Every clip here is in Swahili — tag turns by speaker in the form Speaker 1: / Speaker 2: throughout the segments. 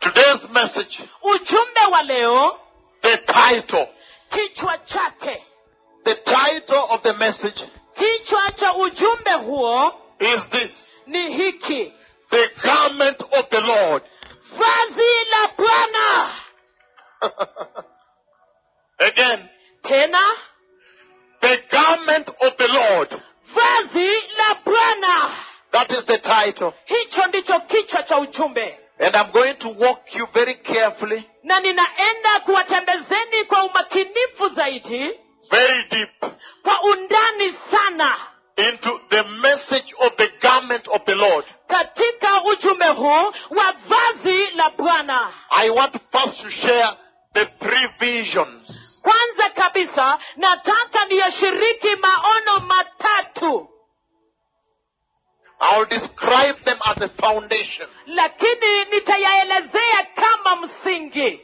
Speaker 1: Today's message,
Speaker 2: Ujumbe wa leo
Speaker 1: the title,
Speaker 2: kichwa chake,
Speaker 1: the title of the message
Speaker 2: kichwa cha ujumbe huo
Speaker 1: is this
Speaker 2: ni hiki:
Speaker 1: The garment of the Lord.
Speaker 2: vazi la Bwana.
Speaker 1: Again,
Speaker 2: Tena
Speaker 1: the garment of the Lord.
Speaker 2: vazi la Bwana,
Speaker 1: That is the title.
Speaker 2: hicho ndicho kichwa cha ujumbe,
Speaker 1: And I'm going to walk you very carefully,
Speaker 2: na ninaenda kuwatembezeni kwa umakinifu zaidi,
Speaker 1: very deep,
Speaker 2: kwa undani sana
Speaker 1: into the message of the garment of the Lord.
Speaker 2: katika ujumbe huu wa vazi la Bwana.
Speaker 1: I want first to share the three visions.
Speaker 2: Kwanza kabisa nataka niyashiriki maono matatu,
Speaker 1: I'll describe them as a foundation.
Speaker 2: lakini nitayaelezea kama msingi.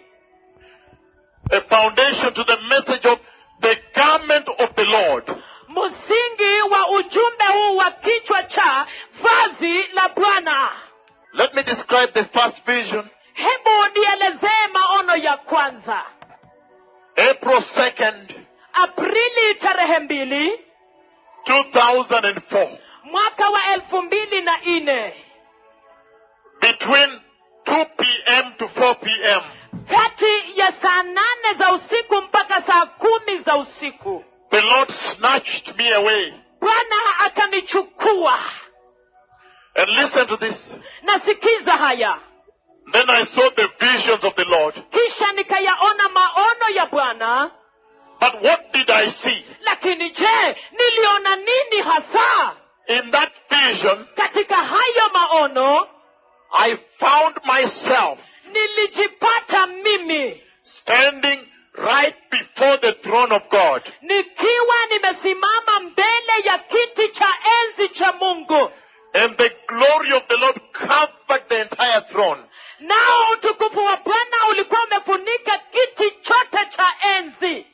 Speaker 1: a foundation to the message of the garment of the Lord.
Speaker 2: Msingi wa ujumbe huu wa kichwa cha vazi la Bwana.
Speaker 1: Let me describe the first vision,
Speaker 2: Hebu nielezee maono ya kwanza,
Speaker 1: April 2nd,
Speaker 2: Aprili tarehe mbili
Speaker 1: 2004.
Speaker 2: mwaka wa elfu mbili na nne
Speaker 1: Between 2 p.m. to 4 p.m.,
Speaker 2: kati ya saa nane za usiku mpaka saa kumi za usiku.
Speaker 1: the Lord snatched me away.
Speaker 2: Bwana akanichukua
Speaker 1: And listen to this.
Speaker 2: nasikiza haya
Speaker 1: Then I saw the visions of the Lord.
Speaker 2: kisha nikayaona maono ya bwana
Speaker 1: But what did I see?
Speaker 2: lakini je niliona nini hasa
Speaker 1: In that vision,
Speaker 2: katika hayo maono
Speaker 1: I found myself
Speaker 2: nilijipata mimi
Speaker 1: standing right before the throne of God.
Speaker 2: nikiwa nimesimama mbele ya kiti cha enzi cha mungu
Speaker 1: And the glory of the Lord covered the entire throne.
Speaker 2: nao utukufu wa bwana ulikuwa umefunika kiti chote cha enzi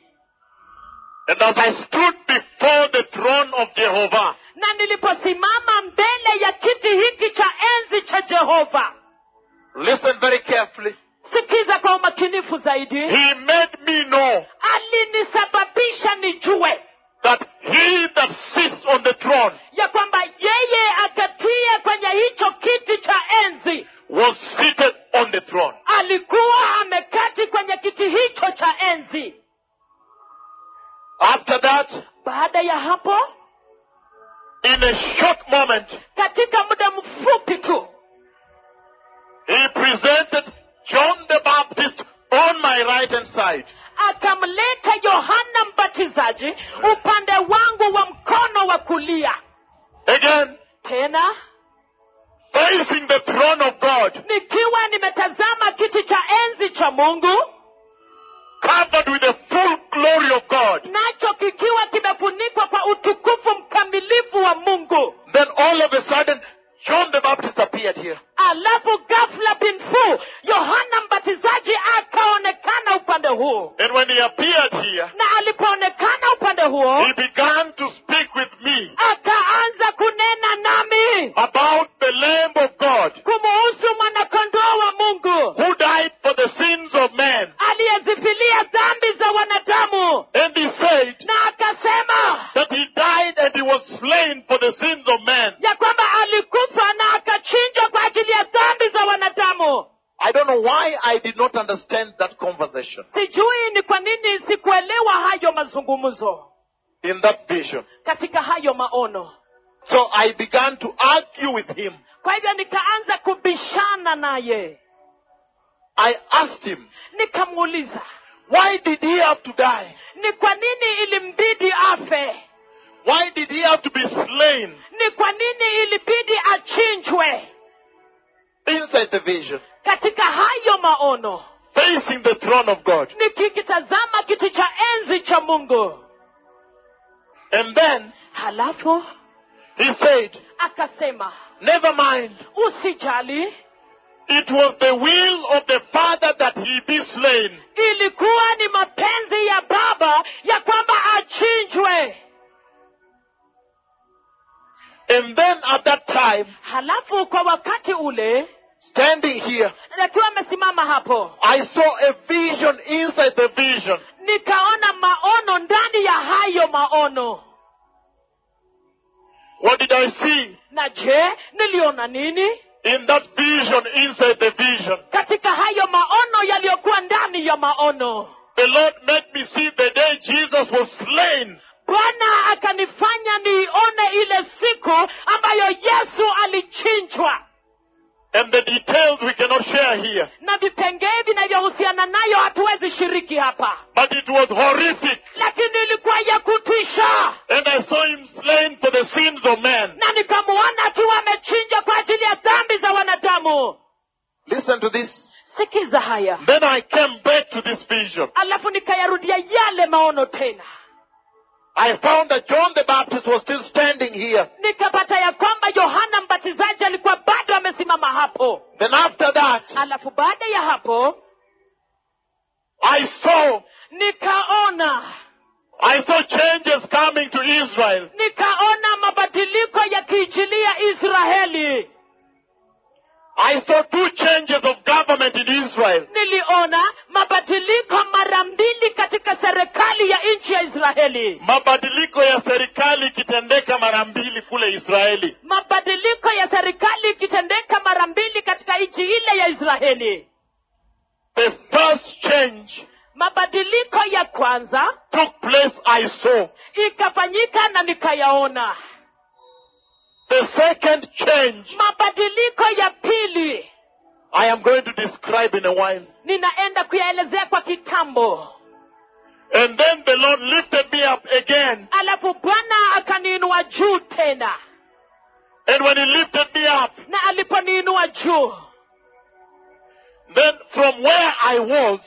Speaker 1: And as I stood before the throne of Jehovah,
Speaker 2: na niliposimama mbele ya kiti hiki cha enzi cha jehova
Speaker 1: listen very carefully,
Speaker 2: sikiza kwa umakinifu zaidi
Speaker 1: he made me know
Speaker 2: alinisababisha nijue
Speaker 1: that he that sits on the throne
Speaker 2: ya kwamba yeye akatie kwenye hicho kiti cha enzi
Speaker 1: was seated on the throne.
Speaker 2: alikuwa amekati kwenye kiti hicho cha enzi
Speaker 1: After that,
Speaker 2: baada ya hapo
Speaker 1: in a short moment,
Speaker 2: katika muda mfupi tu
Speaker 1: he presented John the Baptist on my right hand side.
Speaker 2: akamleta yohana mbatizaji upande wangu wa mkono wa kulia
Speaker 1: Again,
Speaker 2: tena
Speaker 1: facing the throne of God,
Speaker 2: nikiwa nimetazama kiti cha enzi cha mungu
Speaker 1: covered with the full glory of God.
Speaker 2: nacho kikiwa kimefunikwa kwa utukufu mkamilifu wa mungu
Speaker 1: Then all of a sudden, John the Baptist appeared here.
Speaker 2: alafu ghafla pinfuu yohana mbatizaji akaonekana upande huo
Speaker 1: And when he appeared here,
Speaker 2: na alipoonekana upande huo
Speaker 1: he began to speak with me
Speaker 2: akaanza kunena nami
Speaker 1: about the Lamb of God
Speaker 2: kumuhusu mwanakondoo wa mungu
Speaker 1: who died for the sins of men.
Speaker 2: aliyezifilia dhambi za wanadamu
Speaker 1: And he said
Speaker 2: na akasema
Speaker 1: that he died and he was slain for the sins of men.
Speaker 2: ya kwamba alikufa na akachinjwa kwa ajili ya dhambi za wanadamu
Speaker 1: I don't know why I did not understand that conversation
Speaker 2: sijui ni kwa nini sikuelewa hayo mazungumzo
Speaker 1: in that vision.
Speaker 2: katika hayo maono
Speaker 1: So I began to argue with him.
Speaker 2: kwa hivyo nikaanza kubishana naye
Speaker 1: I asked him,
Speaker 2: nikamuuliza
Speaker 1: why did he have to die?
Speaker 2: ni kwa nini ilimbidi afe
Speaker 1: Why did he have to be slain
Speaker 2: ni kwa nini ilibidi achinjwe
Speaker 1: inside the vision,
Speaker 2: katika hayo maono
Speaker 1: facing the throne of God?
Speaker 2: nikikitazama kiti cha enzi cha mungu
Speaker 1: And then
Speaker 2: halafu
Speaker 1: he said,
Speaker 2: akasema
Speaker 1: never mind.
Speaker 2: usijali
Speaker 1: It was the will of the Father that he be slain.
Speaker 2: ilikuwa ni mapenzi ya baba ya kwamba achinjwe
Speaker 1: And then at that time,
Speaker 2: halafu kwa wakati ule
Speaker 1: Standing here,
Speaker 2: akiwa amesimama hapo
Speaker 1: I saw a vision inside the vision.
Speaker 2: nikaona maono ndani ya hayo maono
Speaker 1: What did I see
Speaker 2: na je niliona nini
Speaker 1: in that vision inside the vision?
Speaker 2: katika hayo maono yaliyokuwa ndani ya maono
Speaker 1: The Lord made me see the day Jesus was slain.
Speaker 2: bwana akanifanya niione ile siku ambayo yesu alichinjwa
Speaker 1: And the details we cannot share here.
Speaker 2: na vipengee vinavyohusiana nayo hatuwezi shiriki hapa
Speaker 1: But it was horrific.
Speaker 2: lakini ilikuwa ya kutisha
Speaker 1: And I saw him slain for the sins of men.
Speaker 2: na nikamuona akiwa amechinjwa kwa ajili ya dhambi za wanadamu
Speaker 1: Listen to this.
Speaker 2: sikiza haya
Speaker 1: Then I came back to this vision.
Speaker 2: alafu nikayarudia yale maono tena
Speaker 1: I found that John the Baptist was still standing here.
Speaker 2: nikapata ya kwamba yohana mbatizaji alikuwa bado amesimama hapo
Speaker 1: Then after that,
Speaker 2: alafu baada ya hapo
Speaker 1: I saw,
Speaker 2: nikaona
Speaker 1: I saw changes coming to Israel.
Speaker 2: nikaona mabadiliko yakiijilia israeli
Speaker 1: I saw two changes of government in Israel.
Speaker 2: niliona mabadiliko mara mbili katika serikali ya nchi ya israeli
Speaker 1: Mabadiliko ya serikali ikitendeka mara mbili kule Israeli.
Speaker 2: mabadiliko ya serikali ikitendeka mara mbili katika nchi ile ya israeli
Speaker 1: The first change
Speaker 2: mabadiliko ya kwanza
Speaker 1: took place I saw.
Speaker 2: ikafanyika na nikayaona
Speaker 1: The second change
Speaker 2: mabadiliko ya pili
Speaker 1: I am going to describe in a while.
Speaker 2: ninaenda kuyaelezea kwa kitambo
Speaker 1: And then the Lord lifted me up again.
Speaker 2: alafu bwana akaniinua juu tena
Speaker 1: And when he lifted me up,
Speaker 2: na aliponiinua juu
Speaker 1: then from where I was,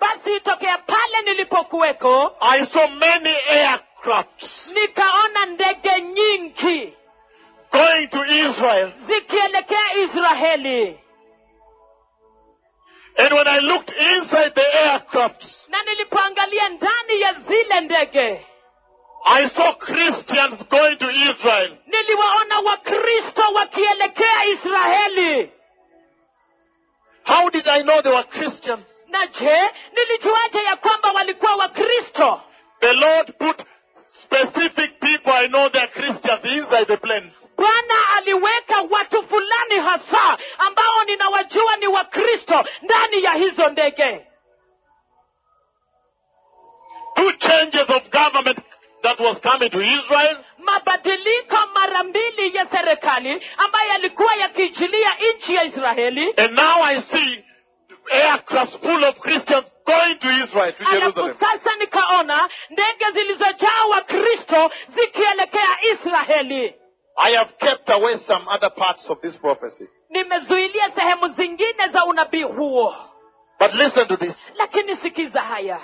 Speaker 2: basi tokea pale nilipokuweko
Speaker 1: I saw many aircrafts
Speaker 2: nikaona ndege nyingi
Speaker 1: going to Israel.
Speaker 2: zikielekea israeli
Speaker 1: And when I looked inside the aircrafts,
Speaker 2: na nilipoangalia ndani ya zile ndege
Speaker 1: I saw Christians going to Israel.
Speaker 2: niliwaona wakristo wakielekea israeli
Speaker 1: How did I know they were Christians?
Speaker 2: na je nilijuaje ya kwamba walikuwa wakristo
Speaker 1: The Lord put specific people I know they're Christians inside the planes.
Speaker 2: bwana aliweka watu fulani hasa ambao ninawajua ni wakristo ndani ya hizo ndege
Speaker 1: Two changes of government that was coming to Israel
Speaker 2: mabadiliko mara mbili ya serikali ambayo yalikuwa yakiijilia nchi ya israeli
Speaker 1: And now I see aircrafts full of Christians going to Israel, to
Speaker 2: alafu
Speaker 1: Eh, Jerusalem.
Speaker 2: sasa nikaona ndege zilizojaa wakristo zikielekea israeli
Speaker 1: I have kept away some other parts of this prophecy.
Speaker 2: nimezuilia sehemu zingine za unabii huo
Speaker 1: But listen to this.
Speaker 2: lakini sikiza haya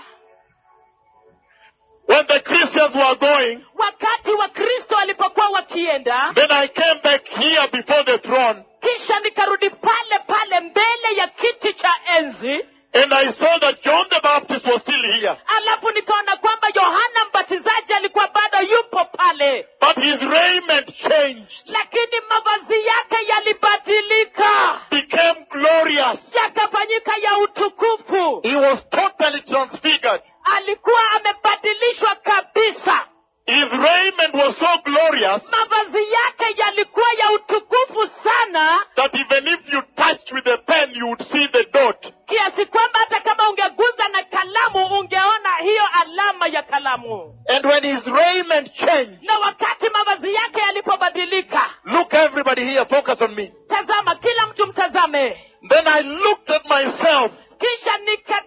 Speaker 1: When the Christians were going,
Speaker 2: wakati wakristo walipokuwa wakienda
Speaker 1: then I came back here before the throne,
Speaker 2: kisha nikarudi pale pale mbele ya kiti cha enzi
Speaker 1: and I saw that John the Baptist was still here.
Speaker 2: alafu nikaona kwamba yohana mbatizaji alikuwa bado yupo pale
Speaker 1: But his raiment changed,
Speaker 2: lakini mavazi yake yalibadilika
Speaker 1: became glorious.
Speaker 2: yakafanyika ya utukufu
Speaker 1: He was totally transfigured.
Speaker 2: alikuwa amebadilishwa kabisa
Speaker 1: His raiment was so glorious
Speaker 2: mavazi yake yalikuwa ya utukufu sana
Speaker 1: that even if you touched with a pen, you would see the dot.
Speaker 2: kiasi kwamba hata kama ungeguza na kalamu ungeona hiyo alama ya kalamu
Speaker 1: And when his raiment changed,
Speaker 2: na wakati mavazi yake yalipobadilika
Speaker 1: look everybody here, focus on me.
Speaker 2: tazama kila mtu mtazame
Speaker 1: Then I looked at myself
Speaker 2: kisha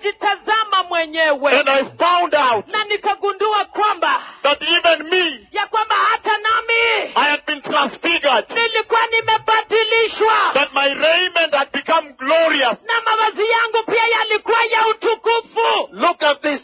Speaker 2: nikajitazama mwenyewe
Speaker 1: and I found out
Speaker 2: na nikagundua kwamba
Speaker 1: that even me,
Speaker 2: ya kwamba hata nami
Speaker 1: I had been transfigured.
Speaker 2: nilikuwa nimebadilishwa
Speaker 1: That my raiment had become glorious.
Speaker 2: na mavazi yangu pia yalikuwa ya utukufu
Speaker 1: Look at this.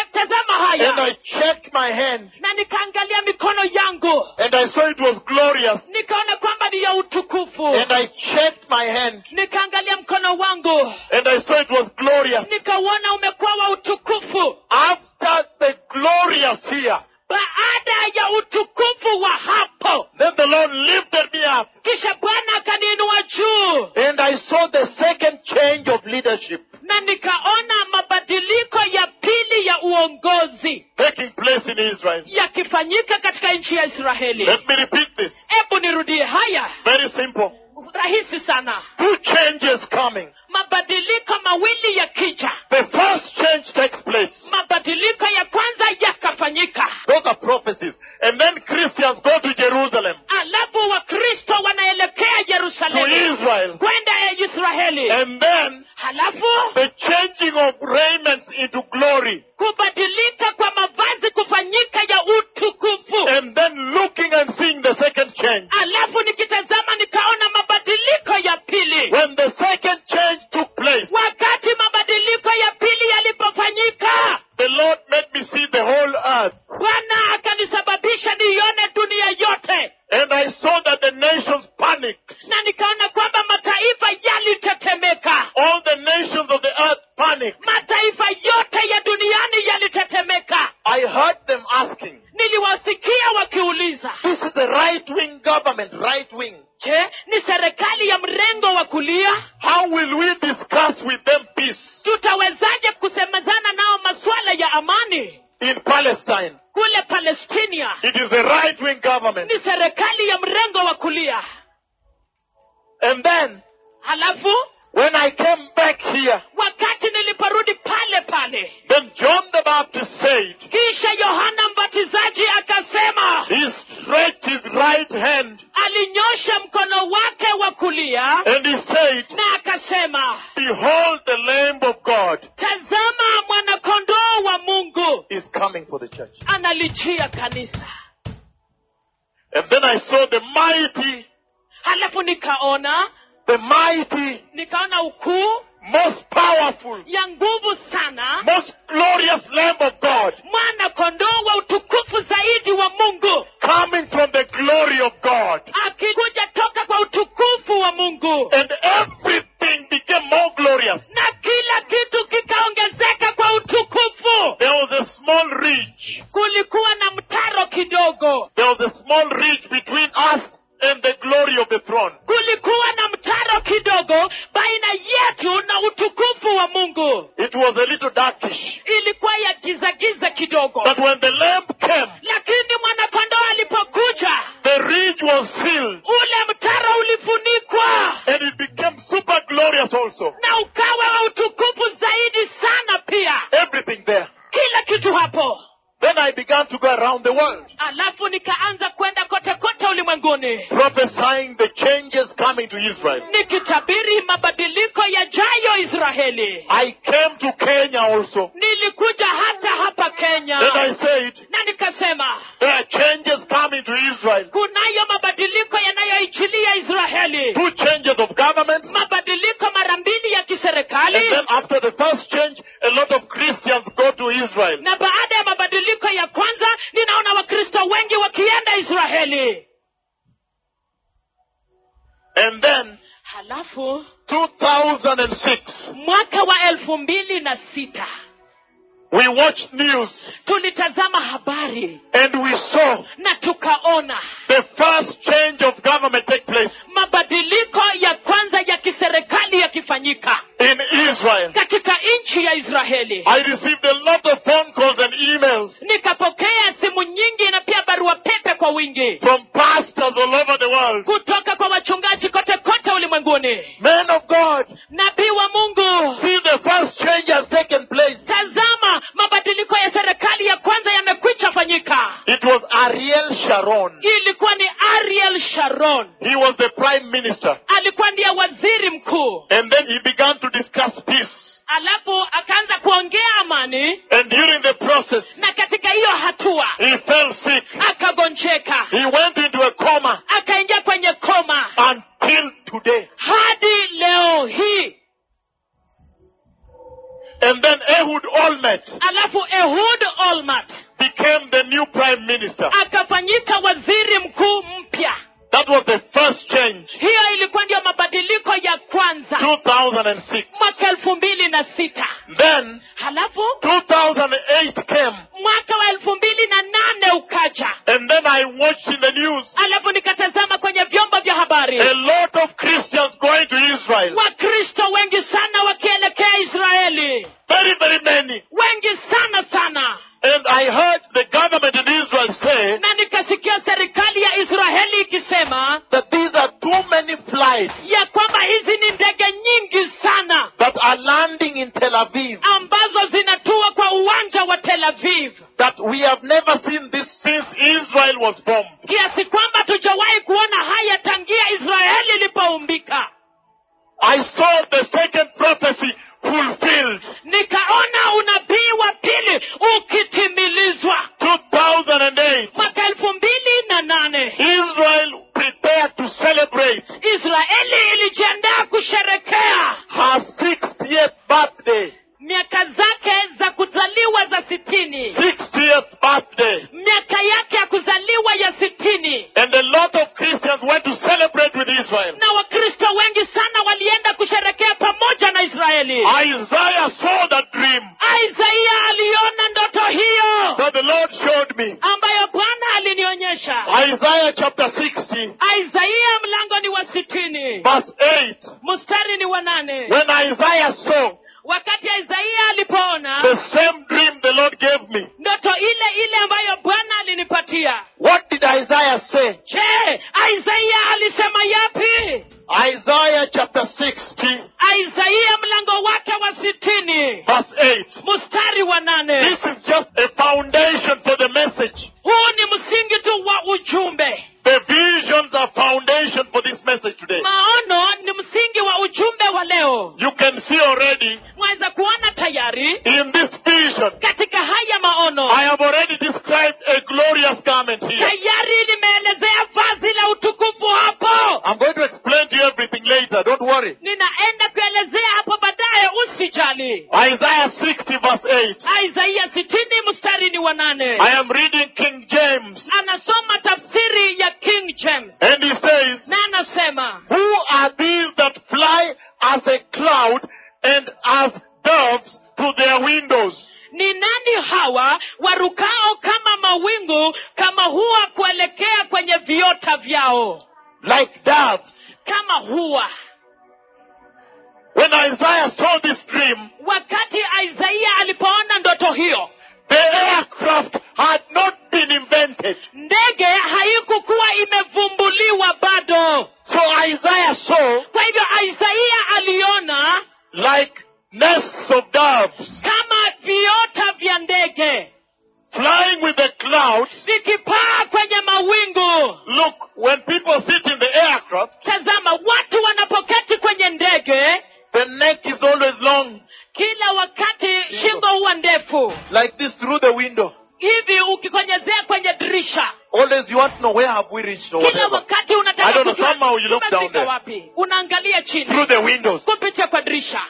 Speaker 2: Eh, tazama
Speaker 1: And
Speaker 2: haya
Speaker 1: I checked my hand
Speaker 2: na nikaangalia mikono yangu
Speaker 1: and I saw it was glorious.
Speaker 2: nikaona kwamba ni ya utukufu
Speaker 1: And I checked my hand
Speaker 2: nikaangalia mkono wangu
Speaker 1: and I saw it was glorious.
Speaker 2: nikauona umekuwa wa utukufu
Speaker 1: After the glorious here,
Speaker 2: baada ya utukufu wa hapo
Speaker 1: Then the Lord lifted me up,
Speaker 2: kisha bwana akaniinua juu
Speaker 1: and I saw the second change of leadership
Speaker 2: na nikaona mabadiliko ya pili ya uongozi
Speaker 1: taking place in Israel.
Speaker 2: yakifanyika katika nchi ya israeli
Speaker 1: Let me repeat this.
Speaker 2: hebu nirudie haya
Speaker 1: Very simple.
Speaker 2: rahisi sana
Speaker 1: Two changes coming.
Speaker 2: mabadiliko mawili yakija
Speaker 1: The first change takes place.
Speaker 2: mabadiliko ya kwanza yakafanyika
Speaker 1: Those are prophecies. And then Christians go to Jerusalem,
Speaker 2: alafu wakristo wanaelekea
Speaker 1: to
Speaker 2: yerusalemu
Speaker 1: Israel.
Speaker 2: kwenda ya israeli
Speaker 1: And then
Speaker 2: halafu
Speaker 1: the changing of raiments into glory.
Speaker 2: kubadilika kwa mavazi kufanyika ya utukufu
Speaker 1: And then looking and seeing the second change.
Speaker 2: alafu nikitazama nikaona mabadiliko ya pili
Speaker 1: When the second change took place,
Speaker 2: wakati mabadiliko ya pili yalipofanyika
Speaker 1: the Lord made me see the whole earth.
Speaker 2: bwana akanisababisha niione dunia yote
Speaker 1: And I saw that the nations panicked.
Speaker 2: na nikaona kwamba mataifa yalitetemeka
Speaker 1: All the nations of the earth panicked.
Speaker 2: mataifa yote ya duniani yalitetemeka
Speaker 1: I heard them asking,
Speaker 2: niliwasikia wakiuliza
Speaker 1: This is the right wing government, right wing.
Speaker 2: je ni serikali ya mrengo wa kulia
Speaker 1: How will we discuss with them peace
Speaker 2: tutawezaje kusemezana nao masuala ya amani
Speaker 1: in Palestine?
Speaker 2: kule palestina
Speaker 1: It is the right wing government.
Speaker 2: ni serikali ya mrengo wa kulia
Speaker 1: And then,
Speaker 2: halafu
Speaker 1: when I came back here,
Speaker 2: wakati niliporudi pale pale
Speaker 1: then John the Baptist said,
Speaker 2: kisha yohana mbatizaji akasema
Speaker 1: He stretched his right hand
Speaker 2: alinyosha mkono wake wa kulia
Speaker 1: and he said,
Speaker 2: na akasema
Speaker 1: Behold, the Lamb of God
Speaker 2: tazama mwanakondoo wa mungu
Speaker 1: is coming for the church.
Speaker 2: analijia kanisa
Speaker 1: And then I saw the mighty,
Speaker 2: halafu nikaona
Speaker 1: the mighty,
Speaker 2: nikaona ukuu
Speaker 1: most powerful,
Speaker 2: ya nguvu sana
Speaker 1: most glorious Lamb of God
Speaker 2: mwana kondoo wa utukufu zaidi wa mungu
Speaker 1: coming from the glory of God.
Speaker 2: akikuja toka kwa utukufu wa mungu
Speaker 1: And everything became more glorious.
Speaker 2: na kila kitu kikaongezeka kwa utukufu
Speaker 1: There was a small ridge.
Speaker 2: kulikuwa na mtaro kidogo
Speaker 1: There was a small ridge between us and the glory of the throne.
Speaker 2: kulikuwa na mtaro kidogo baina yetu na utukufu wa mungu
Speaker 1: It was a little darkish.
Speaker 2: ilikuwa ya gizagiza kidogo
Speaker 1: But when the lamb came,
Speaker 2: lakini mwanakondoo alipokuja
Speaker 1: the ridge was sealed.
Speaker 2: ule mtaro ulifunikwa
Speaker 1: And it became super glorious also.
Speaker 2: na ukawa wa utukufu zaidi sana pia
Speaker 1: Everything there.
Speaker 2: kila kitu hapo
Speaker 1: Then I began to go around the world.
Speaker 2: alafu nikaanza kwenda kote kote ulimwenguni
Speaker 1: prophesying the changes coming to Israel.
Speaker 2: nikitabiri mabadiliko yajayo israeli
Speaker 1: I came to Kenya also.
Speaker 2: nilikuja hata hapa kenya
Speaker 1: Then I said,
Speaker 2: na nikasema
Speaker 1: there are changes coming to Israel.
Speaker 2: kunayo mabadiliko yanayoichilia israeli
Speaker 1: Two changes of government.
Speaker 2: mabadiliko mara mbili ya
Speaker 1: And
Speaker 2: kiserikali
Speaker 1: then after the first change, a lot of Christians go to Israel.
Speaker 2: na baada ya mabadiliko ya kwanza ninaona wakristo wengi wakienda israeli
Speaker 1: And then
Speaker 2: halafu
Speaker 1: 2006,
Speaker 2: mwaka wa elfu mbili na sita
Speaker 1: we watched news
Speaker 2: tulitazama habari
Speaker 1: and we saw
Speaker 2: na tukaona
Speaker 1: the first change of government take place
Speaker 2: mabadiliko ya kwanza ya kiserikali yakifanyika
Speaker 1: in Israel.
Speaker 2: katika nchi ya israeli
Speaker 1: I received a lot of phone calls and emails
Speaker 2: nikapokea simu nyingi na pia barua pepe kwa wingi
Speaker 1: from pastors all over the world.
Speaker 2: kutoka kwa wachungaji kote kote ulimwenguni
Speaker 1: Men of God,
Speaker 2: nabii wa mungu
Speaker 1: See, the first change has taken place.
Speaker 2: tazama mabadiliko ya serikali ya kwanza yamekwisha fanyika
Speaker 1: It was Ariel Sharon.
Speaker 2: ilikuwa ni ariel sharon
Speaker 1: He was the prime minister.
Speaker 2: alikuwa ndiye waziri mkuu
Speaker 1: And then he began to discuss peace.
Speaker 2: alafu akaanza kuongea amani
Speaker 1: And during the process,
Speaker 2: na katika hiyo hatua
Speaker 1: he fell sick.
Speaker 2: akagonjeka
Speaker 1: He went into a coma
Speaker 2: akaingia kwenye koma
Speaker 1: until today.
Speaker 2: hadi leo hii
Speaker 1: And then Ehud Olmert
Speaker 2: alafu ehud olmert
Speaker 1: became the new prime minister.
Speaker 2: akafanyika waziri mkuu mpya
Speaker 1: That was the first change.
Speaker 2: hiyo ilikuwa ndiyo mabadiliko ya kwanza
Speaker 1: 2006.
Speaker 2: mwaka elfu mbili na sita
Speaker 1: Then
Speaker 2: halafu
Speaker 1: 2008 came,
Speaker 2: mwaka wa elfu mbili na nane ukaja
Speaker 1: and then I watched in the news
Speaker 2: alafu nikatazama kwenye vyombo vya habari
Speaker 1: a lot of Christians going to Israel.
Speaker 2: wakristo wengi sana wakielekea israeli
Speaker 1: Very, very many.
Speaker 2: wengi sana sana
Speaker 1: And I heard the government in Israel say
Speaker 2: na nikasikia serikali ya israeli ikisema
Speaker 1: that these are too many flights
Speaker 2: ya kwamba hizi ni ndege nyingi sana
Speaker 1: that are landing in Tel Aviv
Speaker 2: ambazo zinatua kwa uwanja wa tel aviv
Speaker 1: that we have never seen this since Israel was formed.
Speaker 2: kiasi kwamba tujawahi kuona haya tangia israeli ilipoumbika
Speaker 1: I saw the second prophecy fulfilled.
Speaker 2: nikaona unabii wa pili ukitimilizwa
Speaker 1: 2008.
Speaker 2: mwaka elfu mbili na nane
Speaker 1: Israel prepared to celebrate
Speaker 2: israeli ilijiandaa kusherekea
Speaker 1: her 60th birthday.
Speaker 2: miaka zake za kuzaliwa za sitini
Speaker 1: 60th birthday.
Speaker 2: miaka yake ya kuzaliwa ya sitini
Speaker 1: And a lot of Christians went to celebrate with Israel.
Speaker 2: na wakristo wengi sana walienda kusherekea pamoja na israeli
Speaker 1: Isaiah saw that dream
Speaker 2: isaia aliona ndoto hiyo
Speaker 1: that the Lord showed me.
Speaker 2: ambayo bwana alinionyesha
Speaker 1: Isaiah chapter 60,
Speaker 2: isaia mlango ni wa sitini
Speaker 1: verse 8.
Speaker 2: mstari ni wa nane
Speaker 1: When Isaiah saw
Speaker 2: wakati isaia alipoona
Speaker 1: the same dream the Lord gave me,
Speaker 2: ndoto ile ile ambayo bwana alinipatia
Speaker 1: what did Isaiah say?
Speaker 2: je isaia alisema yapi
Speaker 1: Isaiah chapter 60,
Speaker 2: isaia mlango wake wa sitini
Speaker 1: verse 8.
Speaker 2: mstari wa nane
Speaker 1: This is just a foundation for the message.
Speaker 2: huu ni msingi tu wa ujumbe
Speaker 1: The visions are foundation for this message today.
Speaker 2: maono ni msingi wa ujumbe wa leo
Speaker 1: You can see already
Speaker 2: mwaweza kuona tayari
Speaker 1: in this vision,
Speaker 2: katika haya maono
Speaker 1: I have already described a glorious garment here.
Speaker 2: tayari limeelezea vazi la utukufu hapo
Speaker 1: I'm going to explain to you everything later. Don't worry.
Speaker 2: ninaenda kuelezea hapo baadaye usijali
Speaker 1: Isaiah 60 verse 8.
Speaker 2: isaia sitini mstari ni wa nane
Speaker 1: I am reading King James
Speaker 2: anasoma tafsiri ya king james
Speaker 1: and he says,
Speaker 2: na anasema
Speaker 1: Who are these that fly as a cloud and as doves to their windows?
Speaker 2: ni nani hawa warukao kama mawingu kama huwa kuelekea kwenye viota vyao
Speaker 1: Like doves.
Speaker 2: kama huwa
Speaker 1: When Isaiah saw this dream,
Speaker 2: wakati isaia alipoona ndoto hiyo
Speaker 1: the aircraft had not been invented.
Speaker 2: ndege haikukuwa imevumbuliwa bado
Speaker 1: So Isaiah saw
Speaker 2: kwa hivyo isaia aliona
Speaker 1: like nests of doves
Speaker 2: kama viota vya ndege
Speaker 1: flying with the clouds.
Speaker 2: vikipaa kwenye mawingu
Speaker 1: Look, when people sit in the aircraft,
Speaker 2: tazama watu wanapoketi kwenye ndege
Speaker 1: the neck is always long,
Speaker 2: kila wakati shingo huwa ndefu
Speaker 1: like this through the window.
Speaker 2: hivi ukikonyezea kwenye dirisha
Speaker 1: Always you want to know where have we reached or
Speaker 2: kila
Speaker 1: whatever.
Speaker 2: wakati
Speaker 1: I
Speaker 2: unataka
Speaker 1: don't know,
Speaker 2: kujua
Speaker 1: somehow you look down
Speaker 2: tumefika
Speaker 1: there.
Speaker 2: wapi unaangalia chini
Speaker 1: Through the windows.
Speaker 2: kupitia kwa dirisha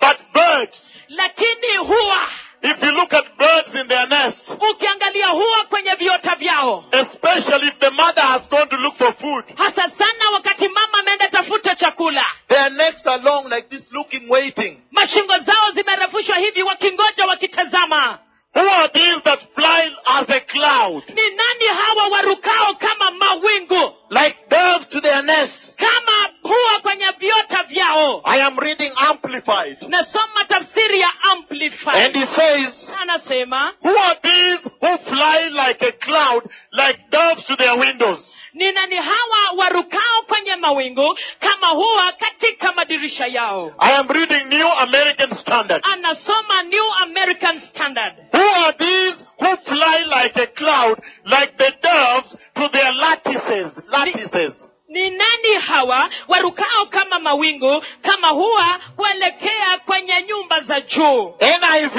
Speaker 1: But birds,
Speaker 2: lakini huwa
Speaker 1: if you look at birds in their nest,
Speaker 2: ukiangalia huwa kwenye viota vyao
Speaker 1: especially if the mother has gone to look for food,
Speaker 2: hasa sana wakati mama ameenda tafuta chakula
Speaker 1: their necks are long like this looking, waiting.
Speaker 2: mashingo zao zimerefushwa hivi wakingoja wakitazama
Speaker 1: Who are these that fly as a cloud,
Speaker 2: ni nani hawa warukao kama mawingu
Speaker 1: like doves to their nests?
Speaker 2: kama huwa kwenye viota vyao
Speaker 1: I am reading amplified.
Speaker 2: nasoma tafsiri ya amplify
Speaker 1: And he says,
Speaker 2: anasema
Speaker 1: Who are these who fly like a cloud, like doves to their windows?
Speaker 2: ni nani hawa warukao kwenye mawingu kama huwa katika madirisha yao
Speaker 1: I am reading New American Standard.
Speaker 2: anasoma new american standard
Speaker 1: Who are these who fly like a cloud, like the doves to their lattices? Lattices.
Speaker 2: ni nani hawa warukao kama mawingu kama huwa kuelekea kwenye nyumba za juu
Speaker 1: NIV.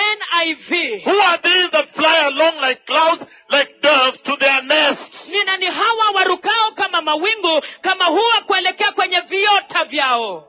Speaker 2: niv
Speaker 1: Who are these that fly along like clouds, like doves to their nests?
Speaker 2: ni nani hawa warukao kama mawingu kama huwa kuelekea kwenye viota vyao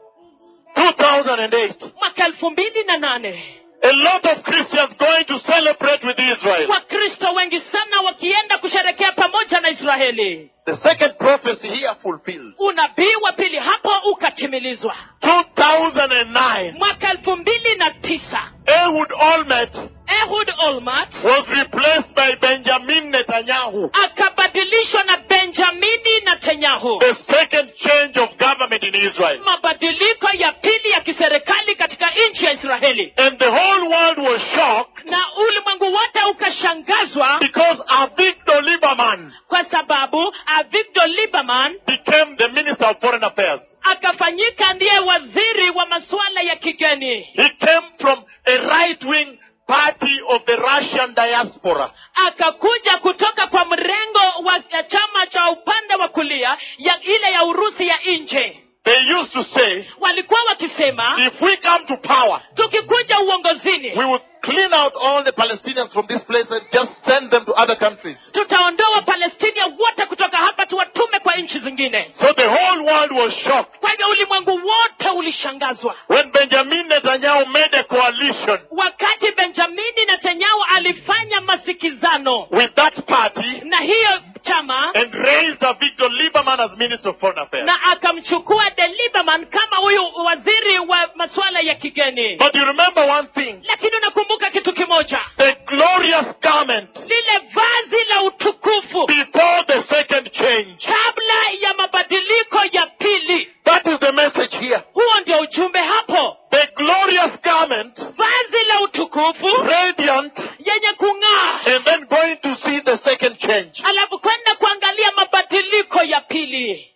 Speaker 1: 2008.
Speaker 2: mwaka elfu mbili na nane
Speaker 1: A lot of Christians going to celebrate with Israel.
Speaker 2: wakristo wengi sana wakienda kusherekea pamoja na israeli
Speaker 1: The second prophecy here fulfilled.
Speaker 2: unabii wa pili hapo ukatimilizwa
Speaker 1: 2009,
Speaker 2: mwaka elfu mbili na tisa
Speaker 1: Ehud Olmert
Speaker 2: ehud olmert
Speaker 1: was replaced by Benjamin Netanyahu.
Speaker 2: akabadilishwa na benjamini netanyahu
Speaker 1: The second change of government in Israel.
Speaker 2: mabadiliko ya pili ya kiserikali katika nchi ya israeli
Speaker 1: And the whole world was shocked
Speaker 2: na ulimwengu wote ukashangazwa
Speaker 1: because Avigdor Lieberman
Speaker 2: kwa sababu avigdor liberman
Speaker 1: became the Minister of Foreign Affairs.
Speaker 2: akafanyika ndiye waziri wa masuala ya kigeni
Speaker 1: He came from a right-wing party of the Russian diaspora.
Speaker 2: akakuja kutoka kwa mrengo wa ya chama cha upande wa kulia ya ile ya urusi ya nje
Speaker 1: They used to say,
Speaker 2: walikuwa wakisema
Speaker 1: if we come to power,
Speaker 2: tukikuja uongozini
Speaker 1: we will clean out all the Palestinians from this place and just send them to other countries.
Speaker 2: tutaondoa wapalestinia wote kutoka hapa tuwatume kwa nchi zingine
Speaker 1: So the whole world was shocked
Speaker 2: kwa hivyo ulimwengu wote ulishangazwa
Speaker 1: when Benjamin Netanyahu made a coalition
Speaker 2: wakati benjamini netanyahu alifanya masikizano
Speaker 1: with that party
Speaker 2: na hiyo chama
Speaker 1: and raised Victor Lieberman as Minister of Foreign Affairs.
Speaker 2: na akamchukua de liberman kama huyu waziri wa masuala ya kigeni
Speaker 1: But you remember one thing
Speaker 2: lakini unakumbuka kitu kimoja
Speaker 1: the glorious garment
Speaker 2: lile vazi la utukufu
Speaker 1: before the second change.
Speaker 2: kabla ya mabadiliko ya pili
Speaker 1: That is the message here.
Speaker 2: huo ndio ujumbe hapo
Speaker 1: The glorious garment,
Speaker 2: vazi la utukufu
Speaker 1: radiant,
Speaker 2: yenye kung'aa
Speaker 1: and then going to see the second change.
Speaker 2: alafu kwenda kuangalia mabadiliko ya pili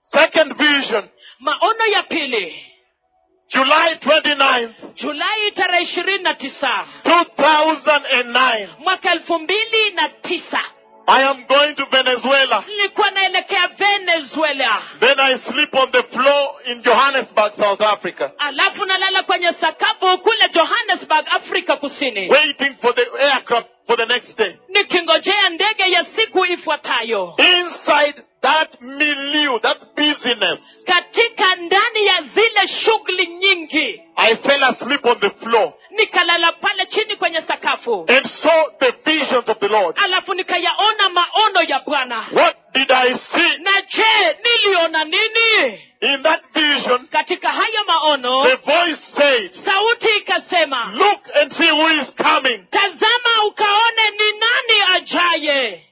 Speaker 1: Second vision,
Speaker 2: maono ya pili
Speaker 1: July 29th,
Speaker 2: julai tarehe ishirini na tisa
Speaker 1: 2009.
Speaker 2: mwaka elfu mbili na tisa
Speaker 1: I am going to Venezuela.
Speaker 2: nilikuwa naelekea venezuela
Speaker 1: Then I sleep on the floor in Johannesburg, South Africa,
Speaker 2: alafu nalala kwenye sakafu kule johannesburg afrika kusini
Speaker 1: waiting for the aircraft for the next day.
Speaker 2: nikingojea ndege ya siku ifuatayo
Speaker 1: Inside that milieu, that busyness,
Speaker 2: katika ndani ya zile shughuli nyingi
Speaker 1: I fell asleep on the floor
Speaker 2: nikalala pale chini kwenye sakafu
Speaker 1: and saw the visions of the Lord.
Speaker 2: alafu nikayaona maono ya bwana
Speaker 1: What did I see
Speaker 2: na je niliona nini
Speaker 1: in that vision?
Speaker 2: katika hayo maono
Speaker 1: The voice said,
Speaker 2: sauti ikasema
Speaker 1: Look and see who is coming.
Speaker 2: tazama ukaone ni nani ajaye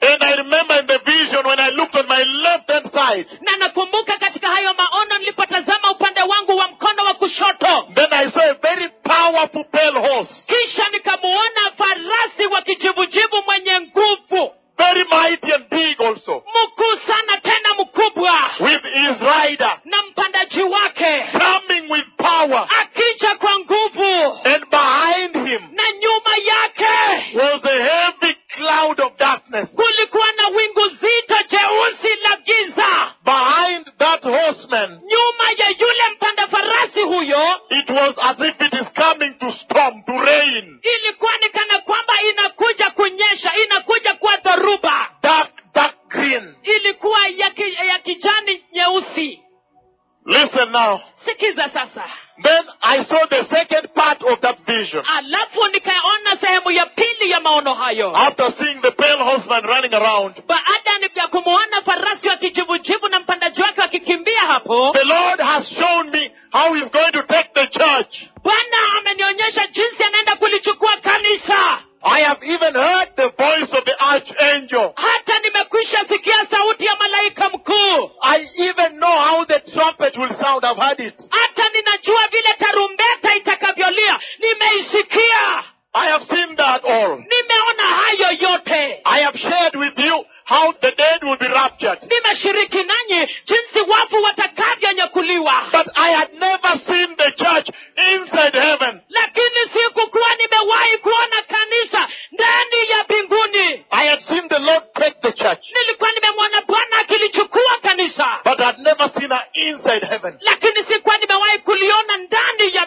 Speaker 1: And I remember in the vision when I looked on my left hand side,
Speaker 2: na nakumbuka katika hayo maono nilipotazama upande wangu wa mkono wa kushoto
Speaker 1: then I saw a very powerful pale horse,
Speaker 2: kisha nikamuona farasi wa kijivujivu mwenye nguvu
Speaker 1: very mighty and big also,
Speaker 2: mkuu sana tena mkubwa
Speaker 1: with his rider.
Speaker 2: na mpandaji wake
Speaker 1: coming with power.
Speaker 2: akija kwa nguvu
Speaker 1: And behind him
Speaker 2: na nyuma yake
Speaker 1: was a heavy cloud of darkness.
Speaker 2: kulikuwa na wingu zito jeusi la giza
Speaker 1: Behind that horseman,
Speaker 2: nyuma ya yule mpanda farasi huyo
Speaker 1: it was as if it is coming to storm, to rain.
Speaker 2: ilikuwa ni kana kwamba inakuja kunyesha inakuja kuwa dhoruba
Speaker 1: Dark, dark green.
Speaker 2: ilikuwa ya, ki, ya kijani nyeusi
Speaker 1: Listen now.
Speaker 2: sikiza sasa
Speaker 1: Then I saw the second part of that vision.
Speaker 2: alafu nikaona sehemu ya pili ya maono hayo
Speaker 1: After seeing the pale horseman running around,
Speaker 2: baada ni- ya kumwona farasi wa kijivujivu na mpandaji wake wakikimbia hapo
Speaker 1: the Lord has shown me how he's going to take the church.
Speaker 2: bwana amenionyesha jinsi anaenda kulichukua kanisa
Speaker 1: I have even heard the voice of the archangel.
Speaker 2: hata nimekwisha sikia sauti ya malaika mkuu
Speaker 1: I even know how the trumpet will sound. I've heard it.
Speaker 2: hata ninajua vile tarumbeta itakavyolia nimeisikia
Speaker 1: I have seen that all.
Speaker 2: nimeona hayo yote
Speaker 1: I have shared with you how the dead will be raptured.
Speaker 2: nimeshiriki nanyi jinsi wafu watakavyonyakuliwa
Speaker 1: But I had never seen the church inside heaven.
Speaker 2: lakini sikukuwa nimewahi kuona kanisa ndani ya mbinguni
Speaker 1: I had seen the Lord take the church,
Speaker 2: nilikuwa nimemwona bwana akilichukua kanisa
Speaker 1: but I had never seen her inside heaven.
Speaker 2: lakini sikuwa nimewahi kuliona ndani ya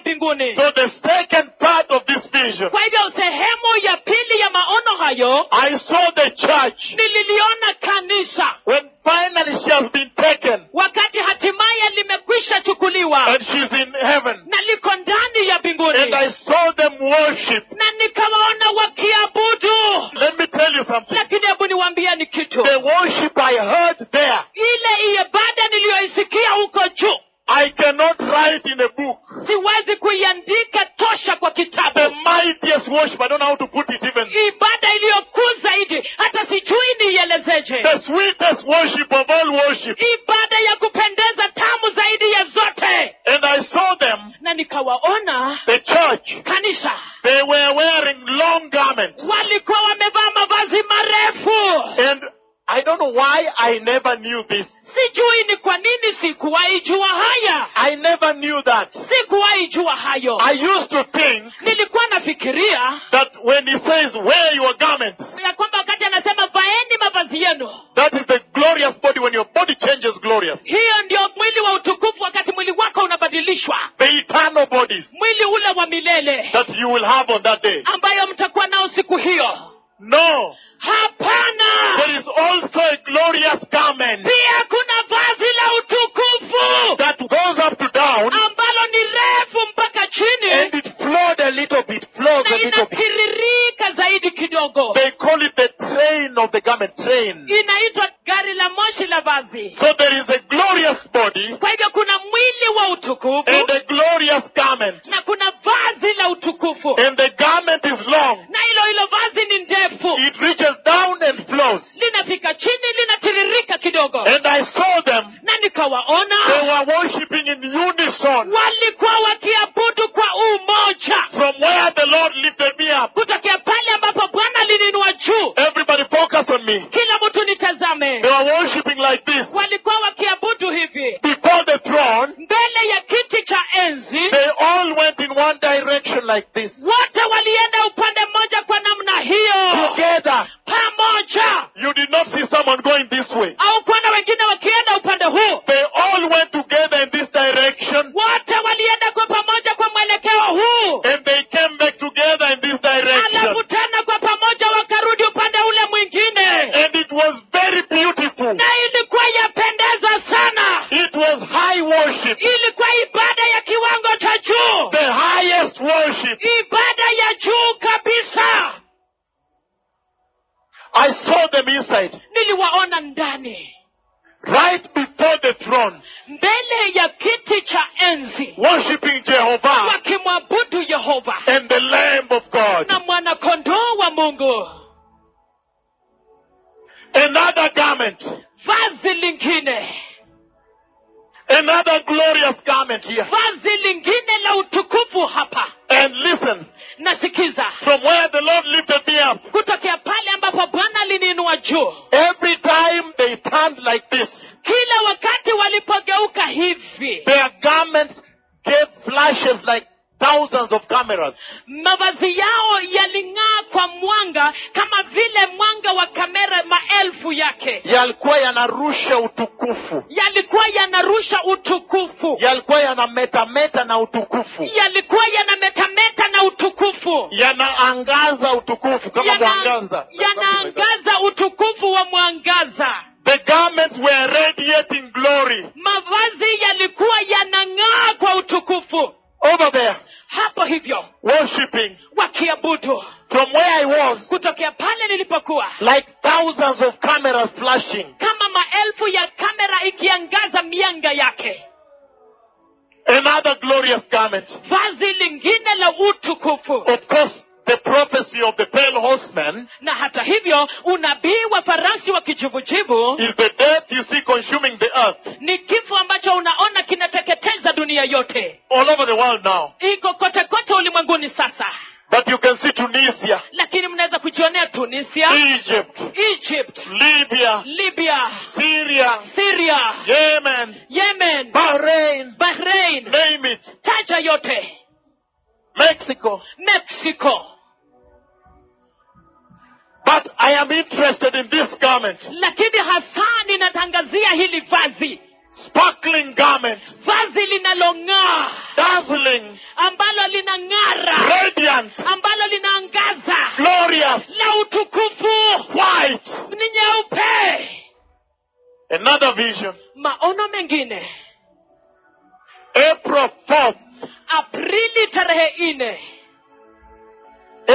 Speaker 1: in heaven.
Speaker 2: na liko ndani ya
Speaker 1: And I
Speaker 2: mbinguni
Speaker 1: saw them worship.
Speaker 2: na nikawaona wakiabudu
Speaker 1: Let me tell you something.
Speaker 2: lakini hebu niwaambieni kitu
Speaker 1: The worship I heard there,
Speaker 2: ile ibada niliyoisikia huko juu
Speaker 1: I cannot write in a book.
Speaker 2: siwezi kuiandika tosha kwa
Speaker 1: The
Speaker 2: kitabu
Speaker 1: mightiest worship, I don't know how to put it even.
Speaker 2: ibada iliyokuu zaidi hata sijui niielezeje
Speaker 1: The sweetest worship of all worship.
Speaker 2: ibada ya kupendeza tamu zaidi ya zote
Speaker 1: And I saw them,
Speaker 2: na nikawaona
Speaker 1: the church,
Speaker 2: kanisa
Speaker 1: they were wearing long garments.
Speaker 2: walikuwa wamevaa mavazi marefu
Speaker 1: And I don't know why I never knew this.
Speaker 2: sijui ni kwa nini sikuwahi jua haya
Speaker 1: I never knew that.
Speaker 2: sikuwahi jua hayo
Speaker 1: I used to think
Speaker 2: nilikuwa nafikiria
Speaker 1: that when he says, wear your garments,
Speaker 2: ya kwamba wakati anasema vaeni mavazi yenu
Speaker 1: that is the glorious body when your body changes glorious.
Speaker 2: hiyo ndio mwili wa utukufu wakati mwili wako unabadilishwa
Speaker 1: The eternal bodies
Speaker 2: mwili ule wa milele
Speaker 1: that you will have on that day.
Speaker 2: ambayo mtakuwa nao siku hiyo
Speaker 1: No,
Speaker 2: hapana
Speaker 1: there is also a glorious garment
Speaker 2: pia kuna vazi la utukufu
Speaker 1: that goes up to down
Speaker 2: ambalo ni refu mpaka
Speaker 1: and
Speaker 2: chini
Speaker 1: it flowed a little bit, flows
Speaker 2: na
Speaker 1: a little bit.
Speaker 2: inatiririka zaidi kidogo
Speaker 1: They call it the train of the garment, train.
Speaker 2: inaitwa gari la moshi la vazi
Speaker 1: So there is a glorious body
Speaker 2: kwa hivyo kuna mwili wa
Speaker 1: and
Speaker 2: utukufu
Speaker 1: a glorious garment.
Speaker 2: na kuna vazi la utukufu
Speaker 1: And the garment is long.
Speaker 2: na hilo hilo vazi ni ndefu
Speaker 1: It reaches down and flows.
Speaker 2: linafika chini linatiririka kidogo
Speaker 1: And I saw them.
Speaker 2: na
Speaker 1: They
Speaker 2: nikawaona
Speaker 1: were worshipping in unison
Speaker 2: walikuwa wakiabudu kwa umoja
Speaker 1: from where the Lord lifted me up.
Speaker 2: kutokea pale ambapo bwana alininua juu
Speaker 1: Everybody focus on me.
Speaker 2: kila mtu
Speaker 1: They
Speaker 2: nitazame
Speaker 1: were worshipping like this.
Speaker 2: walikuwa wakiabudu hivi
Speaker 1: Before the throne,
Speaker 2: mbele ya kiti cha enzi
Speaker 1: they all went in one direction like this.
Speaker 2: wote walienda upande mmoja kwa namna hiyo
Speaker 1: Together.
Speaker 2: pamoja
Speaker 1: You did not see someone going this way.
Speaker 2: au kuona wengine wakienda upande huu
Speaker 1: They all went together in this direction
Speaker 2: wote walienda kwa pamoja kwa mwelekeo huu
Speaker 1: and they came back together in this
Speaker 2: alafu
Speaker 1: direction.
Speaker 2: tena kwa pamoja wakarudi upande ule mwingine
Speaker 1: And it was very beautiful.
Speaker 2: na ilikuwa yapendeza sana
Speaker 1: It was high worship.
Speaker 2: ilikuwa ibada ya kiwango cha juu
Speaker 1: The highest worship.
Speaker 2: ibada ya juu kabisa
Speaker 1: I saw them inside.
Speaker 2: niliwaona ndani
Speaker 1: Right before the throne.
Speaker 2: mbele ya kiti cha enzi
Speaker 1: Worshipping Jehovah
Speaker 2: wakimwabudu yehova
Speaker 1: and the Lamb of God.
Speaker 2: na mwanakondoo wa mungu
Speaker 1: Another garment.
Speaker 2: vazi lingine
Speaker 1: Another glorious garment here.
Speaker 2: vazi lingine la utukufu hapa
Speaker 1: And listen,
Speaker 2: nasikiza
Speaker 1: from where the Lord lifted me up,
Speaker 2: kutokea pale ambapo bwana aliniinua juu
Speaker 1: every time they turned like this,
Speaker 2: kila wakati walipogeuka hivi
Speaker 1: their garments gave flashes like thousands of cameras.
Speaker 2: mavazi yao yaling'aa kwa mwanga kama vile mwanga wa kamera maelfu yake
Speaker 1: Yalikuwa yanarusha utukufu.
Speaker 2: yalikuwa yanarusha utukufu
Speaker 1: Yalikuwa yanametameta na utukufu.
Speaker 2: yalikuwa yanametameta na utukufu
Speaker 1: Yanaangaza utukufu kama
Speaker 2: Yana-
Speaker 1: mwangaza.
Speaker 2: yanaangaza utukufu wa mwangaza
Speaker 1: The garments were radiating glory.
Speaker 2: mavazi yalikuwa yanang'aa kwa utukufu
Speaker 1: Over there,
Speaker 2: hapo hivyo
Speaker 1: worshipping
Speaker 2: wakiabudu
Speaker 1: from where I was,
Speaker 2: kutokea pale nilipokuwa
Speaker 1: like thousands of cameras flashing.
Speaker 2: kama maelfu ya kamera ikiangaza mianga yake
Speaker 1: Another glorious garment.
Speaker 2: vazi lingine la utukufu
Speaker 1: Of course, the prophecy of the pale horseman
Speaker 2: na hata hivyo unabii wa farasi wa kijivujivu
Speaker 1: is the death you see consuming the earth
Speaker 2: ni kifo ambacho unaona kinateketeza dunia yote
Speaker 1: all over the world now.
Speaker 2: iko kote kote ulimwenguni sasa
Speaker 1: But you can see Tunisia,
Speaker 2: lakini mnaweza kujionea
Speaker 1: Mm.
Speaker 2: tunisia
Speaker 1: Egypt,
Speaker 2: egypt
Speaker 1: Libya,
Speaker 2: libya
Speaker 1: Syria,
Speaker 2: syria
Speaker 1: Yemen,
Speaker 2: yemen
Speaker 1: Bahrain,
Speaker 2: bahrain
Speaker 1: name it,
Speaker 2: taja yote
Speaker 1: Mexico.
Speaker 2: mexico
Speaker 1: But I am interested in this garment,
Speaker 2: lakini hasa ninatangazia hili vazi
Speaker 1: sparkling garment,
Speaker 2: vazi linalong'aa
Speaker 1: dazzling,
Speaker 2: ambalo linang'ara
Speaker 1: radiant,
Speaker 2: ambalo linaangaza
Speaker 1: glorious,
Speaker 2: la utukufu
Speaker 1: white.
Speaker 2: ni nyeupe
Speaker 1: Another vision.
Speaker 2: maono mengine
Speaker 1: April 4th,
Speaker 2: aprili tarehe nne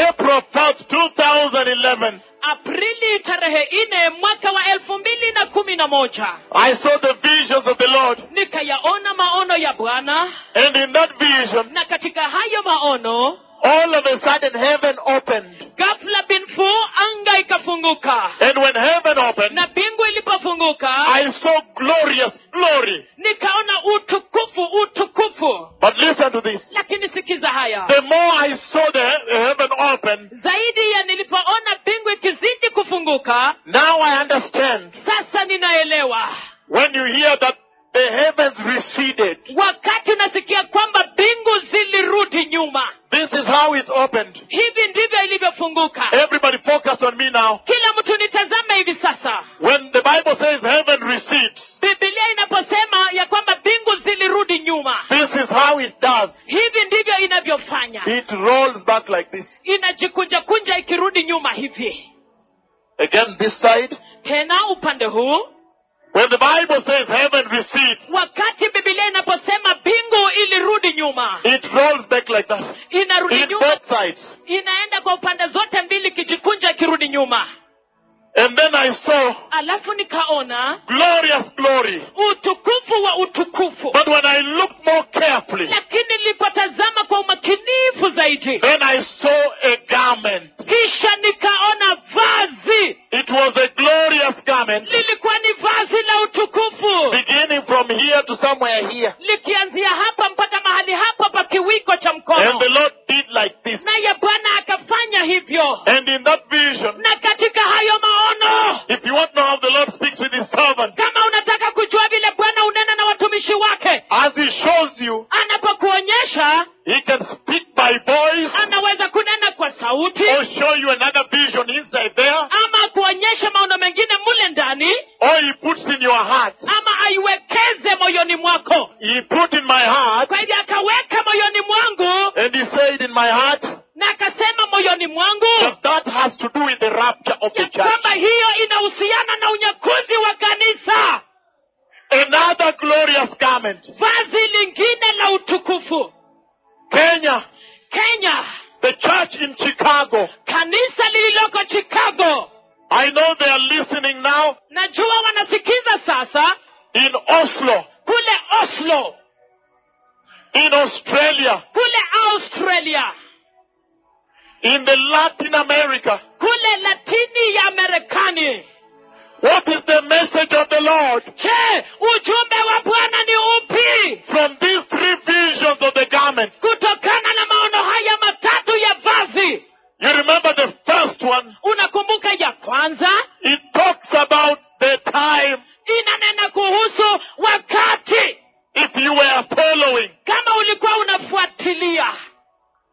Speaker 1: April 4th, 2011,
Speaker 2: aprili tarehe nne mwaka wa elfu mbili na kumi na moja
Speaker 1: I saw the visions of the Lord.
Speaker 2: nikayaona maono ya bwana
Speaker 1: And in that vision,
Speaker 2: na katika hayo maono
Speaker 1: all of a sudden heaven opened.
Speaker 2: ghafla binfu anga ikafunguka
Speaker 1: And when heaven opened,
Speaker 2: na mbingu ilipofunguka
Speaker 1: I saw glorious glory.
Speaker 2: nikaona utukufu utukufu
Speaker 1: But listen to this.
Speaker 2: lakini sikiza haya
Speaker 1: The more I saw the heaven open,
Speaker 2: zaidi ya nilipoona mbingu ikizidi kufunguka
Speaker 1: now I understand
Speaker 2: sasa ninaelewa
Speaker 1: when you hear that the heavens receded.
Speaker 2: wakati unasikia kwamba mbingu zilirudi nyuma
Speaker 1: This is how it opened.
Speaker 2: hivi ndivyo ilivyofunguka
Speaker 1: Everybody focus on me now.
Speaker 2: kila mtu nitazame hivi sasa
Speaker 1: When the Bible says heaven recedes,
Speaker 2: bibilia inaposema ya kwamba mbingu zilirudi nyuma
Speaker 1: this is how it does.
Speaker 2: hivi ndivyo inavyofanya
Speaker 1: It rolls back like this.
Speaker 2: inajikunjakunja ikirudi nyuma hivi
Speaker 1: Again, this side.
Speaker 2: tena upande huu
Speaker 1: When the Bible says heaven recedes,
Speaker 2: wakati bibilia inaposema mbingu ilirudi nyuma
Speaker 1: it rolls back like that.
Speaker 2: inarudi
Speaker 1: In
Speaker 2: nyuma
Speaker 1: both sides.
Speaker 2: inaenda kwa upande zote mbili ikijikunja ikirudi nyuma
Speaker 1: And then I saw
Speaker 2: alafu nikaona
Speaker 1: glorious glory.
Speaker 2: utukufu wa utukufu
Speaker 1: But when I looked more carefully,
Speaker 2: lakini nilipotazama kwa umakinifu zaidi
Speaker 1: then I saw a garment.
Speaker 2: kisha nikaona vazi
Speaker 1: It was a glorious garment
Speaker 2: lilikuwa ni vazi la utukufu
Speaker 1: beginning from here to somewhere here.
Speaker 2: likianzia hapa mpaka mahali hapa pa kiwiko cha
Speaker 1: And the
Speaker 2: mkono
Speaker 1: Lord did like this.
Speaker 2: naye bwana akafanya hivyo
Speaker 1: And in that vision,
Speaker 2: na katika hayo maono
Speaker 1: if you want to know how the Lord speaks with his servants,
Speaker 2: kama unataka kujua vile bwana unena na watumishi wake
Speaker 1: as he shows you,
Speaker 2: anapokuonyesha
Speaker 1: he can speak by voice
Speaker 2: anaweza kunena kwa sauti
Speaker 1: or show you another vision inside there,
Speaker 2: ama kuonyesha maono mengine mule ndani
Speaker 1: or he puts in your heart.
Speaker 2: ama aiwekeze moyoni mwako
Speaker 1: He put in my heart
Speaker 2: kwa hivyo akaweka moyoni mwangu
Speaker 1: and he said in my heart
Speaker 2: na akasema moyoni mwangu
Speaker 1: that that has to do with the rapture of the
Speaker 2: ya kwamba
Speaker 1: church.
Speaker 2: hiyo inahusiana na unyakuzi wa kanisa
Speaker 1: Another glorious garment.
Speaker 2: vazi lingine la utukufu
Speaker 1: Kenya,
Speaker 2: kenya
Speaker 1: the church in Chicago.
Speaker 2: kanisa lililoko chicago
Speaker 1: I know they are listening now
Speaker 2: najua wanasikiza sasa
Speaker 1: in Oslo,
Speaker 2: kule oslo
Speaker 1: in Australia,
Speaker 2: kule australia
Speaker 1: in the Latin America.
Speaker 2: kule latini ya marekani
Speaker 1: What is the message of the Lord
Speaker 2: je ujumbe wa bwana ni upi
Speaker 1: from these three visions of the garments?
Speaker 2: kutokana na maono haya matatu ya vazi
Speaker 1: You remember the first one?
Speaker 2: unakumbuka ya kwanza
Speaker 1: It talks about the time
Speaker 2: inanena kuhusu wakati
Speaker 1: if you were following.
Speaker 2: kama ulikuwa unafuatilia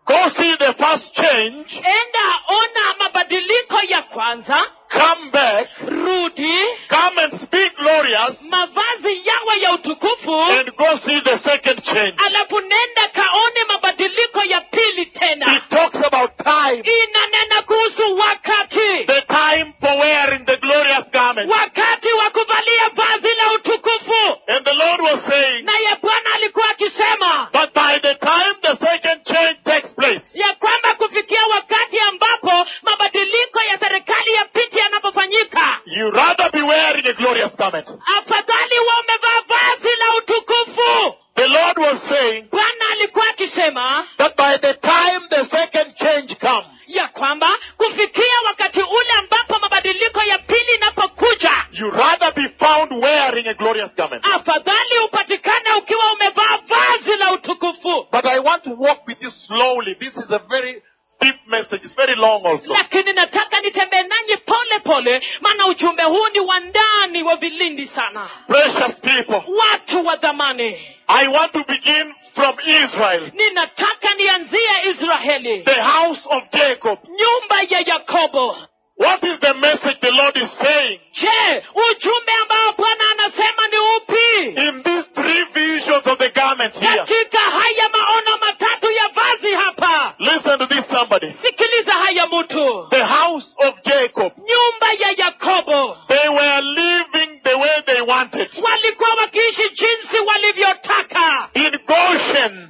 Speaker 1: Go see the first change,
Speaker 2: enda ona mabadiliko ya kwanza
Speaker 1: come back,
Speaker 2: rudi
Speaker 1: come and speak glorious,
Speaker 2: mavazi yawe ya utukufu
Speaker 1: and go see the second change.
Speaker 2: alafu nenda kaone mabadiliko ya pili
Speaker 1: It
Speaker 2: tena
Speaker 1: talks about time.
Speaker 2: inanena kuhusu wakati
Speaker 1: the time for wearing the glorious garment.
Speaker 2: wakati wa kuvalia vazi la utukufu
Speaker 1: And the Lord was saying,
Speaker 2: naye bwana alikuwa akisema
Speaker 1: but by the time the second change takes place,
Speaker 2: ya kwamba kufikia wakati ambapo mabadiliko ya serikali ya piti yanapofanyika
Speaker 1: you rather be wearing a glorious garment.
Speaker 2: afadhali wa umevaa vazi la utukufu
Speaker 1: The Lord was saying
Speaker 2: bwana alikuwa akisema
Speaker 1: that by the time the second change comes,
Speaker 2: ya kwamba kufikia wakati ule ambapo mabadiliko ya pili inapokuja
Speaker 1: you rather be found wearing a glorious garment.
Speaker 2: afadhali upatikane ukiwa umevaa vazi la utukufu
Speaker 1: But I want to walk with you slowly. This is a very deep message. It's very long also.
Speaker 2: lakini nataka nitembee nanyi pole pole maana ujumbe huu ni wa ndani wa vilindi sana
Speaker 1: Precious people,
Speaker 2: watu wa dhamani
Speaker 1: I want to begin from Israel,
Speaker 2: ninataka nianzie israeli
Speaker 1: the house of Jacob.
Speaker 2: nyumba ya yakobo
Speaker 1: What is the message the Lord is saying?
Speaker 2: je ujumbe ambao bwana anasema ni upi
Speaker 1: in these three visions of the garment here.
Speaker 2: katika haya maono matatu ya vazi hapa
Speaker 1: Listen to this, somebody.
Speaker 2: sikiliza haya mtu
Speaker 1: The house of Jacob,
Speaker 2: nyumba ya yakobo
Speaker 1: they were living the way they wanted,
Speaker 2: walikuwa wakiishi jinsi walivyotaka
Speaker 1: in God in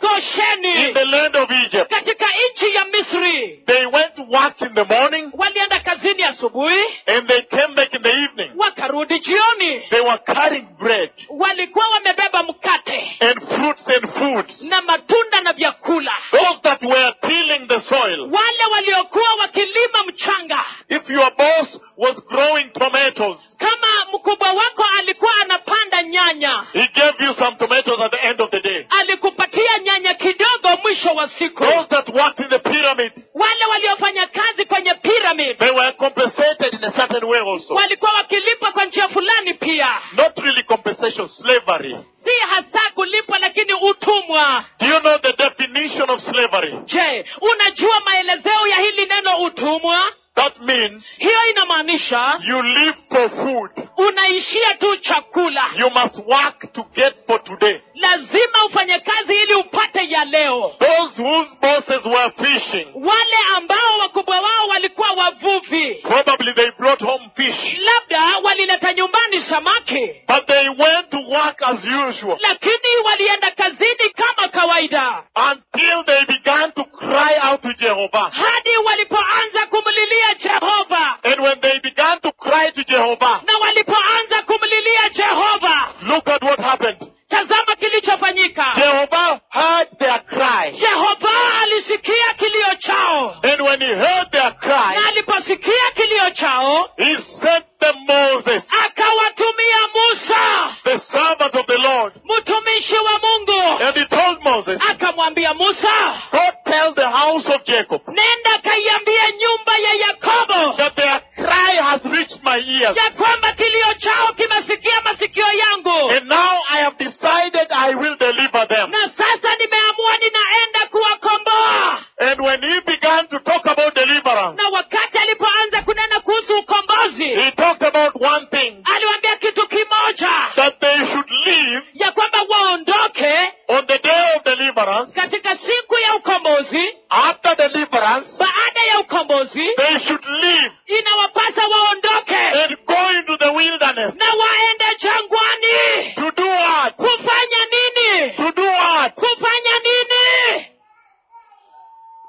Speaker 2: Gosheni,
Speaker 1: the land of Egypt.
Speaker 2: katika nchi ya Misri.
Speaker 1: They went to work in the morning
Speaker 2: Walienda kazini asubuhi,
Speaker 1: and they came back in the evening.
Speaker 2: wakarudi jioni.
Speaker 1: They were carrying bread
Speaker 2: Walikuwa wamebeba mkate
Speaker 1: and fruits and foods.
Speaker 2: na matunda na vyakula.
Speaker 1: Those that were tilling the soil.
Speaker 2: Wale waliokuwa wakilima mchanga,
Speaker 1: If your boss was growing tomatoes,
Speaker 2: kama mkubwa wako alikuwa anapanda nyanya,
Speaker 1: he gave you some tomatoes at the end of the day.
Speaker 2: alikupatia nyanya kidogo mwisho wa siku.
Speaker 1: Those that worked in the pyramids,
Speaker 2: Wale waliofanya kazi kwenye pyramid
Speaker 1: they were compensated in a certain way also.
Speaker 2: walikuwa wakilipwa kwa njia fulani pia,
Speaker 1: Not really compensation, slavery.
Speaker 2: si hasa kulipwa, lakini utumwa.
Speaker 1: Do you know the definition of slavery?
Speaker 2: Je, unajua maelezeo ya hili neno utumwa?
Speaker 1: That means
Speaker 2: Hiyo inamaanisha
Speaker 1: you live for food.
Speaker 2: unaishia tu chakula.
Speaker 1: You must work to get for today.
Speaker 2: lazima ufanye kazi ili upate ya leo
Speaker 1: Those whose bosses were fishing,
Speaker 2: wale ambao wakubwa wao walikuwa wavuvi
Speaker 1: probably they brought home fish.
Speaker 2: labda walileta nyumbani samaki
Speaker 1: But they went to work as usual
Speaker 2: lakini walienda kazini kama kawaida
Speaker 1: until they began to cry out to Jehovah.
Speaker 2: hadi walipoanza kumlilia jehova
Speaker 1: And when they began to cry to Jehovah,
Speaker 2: na walipoanza kumlilia jehova
Speaker 1: look at what happened.
Speaker 2: tazama kilichofanyika
Speaker 1: Jehovah heard their cry.
Speaker 2: jehova alisikia kilio chao
Speaker 1: And when he heard their
Speaker 2: na
Speaker 1: cry,
Speaker 2: aliposikia kilio chao
Speaker 1: he sent them Moses,
Speaker 2: akawatumia musa
Speaker 1: the servant of the Lord.
Speaker 2: mtumishi wa mungu
Speaker 1: And he told Moses,
Speaker 2: akamwambia musa
Speaker 1: Go tell the house of Jacob
Speaker 2: nenda kaiambie nyumba ya yakobo
Speaker 1: that their cry has reached my ears.
Speaker 2: ya kwamba kilio chao kimesikia masikio yangu
Speaker 1: And now I have decided I will deliver them.
Speaker 2: na sasa nimeamua ninaenda kuwakomboa
Speaker 1: And when he began to talk about deliverance,
Speaker 2: na wakati alipoanza kunena kuhusu ukombozi
Speaker 1: he talked about one thing
Speaker 2: aliwaambia kitu kimoja
Speaker 1: that they should leave
Speaker 2: ya kwamba waondoke
Speaker 1: on the day of deliverance.
Speaker 2: katika siku ya ukombozi
Speaker 1: After deliverance,
Speaker 2: baada ya ukombozi
Speaker 1: they should leave
Speaker 2: inawapasa waondoke
Speaker 1: and go into the wilderness.
Speaker 2: na waende jangwani
Speaker 1: To do what?
Speaker 2: kufanya nini
Speaker 1: To do what?
Speaker 2: kufanya nini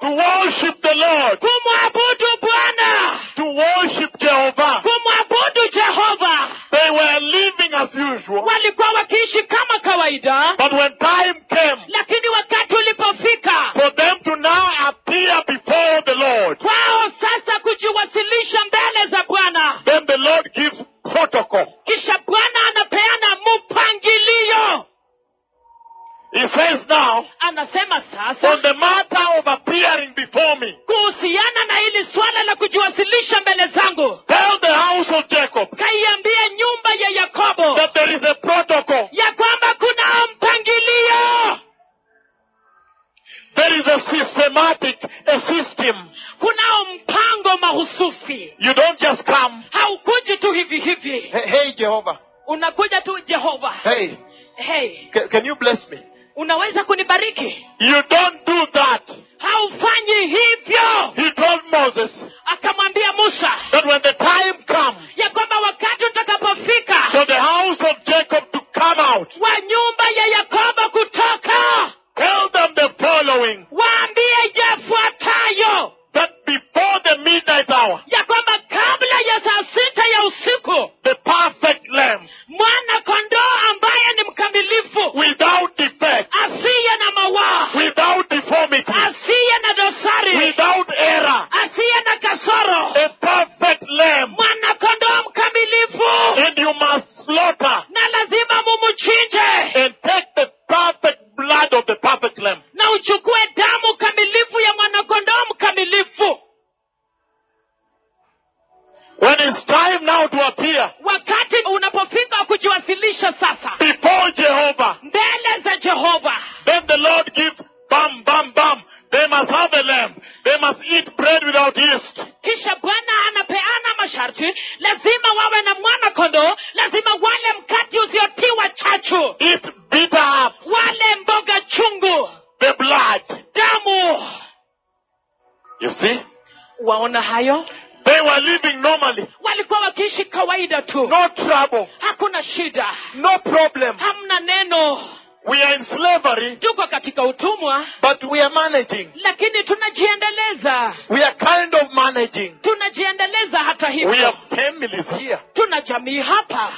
Speaker 1: To worship the Lord.
Speaker 2: kumwabudu bwana
Speaker 1: To worship Jehovah.
Speaker 2: kumwabudu jehova
Speaker 1: They were living as usual.
Speaker 2: walikuwa wakiishi kama kawaida
Speaker 1: But when time came
Speaker 2: lakini wakati ulipofika
Speaker 1: for them to now appear before the Lord,
Speaker 2: kwao sasa kujiwasilisha mbele za bwana
Speaker 1: then the Lord gives protocol.
Speaker 2: kisha bwana anapeana mpangilio
Speaker 1: He says now,
Speaker 2: anasema
Speaker 1: on
Speaker 2: sasa
Speaker 1: the matter of appearing before me,
Speaker 2: kuhusiana na hili swala la kujiwasilisha mbele zangu
Speaker 1: tell the house of Jacob
Speaker 2: kaiambia nyumba ya yakobo
Speaker 1: that there is a protocol,
Speaker 2: ya kwamba kuna mpangilio
Speaker 1: there is a systematic, a system.
Speaker 2: kunao mpango mahususi
Speaker 1: You don't just come.
Speaker 2: haukuji tu hivi hivi
Speaker 1: Hey, hey, Jehovah.
Speaker 2: unakuja tu jehova
Speaker 1: Hey,
Speaker 2: hey,
Speaker 1: ca- can you bless me?
Speaker 2: unaweza kunibariki
Speaker 1: You don't do that.
Speaker 2: haufanyi hivyo
Speaker 1: He told Moses
Speaker 2: akamwambia musa
Speaker 1: that when the time comes
Speaker 2: ya kwamba wakati utakapofika
Speaker 1: for the house of Jacob to come out,
Speaker 2: wa nyumba ya yakobo kutoka
Speaker 1: tell them the following
Speaker 2: waambie yafuatayo
Speaker 1: that before the midnight hour,
Speaker 2: ya kwamba kabla ya saa sita ya usiku
Speaker 1: the perfect lamb
Speaker 2: mwana kondoo ambaye ni mkamilifu
Speaker 1: without defect,
Speaker 2: asiye na mawaa
Speaker 1: without deformity,
Speaker 2: asiye na dosari
Speaker 1: without error,
Speaker 2: asiye na kasoro
Speaker 1: a perfect lamb,
Speaker 2: mwanakondoo mkamilifu
Speaker 1: and you must slaughter
Speaker 2: na lazima mumuchinje
Speaker 1: and take the perfect blood of the perfect lamb.
Speaker 2: na uchukue damu kamilifu ya mwanakondoo mkamilifu
Speaker 1: When it's time now to appear
Speaker 2: wakati unapofika wa kujiwasilisha sasa
Speaker 1: before Jehovah,
Speaker 2: mbele za jehova
Speaker 1: then the Lord gives bam, bam, bam. They must have a lamb. They must eat bread without yeast.
Speaker 2: kisha bwana anapeana masharti lazima wawe na mwanakondoo lazima wale mkati usiotiwa chachu
Speaker 1: Eat bitter up
Speaker 2: wale mboga chungu
Speaker 1: the blood.
Speaker 2: damu
Speaker 1: You see?
Speaker 2: waona hayo
Speaker 1: They were living normally.
Speaker 2: walikuwa wakiishi kawaida tu
Speaker 1: No trouble.
Speaker 2: hakuna shida
Speaker 1: No problem.
Speaker 2: hamna neno
Speaker 1: We are in slavery,
Speaker 2: tuko katika utumwa
Speaker 1: but we are managing.
Speaker 2: lakini tunajiendeleza
Speaker 1: We are kind of managing.
Speaker 2: tunajiendeleza hata
Speaker 1: We have
Speaker 2: hivyo
Speaker 1: families here.
Speaker 2: tuna jamii hapa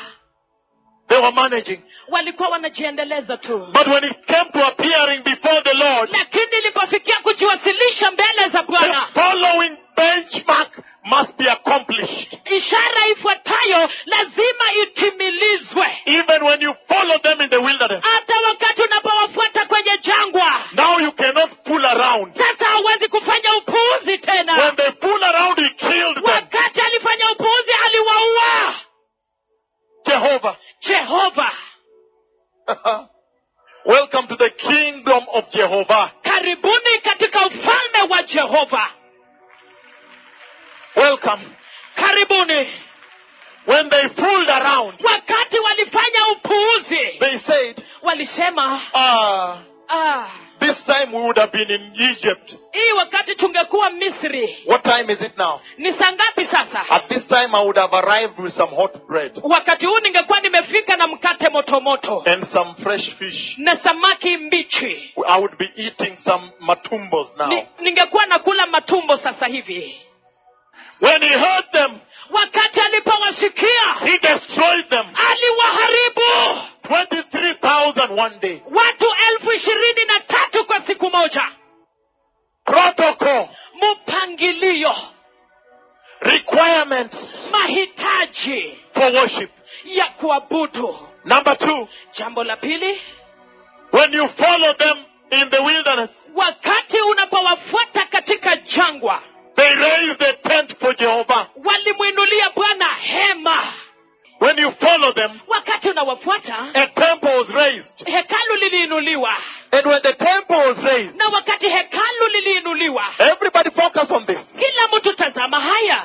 Speaker 1: They were managing.
Speaker 2: walikuwa wanajiendeleza tu
Speaker 1: But when it came to appearing before the Lord,
Speaker 2: lakini ilipofikia kujiwasilisha mbele za
Speaker 1: the
Speaker 2: bwana
Speaker 1: following benchmark must be accomplished.
Speaker 2: ishara ifuatayo lazima itimilizwe
Speaker 1: Even when you follow them in the wilderness.
Speaker 2: hata wakati unapowafuata kwenye jangwa
Speaker 1: Now you cannot fool around.
Speaker 2: sasa hauwezi kufanya upuuzi
Speaker 1: When
Speaker 2: tena
Speaker 1: they fool around, he killed them.
Speaker 2: wakati alifanya upuuzi aliwaua
Speaker 1: Jehovah.
Speaker 2: jehova
Speaker 1: Welcome to the kingdom of Jehovah.
Speaker 2: karibuni katika ufalme wa jehova
Speaker 1: Welcome.
Speaker 2: karibuni
Speaker 1: When they fooled around,
Speaker 2: wakati walifanya upuuzi
Speaker 1: they said,
Speaker 2: walisema
Speaker 1: Ah,
Speaker 2: ah,
Speaker 1: this time we would have been in Egypt.
Speaker 2: hii wakati tungekuwa misri
Speaker 1: What time is it now?
Speaker 2: ni saa ngapi sasa
Speaker 1: At this time, I would have arrived with some hot bread
Speaker 2: wakati huu ningekuwa nimefika na mkate motomoto
Speaker 1: and some fresh fish.
Speaker 2: na samaki mbichi
Speaker 1: I would be eating some matumbos now.
Speaker 2: Ni, ningekuwa nakula matumbo sasa hivi
Speaker 1: When he heard them,
Speaker 2: wakati alipowasikia
Speaker 1: he destroyed them.
Speaker 2: aliwaharibu
Speaker 1: 23,000 one day.
Speaker 2: watu elfu ishirini na tatu kwa siku moja
Speaker 1: Protocol,
Speaker 2: mpangilio
Speaker 1: requirements
Speaker 2: mahitaji
Speaker 1: for worship.
Speaker 2: ya kuabudu
Speaker 1: Number two,
Speaker 2: jambo la pili
Speaker 1: when you follow them in the wilderness,
Speaker 2: wakati unapowafuata katika jangwa
Speaker 1: they raised a tent for Jehovah.
Speaker 2: walimwinulia bwana hema
Speaker 1: When you follow them,
Speaker 2: wakati unawafuata
Speaker 1: a temple was raised.
Speaker 2: hekalu liliinuliwa
Speaker 1: And when the temple was raised,
Speaker 2: na wakati hekalu liliinuliwa
Speaker 1: everybody focus on this.
Speaker 2: kila mtu tazama haya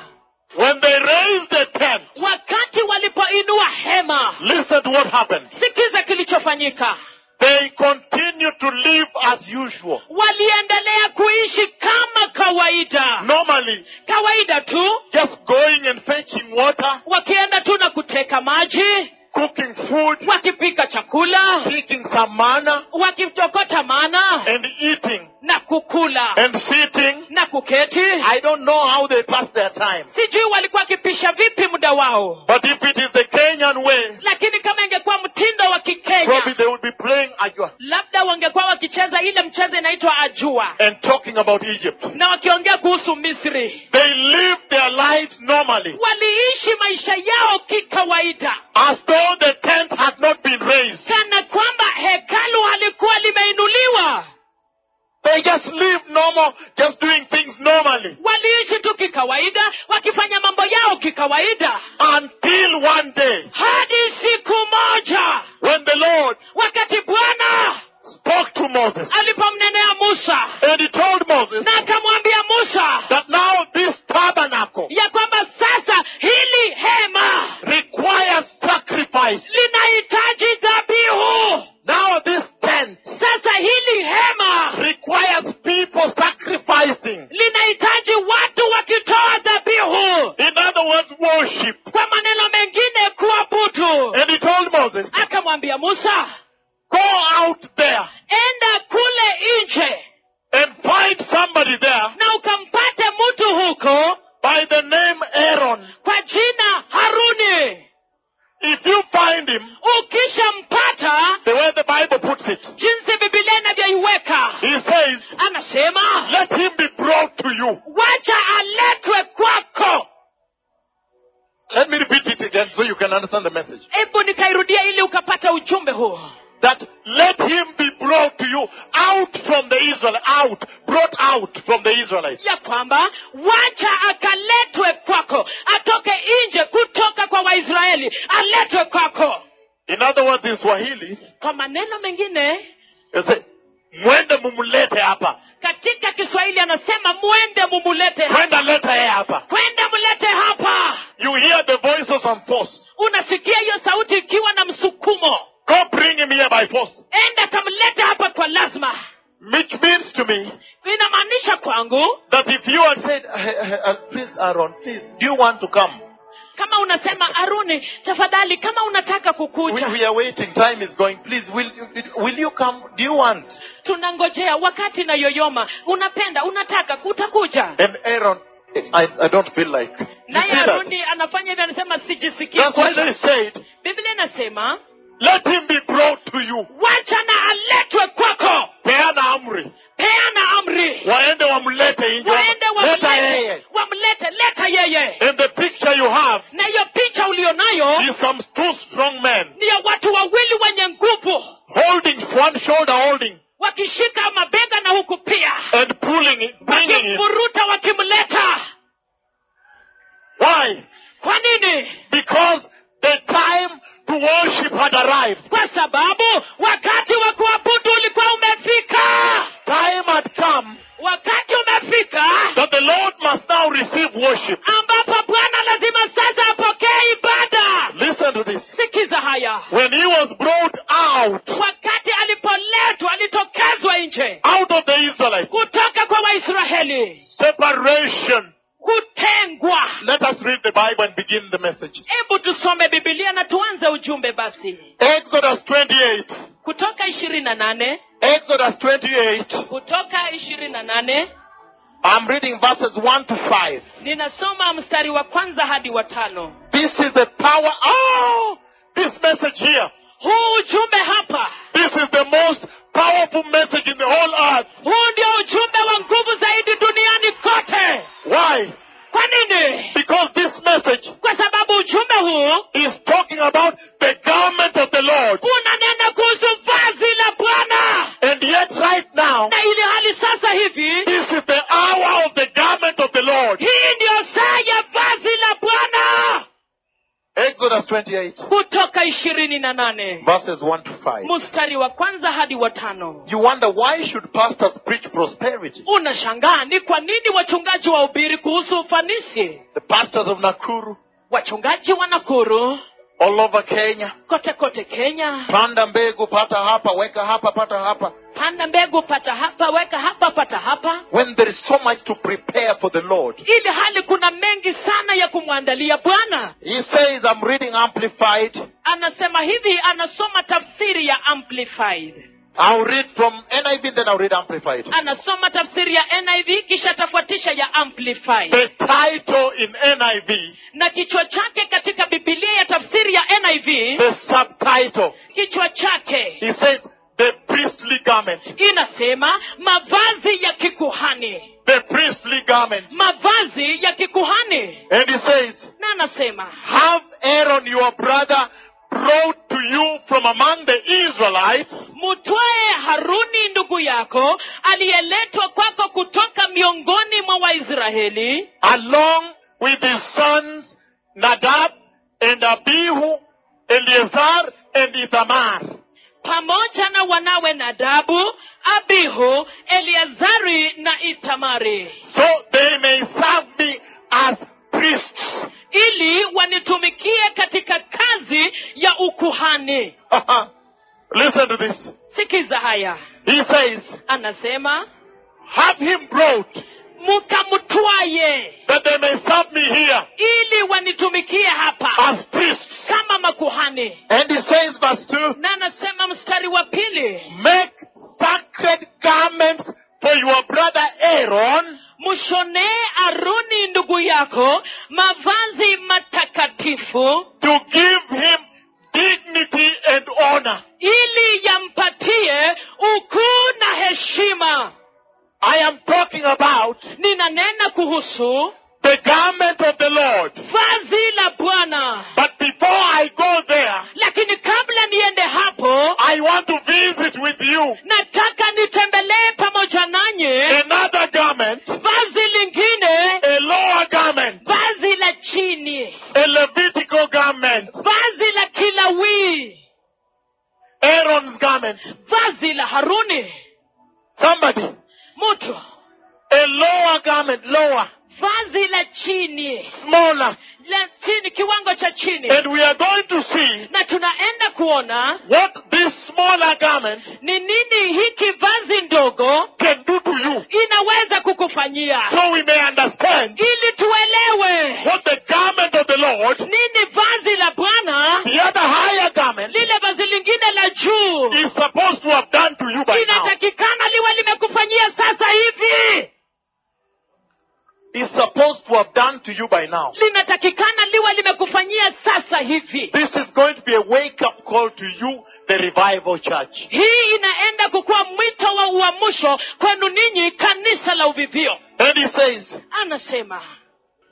Speaker 1: When they raised the tent,
Speaker 2: wakati walipoinua hema
Speaker 1: listen to what happened.
Speaker 2: sikiza kilichofanyika
Speaker 1: They continued to live as usual.
Speaker 2: waliendelea kuishi kama kawaida
Speaker 1: Normally,
Speaker 2: kawaida tu
Speaker 1: just going and fetching water,
Speaker 2: wakienda tu na kuteka maji
Speaker 1: cooking food,
Speaker 2: wakipika chakula
Speaker 1: picking some manna,
Speaker 2: wakitokota mana
Speaker 1: and eating
Speaker 2: na kukula
Speaker 1: and sitting.
Speaker 2: na kuketi
Speaker 1: I don't know how they pass their time.
Speaker 2: sijui walikuwa wakipisha vipi muda wao
Speaker 1: But if it is the Kenyan way,
Speaker 2: lakini kama ingekuwa mtindo wa
Speaker 1: probably
Speaker 2: kikenya
Speaker 1: they would be playing Ajwa
Speaker 2: labda wangekuwa wakicheza ile mchezo inaitwa ajua
Speaker 1: and talking about Egypt.
Speaker 2: na wakiongea kuhusu misri
Speaker 1: They live their lives normally,
Speaker 2: waliishi maisha yao kikawaida
Speaker 1: as though the tent had not been raised.
Speaker 2: kana kwamba hekalu halikuwa limeinuliwa
Speaker 1: They just live normal, just doing things normally.
Speaker 2: waliishi tu kikawaida wakifanya mambo yao kikawaida
Speaker 1: Until one day,
Speaker 2: hadi siku moja
Speaker 1: when the Lord
Speaker 2: wakati bwana
Speaker 1: spoke to Moses,
Speaker 2: alipomnenea musa
Speaker 1: and he told Moses
Speaker 2: na akamwambia musa
Speaker 1: that now this tabernacle
Speaker 2: ya kwamba sasa hili hema
Speaker 1: requires sacrifice.
Speaker 2: linahitaji dhabihu
Speaker 1: Now this tent
Speaker 2: sasa hili hema
Speaker 1: requires people sacrificing.
Speaker 2: linahitaji watu wakitoa dhabihu
Speaker 1: In other words, worship.
Speaker 2: kwa maneno mengine kuabudu
Speaker 1: And he told Moses,
Speaker 2: akamwambia musa
Speaker 1: go out there
Speaker 2: enda kule nje
Speaker 1: and find somebody there
Speaker 2: na ukampate mtu huko
Speaker 1: by the name Aaron.
Speaker 2: kwa jina haruni
Speaker 1: If you find him,
Speaker 2: ukishampata
Speaker 1: the way the Bible puts it,
Speaker 2: jinsi bibilia inavyoiweka
Speaker 1: he says,
Speaker 2: anasema
Speaker 1: let him be brought to you.
Speaker 2: wacha aletwe kwako
Speaker 1: Let me repeat it again so you can understand the message.
Speaker 2: hebu nikairudia ili ukapata ujumbe huo
Speaker 1: That let him be brought to you out from the Israel, out, brought out from the Israelites.
Speaker 2: ya kwamba wacha akaletwe kwako atoke nje kutoka kwa waisraeli aletwe kwako
Speaker 1: In other words, in Swahili,
Speaker 2: kwa maneno mengine
Speaker 1: you say, mwende mumulete hapa.
Speaker 2: katika kiswahili anasema mwende mumulete hapa.
Speaker 1: Mwenda leta yeye hapa.
Speaker 2: kwenda mlete hapa
Speaker 1: You hear the voice of some force.
Speaker 2: unasikia hiyo sauti ikiwa na msukumo
Speaker 1: Go bring him here by force.
Speaker 2: enda kamlete hapa kwa lazima
Speaker 1: Which means to me
Speaker 2: inamaanisha kwangu
Speaker 1: eh, that if you had said, "Eh, eh, eh, please, Aaron, please, do you want to come?
Speaker 2: kama unasema aruni tafadhali kama unataka
Speaker 1: We,
Speaker 2: kukuja
Speaker 1: we are waiting. Time is going. Please, will, you- will you come? Do you want?
Speaker 2: tunangojea wakati na yoyoma unapenda unataka utakuja
Speaker 1: And Aaron, I, I don't feel like. You
Speaker 2: naye
Speaker 1: see that?
Speaker 2: aruni anafanya hivyo anasema sijisikii
Speaker 1: That's why they
Speaker 2: kuja."
Speaker 1: said,
Speaker 2: biblia inasema
Speaker 1: let him be brought to you.
Speaker 2: wacha na aletwe kwako
Speaker 1: Peana amri.
Speaker 2: peana amri
Speaker 1: Waende wamlete nje.
Speaker 2: waende
Speaker 1: Leta yeye.
Speaker 2: wamlete wamlete leta yeye
Speaker 1: And the picture you have
Speaker 2: na hiyo picha ulio nayo
Speaker 1: is some two strong men
Speaker 2: niyo watu wawili wenye nguvu
Speaker 1: holding one shoulder, holding
Speaker 2: wakishika mabega na huku pia
Speaker 1: and pulling, it, bringing him.
Speaker 2: wakimvuruta wakimleta
Speaker 1: Why?
Speaker 2: kwa nini
Speaker 1: Because the time to worship had arrived.
Speaker 2: kwa sababu wakati wa kuabudu ulikuwa umefika
Speaker 1: Time had come
Speaker 2: wakati umefika
Speaker 1: that the Lord must now receive worship.
Speaker 2: ambapo bwana lazima sasa apokee ibada
Speaker 1: Listen to this.
Speaker 2: sikiza haya
Speaker 1: When he was brought out,
Speaker 2: wakati alipoletwa alitokezwa nje
Speaker 1: out of the Israelites,
Speaker 2: kutoka kwa waisraeli
Speaker 1: separation.
Speaker 2: kutengwa
Speaker 1: Let us read the Bible and begin the message.
Speaker 2: hebu tusome bibilia na tuanze ujumbe basi
Speaker 1: Exodus 28.
Speaker 2: kutoka ishirini na nane
Speaker 1: Exodus 28.
Speaker 2: kutoka ishirini na nane
Speaker 1: I'm reading verses 1 to 5.
Speaker 2: ninasoma mstari wa kwanza hadi wa tano
Speaker 1: This is the power. Oh, this message here.
Speaker 2: huu ujumbe hapa
Speaker 1: This is the most powerful message in the whole earth.
Speaker 2: huu ndio ujumbe wa nguvu zaidi duniani kote
Speaker 1: Why?
Speaker 2: kwa nini
Speaker 1: Because this message
Speaker 2: kwa sababu ujumbe huu
Speaker 1: is talking about the garment of the Lord.
Speaker 2: unanena kuhusu vazi la bwana
Speaker 1: And yet, right now,
Speaker 2: na ili hali sasa hivi
Speaker 1: this is the hour of the garment of the Lord.
Speaker 2: hii ndiyo saa ya vazi la bwana
Speaker 1: Exodus 28,
Speaker 2: kutoka ishirini na nane
Speaker 1: verses 1 to 5.
Speaker 2: mstari wa kwanza hadi wa tano
Speaker 1: You wonder why should pastors preach prosperity?
Speaker 2: unashangaa ni kwa nini wachungaji wahubiri kuhusu ufanisi
Speaker 1: The pastors of Nakuru,
Speaker 2: wachungaji wa nakuru
Speaker 1: all over Kenya,
Speaker 2: kote kote kenya
Speaker 1: panda mbegu, pata hapa, weka hapa, pata hapa.
Speaker 2: panda mbegu pata hapa weka hapa pata hapa
Speaker 1: When there is so much to prepare for the Lord.
Speaker 2: ili hali kuna mengi sana ya kumwandalia bwana
Speaker 1: He says, I'm reading Amplified.
Speaker 2: anasema hivi anasoma tafsiri ya amplified
Speaker 1: I'll read from NIV, then I'll read Amplified.
Speaker 2: anasoma tafsiri ya niv kisha tafuatisha ya amplified
Speaker 1: The title in NIV,
Speaker 2: na kichwa chake katika bibilia ya tafsiri ya niv
Speaker 1: the subtitle,
Speaker 2: kichwa chake
Speaker 1: he says, the priestly garment.
Speaker 2: inasema mavazi ya kikuhani
Speaker 1: The priestly garment.
Speaker 2: mavazi ya kikuhani
Speaker 1: And he says,
Speaker 2: na anasema
Speaker 1: Have Aaron your brother brought to you from among the Israelites,
Speaker 2: mutwae haruni ndugu yako aliyeletwa kwako kutoka miongoni mwa waisraeli
Speaker 1: along with his sons Nadab and Abihu, Eleazar and Ithamar.
Speaker 2: pamoja na wanawe nadabu abihu eleazari na itamari
Speaker 1: So they may serve me as priests.
Speaker 2: ili wanitumikie katika kazi ya ukuhani
Speaker 1: Listen to this.
Speaker 2: sikiza haya
Speaker 1: He says,
Speaker 2: anasema
Speaker 1: Have him brought
Speaker 2: mukamtwaye
Speaker 1: that they may serve me here
Speaker 2: ili wanitumikie hapa
Speaker 1: as priests.
Speaker 2: kama makuhani
Speaker 1: And he says, verse 2,
Speaker 2: na anasema mstari wa pili
Speaker 1: Make sacred garments for your brother Aaron,
Speaker 2: mshonee aruni ndugu yako mavazi matakatifu
Speaker 1: to give him dignity and honor.
Speaker 2: ili yampatie ukuu na heshima
Speaker 1: I am talking about
Speaker 2: ninanena kuhusu
Speaker 1: the garment of the Lord.
Speaker 2: vazi la bwana
Speaker 1: But before I go there,
Speaker 2: lakini kabla niende hapo
Speaker 1: I want to visit with you
Speaker 2: nataka nitembelee pamoja nanye
Speaker 1: another garment,
Speaker 2: vazi lingine
Speaker 1: a lower garment,
Speaker 2: vazi la chini
Speaker 1: a Levitical garment,
Speaker 2: vazi la kilawii
Speaker 1: Aaron's garment.
Speaker 2: vazi la haruni
Speaker 1: Somebody,
Speaker 2: mtu
Speaker 1: a lower garment, lower,
Speaker 2: vazi la chini
Speaker 1: smaller.
Speaker 2: la chini kiwango cha chini
Speaker 1: And we are going to see
Speaker 2: na tunaenda kuona
Speaker 1: what this smaller garment
Speaker 2: ni nini hiki vazi ndogo
Speaker 1: can do to you.
Speaker 2: inaweza kukufanyia
Speaker 1: So we may understand
Speaker 2: ili tuelewe
Speaker 1: what the garment of the Lord Lord,
Speaker 2: nini vazi la bwana
Speaker 1: the other higher garment
Speaker 2: lile vazi lingine la juu
Speaker 1: is supposed to have done to you by now.
Speaker 2: linatakikana liwe limekufanyia sasa hivi
Speaker 1: Is supposed to have done to you by now.
Speaker 2: linatakikana liwe limekufanyia sasa hivi
Speaker 1: This is going to be a wake up call to you, the revival church.
Speaker 2: hii inaenda kukuwa mwito wa uamsho kwenu ninyi kanisa la uvivio
Speaker 1: And he says
Speaker 2: anasema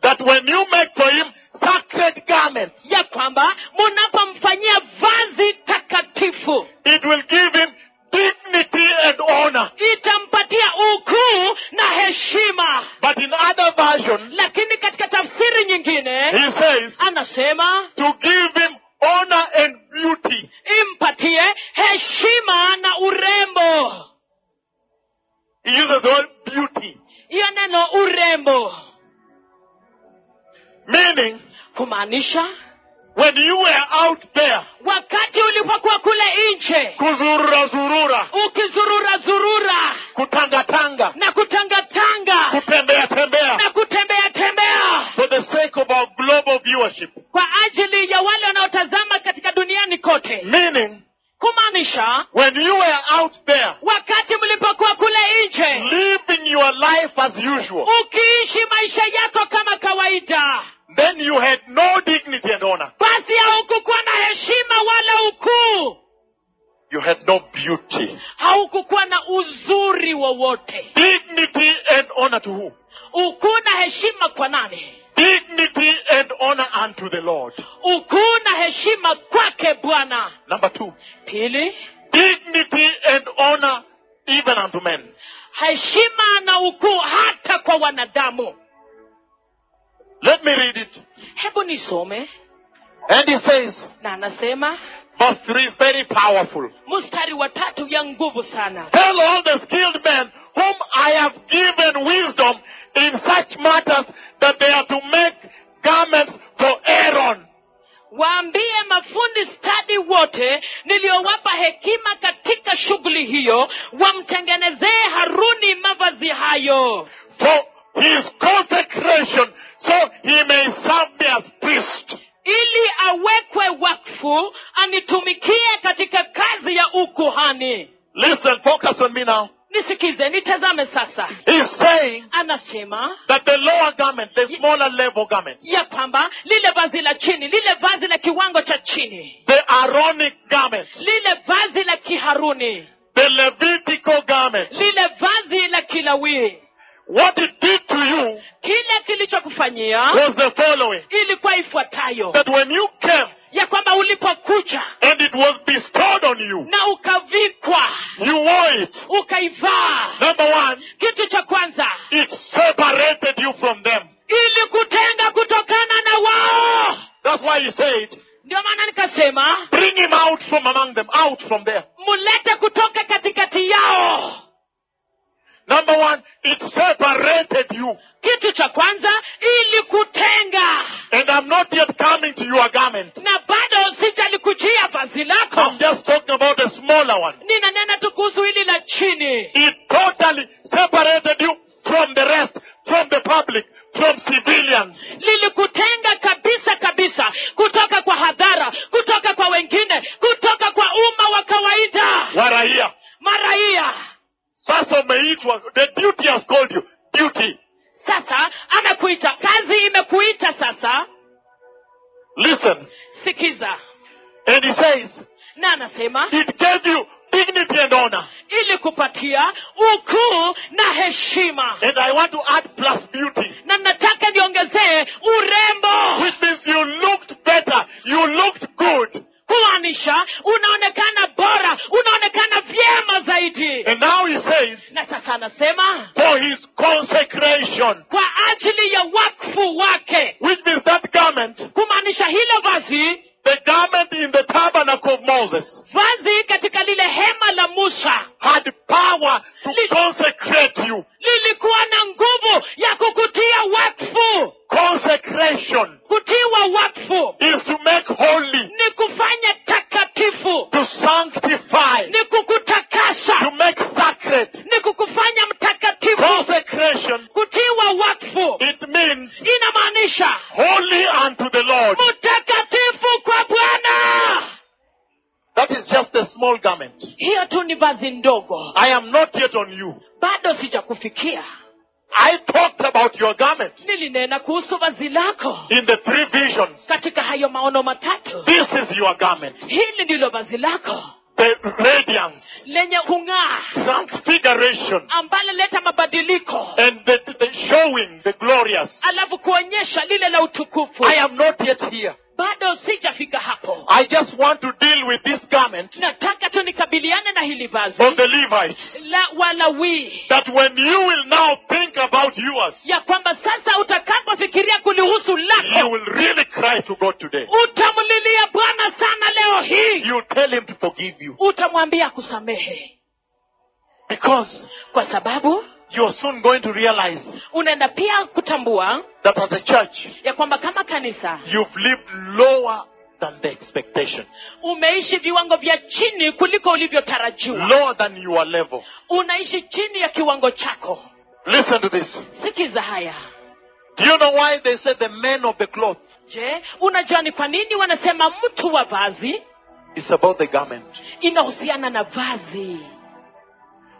Speaker 1: that when you make for him sacred garments,
Speaker 2: ya kwamba munapomfanyia vazi takatifu
Speaker 1: it will give him dignity and honor.
Speaker 2: itampatia ukuu na heshima
Speaker 1: But in other versions,
Speaker 2: lakini katika tafsiri nyingine
Speaker 1: he says
Speaker 2: anasema
Speaker 1: to give him honor and beauty.
Speaker 2: impatie heshima na urembo
Speaker 1: He uses the word beauty,
Speaker 2: hiyo neno urembo
Speaker 1: meaning
Speaker 2: kumaanisha
Speaker 1: when you were out there,
Speaker 2: wakati ulipokuwa kule nje
Speaker 1: kuzurura zurura,
Speaker 2: ukizurura zurura
Speaker 1: kutanga tanga,
Speaker 2: na kutangatanga
Speaker 1: kutembea tembea,
Speaker 2: na kutembea tembea
Speaker 1: for the sake of our global viewership,
Speaker 2: kwa ajili ya wale wanaotazama katika duniani kote
Speaker 1: meaning
Speaker 2: kumaanisha
Speaker 1: when you were out there,
Speaker 2: wakati mlipokuwa kule
Speaker 1: Mm.
Speaker 2: nje
Speaker 1: living your life as usual,
Speaker 2: ukiishi maisha yako kama kawaida
Speaker 1: then you had no dignity and honor.
Speaker 2: basi haukukuwa na heshima wala ukuu
Speaker 1: You had no beauty.
Speaker 2: haukukuwa na uzuri wowote
Speaker 1: Dignity and honor to who?
Speaker 2: ukuu na heshima kwa nani
Speaker 1: Dignity and honor unto the Lord.
Speaker 2: ukuu na heshima kwake bwana
Speaker 1: Number two,
Speaker 2: pili
Speaker 1: dignity and honor even unto men.
Speaker 2: heshima na ukuu hata kwa wanadamu
Speaker 1: Let me read it.
Speaker 2: hebu nisome
Speaker 1: And he says,
Speaker 2: na anasema
Speaker 1: verse 3 is very powerful.
Speaker 2: mstari wa tatu ya nguvu sana
Speaker 1: Tell all the skilled men whom I have given wisdom in such matters that they are to make garments for Aaron.
Speaker 2: waambie mafundi stadi wote niliyowapa hekima katika shughuli hiyo wamtengenezee haruni mavazi hayo
Speaker 1: for his consecration, so he may serve me as priest.
Speaker 2: ili awekwe wakfu anitumikie katika kazi ya ukuhani
Speaker 1: Listen, focus on me now.
Speaker 2: nisikize nitazame sasa
Speaker 1: He's saying
Speaker 2: anasema
Speaker 1: that the lower garment, the smaller level garment,
Speaker 2: ya kwamba lile vazi la chini lile vazi la kiwango cha chini
Speaker 1: the Aaronic garment,
Speaker 2: lile vazi la kiharuni
Speaker 1: the Levitical garment,
Speaker 2: lile vazi la kilawii
Speaker 1: what it did to you
Speaker 2: kile kilichokufanyia
Speaker 1: was the following.
Speaker 2: ilikuwa ifuatayo
Speaker 1: That when you came
Speaker 2: ya kwamba ulipokuja
Speaker 1: and it was bestowed on you,
Speaker 2: na ukavikwa
Speaker 1: you wore it.
Speaker 2: ukaivaa
Speaker 1: Number one,
Speaker 2: kitu cha kwanza
Speaker 1: it separated you from them.
Speaker 2: ili kutenga kutokana na wao
Speaker 1: That's why he said,
Speaker 2: ndio maana nikasema
Speaker 1: bring him out from among them, out from there.
Speaker 2: mulete kutoka katikati yao
Speaker 1: Number one, it separated you.
Speaker 2: kitu cha kwanza ili kutenga
Speaker 1: And I'm not yet coming to your garment.
Speaker 2: na bado sijalikujia vazi lako
Speaker 1: I'm just talking about the smaller one.
Speaker 2: ninanena tu kuhusu hili la chini
Speaker 1: It totally separated you from the rest, from the public, from civilians.
Speaker 2: lilikutenga kabisa kabisa kutoka kwa hadhara kutoka kwa wengine kutoka kwa umma wa kawaida
Speaker 1: Waraya.
Speaker 2: maraia
Speaker 1: Sasa umeitwa, the duty has called you. Duty.
Speaker 2: sasa anakuita kazi imekuita sasa
Speaker 1: Listen.
Speaker 2: sikiza
Speaker 1: And he says,
Speaker 2: na anasema
Speaker 1: it gave you dignity and honor.
Speaker 2: ili kupatia ukuu na heshima
Speaker 1: And I want to add plus beauty.
Speaker 2: na nataka niongezee urembo
Speaker 1: Which means you looked better. You looked good.
Speaker 2: kumaanisha unaonekana bora unaonekana vyema zaidi
Speaker 1: And now he says,
Speaker 2: na sasa anasema
Speaker 1: for his consecration.
Speaker 2: kwa ajili ya wakfu wake
Speaker 1: Which means that garment,
Speaker 2: kumaanisha hilo vazi
Speaker 1: the garment in the tabernacle of Moses,
Speaker 2: vazi katika lile hema la musa
Speaker 1: had power to
Speaker 2: Li-
Speaker 1: consecrate you.
Speaker 2: lilikuwa na nguvu ya kukutia wakfu
Speaker 1: Consecration
Speaker 2: kutiwa wakfu
Speaker 1: is to make holy,
Speaker 2: ni kufanya takatifu
Speaker 1: to sanctify,
Speaker 2: ni kukutakasa
Speaker 1: to make sacred.
Speaker 2: ni kukufanya mtakatifu
Speaker 1: Consecration,
Speaker 2: kutiwa wakfu
Speaker 1: it means
Speaker 2: inamaanisha
Speaker 1: holy unto the Lord.
Speaker 2: vazi ndogo
Speaker 1: I am not yet on you.
Speaker 2: bado sijakufikia
Speaker 1: I talked about your garment
Speaker 2: nilinena kuhusu vazi lako
Speaker 1: in the three visions.
Speaker 2: katika hayo maono matatu
Speaker 1: This is your garment.
Speaker 2: hili ndilo vazi lako
Speaker 1: The radiance,
Speaker 2: lenye kung'aa
Speaker 1: transfiguration,
Speaker 2: ambalo leta mabadiliko
Speaker 1: and the, the showing, the glorious.
Speaker 2: alafu kuonyesha lile la utukufu
Speaker 1: I am not yet here.
Speaker 2: bado sijafika hapo
Speaker 1: I just want to deal with this garment
Speaker 2: nataka tu nikabiliane na hili vazi
Speaker 1: of the Levites.
Speaker 2: la walawii
Speaker 1: That when you will now think about yours,
Speaker 2: ya kwamba sasa utakapofikiria kulihusu
Speaker 1: you
Speaker 2: lako
Speaker 1: will really cry to God today.
Speaker 2: utamlilia bwana sana leo hii
Speaker 1: You tell Him to forgive you
Speaker 2: utamwambia kusamehe
Speaker 1: because
Speaker 2: kwa sababu
Speaker 1: you're soon going to realize
Speaker 2: unaenda pia kutambua
Speaker 1: that as a church,
Speaker 2: ya kwamba kama kanisa
Speaker 1: you've lived lower than the expectation,
Speaker 2: umeishi viwango vya chini kuliko ulivyotarajiwa
Speaker 1: lower than your level.
Speaker 2: unaishi chini ya kiwango chako
Speaker 1: Listen to this.
Speaker 2: sikiza haya
Speaker 1: Do you know why they said the men of the cloth?
Speaker 2: je unajua ni kwa nini wanasema mtu wa vazi
Speaker 1: It's about the garment.
Speaker 2: inahusiana na vazi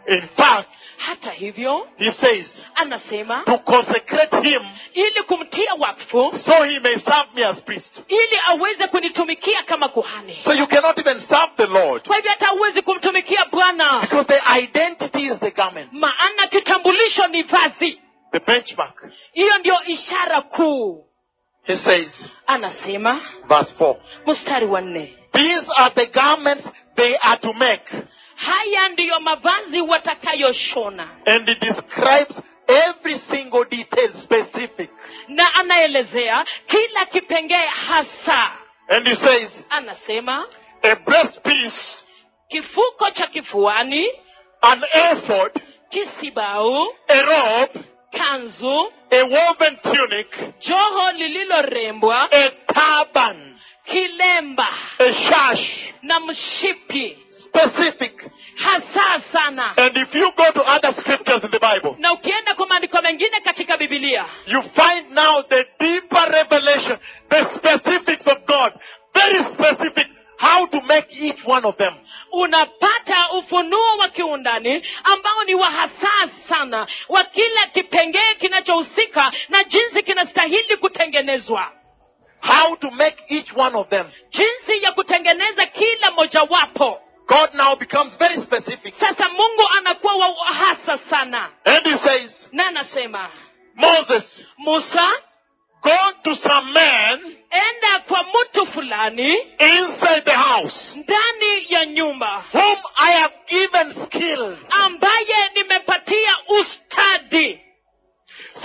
Speaker 1: In fact,
Speaker 2: hata hivyo
Speaker 1: he says,
Speaker 2: anasema
Speaker 1: to consecrate him
Speaker 2: ili kumtia wakfu
Speaker 1: so he may serve me as priest.
Speaker 2: ili aweze kunitumikia kama kuhani
Speaker 1: So you cannot even serve the Lord
Speaker 2: kwa hivyo hata huwezi kumtumikia bwana
Speaker 1: because the identity is the garment,
Speaker 2: maana kitambulisho ni vazi
Speaker 1: the benchmark.
Speaker 2: hiyo ndio ishara kuu
Speaker 1: He says,
Speaker 2: anasema
Speaker 1: verse 4
Speaker 2: mstari wa nne
Speaker 1: These are the garments they are to make,
Speaker 2: haya ndiyo mavazi watakayoshona
Speaker 1: and it describes every single detail specific.
Speaker 2: na anaelezea kila kipengee hasa
Speaker 1: And he says,
Speaker 2: anasema
Speaker 1: a breastpiece,
Speaker 2: kifuko cha kifuani
Speaker 1: an ephod,
Speaker 2: kisibau
Speaker 1: a robe,
Speaker 2: kanzu
Speaker 1: a woven tunic,
Speaker 2: joho lililorembwa
Speaker 1: a turban,
Speaker 2: kilemba
Speaker 1: a sash,
Speaker 2: na mshipi
Speaker 1: specific.
Speaker 2: hasa sana
Speaker 1: And if you go to other scriptures in the Bible,
Speaker 2: na ukienda kwa maandiko mengine katika bibilia
Speaker 1: you find now the deeper revelation, the specifics of God, very specific, how to make each one of them.
Speaker 2: unapata ufunuo wa kiundani ambao ni wa hasaa sana wa kila kipengee kinachohusika na jinsi kinastahili kutengenezwa
Speaker 1: How to make each one of them.
Speaker 2: jinsi ya kutengeneza kila mojawapo
Speaker 1: God now becomes very specific.
Speaker 2: sasa mungu anakuwa wa hasa sana
Speaker 1: And he says,
Speaker 2: na anasema
Speaker 1: Moses,
Speaker 2: musa
Speaker 1: go to some man
Speaker 2: enda kwa mtu fulani
Speaker 1: inside the house
Speaker 2: ndani ya nyumba
Speaker 1: whom I have given skill,
Speaker 2: ambaye nimepatia ustadi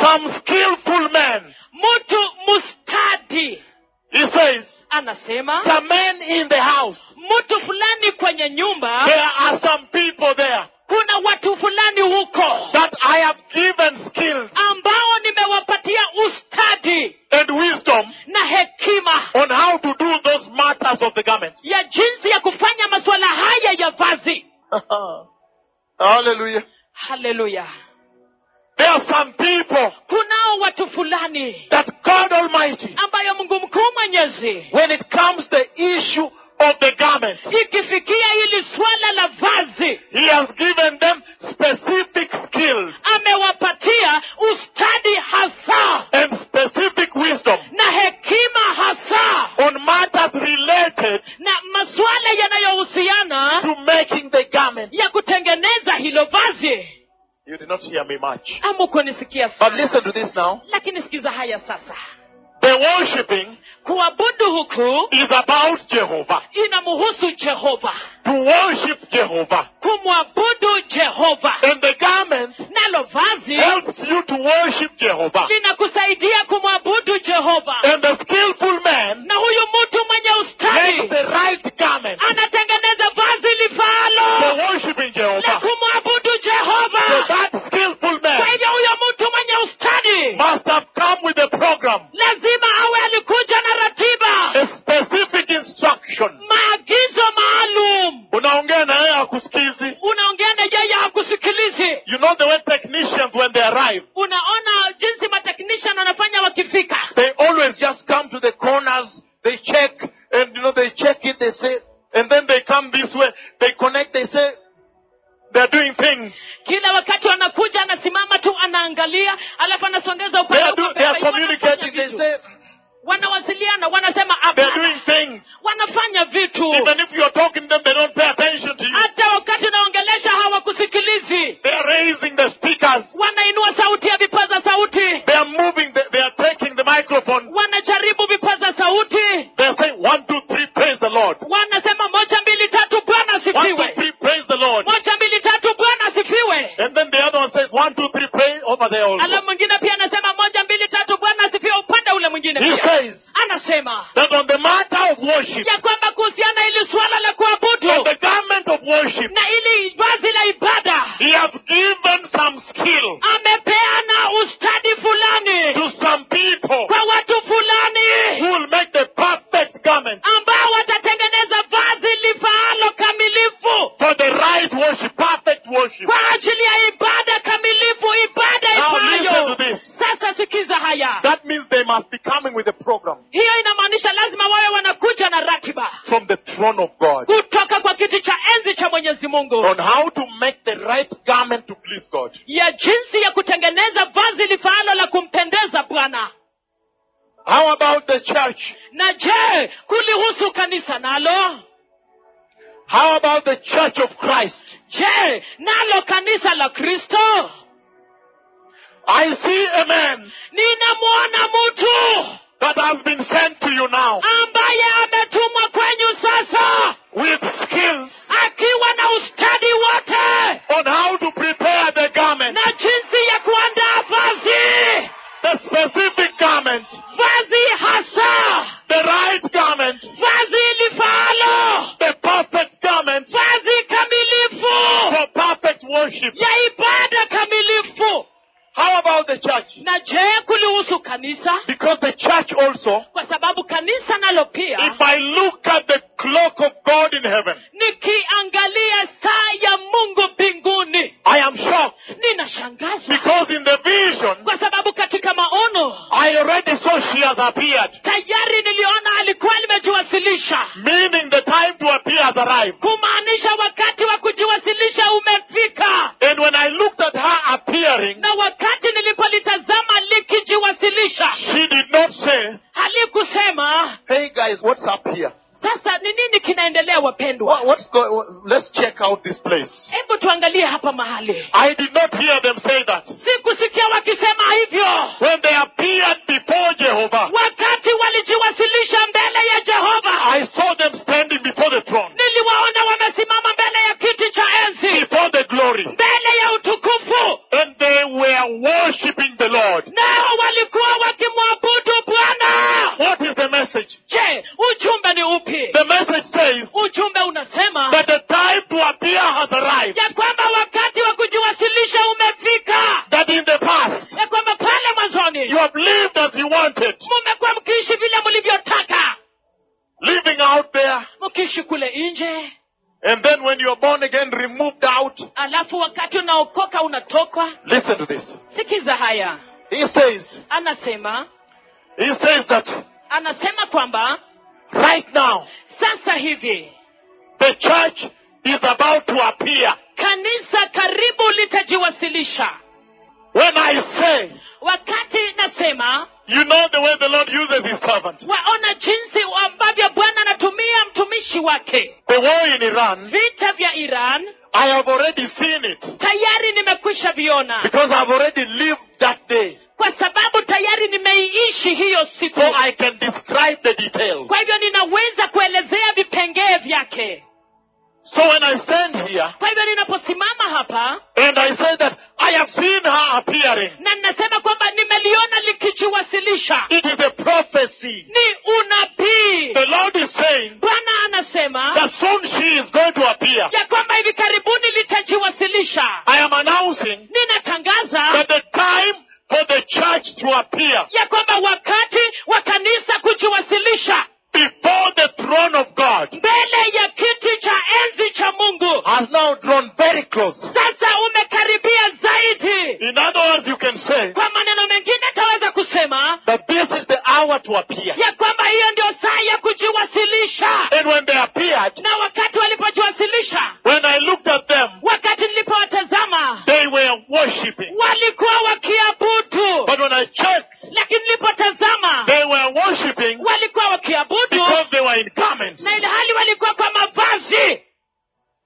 Speaker 1: some skillful man.
Speaker 2: mtu mustadi
Speaker 1: He says,
Speaker 2: anasema
Speaker 1: some men in the house.
Speaker 2: mtu fulani kwenye
Speaker 1: There
Speaker 2: nyumba
Speaker 1: are some people there
Speaker 2: kuna watu fulani huko
Speaker 1: that I have given skills
Speaker 2: ambao nimewapatia ustadi
Speaker 1: and wisdom
Speaker 2: na hekima
Speaker 1: on how to do those matters of the garment.
Speaker 2: ya jinsi ya kufanya masuala haya ya vazi
Speaker 1: Hallelujah.
Speaker 2: haleluya
Speaker 1: There are some people
Speaker 2: kunao watu fulani
Speaker 1: that God Almighty,
Speaker 2: ambayo mungu mkuu mwenyezi
Speaker 1: when it comes the issue of the garment,
Speaker 2: ikifikia hili swala la vazi
Speaker 1: He has given them specific skills
Speaker 2: amewapatia ustadi hasa
Speaker 1: and specific wisdom
Speaker 2: na hekima hasa
Speaker 1: on matters related
Speaker 2: na masuala yanayohusiana
Speaker 1: to making the garment.
Speaker 2: ya kutengeneza hilo vazi
Speaker 1: You did not hear me much.
Speaker 2: amukunisikia
Speaker 1: But
Speaker 2: sana
Speaker 1: listen to this now.
Speaker 2: lakini sikiza haya sasa
Speaker 1: The worshipping
Speaker 2: kuabudu huku
Speaker 1: is about Jehovah.
Speaker 2: inamhusu jehova
Speaker 1: To worship Jehovah.
Speaker 2: kumwabudu jehova
Speaker 1: And the garment
Speaker 2: nalo vazi
Speaker 1: helps you to worship Jehovah.
Speaker 2: linakusaidia kumwabudu jehova
Speaker 1: And the skillful man
Speaker 2: na huyu mtu mwenye
Speaker 1: makes
Speaker 2: ustadi
Speaker 1: the right garment
Speaker 2: anatengeneza vazi
Speaker 1: for
Speaker 2: lifaalo
Speaker 1: worshiping
Speaker 2: la
Speaker 1: Jehovah.
Speaker 2: kumwabudu
Speaker 1: So
Speaker 2: jehova
Speaker 1: that skillful man
Speaker 2: kwa hivyo huyo mtu mwenye ustadi
Speaker 1: must have come with a program,
Speaker 2: lazima awe alikuja na ratiba
Speaker 1: a specific instruction.
Speaker 2: maagizo maalum
Speaker 1: Unaongea na yeye akusikizi.
Speaker 2: unaongea na yeye hakusikilizi
Speaker 1: You know the way technicians when they arrive,
Speaker 2: unaona jinsi mateknishan wanafanya wakifika
Speaker 1: they always just come to the corners, they check, and you know they check it, they say, and then they come this way, they connect, they say, are doing things.
Speaker 2: kila wakati wanakuja anasimama tu anaangalia alafu anasongeza
Speaker 1: They
Speaker 2: upande
Speaker 1: are, do,
Speaker 2: upande,
Speaker 1: they are
Speaker 2: upande, wanafanya
Speaker 1: communicating. They
Speaker 2: vitu.
Speaker 1: say
Speaker 2: wanawasiliana wanasema
Speaker 1: they are doing
Speaker 2: hapana
Speaker 1: things.
Speaker 2: wanafanya vitu
Speaker 1: Even if you are talking to them, they don't pay attention to you.
Speaker 2: hata wakati unaongelesha hawakusikilizi
Speaker 1: They are raising the speakers.
Speaker 2: wanainua sauti ya vipaza sauti
Speaker 1: They are moving. They, they are taking the microphone.
Speaker 2: wanajaribu vipaza sauti
Speaker 1: They are saying one, two, three, praise the Lord.
Speaker 2: wanasema moja mbili tatu bwana
Speaker 1: One, two,
Speaker 2: asifiwe
Speaker 1: three, praise the Lord.
Speaker 2: moja mbili tatu bwana asifiwe
Speaker 1: And then the other one says one, two, three, pray over there
Speaker 2: alafu
Speaker 1: also.
Speaker 2: mwingine pia anasema moja mbili tatu bwana asifiwe upande ule mwingine
Speaker 1: He
Speaker 2: pia.
Speaker 1: says
Speaker 2: anasema
Speaker 1: that on the matter of worship,
Speaker 2: ya kwamba kuhusiana ili swala la kuabudu
Speaker 1: on the garment of worship,
Speaker 2: na ili vazi la ibada
Speaker 1: he has given some skill
Speaker 2: amepeana ustadi fulani
Speaker 1: to some people
Speaker 2: kwa watu fulani
Speaker 1: who will make the perfect garment
Speaker 2: ambao watatengeneza vazi lifaalo kamilifu
Speaker 1: for the right worship, perfect worship.
Speaker 2: kwa ajili ya ibada kamilifu ibada
Speaker 1: Now listen
Speaker 2: ifayo
Speaker 1: to this.
Speaker 2: sasa sikiza haya
Speaker 1: That means they must be coming with a program
Speaker 2: hiyo inamaanisha lazima wawe wanakuja na ratiba
Speaker 1: from the throne of God
Speaker 2: kutoka kwa kiti cha enzi cha mwenyezi mungu
Speaker 1: on how to make the right garment to please God.
Speaker 2: ya jinsi ya kutengeneza vazi lifaalo la kumpendeza bwana
Speaker 1: How about the church?
Speaker 2: na je kulihusu kanisa nalo
Speaker 1: How about the church of Christ?
Speaker 2: je nalo kanisa la kristo
Speaker 1: I see a man
Speaker 2: ninamwona mtu
Speaker 1: that has been sent to you now
Speaker 2: ambaye ametumwa kwenyu sasa
Speaker 1: with skills
Speaker 2: akiwa na ustadi wote
Speaker 1: on how to prepare the garment,
Speaker 2: na jinsi ya kuandaa vazi
Speaker 1: the specific garment,
Speaker 2: vazi hasa
Speaker 1: the right garment,
Speaker 2: vazi lifaalo
Speaker 1: the perfect garment
Speaker 2: vazi kamilifu
Speaker 1: for perfect worship.
Speaker 2: ya ibada kamilifu
Speaker 1: How about the church?
Speaker 2: na je kulihusu kanisa
Speaker 1: Because the church also,
Speaker 2: kwa sababu kanisa nalo pia
Speaker 1: if I look at the clock of God in heaven,
Speaker 2: nikiangalia saa ya mungu mbinguni
Speaker 1: I am shocked
Speaker 2: ninashangazwa
Speaker 1: because in the vision,
Speaker 2: kwa sababu katika maono
Speaker 1: I already saw she has appeared,
Speaker 2: tayari niliona alikuwa limejiwasilisha
Speaker 1: meaning the time to appear has arrived.
Speaker 2: kumaanisha wakati wa kujiwasilisha umefika
Speaker 1: And when I looked at her appearing,
Speaker 2: na wakati nilipolitazama likijiwasilisha
Speaker 1: she did not say,
Speaker 2: halikusema
Speaker 1: Hey guys, what's up here?
Speaker 2: sasa ni nini kinaendelea wapendwa
Speaker 1: What, what's going? What, let's check out this place.
Speaker 2: hebu tuangalie hapa mahali
Speaker 1: I did not hear them say that.
Speaker 2: sikusikia wakisema hivyo
Speaker 1: When they appeared before Jehovah,
Speaker 2: wakati walijiwasilisha mbele ya jehova
Speaker 1: I saw them standing before the throne,
Speaker 2: niliwaona wamesimama mbele ya kiti cha enzi
Speaker 1: before the glory,
Speaker 2: mbele ya utukufu
Speaker 1: and they were worshiping the Lord.
Speaker 2: nao walikuwa wakimwabudu bwana
Speaker 1: What is the message?
Speaker 2: je ujumbe ni upi
Speaker 1: The message says
Speaker 2: ujumbe unasema
Speaker 1: that the time to appear has arrived.
Speaker 2: ya kwamba wakati wa kujiwasilisha umefika
Speaker 1: That in the past
Speaker 2: ya kwamba pale
Speaker 1: you
Speaker 2: mwanzoni
Speaker 1: have lived as you wanted,
Speaker 2: mumekuwa mkiishi vile mlivyotaka
Speaker 1: living out there,
Speaker 2: mkiishi kule nje
Speaker 1: and then when you are born again, removed out.
Speaker 2: alafu wakati unaokoka unatokwa
Speaker 1: Listen to this.
Speaker 2: sikiza haya
Speaker 1: He says,
Speaker 2: anasema
Speaker 1: he says that
Speaker 2: anasema kwamba
Speaker 1: right now
Speaker 2: sasa hivi
Speaker 1: the church is about to appear.
Speaker 2: kanisa karibu litajiwasilisha
Speaker 1: When I say,
Speaker 2: wakati nasema
Speaker 1: you know the way the Lord uses his servant.
Speaker 2: waona jinsi ambavyo bwana anatumia mtumishi wake
Speaker 1: The war in Iran,
Speaker 2: vita vya iran
Speaker 1: I have already seen it
Speaker 2: tayari nimekwisha viona
Speaker 1: because I've already lived that day.
Speaker 2: kwa sababu tayari nimeiishi hiyo siku
Speaker 1: So I can describe the details.
Speaker 2: kwa hivyo ninaweza kuelezea vipengee vyake
Speaker 1: So when I stand here
Speaker 2: kwa hivyo ninaposimama hapa
Speaker 1: and I say that I have seen her appearing,
Speaker 2: na ninasema kwamba nimeliona likijiwasilisha
Speaker 1: it is a prophecy.
Speaker 2: ni unabii
Speaker 1: The Lord is saying
Speaker 2: bwana anasema
Speaker 1: that soon she is going to appear.
Speaker 2: ya kwamba hivi karibuni litajiwasilisha
Speaker 1: I am announcing that
Speaker 2: ninatangaza
Speaker 1: the time for the church to appear
Speaker 2: ya kwamba wakati wa kanisa kujiwasilisha
Speaker 1: before the throne of God
Speaker 2: mbele ya kiti cha enzi cha mungu
Speaker 1: has now drawn very close.
Speaker 2: sasa umekaribia zaidi
Speaker 1: In other words, you can say
Speaker 2: kwa maneno mengine taweza kusema
Speaker 1: that this is the hour to appear.
Speaker 2: ya kwamba hiyo ndio saa ya kujiwasilisha
Speaker 1: And when they appeared,
Speaker 2: na wakati walipojiwasilisha
Speaker 1: when I looked at them,
Speaker 2: wakati walikuwa wakiabudu
Speaker 1: But when I checked,
Speaker 2: lakini nilipotazama
Speaker 1: they were worshipping
Speaker 2: walikuwa wakiabudu
Speaker 1: because they were in garments.
Speaker 2: na ilhali walikuwa kwa mavazi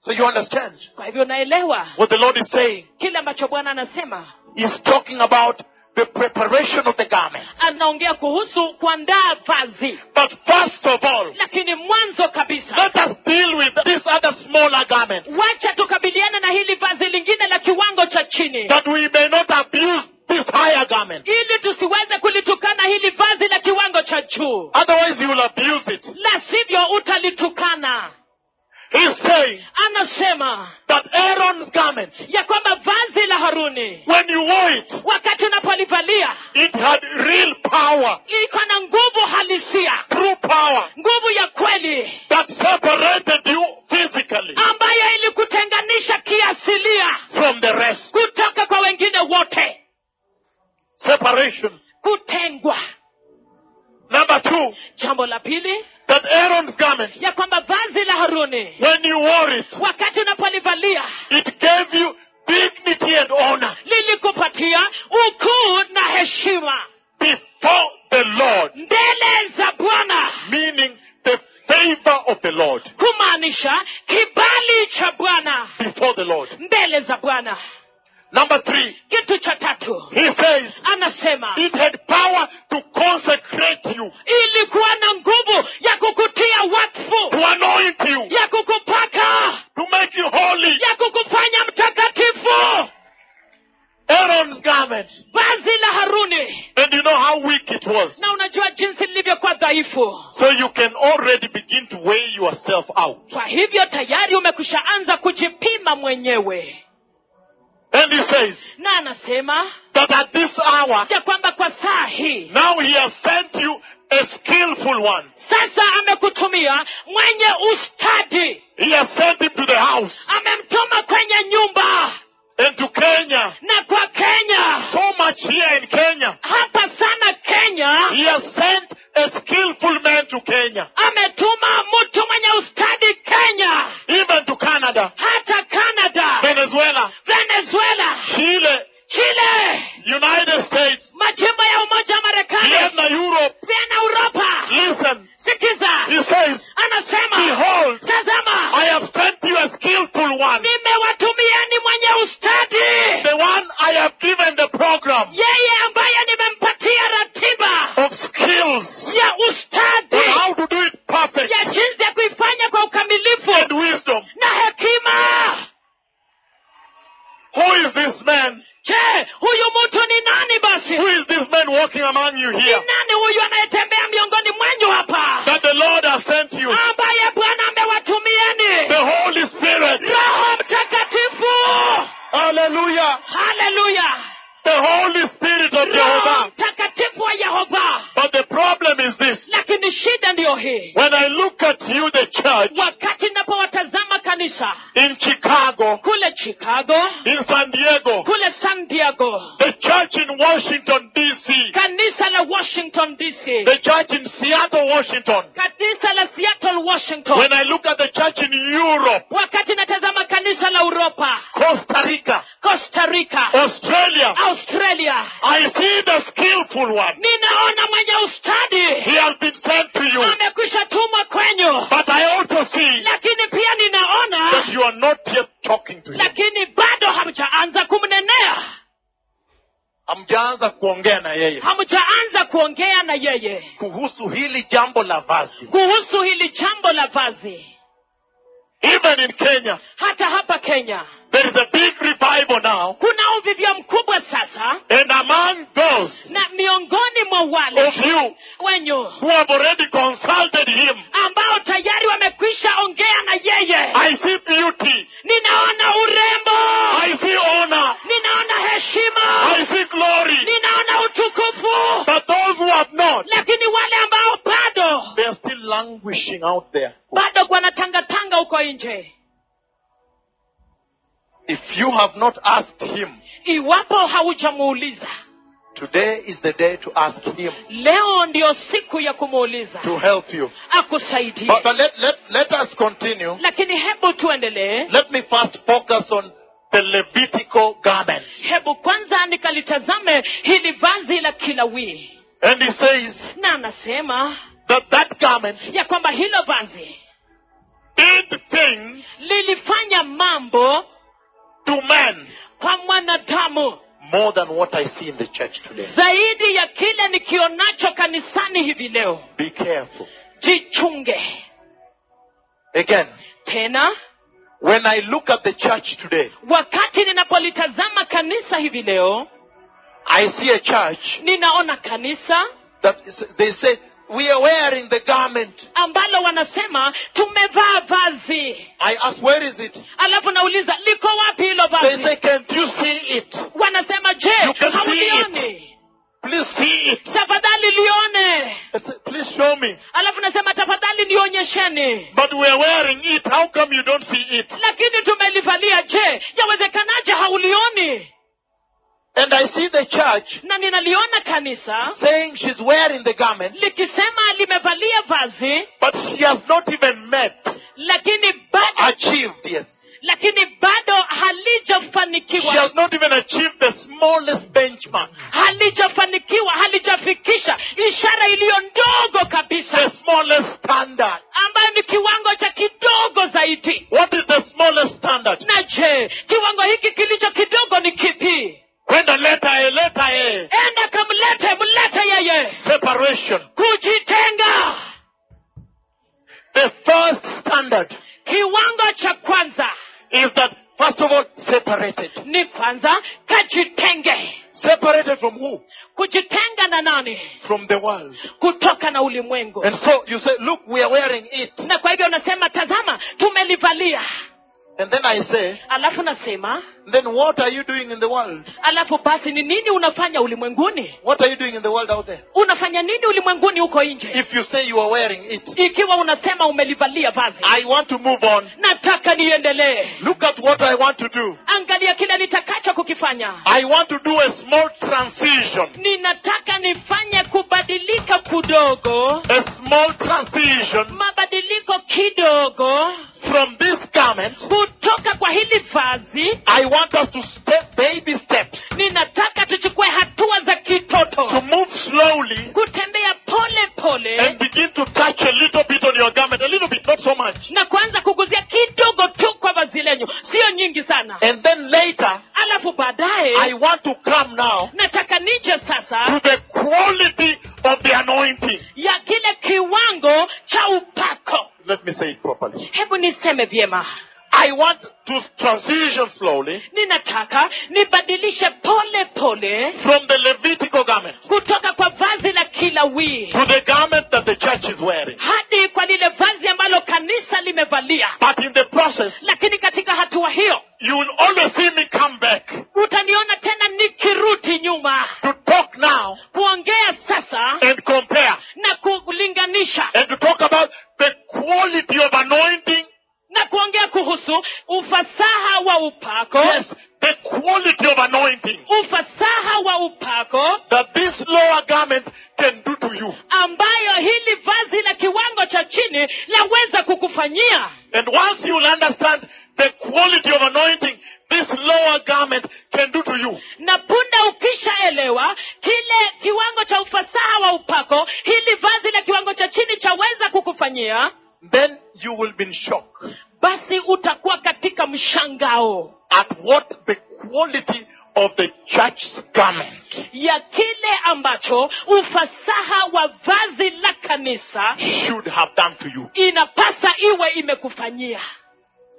Speaker 1: So you understand
Speaker 2: kwa hivyo unaelewa
Speaker 1: what the Lord is saying?
Speaker 2: kile ambacho bwana anasema
Speaker 1: He's talking about the preparation of the garment.
Speaker 2: anaongea kuhusu kuandaa vazi
Speaker 1: But first of all,
Speaker 2: lakini mwanzo kabisa
Speaker 1: let us deal with this other smaller garment
Speaker 2: wacha tukabiliane na hili vazi lingine la kiwango cha chini
Speaker 1: that we may not abuse this higher garment.
Speaker 2: ili tusiweze kulitukana hili vazi la kiwango cha juu
Speaker 1: Otherwise, you will abuse it.
Speaker 2: la sivyo utalitukana
Speaker 1: He's saying
Speaker 2: anasema
Speaker 1: that Aaron's garment,
Speaker 2: ya kwamba vazi la haruni
Speaker 1: when you wore it,
Speaker 2: wakati unapolivalia
Speaker 1: it had real power,
Speaker 2: iko na nguvu halisia
Speaker 1: true power
Speaker 2: nguvu ya kweli
Speaker 1: that separated you physically
Speaker 2: ambayo ilikutenganisha kiasilia
Speaker 1: from the rest.
Speaker 2: kutoka kwa wengine wote
Speaker 1: Separation.
Speaker 2: kutengwa
Speaker 1: Number two,
Speaker 2: jambo la pili
Speaker 1: that Aaron's garment,
Speaker 2: ya kwamba vazi la haruni
Speaker 1: when you wore it,
Speaker 2: wakati unapolivalia
Speaker 1: it gave you dignity and honor
Speaker 2: lilikupatia ukuu na heshima
Speaker 1: before the Lord,
Speaker 2: mbele za bwana
Speaker 1: meaning the favor of the Lord.
Speaker 2: kumaanisha kibali cha bwana
Speaker 1: Before the Lord.
Speaker 2: mbele za bwana
Speaker 1: Number three,
Speaker 2: kitu cha tatu
Speaker 1: he says,
Speaker 2: anasema
Speaker 1: it had power to consecrate you,
Speaker 2: ilikuwa na nguvu ya kukutia
Speaker 1: to
Speaker 2: wakfu
Speaker 1: anoint you,
Speaker 2: ya kukupaka
Speaker 1: to make you holy.
Speaker 2: ya kukufanya mtakatifu
Speaker 1: Aaron's garment.
Speaker 2: vazi la haruni
Speaker 1: And you know how weak it was.
Speaker 2: na unajua jinsi lilivyokuwa dhaifu
Speaker 1: So you can already begin to weigh yourself out.
Speaker 2: kwa hivyo tayari umekushaanza kujipima mwenyewe
Speaker 1: And he says
Speaker 2: na anasema
Speaker 1: that at this hour,
Speaker 2: ya kwamba kwa saa hii
Speaker 1: now he has sent you a skillful one.
Speaker 2: sasa amekutumia mwenye ustadi
Speaker 1: He has sent him to the house
Speaker 2: amemtuma kwenye nyumba
Speaker 1: and to Kenya.
Speaker 2: na kwa kenya
Speaker 1: So much here in Kenya.
Speaker 2: hapa sana kenya
Speaker 1: He has sent a skillful man to Kenya,
Speaker 2: ametuma mtu mwenye ustadi kenya
Speaker 1: even to Canada,
Speaker 2: hata canada
Speaker 1: Venezuela,
Speaker 2: venezuela
Speaker 1: Chile,
Speaker 2: chile
Speaker 1: United States,
Speaker 2: majimbo ya umoja wa marekani
Speaker 1: Vienna, Europe.
Speaker 2: pia na uropa
Speaker 1: Listen,
Speaker 2: sikiza
Speaker 1: he says,
Speaker 2: anasema
Speaker 1: Behold,
Speaker 2: tazama
Speaker 1: I have sent you a skillful one.
Speaker 2: nimewatumieni mwenye ustadi
Speaker 1: The one I have given the program
Speaker 2: yeye ambaye nimempatia ratiba
Speaker 1: of skills
Speaker 2: ya
Speaker 1: on
Speaker 2: ustadi
Speaker 1: how to do it perfect
Speaker 2: ya jinsi ya kuifanya kwa ukamilifu
Speaker 1: and wisdom.
Speaker 2: na hekima
Speaker 1: Who is this man?
Speaker 2: je huyu mtu ni nani basi
Speaker 1: Who is this man walking among you
Speaker 2: ni
Speaker 1: here?
Speaker 2: nani huyu anayetembea miongoni mwenyu hapa
Speaker 1: That the Lord has sent you.
Speaker 2: ambaye bwana
Speaker 1: The
Speaker 2: amewatumieni
Speaker 1: Holy Spirit.
Speaker 2: roho mtakatifu
Speaker 1: Hallelujah.
Speaker 2: haleluya
Speaker 1: The Holy Spirit of
Speaker 2: roho
Speaker 1: Jehovah.
Speaker 2: mtakatifu wa yehova
Speaker 1: But the problem is this.
Speaker 2: lakini shida ndiyo hii
Speaker 1: When I look at you, the church,
Speaker 2: wakati ninapowatazama kanisa
Speaker 1: in Chicago,
Speaker 2: kule chicago
Speaker 1: in San Diego,
Speaker 2: kule san diego
Speaker 1: the church in Washington, D.C.,
Speaker 2: kanisa la washington dc
Speaker 1: the church in Seattle, Washington,
Speaker 2: kanisa la seattle
Speaker 1: when
Speaker 2: washington
Speaker 1: I look at the church in Europe,
Speaker 2: wakati natazama kanisa la uropa
Speaker 1: Costa Rica,
Speaker 2: costa
Speaker 1: Oh.
Speaker 2: rica
Speaker 1: Australia,
Speaker 2: australia
Speaker 1: I see the skillful one.
Speaker 2: ninaona mwenye ustadi
Speaker 1: He has been sent to you.
Speaker 2: amekwisha tumwa kwenyu
Speaker 1: But I also see
Speaker 2: lakini pia ninaona
Speaker 1: that you are not yet talking to him.
Speaker 2: lakini bado hamjaanza kumnenea
Speaker 1: Hamjaanza kuongea na yeye
Speaker 2: hamjaanza kuongea na yeye
Speaker 1: kuhusu hili jambo la vazi.
Speaker 2: kuhusu hili jambo la vazi
Speaker 1: Even in Kenya,
Speaker 2: hata hapa kenya
Speaker 1: there is a big revival now.
Speaker 2: kuna uvivyo mkubwa sasa
Speaker 1: And among those
Speaker 2: na miongoni mwa
Speaker 1: of
Speaker 2: wale
Speaker 1: you
Speaker 2: wenyu
Speaker 1: who have already consulted him,
Speaker 2: ambao tayari wamekwisha ongea na yeye
Speaker 1: I see beauty.
Speaker 2: ninaona urembo
Speaker 1: I see honor.
Speaker 2: ninaona heshima
Speaker 1: I see glory.
Speaker 2: ninaona utukufu
Speaker 1: But those who have not,
Speaker 2: lakini wale ambao bado
Speaker 1: they are still languishing out there.
Speaker 2: bado wanatangatanga huko nje
Speaker 1: If you have not asked him,
Speaker 2: iwapo haujamuuliza
Speaker 1: today is the day to ask him
Speaker 2: leo ndiyo siku ya kumuuliza
Speaker 1: to help you. But,
Speaker 2: akusaidie
Speaker 1: but let, let, let us continue.
Speaker 2: lakini hebu tuendelee
Speaker 1: Let me first focus on the Levitical garment.
Speaker 2: hebu kwanza nikalitazame hili vazi la kilawii
Speaker 1: And he says
Speaker 2: na anasema
Speaker 1: that that garment
Speaker 2: ya kwamba hilo vazi
Speaker 1: did things
Speaker 2: lilifanya mambo
Speaker 1: to men
Speaker 2: kwa mwanadamu
Speaker 1: more than what I see in the church today.
Speaker 2: zaidi ya kile nikionacho kanisani hivi leo
Speaker 1: Be careful.
Speaker 2: jichunge
Speaker 1: Again,
Speaker 2: tena
Speaker 1: when I look at the church today,
Speaker 2: wakati ninapolitazama kanisa hivi leo
Speaker 1: I see a church
Speaker 2: ninaona kanisa
Speaker 1: that is- they say, we are wearing the garment.
Speaker 2: ambalo wanasema tumevaa vazi
Speaker 1: I ask, where is it?
Speaker 2: alafu nauliza liko wapi hilo
Speaker 1: They
Speaker 2: vazi
Speaker 1: say, can't you see it?
Speaker 2: wanasema je
Speaker 1: You can see
Speaker 2: haulioni
Speaker 1: Please see it.
Speaker 2: tafadhali lione
Speaker 1: I say, Please show me.
Speaker 2: alafu nasema tafadhali nionyesheni
Speaker 1: But we are wearing it. How come you don't see it?
Speaker 2: lakini tumelivalia je yawezekanaje haulioni
Speaker 1: And I see the church
Speaker 2: na ninaliona kanisa
Speaker 1: saying she's wearing the garment,
Speaker 2: likisema limevalia vazi
Speaker 1: but she has not even met,
Speaker 2: lakini bado,
Speaker 1: achieved, yes.
Speaker 2: lakini bado
Speaker 1: She
Speaker 2: halijafanikiwa
Speaker 1: has not even achieved the smallest benchmark,
Speaker 2: halijafanikiwa halijafikisha ishara iliyo ndogo
Speaker 1: the
Speaker 2: kabisa
Speaker 1: smallest standard.
Speaker 2: ambayo ni kiwango cha kidogo zaidi
Speaker 1: What is the smallest standard?
Speaker 2: na je kiwango hiki kilicho kidogo ni kipi
Speaker 1: When the letter A, letter A,
Speaker 2: enda kamlete mlete yeye
Speaker 1: separation,
Speaker 2: kujitenga
Speaker 1: the first standard
Speaker 2: kiwango cha kwanza
Speaker 1: is that, first of all, separated.
Speaker 2: ni kwanza kajitenge
Speaker 1: Separated from who?
Speaker 2: kujitenga na nani
Speaker 1: From the world.
Speaker 2: kutoka na ulimwengu
Speaker 1: And so you say, look, we are wearing it.
Speaker 2: na kwa hivyo unasema tazama tumelivalia
Speaker 1: And then I say,
Speaker 2: alafu nasema
Speaker 1: then what are you doing in the world?
Speaker 2: alafu basi ni nini unafanya ulimwenguni
Speaker 1: What are you doing in the world out there?
Speaker 2: unafanya nini ulimwenguni huko nje
Speaker 1: If you say you are wearing it,
Speaker 2: ikiwa unasema umelivalia vazi
Speaker 1: I want to move on.
Speaker 2: nataka niendelee
Speaker 1: Look at what I want to do.
Speaker 2: angalia kile nitakacho kukifanya
Speaker 1: I want to do a small transition.
Speaker 2: ninataka nifanye kubadilika kudogo
Speaker 1: A small transition
Speaker 2: mabadiliko kidogo
Speaker 1: from this garment.
Speaker 2: kutoka kwa hili vazi
Speaker 1: I want us to step baby steps.
Speaker 2: ninataka tuchukue hatua za
Speaker 1: To
Speaker 2: kitoto
Speaker 1: move slowly
Speaker 2: kutembea pole
Speaker 1: and
Speaker 2: pole
Speaker 1: begin to touch a little bit on your garment. A little bit, not so much.
Speaker 2: na kuanza kuguzia kidogo tu kwa vazi lenyu siyo nyingi sana
Speaker 1: And then later,
Speaker 2: alafu
Speaker 1: I
Speaker 2: baadaye
Speaker 1: want to come now
Speaker 2: nataka nije
Speaker 1: to
Speaker 2: sasa
Speaker 1: the quality of the anointing.
Speaker 2: ya kile kiwango cha upako
Speaker 1: Let me say it properly.
Speaker 2: hebu niseme vyema
Speaker 1: I want to transition slowly
Speaker 2: ninataka nibadilishe pole pole
Speaker 1: from the Levitical garment
Speaker 2: kutoka kwa vazi la kila wii
Speaker 1: to the garment that the church is wearing.
Speaker 2: hadi kwa lile vazi ambalo kanisa limevalia
Speaker 1: But in the process,
Speaker 2: lakini katika hatua hiyo
Speaker 1: you will always see me come back
Speaker 2: utaniona tena nikirudi nyuma
Speaker 1: to talk now
Speaker 2: kuongea sasa
Speaker 1: and compare
Speaker 2: na kulinganisha
Speaker 1: and to talk about the quality of anointing.
Speaker 2: na kuongea kuhusu ufasaha wa upako
Speaker 1: Yes, the quality of anointing
Speaker 2: ufasaha wa upako
Speaker 1: that this lower garment can do to you.
Speaker 2: ambayo hili vazi la kiwango cha chini laweza kukufanyia
Speaker 1: And once you will understand the quality of anointing this lower garment can do to you,
Speaker 2: na punde ukishaelewa kile kiwango cha ufasaha wa upako hili vazi la kiwango cha chini chaweza kukufanyia
Speaker 1: then you will be in shock
Speaker 2: basi utakuwa katika mshangao
Speaker 1: at what the quality of the church's garment
Speaker 2: ya kile ambacho ufasaha wa vazi la kanisa
Speaker 1: should have done to you.
Speaker 2: inapasa iwe imekufanyia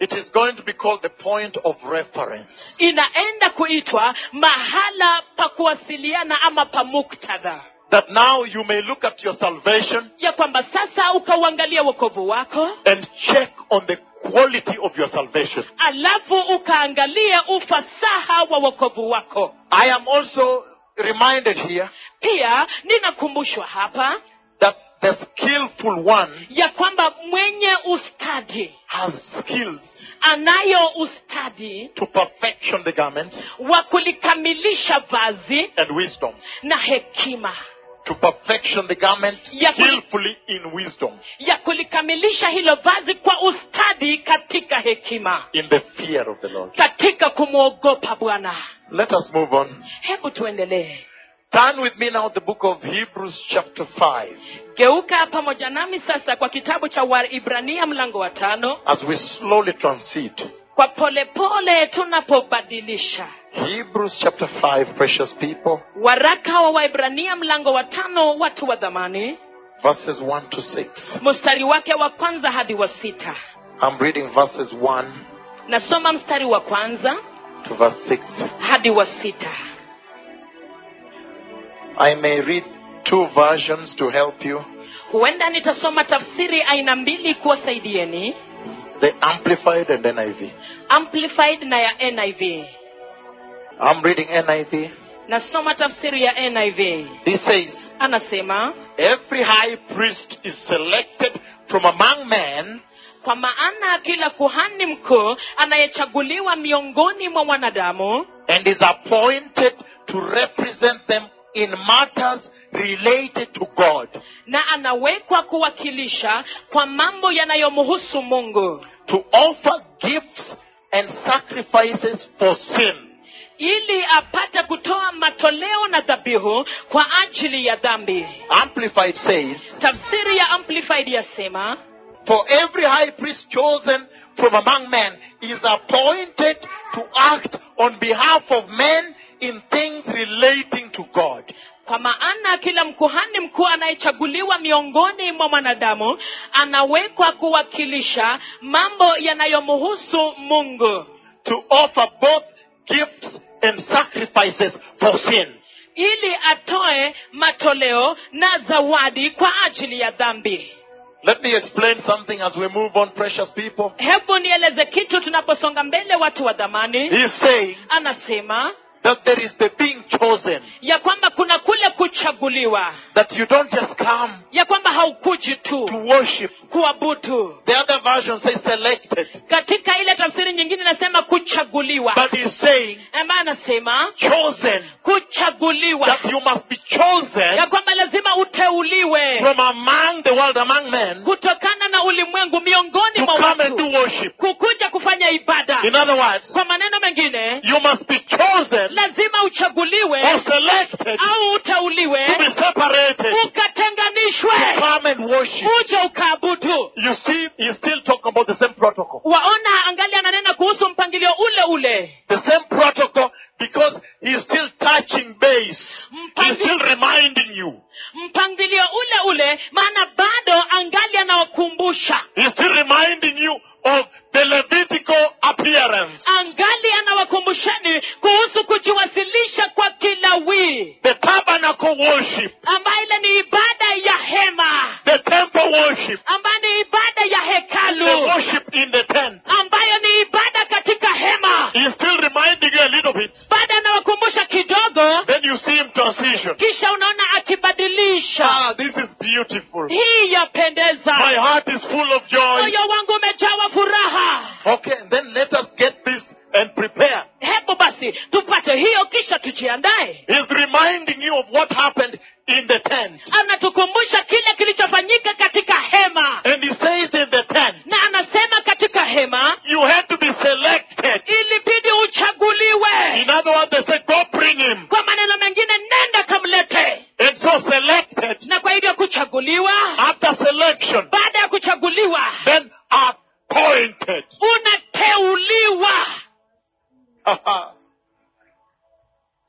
Speaker 1: It is going to be called the point of reference.
Speaker 2: inaenda kuitwa mahala pa kuwasiliana ama pa muktadha
Speaker 1: That now you may look at your salvation
Speaker 2: ya kwamba sasa ukauangalia wokovu wako
Speaker 1: and check on the quality of your salvation.
Speaker 2: alafu ukaangalia ufasaha wa wokovu wako
Speaker 1: I am also reminded here
Speaker 2: pia ninakumbushwa hapa
Speaker 1: that the skillful one
Speaker 2: ya kwamba mwenye ustadi
Speaker 1: has skills
Speaker 2: anayo ustadi
Speaker 1: to perfection the garment
Speaker 2: wa kulikamilisha vazi
Speaker 1: and wisdom
Speaker 2: na hekima
Speaker 1: to to perfection the garment
Speaker 2: Ya kuli-
Speaker 1: skillfully in wisdom,
Speaker 2: ya kulikamilisha hilo vazi kwa ustadi katika hekima
Speaker 1: in the fear of the Lord.
Speaker 2: katika kumwogopa bwana
Speaker 1: Let us move on.
Speaker 2: hebu tuendelee
Speaker 1: Turn with me now the book of Hebrews chapter 5
Speaker 2: geuka pamoja nami sasa kwa kitabu cha waibrania mlango wa tano
Speaker 1: as we slowly transit.
Speaker 2: kwa polepole tunapobadilisha
Speaker 1: Hebrews chapter 5, precious people,
Speaker 2: waraka wa waibrania mlango wa tano watu wa dhamani
Speaker 1: verses 1 to 6.
Speaker 2: mstari wake wa kwanza hadi wa sita
Speaker 1: I'm reading verses 1
Speaker 2: nasoma mstari wa kwanza
Speaker 1: to verse 6.
Speaker 2: hadi wa sita
Speaker 1: I may read two versions to help you.
Speaker 2: huenda nitasoma tafsiri aina mbili kuwasaidieni
Speaker 1: The Amplified and NIV.
Speaker 2: amplified na ya niv
Speaker 1: I'm reading NIV.
Speaker 2: nasoma tafsiri ya niv
Speaker 1: He says,
Speaker 2: anasema
Speaker 1: Every high priest is selected from among men
Speaker 2: kwa maana kila kuhani mkuu anayechaguliwa miongoni mwa wanadamu
Speaker 1: and is appointed to represent them in matters related to God,
Speaker 2: na anawekwa kuwakilisha kwa mambo yanayomhusu mungu
Speaker 1: to offer gifts and sacrifices for sin.
Speaker 2: ili apate kutoa matoleo na dhabihu kwa ajili ya dhambi
Speaker 1: Amplified says,
Speaker 2: tafsiri ya amplified yasema
Speaker 1: For every high priest chosen from among men is appointed to act on behalf of men in things relating to God.
Speaker 2: kwa maana kila mkuhani mkuu anayechaguliwa miongoni mwa mwanadamu anawekwa kuwakilisha mambo yanayomhusu mungu
Speaker 1: To offer both gifts and sacrifices for sin.
Speaker 2: ili atoe matoleo na zawadi kwa ajili ya dhambi
Speaker 1: Let me explain something as we move on, precious people.
Speaker 2: hebu nieleze kitu tunaposonga mbele watu wa dhamani
Speaker 1: He's saying
Speaker 2: anasema
Speaker 1: that there is the being chosen,
Speaker 2: ya kwamba kuna kule kuchaguliwa
Speaker 1: that you don't just come
Speaker 2: ya kwamba haukuji tu
Speaker 1: to worship.
Speaker 2: kuabutu
Speaker 1: The other version says selected,
Speaker 2: katika ile tafsiri nyingine inasema kuchaguliwa
Speaker 1: but he's saying
Speaker 2: ambaye anasema
Speaker 1: chosen,
Speaker 2: kuchaguliwa
Speaker 1: that you must be chosen
Speaker 2: ya kwamba lazima uteuliwe
Speaker 1: from among the world, among men,
Speaker 2: kutokana na ulimwengu miongoni
Speaker 1: to
Speaker 2: mwa
Speaker 1: come and do
Speaker 2: watu
Speaker 1: worship.
Speaker 2: kukuja kufanya ibada
Speaker 1: In other words,
Speaker 2: kwa maneno mengine
Speaker 1: you must be chosen
Speaker 2: lazima
Speaker 1: or
Speaker 2: uchaguliwe
Speaker 1: selected
Speaker 2: au
Speaker 1: to be
Speaker 2: uteuliwe
Speaker 1: separated
Speaker 2: ukatenganishwe
Speaker 1: to come and worship.
Speaker 2: uje ukaabudu
Speaker 1: You see, you still talk about the same protocol.
Speaker 2: waona angali ananena kuhusu mpangilio ule ule
Speaker 1: The same protocol because he's still touching base. He's still reminding you.
Speaker 2: mpangilio ule ule maana bado angali anawakumbusha
Speaker 1: He's still reminding you of the Levitical appearance.
Speaker 2: Ah. angali anawakumbusheni kuhusu kujiwasilisha kwa kilawii
Speaker 1: The tabernacle worship,
Speaker 2: ambayo ile ni ibada ya hema
Speaker 1: the temple worship,
Speaker 2: ambayo ni ibada ya
Speaker 1: the
Speaker 2: hekalu
Speaker 1: worship in the tent.
Speaker 2: ambayo ni ibada katika hema
Speaker 1: He's still reminding you a little bit.
Speaker 2: bado anawakumbusha kidogo
Speaker 1: Then you see him transition.
Speaker 2: kisha unaona akibadilisha
Speaker 1: Ah, this is beautiful.
Speaker 2: hii
Speaker 1: My
Speaker 2: yapendeza
Speaker 1: heart is full of joy.
Speaker 2: moyo wangu umejawa furaha
Speaker 1: Okay, and then let us get this and prepare.
Speaker 2: hebu basi tupate hiyo kisha tujiandae
Speaker 1: He's reminding you of what happened in the tent.
Speaker 2: anatukumbusha kile kilichofanyika katika hema
Speaker 1: And he says in the tent,
Speaker 2: na anasema katika hema
Speaker 1: you had to be selected.
Speaker 2: ilibidi uchaguliwe
Speaker 1: In other words, they said, go bring him.
Speaker 2: kwa maneno mengine nenda kamlete
Speaker 1: And so selected,
Speaker 2: na kwa hivyo kuchaguliwa
Speaker 1: after selection,
Speaker 2: baada ya kuchaguliwa
Speaker 1: then appointed.
Speaker 2: unateuliwa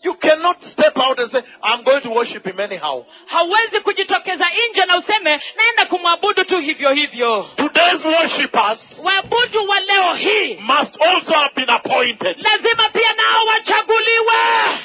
Speaker 1: you cannot step out and say, I'm going to worship him anyhow.
Speaker 2: hauwezi kujitokeza nje na useme naenda kumwabudu tu hivyo hivyo
Speaker 1: Today's worshippers
Speaker 2: waabudu wa leo hii
Speaker 1: must also have been appointed
Speaker 2: lazima pia nao wachaguliwe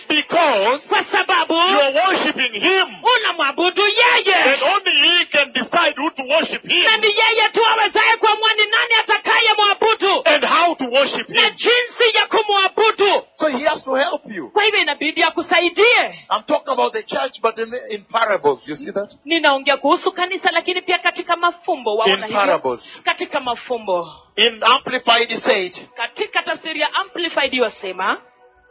Speaker 1: because
Speaker 2: kwa sababu
Speaker 1: you are worshiping him
Speaker 2: unamwabudu yeye
Speaker 1: and only he can decide who to worship
Speaker 2: na
Speaker 1: him
Speaker 2: ni yeye tu awezaye kuamua ni nani atakaye mwabudu
Speaker 1: and how to worship
Speaker 2: na
Speaker 1: him.
Speaker 2: jinsi ya kumwabudu
Speaker 1: So he has to help you.
Speaker 2: kwa hivyo inabidi akusaidie
Speaker 1: I'm talking about the church, but in, in parables, you see that?
Speaker 2: ninaongea kuhusu kanisa lakini pia katika mafumbo waona
Speaker 1: In
Speaker 2: hivyo
Speaker 1: parables.
Speaker 2: katika mafumbo
Speaker 1: In Amplified, he said,
Speaker 2: katika tafsiri ya amplified wasema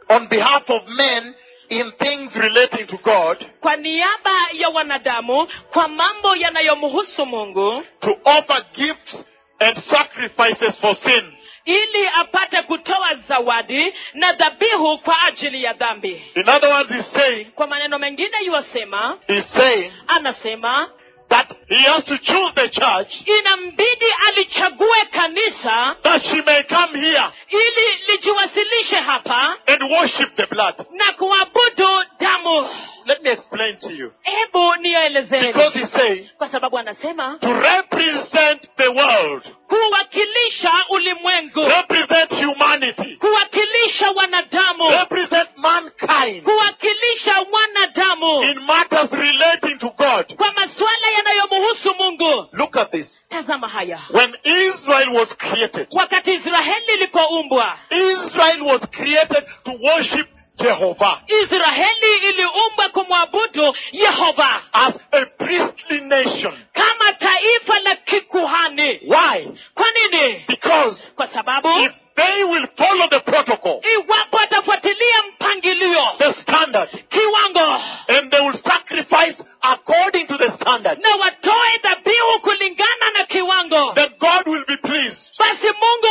Speaker 1: On behalf of men in things relating to God
Speaker 2: kwa niaba ya wanadamu kwa mambo yanayomhusu mungu
Speaker 1: to offer gifts and sacrifices for sin.
Speaker 2: ili apate kutoa zawadi na dhabihu kwa ajili ya dhambi
Speaker 1: In other words, he's saying,
Speaker 2: kwa maneno mengine yuwasema
Speaker 1: he's saying
Speaker 2: anasema
Speaker 1: that he has to choose the church
Speaker 2: inambidi alichague kanisa
Speaker 1: that she may come here
Speaker 2: ili lijiwasilishe hapa
Speaker 1: and worship the blood.
Speaker 2: na kuabudu damu
Speaker 1: Let me explain to you.
Speaker 2: hebu niyoelezeni
Speaker 1: Because he's saying
Speaker 2: kwa sababu anasema
Speaker 1: to represent the world,
Speaker 2: kuwakilisha ulimwengu
Speaker 1: represent humanity,
Speaker 2: kuwakilisha wanadamu
Speaker 1: represent mankind
Speaker 2: kuwakilisha wanadamu
Speaker 1: in matters relating to God.
Speaker 2: kwa masuala yanayomhusu mungu
Speaker 1: Look at this.
Speaker 2: tazama haya
Speaker 1: When Israel was created,
Speaker 2: wakati israheli ilipoumbwa
Speaker 1: Israel was created to worship Jehovah
Speaker 2: israheli iliumbwa kumwabudu yehova
Speaker 1: as a priestly nation.
Speaker 2: kama taifa la kikuhani
Speaker 1: Why?
Speaker 2: kwa nini
Speaker 1: Because
Speaker 2: kwa sababu
Speaker 1: if they will follow the protocol,
Speaker 2: iwapo atafuatilia mpangilio
Speaker 1: the standard,
Speaker 2: kiwango
Speaker 1: and they will sacrifice according to the standard,
Speaker 2: na watoe dhabihu kulingana na kiwango
Speaker 1: then God will be pleased
Speaker 2: basi mungu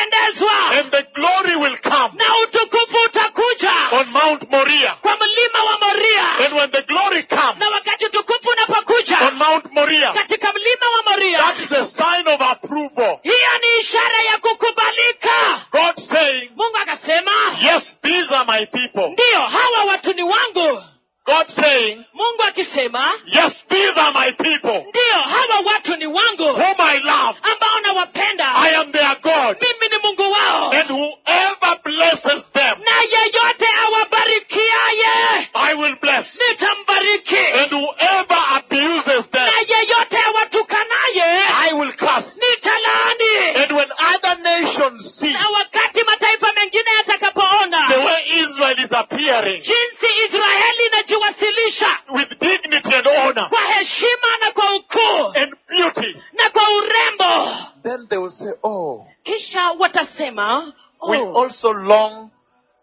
Speaker 2: atapendezwa
Speaker 1: and the glory will come
Speaker 2: na utukufu utakuja
Speaker 1: on Mount Moriah.
Speaker 2: kwa mlima wa moria
Speaker 1: And when the glory comes
Speaker 2: na wakati utukufu
Speaker 1: on
Speaker 2: unapokuja
Speaker 1: Mount Moriah,
Speaker 2: katika mlima wa
Speaker 1: that
Speaker 2: moria
Speaker 1: is a sign of approval.
Speaker 2: hiyo ni ishara ya kukubalika
Speaker 1: God saying,
Speaker 2: mungu akasema
Speaker 1: Yes, these are my people.
Speaker 2: ndiyo hawa watu ni wangu
Speaker 1: God saying,
Speaker 2: mungu akisema
Speaker 1: Yes, these are my people
Speaker 2: ndiyo hawa watu ni
Speaker 1: whom
Speaker 2: wangu
Speaker 1: I love.
Speaker 2: ambao nawapenda
Speaker 1: I am their God.
Speaker 2: mimi ni mungu wao
Speaker 1: And whoever blesses them,
Speaker 2: na yeyote awabarikiaye
Speaker 1: I will bless.
Speaker 2: nitambariki
Speaker 1: And whoever abuses them,
Speaker 2: na yeyote awatukanaye
Speaker 1: I will curse.
Speaker 2: nitalaani
Speaker 1: And when other nations see
Speaker 2: na wakati mataifa mengine
Speaker 1: the
Speaker 2: yatakapoona
Speaker 1: way Israel is appearing
Speaker 2: jinsi israeli inajiwasilisha
Speaker 1: with dignity and honor
Speaker 2: kwa heshima na kwa ukuu
Speaker 1: and beauty,
Speaker 2: na kwa urembo
Speaker 1: then they will say, Oh,
Speaker 2: kisha watasema
Speaker 1: we
Speaker 2: oh,
Speaker 1: also long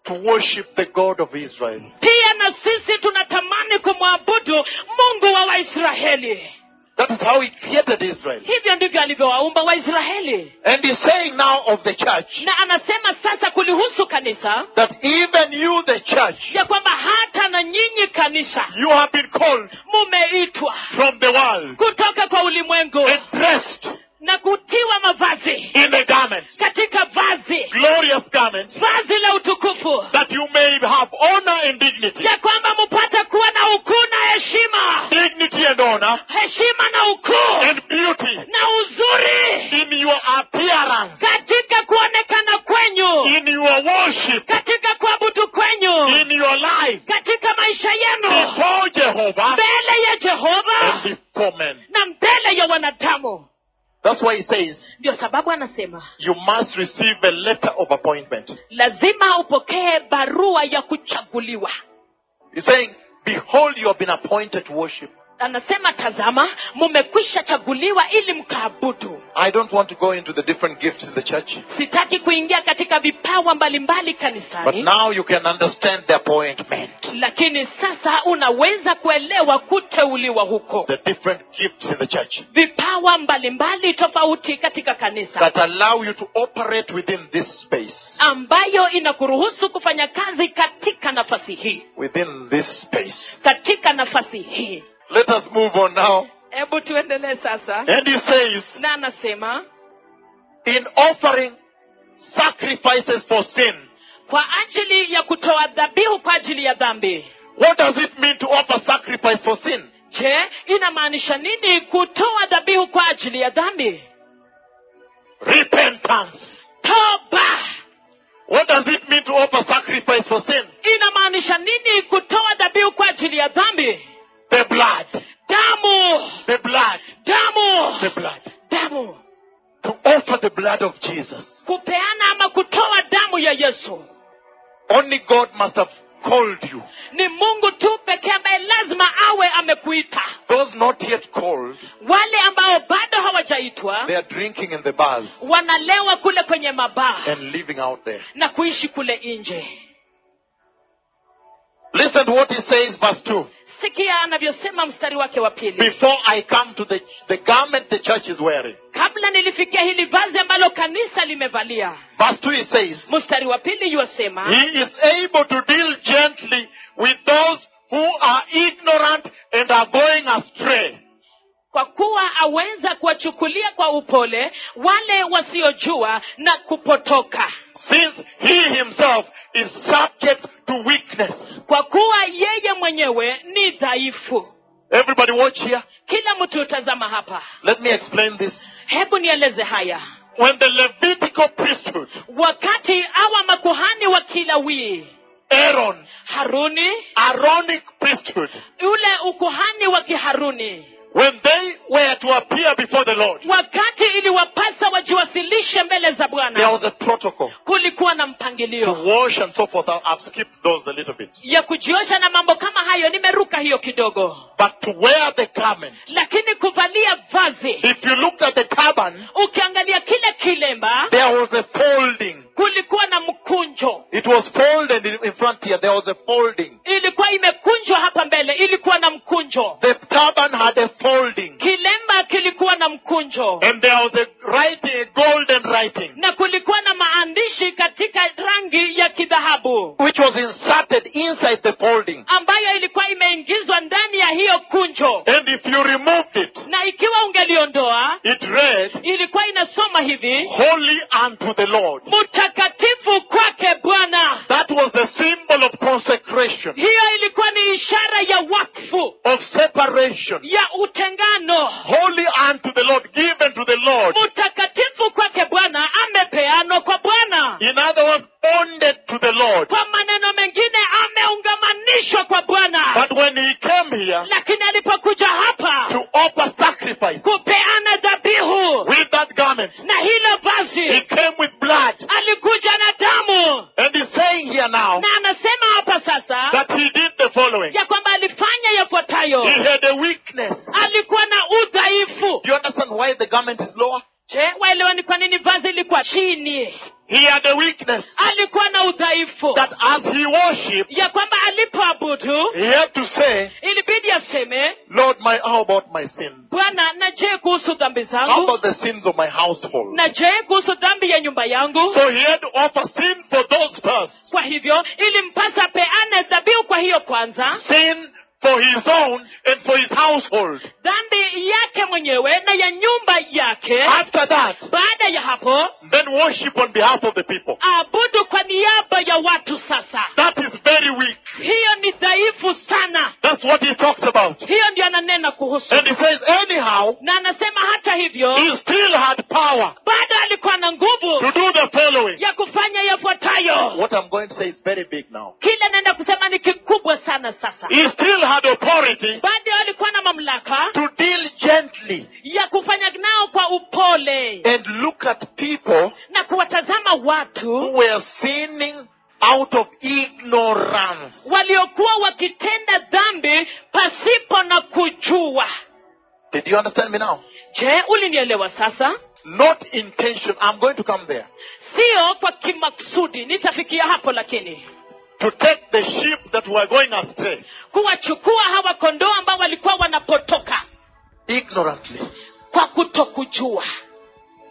Speaker 1: to worship the God of Israel.
Speaker 2: pia na sisi tunatamani kumwabudu mungu wa waisraeli
Speaker 1: That is how he created Israel.
Speaker 2: hivyo ndivyo alivyowaumba waisraeli
Speaker 1: And he's saying now of the church
Speaker 2: na anasema sasa kulihusu kanisa
Speaker 1: that even you, the church,
Speaker 2: ya kwamba hata na nyinyi kanisa
Speaker 1: you have been called
Speaker 2: mumeitwa
Speaker 1: from the world
Speaker 2: kutoka kwa ulimwengu
Speaker 1: and dressed
Speaker 2: na kutiwa mavazi
Speaker 1: in a garment,
Speaker 2: katika vazi
Speaker 1: glorious garment,
Speaker 2: vazi la utukufu
Speaker 1: that you may have honor and dignity.
Speaker 2: ya kwamba mupate kuwa na ukuu na heshima
Speaker 1: Dignity and honor
Speaker 2: heshima na ukuu
Speaker 1: and beauty
Speaker 2: na uzuri
Speaker 1: in your appearance,
Speaker 2: katika kuonekana kwenyu
Speaker 1: in your worship,
Speaker 2: katika kuabudu kwenyu
Speaker 1: in your life
Speaker 2: katika maisha yenu
Speaker 1: before Jehovah
Speaker 2: mbele ya jehova
Speaker 1: and before men.
Speaker 2: na mbele ya wanadamu
Speaker 1: That's why he says,
Speaker 2: ndio sababu anasema
Speaker 1: you must receive a letter of appointment.
Speaker 2: lazima upokee barua ya kuchaguliwa
Speaker 1: He's saying, behold, you have been appointed to worship.
Speaker 2: anasema tazama mumekwisha chaguliwa ili mkaabudu
Speaker 1: I don't want to go into the different gifts in the church,
Speaker 2: sitaki kuingia katika vipawa mbalimbali
Speaker 1: but
Speaker 2: kanisani
Speaker 1: now you can understand the appointment,
Speaker 2: lakini sasa unaweza kuelewa kuteuliwa huko
Speaker 1: the different gifts in the church
Speaker 2: vipawa mbalimbali tofauti katika kanisa
Speaker 1: that allow you to operate within this space,
Speaker 2: ambayo inakuruhusu kufanya kazi katika nafasi hii
Speaker 1: within this space.
Speaker 2: katika nafasi hii
Speaker 1: Let us move on now.
Speaker 2: hebu tuendelee sasa
Speaker 1: And he says,
Speaker 2: na anasema
Speaker 1: in offering sacrifices for sin,
Speaker 2: kwa ajili ya kutoa dhabihu kwa ajili ya dhambi
Speaker 1: what does it mean to offer sacrifice for sin?
Speaker 2: je inamaanisha nini kutoa dhabihu kwa ajili ya dhambi
Speaker 1: Repentance.
Speaker 2: toba
Speaker 1: What does it mean to offer sacrifice for sin?
Speaker 2: inamaanisha nini kutoa dhabihu kwa ajili ya dhambi
Speaker 1: The blood.
Speaker 2: damu
Speaker 1: The blood.
Speaker 2: damu
Speaker 1: The blood.
Speaker 2: damu
Speaker 1: To offer the blood of Jesus.
Speaker 2: kupeana ama kutoa damu ya yesu
Speaker 1: Only God must have called you.
Speaker 2: ni mungu tu pekee ambaye lazima awe amekuita
Speaker 1: Those not yet called,
Speaker 2: wale ambao bado hawajaitwa
Speaker 1: they are drinking in the bars
Speaker 2: wanalewa kule kwenye mabaa
Speaker 1: and living out there.
Speaker 2: na kuishi kule nje
Speaker 1: Listen to what he says, verse 2.
Speaker 2: sikia anavyosema mstari wake wa pili
Speaker 1: Before I come to the, the garment the church is wearing.
Speaker 2: kabla nilifikia hili vazi ambalo kanisa limevalia
Speaker 1: Verse 2 he says,
Speaker 2: mstari wa pili yuwasema
Speaker 1: He is able to deal gently with those who are ignorant and are going astray.
Speaker 2: kwa kuwa aweza kuwachukulia kwa upole wale wasiojua na kupotoka
Speaker 1: Since he himself is subject to weakness.
Speaker 2: kwa kuwa yeye mwenyewe ni dhaifu
Speaker 1: Everybody watch here.
Speaker 2: kila mtu hutazama hapa
Speaker 1: Let me explain this.
Speaker 2: hebu nieleze haya
Speaker 1: When the Levitical priesthood,
Speaker 2: wakati awa makuhani wa kilawii
Speaker 1: Aaron,
Speaker 2: haruni
Speaker 1: Aaronic priesthood,
Speaker 2: yule ukuhani wa kiharuni
Speaker 1: when they were to appear before the Lord,
Speaker 2: wakati iliwapasa wajiwasilishe mbele za
Speaker 1: there
Speaker 2: bwana
Speaker 1: was a protocol
Speaker 2: kulikuwa na
Speaker 1: to
Speaker 2: mpangilio
Speaker 1: wash and so forth. I- I've skipped those a little bit.
Speaker 2: ya kujiosha na mambo kama hayo nimeruka hiyo kidogo
Speaker 1: But to wear the garment,
Speaker 2: lakini kuvalia vazi
Speaker 1: if you looked at the turban,
Speaker 2: ukiangalia kile kilemba
Speaker 1: there was a folding.
Speaker 2: kulikuwa na mkunjo
Speaker 1: It was folded in- in front here. There was a folding.
Speaker 2: ilikuwa imekunjwa hapa mbele ilikuwa na mkunjo
Speaker 1: The turban had a folding.
Speaker 2: kilemba kilikuwa na mkunjo
Speaker 1: And there was a writing, a golden writing,
Speaker 2: na kulikuwa na maandishi katika rangi ya kidhahabu
Speaker 1: which was inserted inside the folding.
Speaker 2: ambayo ilikuwa imeingizwa ndani ya hiyo kunjo
Speaker 1: And if you removed it,
Speaker 2: na ikiwa ungeliondoa
Speaker 1: it read,
Speaker 2: ilikuwa inasoma hivi
Speaker 1: Holy unto the Lord.
Speaker 2: mtakatifu kwake bwana
Speaker 1: That was the symbol of consecration,
Speaker 2: hiyo ilikuwa ni ishara ya wakfu
Speaker 1: of separation.
Speaker 2: ya utengano
Speaker 1: Holy unto the Lord, given to the Lord.
Speaker 2: mtakatifu kwake bwana amepeanwa kwa bwana
Speaker 1: In other words, bonded to the Lord.
Speaker 2: kwa maneno mengine ameungamanishwa kwa bwana
Speaker 1: But when he came here
Speaker 2: lakini alipokuja
Speaker 1: to
Speaker 2: hapa
Speaker 1: offer sacrifice
Speaker 2: kupeana dhabihu
Speaker 1: with that garment,
Speaker 2: na hilo
Speaker 1: he
Speaker 2: vazi
Speaker 1: came with blood.
Speaker 2: alikuja na damu
Speaker 1: And he's saying here now
Speaker 2: na anasema hapa sasa
Speaker 1: that he did the following.
Speaker 2: ya kwamba alifanya yafuatayo
Speaker 1: He had a weakness.
Speaker 2: alikuwa na udhaifu
Speaker 1: Do you understand why the garment is lower?
Speaker 2: je waelewa ni kwa nini vazi ilikuwa chini
Speaker 1: He had a weakness
Speaker 2: alikuwa na udhaifu
Speaker 1: that as he worshipped,
Speaker 2: ya kwamba alipoabudu
Speaker 1: he had to say,
Speaker 2: ilibidi aseme
Speaker 1: Lord, my, how about my sin?
Speaker 2: bwana na je kuhusu dhambi
Speaker 1: How
Speaker 2: zangu
Speaker 1: about the sins of my household?
Speaker 2: na je kuhusu dhambi ya nyumba yangu
Speaker 1: So he had to offer sin for those first.
Speaker 2: kwa hivyo ilimpasa peane dhabihu kwa hiyo kwanza
Speaker 1: Sin for his own and for his household.
Speaker 2: dhambi yake mwenyewe na ya nyumba yake
Speaker 1: After that,
Speaker 2: baada ya hapo
Speaker 1: then worship on behalf of the people.
Speaker 2: abudu kwa niaba ya watu sasa
Speaker 1: That is very weak.
Speaker 2: hiyo ni dhaifu sana
Speaker 1: That's what he talks about.
Speaker 2: hiyo ndio ananena kuhusu
Speaker 1: And he says, anyhow,
Speaker 2: na anasema hata hivyo
Speaker 1: he still had power
Speaker 2: bado alikuwa na
Speaker 1: to do
Speaker 2: nguvu
Speaker 1: the following.
Speaker 2: ya kufanya yafuatayo
Speaker 1: What I'm going to say is very big now.
Speaker 2: kile naenda kusema ni kikubwa sana sasa
Speaker 1: He still had authority
Speaker 2: bado alikuwa na mamlaka
Speaker 1: to deal gently
Speaker 2: ya kufanya nao kwa upole
Speaker 1: and look at people
Speaker 2: na kuwatazama
Speaker 1: who
Speaker 2: watu
Speaker 1: were sinning out of ignorance.
Speaker 2: waliokuwa wakitenda dhambi pasipo na kujua
Speaker 1: Did you understand me now?
Speaker 2: je ulinielewa sasa
Speaker 1: Not intention. I'm going to come there.
Speaker 2: sio kwa kimaksudi nitafikia hapo lakini
Speaker 1: To take the sheep that were going astray
Speaker 2: kuwachukua hawa kondoo ambao walikuwa wanapotoka
Speaker 1: ignorantly.
Speaker 2: kwa kutokujua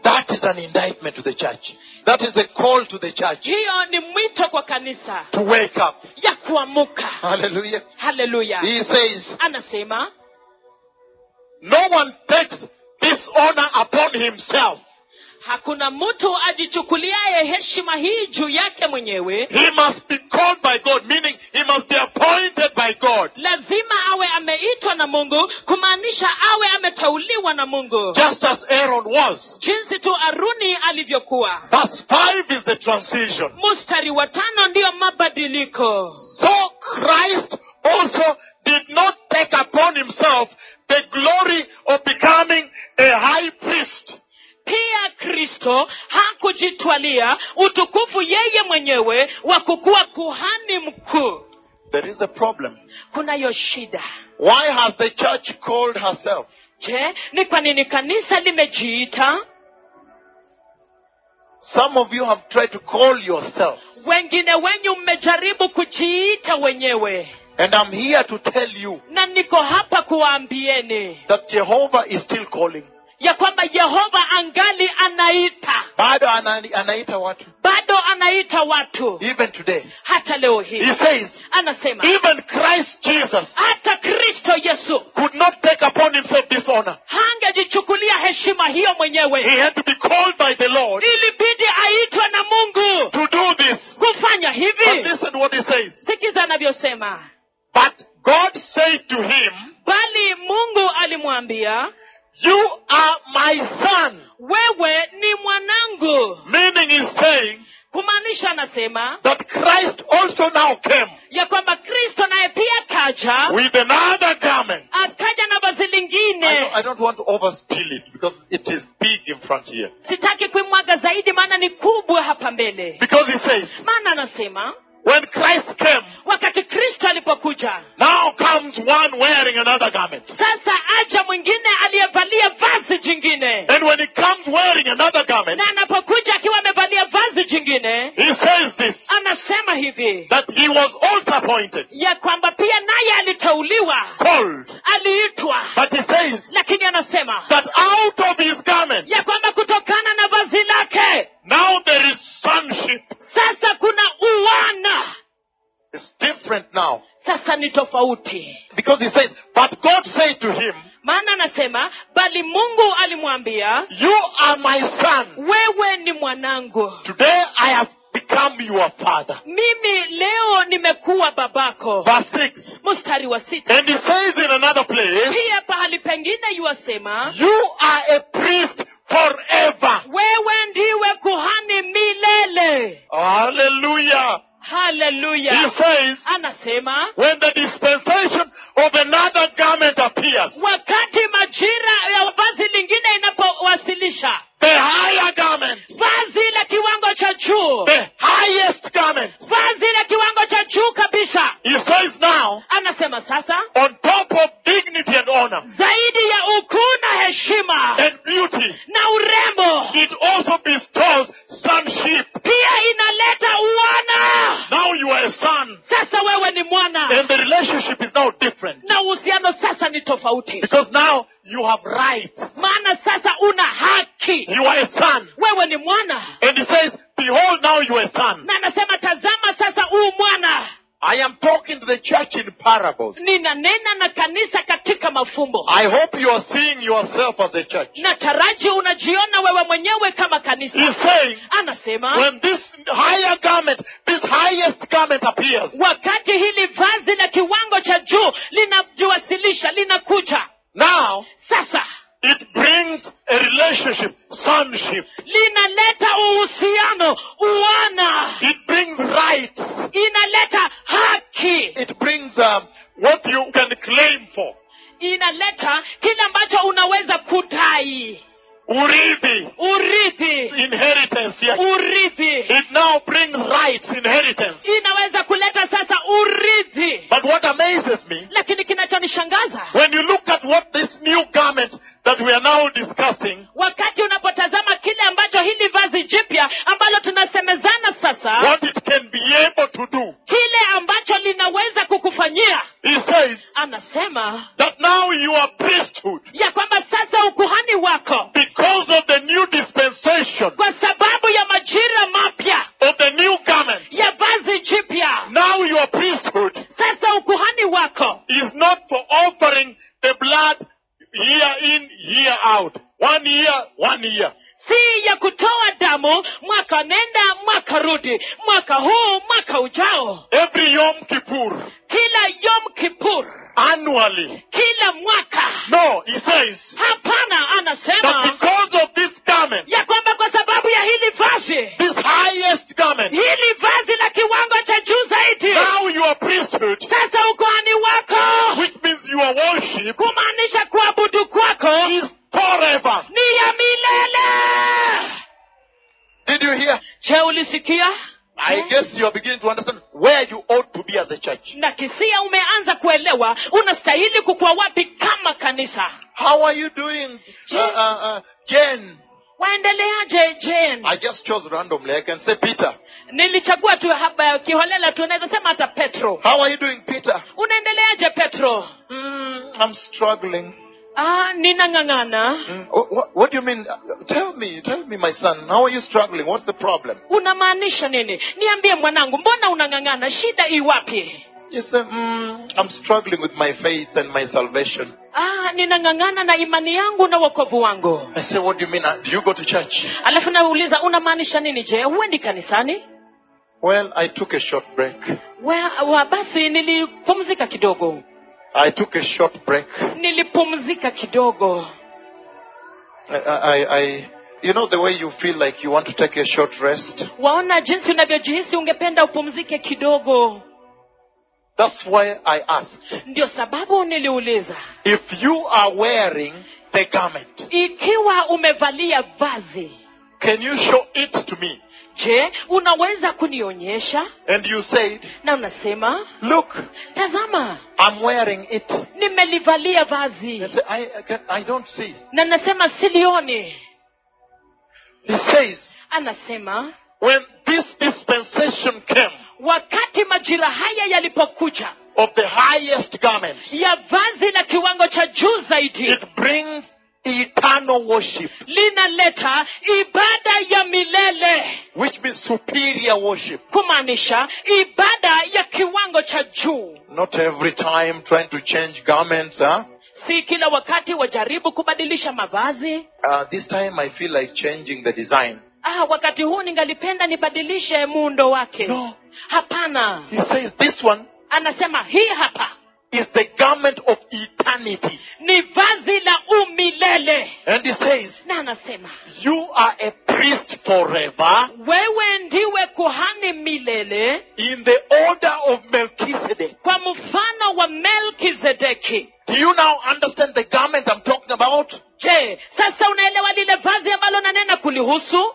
Speaker 1: That is an indictment to the church. That is a call to the church
Speaker 2: hiyo ni mwito kwa kanisa
Speaker 1: to wake up.
Speaker 2: ya kuamuka
Speaker 1: Hallelujah.
Speaker 2: haleluya
Speaker 1: He says,
Speaker 2: anasema
Speaker 1: No one takes this honor upon himself.
Speaker 2: hakuna mtu ajichukuliaye heshima hii juu yake mwenyewe
Speaker 1: He must be called by God, meaning he must be appointed by God.
Speaker 2: lazima awe ameitwa na mungu kumaanisha awe ameteuliwa na mungu
Speaker 1: Just as Aaron was.
Speaker 2: jinsi tu aruni alivyokuwa
Speaker 1: Verse 5 is the transition.
Speaker 2: mustari wa tano ndiyo mabadiliko
Speaker 1: So Christ also did not take upon himself the glory of becoming a high priest.
Speaker 2: pia kristo hakujitwalia utukufu yeye mwenyewe wa kukuwa kuhani mkuu
Speaker 1: There is a problem.
Speaker 2: kunayo shida
Speaker 1: Why has the church called herself
Speaker 2: je ni kwa nini kanisa limejiita
Speaker 1: Some of you have tried to call yourselves.
Speaker 2: wengine wenyu mmejaribu kujiita wenyewe
Speaker 1: And I'm here to tell you
Speaker 2: na niko hapa kuwaambieni
Speaker 1: that Jehovah is still calling.
Speaker 2: ya kwamba yehova angali anaita
Speaker 1: Bado anani- anaita watu.
Speaker 2: bado anaita watu
Speaker 1: Even today.
Speaker 2: hata leo
Speaker 1: He
Speaker 2: hii
Speaker 1: says,
Speaker 2: anasema
Speaker 1: even Christ Jesus
Speaker 2: hata kristo yesu
Speaker 1: could not take upon himself this honor.
Speaker 2: hangejichukulia heshima hiyo
Speaker 1: He
Speaker 2: mwenyewe
Speaker 1: had to be called by the Lord
Speaker 2: ilibidi aitwe na mungu
Speaker 1: to do this.
Speaker 2: kufanya
Speaker 1: But
Speaker 2: hivi
Speaker 1: listen what he says.
Speaker 2: sikiza anavyosema
Speaker 1: But God said to him,
Speaker 2: bali mungu alimwambia
Speaker 1: You are my son.
Speaker 2: wewe ni mwanangu
Speaker 1: Meaning he's saying
Speaker 2: kumaanisha anasema
Speaker 1: that Christ also now came
Speaker 2: ya kwamba kristo naye pia kaja
Speaker 1: with another garment.
Speaker 2: akaja na vazi
Speaker 1: I don't,
Speaker 2: lingine
Speaker 1: I don't want to overspill it because it is big in front here.
Speaker 2: sitaki kuimwaga zaidi maana ni kubwa hapa mbele
Speaker 1: Because he says,
Speaker 2: maana anasema
Speaker 1: when Christ came,
Speaker 2: wakati kristo alipokuja
Speaker 1: now comes one wearing another garment.
Speaker 2: sasa aja mwingine aliyevalia vazi jingine
Speaker 1: And when he comes wearing another garment,
Speaker 2: na anapokuja akiwa amevalia vazi jingine
Speaker 1: he says this,
Speaker 2: anasema hivi
Speaker 1: that he was also appointed,
Speaker 2: ya kwamba pia naye aliteuliwa
Speaker 1: called.
Speaker 2: aliitwa
Speaker 1: But he says
Speaker 2: lakini anasema
Speaker 1: that out of his garment,
Speaker 2: ya kwamba kutokana na vazi lake
Speaker 1: now there is sonship.
Speaker 2: sasa kuna uwana
Speaker 1: It's different now.
Speaker 2: sasa ni tofauti
Speaker 1: Because he says, but God said to him,
Speaker 2: maana anasema bali mungu alimwambia
Speaker 1: you are my son.
Speaker 2: wewe ni mwanangu
Speaker 1: Today I have become your father.
Speaker 2: mimi leo nimekuwa babako
Speaker 1: Verse 6.
Speaker 2: mstari wa sita
Speaker 1: And he says in another place,
Speaker 2: pia pahali pengine yuwasema
Speaker 1: You are a priest forever.
Speaker 2: wewe ndiwe kuhani milele
Speaker 1: Hallelujah. He
Speaker 2: haleluya
Speaker 1: says,
Speaker 2: anasema
Speaker 1: when the dispensation of another garment appears,
Speaker 2: wakati majira ya vazi lingine inapowasilisha
Speaker 1: the higher garment,
Speaker 2: vazi la kiwango cha juu
Speaker 1: the highest garment,
Speaker 2: vazi la kiwango cha juu kabisa
Speaker 1: he says now,
Speaker 2: anasema sasa
Speaker 1: on top of dignity and honor
Speaker 2: zaidi ya ukuu na heshima
Speaker 1: and beauty,
Speaker 2: na urembo
Speaker 1: it also bestows sonship.
Speaker 2: pia inaleta uwana
Speaker 1: Now you are a son,
Speaker 2: sasa wewe ni mwana
Speaker 1: and the relationship is now different.
Speaker 2: na uhusiano sasa ni tofauti
Speaker 1: Because now you have rights.
Speaker 2: maana sasa una haki
Speaker 1: You are a son.
Speaker 2: wewe ni mwana
Speaker 1: And he says, Behold, now you are a son.
Speaker 2: na anasema tazama sasa huu mwana
Speaker 1: I am talking to the church in parables.
Speaker 2: ninanena na kanisa katika mafumbo
Speaker 1: I hope you are seeing yourself as a church.
Speaker 2: na taraji unajiona wewe mwenyewe kama
Speaker 1: He's
Speaker 2: kanisa
Speaker 1: saying,
Speaker 2: anasema
Speaker 1: when this higher garment, this highest garment appears,
Speaker 2: wakati hili vazi la kiwango cha juu linajiwasilisha linakuja
Speaker 1: now
Speaker 2: sasa
Speaker 1: it brings a relationship, sonship.
Speaker 2: linaleta uhusiano uwana
Speaker 1: It brings rights.
Speaker 2: inaleta haki
Speaker 1: It brings um, what you can claim for.
Speaker 2: inaleta kile ambacho unaweza kudai
Speaker 1: Uribi,
Speaker 2: urithi
Speaker 1: inheritance. yeah.
Speaker 2: urithi
Speaker 1: It now brings rights, inheritance.
Speaker 2: inaweza kuleta sasa urithi
Speaker 1: But what amazes me
Speaker 2: lakini kinachonishangaza
Speaker 1: When you look at what this new garment that we are now discussing,
Speaker 2: wakati unapotazama kile ambacho hili vazi jipya ambalo tunasemezana sasa
Speaker 1: what it can be able to do,
Speaker 2: kile ambacho linaweza kukufanyia
Speaker 1: he says
Speaker 2: anasema
Speaker 1: that now you are priesthood
Speaker 2: ya kwamba sasa ukuhani wako
Speaker 1: because of the new dispensation
Speaker 2: kwa sababu ya majira mapya
Speaker 1: of the new garment.
Speaker 2: ya vazi jipya
Speaker 1: Now your priesthood
Speaker 2: sasa ukuhani wako
Speaker 1: is not for offering the blood year in, year out. One year, one year.
Speaker 2: si ya kutoa damu mwaka nenda mwaka rudi mwaka huu mwaka ujao
Speaker 1: Every Yom Kippur,
Speaker 2: kila yom kipur
Speaker 1: annually.
Speaker 2: kila mwaka
Speaker 1: No, he says
Speaker 2: hapana
Speaker 1: that
Speaker 2: anasema
Speaker 1: because of this garment,
Speaker 2: ya kwamba kwa sababu ya hili vazi
Speaker 1: this highest garment,
Speaker 2: hili vazi la kiwango cha juu zaidi
Speaker 1: now your priesthood
Speaker 2: sasa ukuhani wako
Speaker 1: which means your worship
Speaker 2: kumaanisha kuabudu kwako
Speaker 1: is forever.
Speaker 2: ni ya milele
Speaker 1: Did you hear?
Speaker 2: je ulisikia
Speaker 1: I guess you are beginning to understand where you ought to be as a church.
Speaker 2: na kisia umeanza kuelewa unastahili kukuwa wapi kama kanisa
Speaker 1: How are you doing, uh, uh, uh, Jen?
Speaker 2: waendeleaje jen
Speaker 1: I just chose randomly. I can say Peter.
Speaker 2: nilichagua tu hapa kiholela tu unaweza sema hata petro
Speaker 1: How are you doing, Peter?
Speaker 2: unaendeleaje petro
Speaker 1: Mm, I'm struggling.
Speaker 2: ah, ninang'ang'ana
Speaker 1: Mm, wh- wh- what do you mean? Tell me, tell me, my son. How are you struggling? What's the problem?
Speaker 2: unamaanisha nini niambie mwanangu mbona unang'ang'ana shida iwapi
Speaker 1: You say, mm, I'm struggling with my faith and my salvation.
Speaker 2: ah, ninang'ang'ana na imani yangu na wokovu wangu
Speaker 1: I say, what do you mean? Uh, Do you go to church?
Speaker 2: alafu nauliza unamaanisha nini je huendi kanisani
Speaker 1: Well, I took a short break.
Speaker 2: wa, wa basi nilipumzika kidogo
Speaker 1: I took a short break.
Speaker 2: nilipumzika kidogo
Speaker 1: I, I, I, you know the way you feel like you want to take a short rest?
Speaker 2: waona jinsi unavyojihisi ungependa upumzike kidogo
Speaker 1: That's why I asked.
Speaker 2: ndio sababu niliuliza
Speaker 1: If you are wearing the garment,
Speaker 2: ikiwa umevalia vazi
Speaker 1: can you show it to me?
Speaker 2: je unaweza kunionyesha
Speaker 1: And you said,
Speaker 2: na unasema
Speaker 1: look,
Speaker 2: tazama
Speaker 1: I'm wearing it.
Speaker 2: nimelivalia
Speaker 1: I
Speaker 2: vazi
Speaker 1: say, I, I, can, I don't see.
Speaker 2: na nasema silioni
Speaker 1: He says,
Speaker 2: anasema
Speaker 1: when this dispensation came
Speaker 2: wakati majira haya yalipokuja
Speaker 1: of the highest garment,
Speaker 2: ya vazi la kiwango cha juu zaidi
Speaker 1: it brings eternal worship,
Speaker 2: linaleta ibada ya milele
Speaker 1: which means superior worship.
Speaker 2: kumaanisha ibada ya kiwango cha juu
Speaker 1: Not every time trying to change garments, huh?
Speaker 2: si kila wakati wajaribu kubadilisha mavazi
Speaker 1: Uh, this time I feel like changing the design.
Speaker 2: ah, wakati huu ningalipenda nibadilishe muundo wake
Speaker 1: No.
Speaker 2: hapana
Speaker 1: He says this one
Speaker 2: anasema hii hapa
Speaker 1: is the garment of eternity.
Speaker 2: ni vazi la umilele
Speaker 1: And he says,
Speaker 2: na anasema
Speaker 1: You are a priest forever
Speaker 2: wewe ndiwe kuhani milele
Speaker 1: in the order of Melchizedek.
Speaker 2: kwa mfano wa melkizedeki
Speaker 1: Do you now understand the garment I'm talking about?
Speaker 2: je sasa unaelewa lile vazi ambalo nanena kulihusu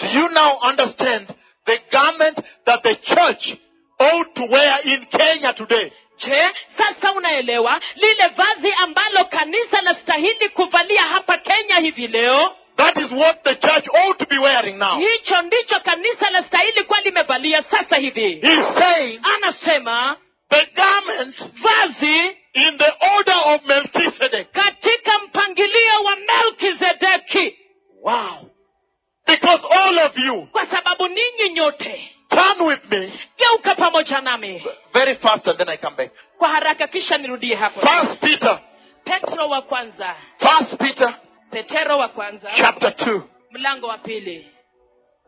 Speaker 1: Do you now understand the garment that the church ought to wear in Kenya today?
Speaker 2: je sasa unaelewa lile vazi ambalo kanisa lastahili kuvalia hapa kenya hivi leo
Speaker 1: That is what the church ought to be wearing now.
Speaker 2: hicho ndicho kanisa lastahili kuwa limevalia sasa hivi
Speaker 1: He's saying
Speaker 2: anasema
Speaker 1: the garment
Speaker 2: vazi
Speaker 1: in the order of Melchizedek.
Speaker 2: katika mpangilio wa melkizedeki
Speaker 1: Wow. Because all of you,
Speaker 2: kwa sababu ninyi nyote
Speaker 1: turn with me
Speaker 2: geuka pamoja nami
Speaker 1: very fast and then I come back.
Speaker 2: kwa haraka kisha nirudie hapo
Speaker 1: First Peter,
Speaker 2: petro wa kwanza
Speaker 1: First Peter
Speaker 2: petero wa kwanza
Speaker 1: chapter 2.
Speaker 2: mlango wa pili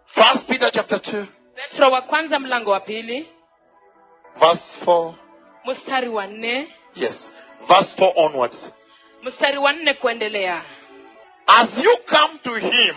Speaker 1: First Peter chapter 2,
Speaker 2: petro wa kwanza mlango wa pili
Speaker 1: verse 4.
Speaker 2: mstari wa nne
Speaker 1: Yes, verse 4 onwards.
Speaker 2: mstari wa nne kuendelea
Speaker 1: As you come to him,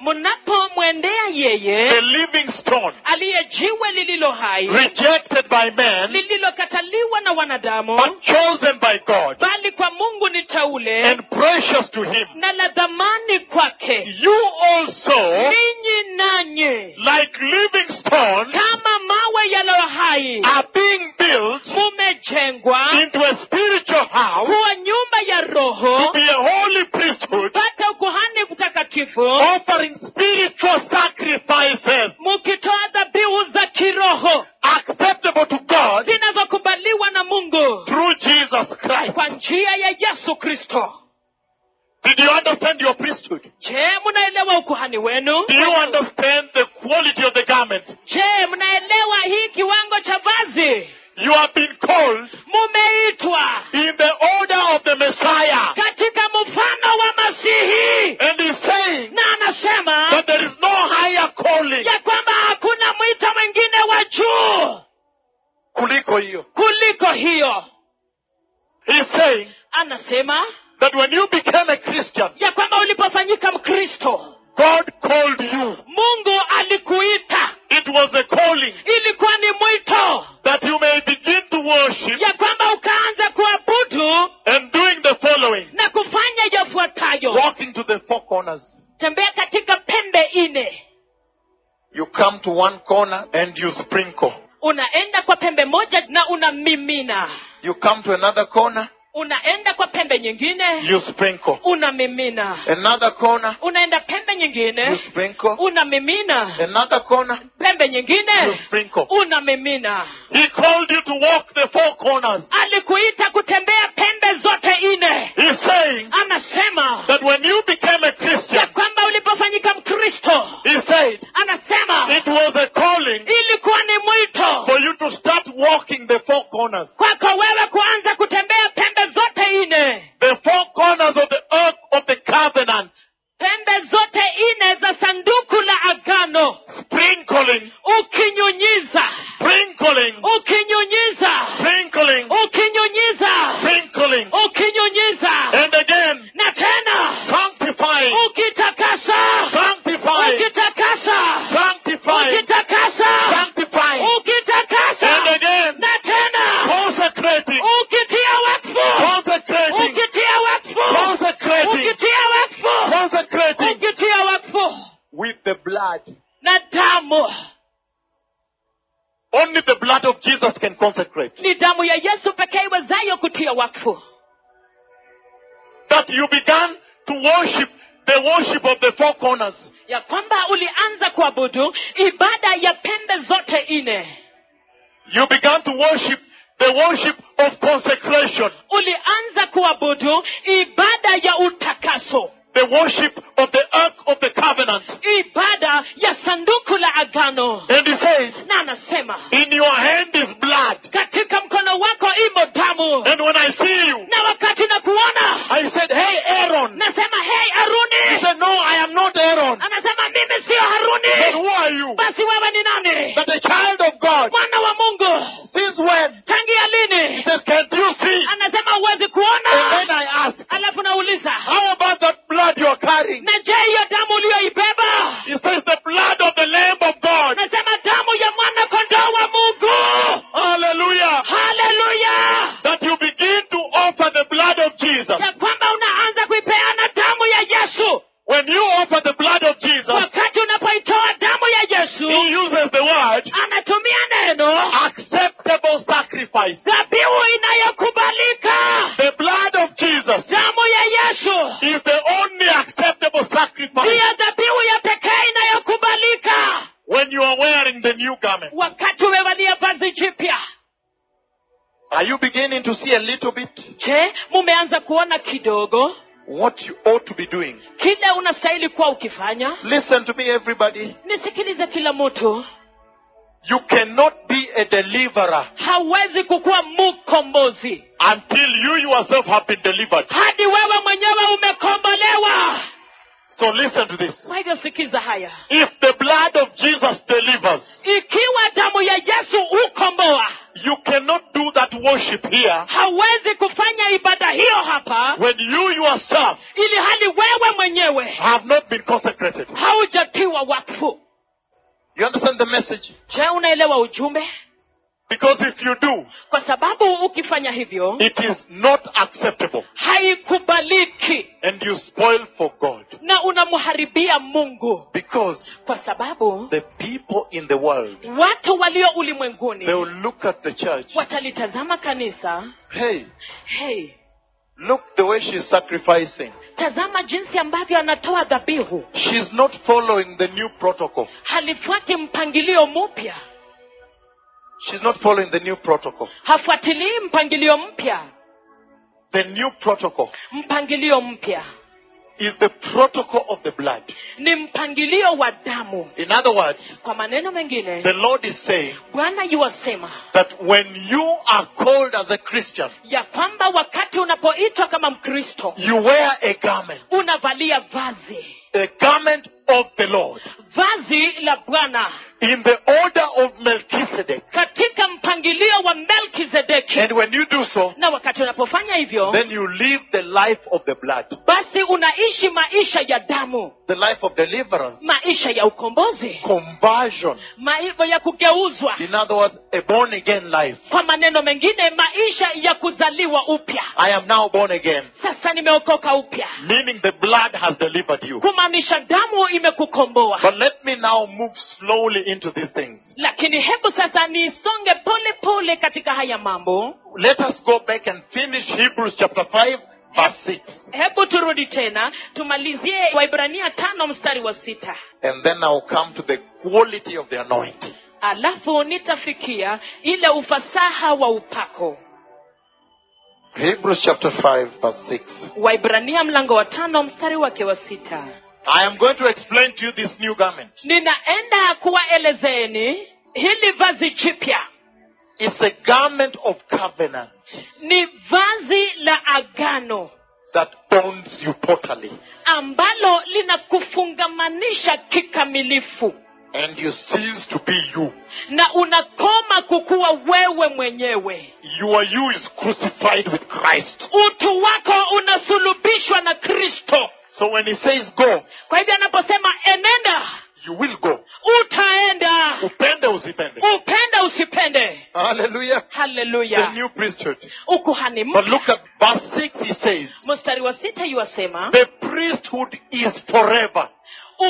Speaker 2: mnapomwendea
Speaker 1: the
Speaker 2: yeye
Speaker 1: living stone,
Speaker 2: aliye jiwe lililo hai
Speaker 1: rejected by men,
Speaker 2: lililokataliwa na wanadamu
Speaker 1: but chosen by God
Speaker 2: bali kwa mungu ni teule
Speaker 1: and precious to him,
Speaker 2: na la dhamani kwake
Speaker 1: you also,
Speaker 2: ninyi nanyi
Speaker 1: like living stone,
Speaker 2: kama mawe yaliyo hai
Speaker 1: are being built
Speaker 2: mumejengwa
Speaker 1: into a spiritual house
Speaker 2: kuwa nyumba ya
Speaker 1: to
Speaker 2: roho
Speaker 1: be a holy priesthood,
Speaker 2: pata ukuhani mtakatifu
Speaker 1: offering spiritual sacrifices
Speaker 2: mukitoa dhabihu za kiroho
Speaker 1: acceptable to God
Speaker 2: zinazokubaliwa na mungu
Speaker 1: through Jesus Christ.
Speaker 2: kwa njia ya yesu kristo
Speaker 1: Did you understand your priesthood?
Speaker 2: je mnaelewa ukuhani wenu
Speaker 1: Do you understand the quality of the garment?
Speaker 2: je mnaelewa hii kiwango cha vazi
Speaker 1: You have been called
Speaker 2: mumeitwa
Speaker 1: in the order of the Messiah.
Speaker 2: katika mfano wa masihi
Speaker 1: And he's saying
Speaker 2: na anasema
Speaker 1: that there is no higher calling.
Speaker 2: ya kwamba hakuna mwita mwingine wa juu
Speaker 1: Kuliko hiyo.
Speaker 2: kuliko hiyo
Speaker 1: He's saying
Speaker 2: anasema
Speaker 1: that when you became a Christian,
Speaker 2: ya kwamba ulipofanyika mkristo
Speaker 1: God called you.
Speaker 2: mungu alikuita
Speaker 1: It was a calling
Speaker 2: ilikuwa ni mwito
Speaker 1: that you may begin to worship
Speaker 2: ya kwamba ukaanza kuabudu
Speaker 1: and doing the following.
Speaker 2: na kufanya yafuatayo
Speaker 1: Walking to the four corners.
Speaker 2: tembea katika pembe ine
Speaker 1: You come to one corner and you sprinkle.
Speaker 2: unaenda kwa pembe moja na unamimina
Speaker 1: You come to another corner
Speaker 2: unaenda kwa pembe nyingine
Speaker 1: you sprinkle.
Speaker 2: unamimina
Speaker 1: Another corner,
Speaker 2: unaenda pembe
Speaker 1: you
Speaker 2: nyingine
Speaker 1: sprinkle.
Speaker 2: unamimina
Speaker 1: Another corner,
Speaker 2: pembe
Speaker 1: you
Speaker 2: nyingine
Speaker 1: sprinkle.
Speaker 2: unamimina
Speaker 1: He called you to walk the four corners.
Speaker 2: alikuita kutembea pembe zote nne
Speaker 1: He's saying
Speaker 2: anasema
Speaker 1: that when you became a Christian,
Speaker 2: ya kwamba ulipofanyika mkristo
Speaker 1: he said
Speaker 2: anasema
Speaker 1: it was a calling
Speaker 2: ilikuwa ni mwito
Speaker 1: for you to start walking the four corners.
Speaker 2: kwako wewe kuanza kutembea pembe zote nne
Speaker 1: The four corners of the earth of the covenant,
Speaker 2: pembe zote nne za sanduku la agano
Speaker 1: sprinkling,
Speaker 2: ukinyunyiza
Speaker 1: sprinkling,
Speaker 2: ukinyunyiza
Speaker 1: sprinkling,
Speaker 2: ukinyunyiza
Speaker 1: sprinkling,
Speaker 2: ukinyunyiza
Speaker 1: and again,
Speaker 2: na tena
Speaker 1: sanctifying,
Speaker 2: ukitakasa
Speaker 1: sanctifying,
Speaker 2: ukitakasa
Speaker 1: sanctifying,
Speaker 2: ukitakasa
Speaker 1: sanctifying, and
Speaker 2: ukitakasa
Speaker 1: again,
Speaker 2: na tena
Speaker 1: consecrating,
Speaker 2: ukitia wakfu
Speaker 1: consecrating,
Speaker 2: ukitia wakfu
Speaker 1: consecrating,
Speaker 2: ukitia wakfu
Speaker 1: consecrating
Speaker 2: ukitia wakfu
Speaker 1: with the blood.
Speaker 2: na damu
Speaker 1: Only the blood of Jesus can consecrate.
Speaker 2: ni damu ya yesu pekee iwezayo kutia wakfu
Speaker 1: That you began to worship the worship of the four corners.
Speaker 2: ya kwamba ulianza kuabudu ibada ya pembe zote nne
Speaker 1: You began to worship the worship of consecration,
Speaker 2: ulianza kuabudu ibada ya utakaso
Speaker 1: the worship of the ark of the covenant.
Speaker 2: ibada ya sanduku la agano
Speaker 1: And he says,
Speaker 2: na anasema
Speaker 1: In your hand is blood.
Speaker 2: katika mkono wako imo damu
Speaker 1: And when I see you,
Speaker 2: na wakati na kuona
Speaker 1: I said, Hey, Aaron.
Speaker 2: nasema
Speaker 1: He
Speaker 2: hei haruni
Speaker 1: said, No, I am not Aaron.
Speaker 2: anasema mimi siyo
Speaker 1: But
Speaker 2: haruni
Speaker 1: who are you?
Speaker 2: basi wewe ni nani
Speaker 1: That the child of God.
Speaker 2: mwana wa mungu
Speaker 1: Since when?
Speaker 2: tangia
Speaker 1: He
Speaker 2: lini
Speaker 1: says, Can you see?
Speaker 2: anasema huwezi
Speaker 1: And
Speaker 2: kuona
Speaker 1: then I ask,
Speaker 2: alafu nauliza
Speaker 1: How about that blood you are carrying?
Speaker 2: na je hiyo damu uliyoibeba
Speaker 1: He says, The blood of the Lamb of God.
Speaker 2: nasema damu ya mwana kondoo wa mungu
Speaker 1: Hallelujah.
Speaker 2: haleluya
Speaker 1: That you begin to offer the blood of Jesus.
Speaker 2: ya kwamba unaanza kuipeana damu ya yesu
Speaker 1: When you offer the blood of Jesus,
Speaker 2: wakati unapoitoa damu ya
Speaker 1: he
Speaker 2: yesu
Speaker 1: uses the word
Speaker 2: anatumia neno
Speaker 1: acceptable sacrifice.
Speaker 2: dhabihu inayokubalika
Speaker 1: The blood of Jesus
Speaker 2: damu ya yesu
Speaker 1: is the only acceptable sacrifice
Speaker 2: ndiyo dhabihu ya pekee inayokubalika
Speaker 1: when you are wearing the new garment.
Speaker 2: wakati umevalia vazi jipya
Speaker 1: Are you beginning to see a little bit
Speaker 2: je mumeanza kuona kidogo
Speaker 1: what you ought to be doing?
Speaker 2: kile unastahili kuwa ukifanya
Speaker 1: Listen to me, everybody.
Speaker 2: nisikilize kila mtu
Speaker 1: You cannot be a deliverer
Speaker 2: hawezi kukuwa mkombozi
Speaker 1: until you yourself have been delivered.
Speaker 2: hadi wewe mwenyewe umekombolewa
Speaker 1: So listen to this.
Speaker 2: kwa hivyo sikiza haya
Speaker 1: If the blood of Jesus delivers,
Speaker 2: ikiwa damu ya yesu hukomboa
Speaker 1: you cannot do that worship here
Speaker 2: hawezi kufanya ibada hiyo hapa
Speaker 1: when you yourself
Speaker 2: ili hali wewe mwenyewe
Speaker 1: have not been consecrated.
Speaker 2: haujatiwa wakfu
Speaker 1: You understand the message?
Speaker 2: je unaelewa ujumbe
Speaker 1: Because if you do,
Speaker 2: kwa sababu ukifanya hivyo
Speaker 1: it is not acceptable
Speaker 2: haikubaliki
Speaker 1: and you spoil for God.
Speaker 2: na unamharibia mungu
Speaker 1: Because
Speaker 2: kwa sababu
Speaker 1: the people in the world,
Speaker 2: watu walio
Speaker 1: they
Speaker 2: ulimwenguni
Speaker 1: will look at the church.
Speaker 2: watalitazama kanisa
Speaker 1: Hey,
Speaker 2: hey
Speaker 1: look the way she's sacrificing.
Speaker 2: tazama jinsi ambavyo anatoa dhabihu
Speaker 1: She's not following the new protocol.
Speaker 2: halifuati mpangilio mpya
Speaker 1: She's not following the new protocol.
Speaker 2: hafuatilii mpangilio mpya
Speaker 1: The new protocol
Speaker 2: mpangilio mpya
Speaker 1: is the protocol of the blood.
Speaker 2: ni mpangilio wa damu
Speaker 1: In other words,
Speaker 2: kwa maneno
Speaker 1: the
Speaker 2: mengine
Speaker 1: Lord is saying
Speaker 2: bwana yuwasema
Speaker 1: that when you are called as a Christian,
Speaker 2: ya kwamba wakati unapoitwa kama mkristo
Speaker 1: you wear a garment,
Speaker 2: unavalia vazi
Speaker 1: a garment of the Lord,
Speaker 2: vazi la bwana
Speaker 1: in the order of Melchizedek.
Speaker 2: katika mpangilio wa melkizedeki
Speaker 1: And when you do so,
Speaker 2: na wakati unapofanya hivyo
Speaker 1: then you live the life of the blood,
Speaker 2: basi unaishi maisha ya damu
Speaker 1: the life of deliverance,
Speaker 2: maisha ya ukombozi
Speaker 1: conversion.
Speaker 2: maisha ya kugeuzwa
Speaker 1: In other words, a born again life.
Speaker 2: kwa maneno mengine maisha ya kuzaliwa upya
Speaker 1: I am now born again,
Speaker 2: sasa nimeokoka upya
Speaker 1: meaning the blood has delivered you.
Speaker 2: kumaanisha damu imekukomboa
Speaker 1: But let me now move slowly into these things.
Speaker 2: lakini hebu sasa niisonge pole pole katika haya mambo
Speaker 1: Let us go back and finish Hebrews chapter 5, verse 6.
Speaker 2: hebu turudi tena tumalizie waibrania tano mstari wa sita
Speaker 1: And then I'll come to the quality of the anointing.
Speaker 2: alafu nitafikia ile ufasaha wa upako
Speaker 1: Hebrews chapter 5, verse 6.
Speaker 2: waibrania mlango wa tano mstari wake wa sita
Speaker 1: I am going to explain to you this new garment.
Speaker 2: ninaenda kuwaelezeni hili vazi jipya
Speaker 1: It's a garment of covenant
Speaker 2: ni vazi la agano
Speaker 1: that owns you totally.
Speaker 2: ambalo linakufungamanisha kikamilifu
Speaker 1: And you cease to be you.
Speaker 2: na unakoma kukuwa wewe mwenyewe
Speaker 1: Your you is crucified with Christ.
Speaker 2: utu wako unasulubishwa na kristo
Speaker 1: So when he says go,
Speaker 2: kwa hivyo anaposema enenda
Speaker 1: you will go.
Speaker 2: utaenda
Speaker 1: Upende usipende.
Speaker 2: upende usipende
Speaker 1: Hallelujah. The
Speaker 2: haleluya
Speaker 1: new priesthood.
Speaker 2: ukuhani
Speaker 1: But
Speaker 2: mpya
Speaker 1: look at verse 6, he says,
Speaker 2: mstari wa sita yuwasema
Speaker 1: The priesthood is forever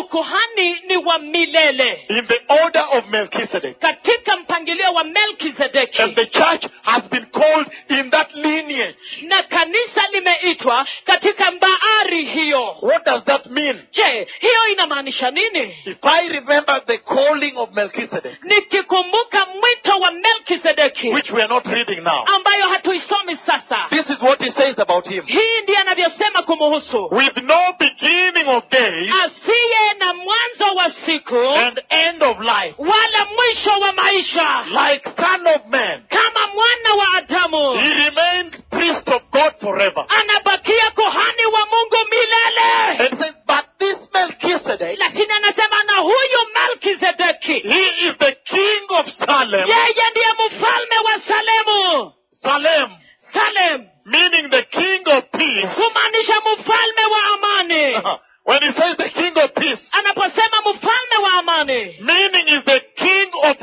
Speaker 2: ukuhani ni wa milele
Speaker 1: in the order of Melchizedek.
Speaker 2: katika mpangilio wa
Speaker 1: And
Speaker 2: melkizedeki
Speaker 1: the church has been called in that lineage.
Speaker 2: na kanisa limeitwa katika mbaari hiyo
Speaker 1: What does that mean?
Speaker 2: je hiyo inamaanisha nini
Speaker 1: If I remember the calling of Melchizedek,
Speaker 2: nikikumbuka mwito wa melkizedeki
Speaker 1: which we are not reading now,
Speaker 2: ambayo hatuisomi sasa
Speaker 1: this is what he says about him.
Speaker 2: hii ndiye anavyosema kumuhusu
Speaker 1: With no beginning of days
Speaker 2: asiye na mwanzo wa siku
Speaker 1: and end of life,
Speaker 2: wala mwisho wa maisha
Speaker 1: like Son of Man,
Speaker 2: kama mwana wa
Speaker 1: he
Speaker 2: adamu
Speaker 1: remains priest of God forever.
Speaker 2: anabakia kohani wa mungu milele
Speaker 1: And say, but this Melchizedek,
Speaker 2: lakini anasema na huyu melkizedeki
Speaker 1: he is the king of Salem.
Speaker 2: yeye ndiye mfalme wa salemu
Speaker 1: Salem,
Speaker 2: salem
Speaker 1: meaning the king of peace.
Speaker 2: kumaanisha mfalme wa amani
Speaker 1: when he says the king of peace,
Speaker 2: anaposema mfalme wa amani
Speaker 1: meaning is the king of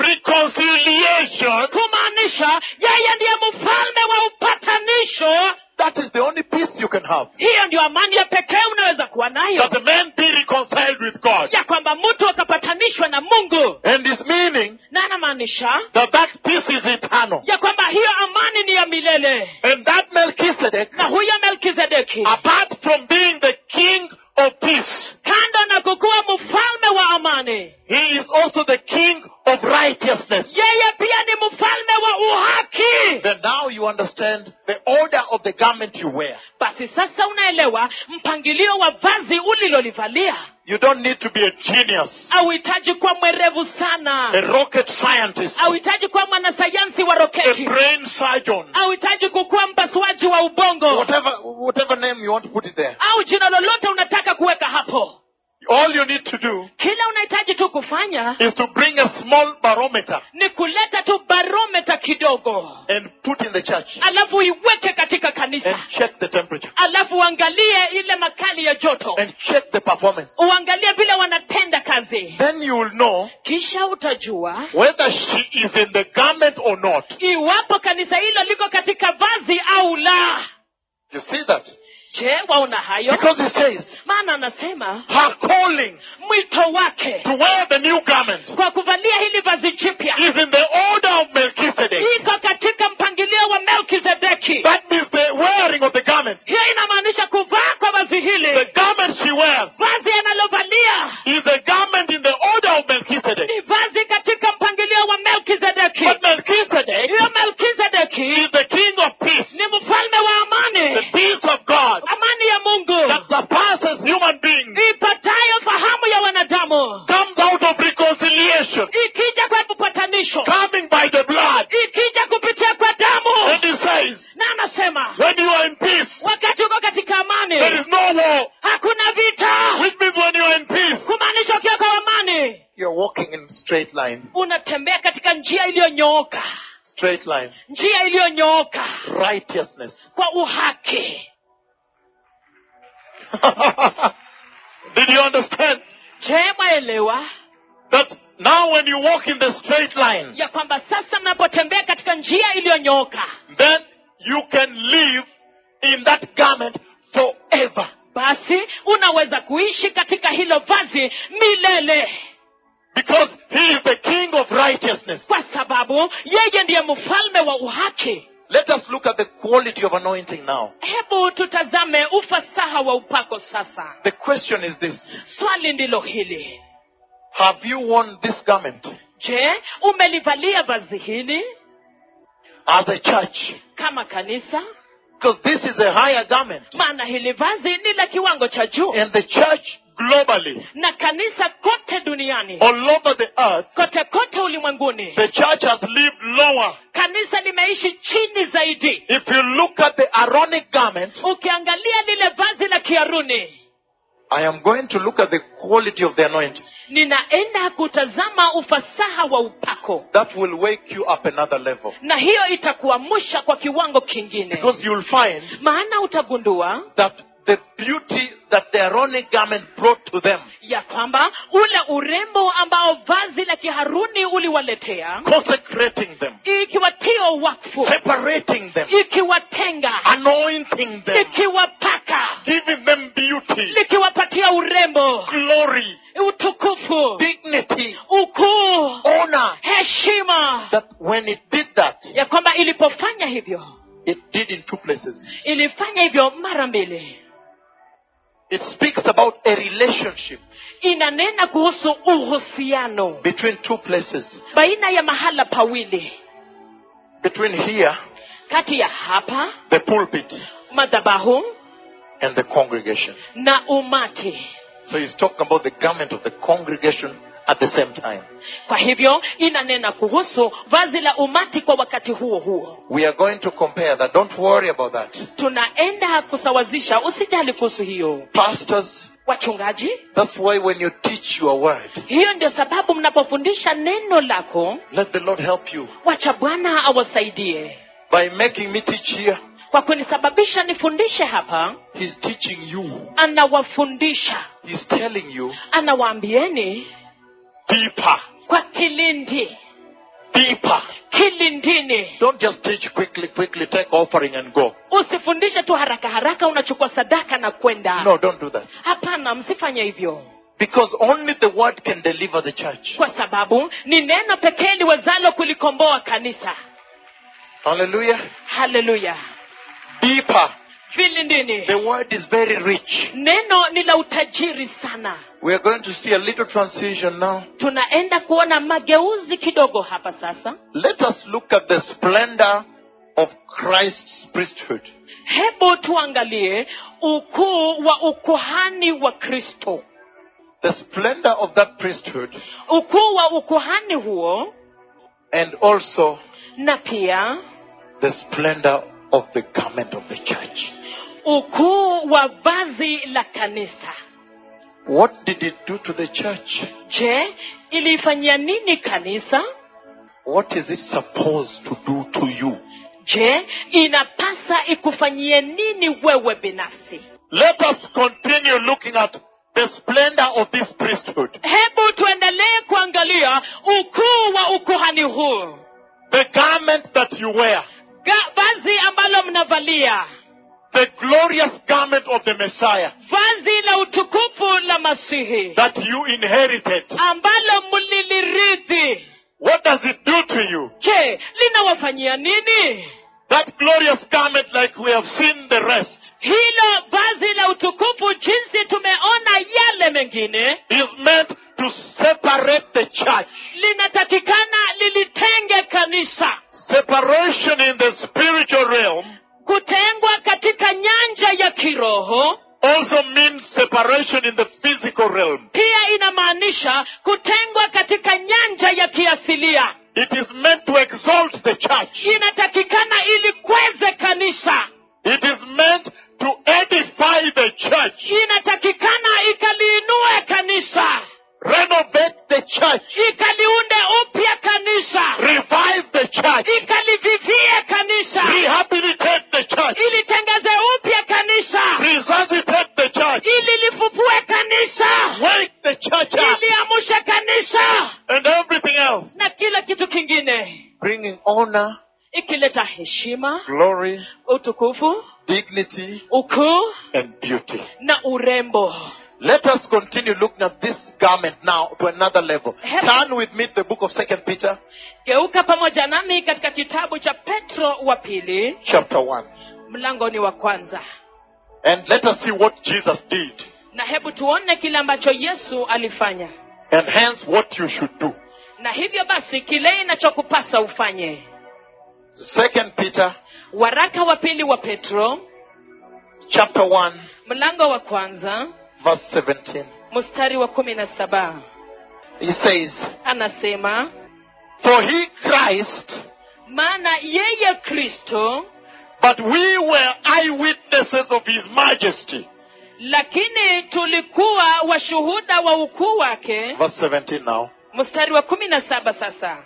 Speaker 1: reconciliation.
Speaker 2: kumaanisha yeye ndiye mfalme wa upatanisho
Speaker 1: That is the only peace you can have.
Speaker 2: hiyo ndio amani ya pekee unaweza kuwa
Speaker 1: That
Speaker 2: nayo
Speaker 1: a man be reconciled with God.
Speaker 2: ya kwamba mtu akapatanishwa na mungu
Speaker 1: And it's meaning
Speaker 2: na anamaanisha
Speaker 1: that that peace is eternal.
Speaker 2: ya kwamba hiyo amani ni ya milele
Speaker 1: And that Melchizedek,
Speaker 2: na huyo melkizedeki
Speaker 1: apart from being the king of peace,
Speaker 2: kando na kukuwa mfalme wa amani
Speaker 1: he is also the king of righteousness.
Speaker 2: yeye pia ni mfalme wa uhaki
Speaker 1: Then now you understand the order of the garment you wear.
Speaker 2: basi sasa unaelewa mpangilio wa vazi ulilolivalia
Speaker 1: You don't need to be a genius,
Speaker 2: auhitaji kuwa mwerevu sana
Speaker 1: a rocket scientist,
Speaker 2: auhitaji kuwa mwanasayansi wa
Speaker 1: a
Speaker 2: roketi
Speaker 1: brain surgeon,
Speaker 2: Ah. auhitaji kukuwa mpasuaji wa ubongo
Speaker 1: whatever, whatever name you want to put it there.
Speaker 2: au jina lolote unataka kuweka hapo
Speaker 1: All you need to do
Speaker 2: kila unahitaji tu kufanya
Speaker 1: is to bring a small barometer
Speaker 2: ni kuleta tu barometa kidogo
Speaker 1: and put in the church
Speaker 2: alafu iweke katika
Speaker 1: and
Speaker 2: kanisa
Speaker 1: check the temperature
Speaker 2: alafu uangalie ile makali ya joto
Speaker 1: and check the performance.
Speaker 2: uangalie vile wanatenda kazi
Speaker 1: Then you will know
Speaker 2: kisha utajua
Speaker 1: whether she is in the garment or not.
Speaker 2: iwapo kanisa hilo liko katika vazi au la
Speaker 1: You see that?
Speaker 2: je waona hayo
Speaker 1: Because it says,
Speaker 2: maana anasema
Speaker 1: her calling
Speaker 2: mwito wake
Speaker 1: to wear the new garment is
Speaker 2: kwa kuvalia hili vazi jipya
Speaker 1: in the order of Melchizedek.
Speaker 2: iko katika mpangilio wa melkizedeki
Speaker 1: That means the wearing of the garment.
Speaker 2: hiyo inamaanisha kuvaa kwa vazi
Speaker 1: The
Speaker 2: hili
Speaker 1: garment she wears
Speaker 2: vazi analovalia
Speaker 1: is a garment in the order of Melchizedek.
Speaker 2: ni vazi katika mpangilio wa melkizedeki
Speaker 1: But Melchizedek
Speaker 2: hiyo melkizedeki
Speaker 1: is the king of peace,
Speaker 2: ni mfalme wa
Speaker 1: the
Speaker 2: amani
Speaker 1: peace of God
Speaker 2: amani ya
Speaker 1: that
Speaker 2: mungu
Speaker 1: surpasses human beings,
Speaker 2: ipatayo fahamu ya wanadamu
Speaker 1: comes out of reconciliation,
Speaker 2: ikija kwa upatanisho
Speaker 1: coming by the blood.
Speaker 2: ikija kupitia kwa
Speaker 1: And
Speaker 2: damu
Speaker 1: he says,
Speaker 2: na anasema
Speaker 1: when you are in peace,
Speaker 2: wakati uko katika
Speaker 1: there
Speaker 2: amani
Speaker 1: is no war.
Speaker 2: hakuna vita
Speaker 1: Which means when you are in peace,
Speaker 2: kumaanisha ukiwa kwa amani
Speaker 1: you're walking in straight line,
Speaker 2: unatembea katika njia iliyonyooka
Speaker 1: straight line,
Speaker 2: njia iliyonyooka
Speaker 1: righteousness.
Speaker 2: kwa uhaki
Speaker 1: Did you understand
Speaker 2: je mwaelewa
Speaker 1: that now when you walk in the straight line,
Speaker 2: ya kwamba sasa mnapotembea katika njia iliyonyooka
Speaker 1: then you can live in that garment forever
Speaker 2: basi unaweza kuishi katika hilo vazi milele
Speaker 1: Because he is the king of righteousness.
Speaker 2: kwa sababu yeye ndiye mfalme wa uhaki
Speaker 1: Let us look at the quality of anointing now.
Speaker 2: hebu tutazame ufasaha wa upako sasa
Speaker 1: The question is this
Speaker 2: swali ndilo hili
Speaker 1: Have you worn this garment
Speaker 2: je umelivalia vazi hili
Speaker 1: as a church?
Speaker 2: kama kanisa
Speaker 1: Because this is a higher garment.
Speaker 2: maana hili vazi ni la kiwango cha juu
Speaker 1: And the church globally,
Speaker 2: na kanisa kote duniani
Speaker 1: all over the earth,
Speaker 2: kote kote ulimwenguni
Speaker 1: the church has lived lower.
Speaker 2: kanisa limeishi chini zaidi
Speaker 1: If you look at the Aaronic garment,
Speaker 2: ukiangalia lile vazi la kiaruni
Speaker 1: I am going to look at the quality of the anointing.
Speaker 2: ninaenda kutazama ufasaha wa upako
Speaker 1: That will wake you up another level.
Speaker 2: na hiyo itakuamusha kwa kiwango kingine
Speaker 1: Because you'll find
Speaker 2: maana utagundua
Speaker 1: that the beauty that the Aaronic garment brought to them
Speaker 2: ya kwamba ule urembo ambao vazi la kiharuni uliwaletea
Speaker 1: consecrating them,
Speaker 2: ikiwatio wakfu
Speaker 1: separating them,
Speaker 2: ikiwatenga
Speaker 1: anointing them,
Speaker 2: likiwapaka
Speaker 1: giving them beauty,
Speaker 2: likiwapatia urembo
Speaker 1: glory,
Speaker 2: utukufu
Speaker 1: dignity,
Speaker 2: ukuu
Speaker 1: honor.
Speaker 2: heshima
Speaker 1: That when it did that,
Speaker 2: ya kwamba ilipofanya hivyo
Speaker 1: it did in two places.
Speaker 2: ilifanya hivyo mara mbili
Speaker 1: It speaks about a relationship
Speaker 2: inanena kuhusu uhusiano
Speaker 1: between two places,
Speaker 2: baina ya mahala pawili
Speaker 1: between here,
Speaker 2: kati ya hapa
Speaker 1: the pulpit,
Speaker 2: madhabahu
Speaker 1: and the congregation.
Speaker 2: na umati
Speaker 1: So he's talking about the garment of the congregation at the same time.
Speaker 2: kwa hivyo inanena kuhusu vazi la umati kwa wakati huo huo
Speaker 1: We are going to compare that. Don't worry about that.
Speaker 2: tunaenda kusawazisha usijali kuhusu hiyo
Speaker 1: Pastors,
Speaker 2: wachungaji
Speaker 1: that's why when you teach your word,
Speaker 2: hiyo ndio sababu mnapofundisha neno lako
Speaker 1: let the Lord help you
Speaker 2: wacha bwana awasaidie
Speaker 1: by making me teach here.
Speaker 2: kwa kunisababisha nifundishe hapa
Speaker 1: He's teaching you.
Speaker 2: anawafundisha
Speaker 1: He's telling you
Speaker 2: anawaambieni
Speaker 1: deeper,
Speaker 2: kwa kilindi
Speaker 1: deeper.
Speaker 2: kilindini
Speaker 1: Don't just teach quickly, quickly, take offering and go.
Speaker 2: usifundishe tu haraka haraka unachukua sadaka na kwenda
Speaker 1: No, don't do that.
Speaker 2: hapana msifanye hivyo
Speaker 1: Because only the word can deliver the church.
Speaker 2: kwa sababu ni neno pekee liwezalo kulikomboa kanisa
Speaker 1: Hallelujah.
Speaker 2: haleluya
Speaker 1: Deeper.
Speaker 2: vilindini
Speaker 1: The word is very rich.
Speaker 2: neno ni la utajiri sana
Speaker 1: We are going to see a little transition now.
Speaker 2: tunaenda kuona mageuzi kidogo hapa sasa
Speaker 1: Let us look at the splendor of Christ's priesthood.
Speaker 2: hebu tuangalie ukuu wa ukuhani wa kristo
Speaker 1: The splendor of that priesthood
Speaker 2: ukuu wa ukuhani huo
Speaker 1: and also
Speaker 2: na pia
Speaker 1: the splendor of the garment of the church.
Speaker 2: ukuu wa vazi la kanisa
Speaker 1: What did it do to the church?
Speaker 2: je iliifanyia nini kanisa
Speaker 1: What is it supposed to do to you?
Speaker 2: je inapasa ikufanyie nini wewe binafsi
Speaker 1: Let us continue looking at the splendor of this priesthood,
Speaker 2: hebu tuendelee kuangalia ukuu wa ukuhani huu
Speaker 1: the garment that you wear,
Speaker 2: Ga- vazi ambalo mnavalia
Speaker 1: the glorious garment of the Messiah
Speaker 2: vazi la utukufu la masihi
Speaker 1: that you inherited.
Speaker 2: ambalo mlilirithi
Speaker 1: What does it do to you?
Speaker 2: je linawafanyia nini
Speaker 1: That glorious garment, like we have seen the rest,
Speaker 2: hilo vazi la utukufu jinsi tumeona yale mengine
Speaker 1: is meant to separate the church.
Speaker 2: linatakikana lilitenge kanisa
Speaker 1: Separation in the spiritual realm
Speaker 2: kutengwa katika nyanja ya kiroho
Speaker 1: also means separation in the physical realm.
Speaker 2: pia inamaanisha kutengwa katika nyanja ya kiasilia
Speaker 1: It is meant to exalt the church.
Speaker 2: inatakikana ili kweze kanisa
Speaker 1: It is meant to edify the church,
Speaker 2: inatakikana ikaliinue kanisa
Speaker 1: renovate the church,
Speaker 2: ikaliunde upya kanisa
Speaker 1: revive the church,
Speaker 2: ikalivivie kanisa
Speaker 1: rehabilitate the church,
Speaker 2: ilitengeze upya kanisa
Speaker 1: resuscitate the church,
Speaker 2: ili lifufue kanisa
Speaker 1: wake the church up,
Speaker 2: iliamshe kanisa
Speaker 1: and everything else.
Speaker 2: na kila kitu kingine
Speaker 1: Bringing honor,
Speaker 2: ikileta heshima
Speaker 1: glory,
Speaker 2: utukufu
Speaker 1: dignity,
Speaker 2: ukuu
Speaker 1: and beauty.
Speaker 2: na urembo
Speaker 1: Let us continue looking at this garment now to another level. Turn with me to the book of Second Peter,
Speaker 2: geuka pamoja nami katika kitabu cha petro wa pili
Speaker 1: chapter one,
Speaker 2: mlango ni wa kwanza
Speaker 1: and let us see what Jesus did,
Speaker 2: na hebu tuone kile ambacho yesu alifanya
Speaker 1: and hence what you should do.
Speaker 2: na hivyo basi kile inachokupasa ufanye
Speaker 1: Second Peter,
Speaker 2: waraka wa pili wa petro
Speaker 1: chapter one,
Speaker 2: mlango wa kwanza
Speaker 1: verse seventeen.
Speaker 2: mstari wa kumi na saba
Speaker 1: He says,
Speaker 2: anasema
Speaker 1: "For he Christ,
Speaker 2: maana yeye kristo
Speaker 1: but we were eyewitnesses of his majesty."
Speaker 2: lakini tulikuwa washuhuda wa ukuu wake
Speaker 1: Verse seventeen now.
Speaker 2: mstari wa kumi na saba sasa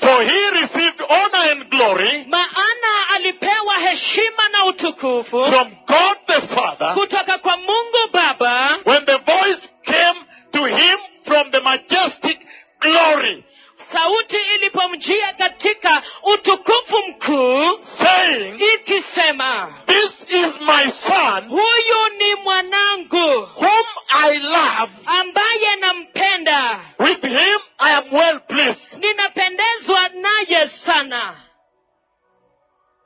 Speaker 1: For he received honor and glory
Speaker 2: maana alipewa heshima na utukufu
Speaker 1: from God the Father
Speaker 2: kutoka kwa mungu baba
Speaker 1: when the voice came to him from the majestic glory,
Speaker 2: sauti ilipomjia katika utukufu mkuu
Speaker 1: saying,
Speaker 2: ikisema
Speaker 1: This is my son,
Speaker 2: huyu ni mwanangu
Speaker 1: whom I love.
Speaker 2: ambaye nampenda
Speaker 1: With him I am well pleased.
Speaker 2: ninapendezwa naye sana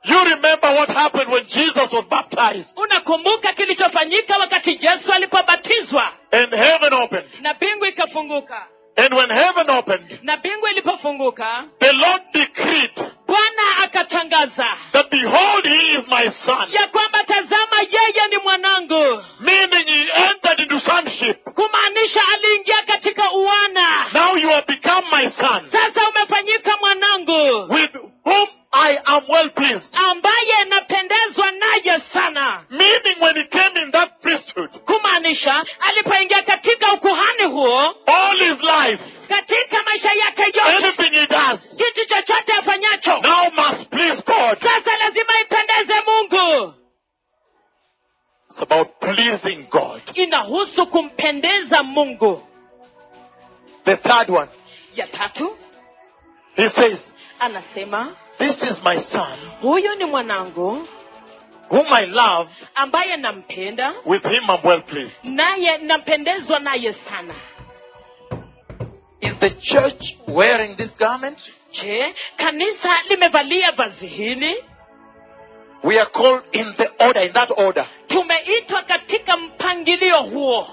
Speaker 1: You remember what happened when Jesus was baptized
Speaker 2: unakumbuka kilichofanyika wakati yesu alipobatizwa
Speaker 1: and heaven opened.
Speaker 2: na mbingu ikafunguka
Speaker 1: And when heaven opened,
Speaker 2: na mbingu ilipofunguka
Speaker 1: the Lord decreed
Speaker 2: bwana akatangaza
Speaker 1: that behold, he is my son.
Speaker 2: ya kwamba tazama yeye ni mwanangu
Speaker 1: Meaning he entered into sonship.
Speaker 2: kumaanisha aliingia katika uwana
Speaker 1: Now you have become my son.
Speaker 2: sasa umefanyika mwanangu
Speaker 1: with whom I am well pleased.
Speaker 2: ambaye napendezwa naye sana
Speaker 1: Meaning, when he came in that priesthood,
Speaker 2: kumaanisha alipoingia katika ukuhani huo
Speaker 1: all his life,
Speaker 2: katika maisha yake yote
Speaker 1: anything he does,
Speaker 2: kitu chochote afanyacho
Speaker 1: now must please God.
Speaker 2: sasa lazima ipendeze mungu
Speaker 1: It's about pleasing God.
Speaker 2: inahusu kumpendeza mungu
Speaker 1: The third one,
Speaker 2: ya tatu
Speaker 1: he says,
Speaker 2: anasema
Speaker 1: This is my son,
Speaker 2: huyu ni mwanangu
Speaker 1: whom I love,
Speaker 2: ambaye nampenda
Speaker 1: with him I'm well pleased.
Speaker 2: naye napendezwa naye sana
Speaker 1: Is the church wearing this garment?
Speaker 2: je kanisa limevalia vazi hili
Speaker 1: We are called in the order, in that order.
Speaker 2: tumeitwa katika mpangilio huo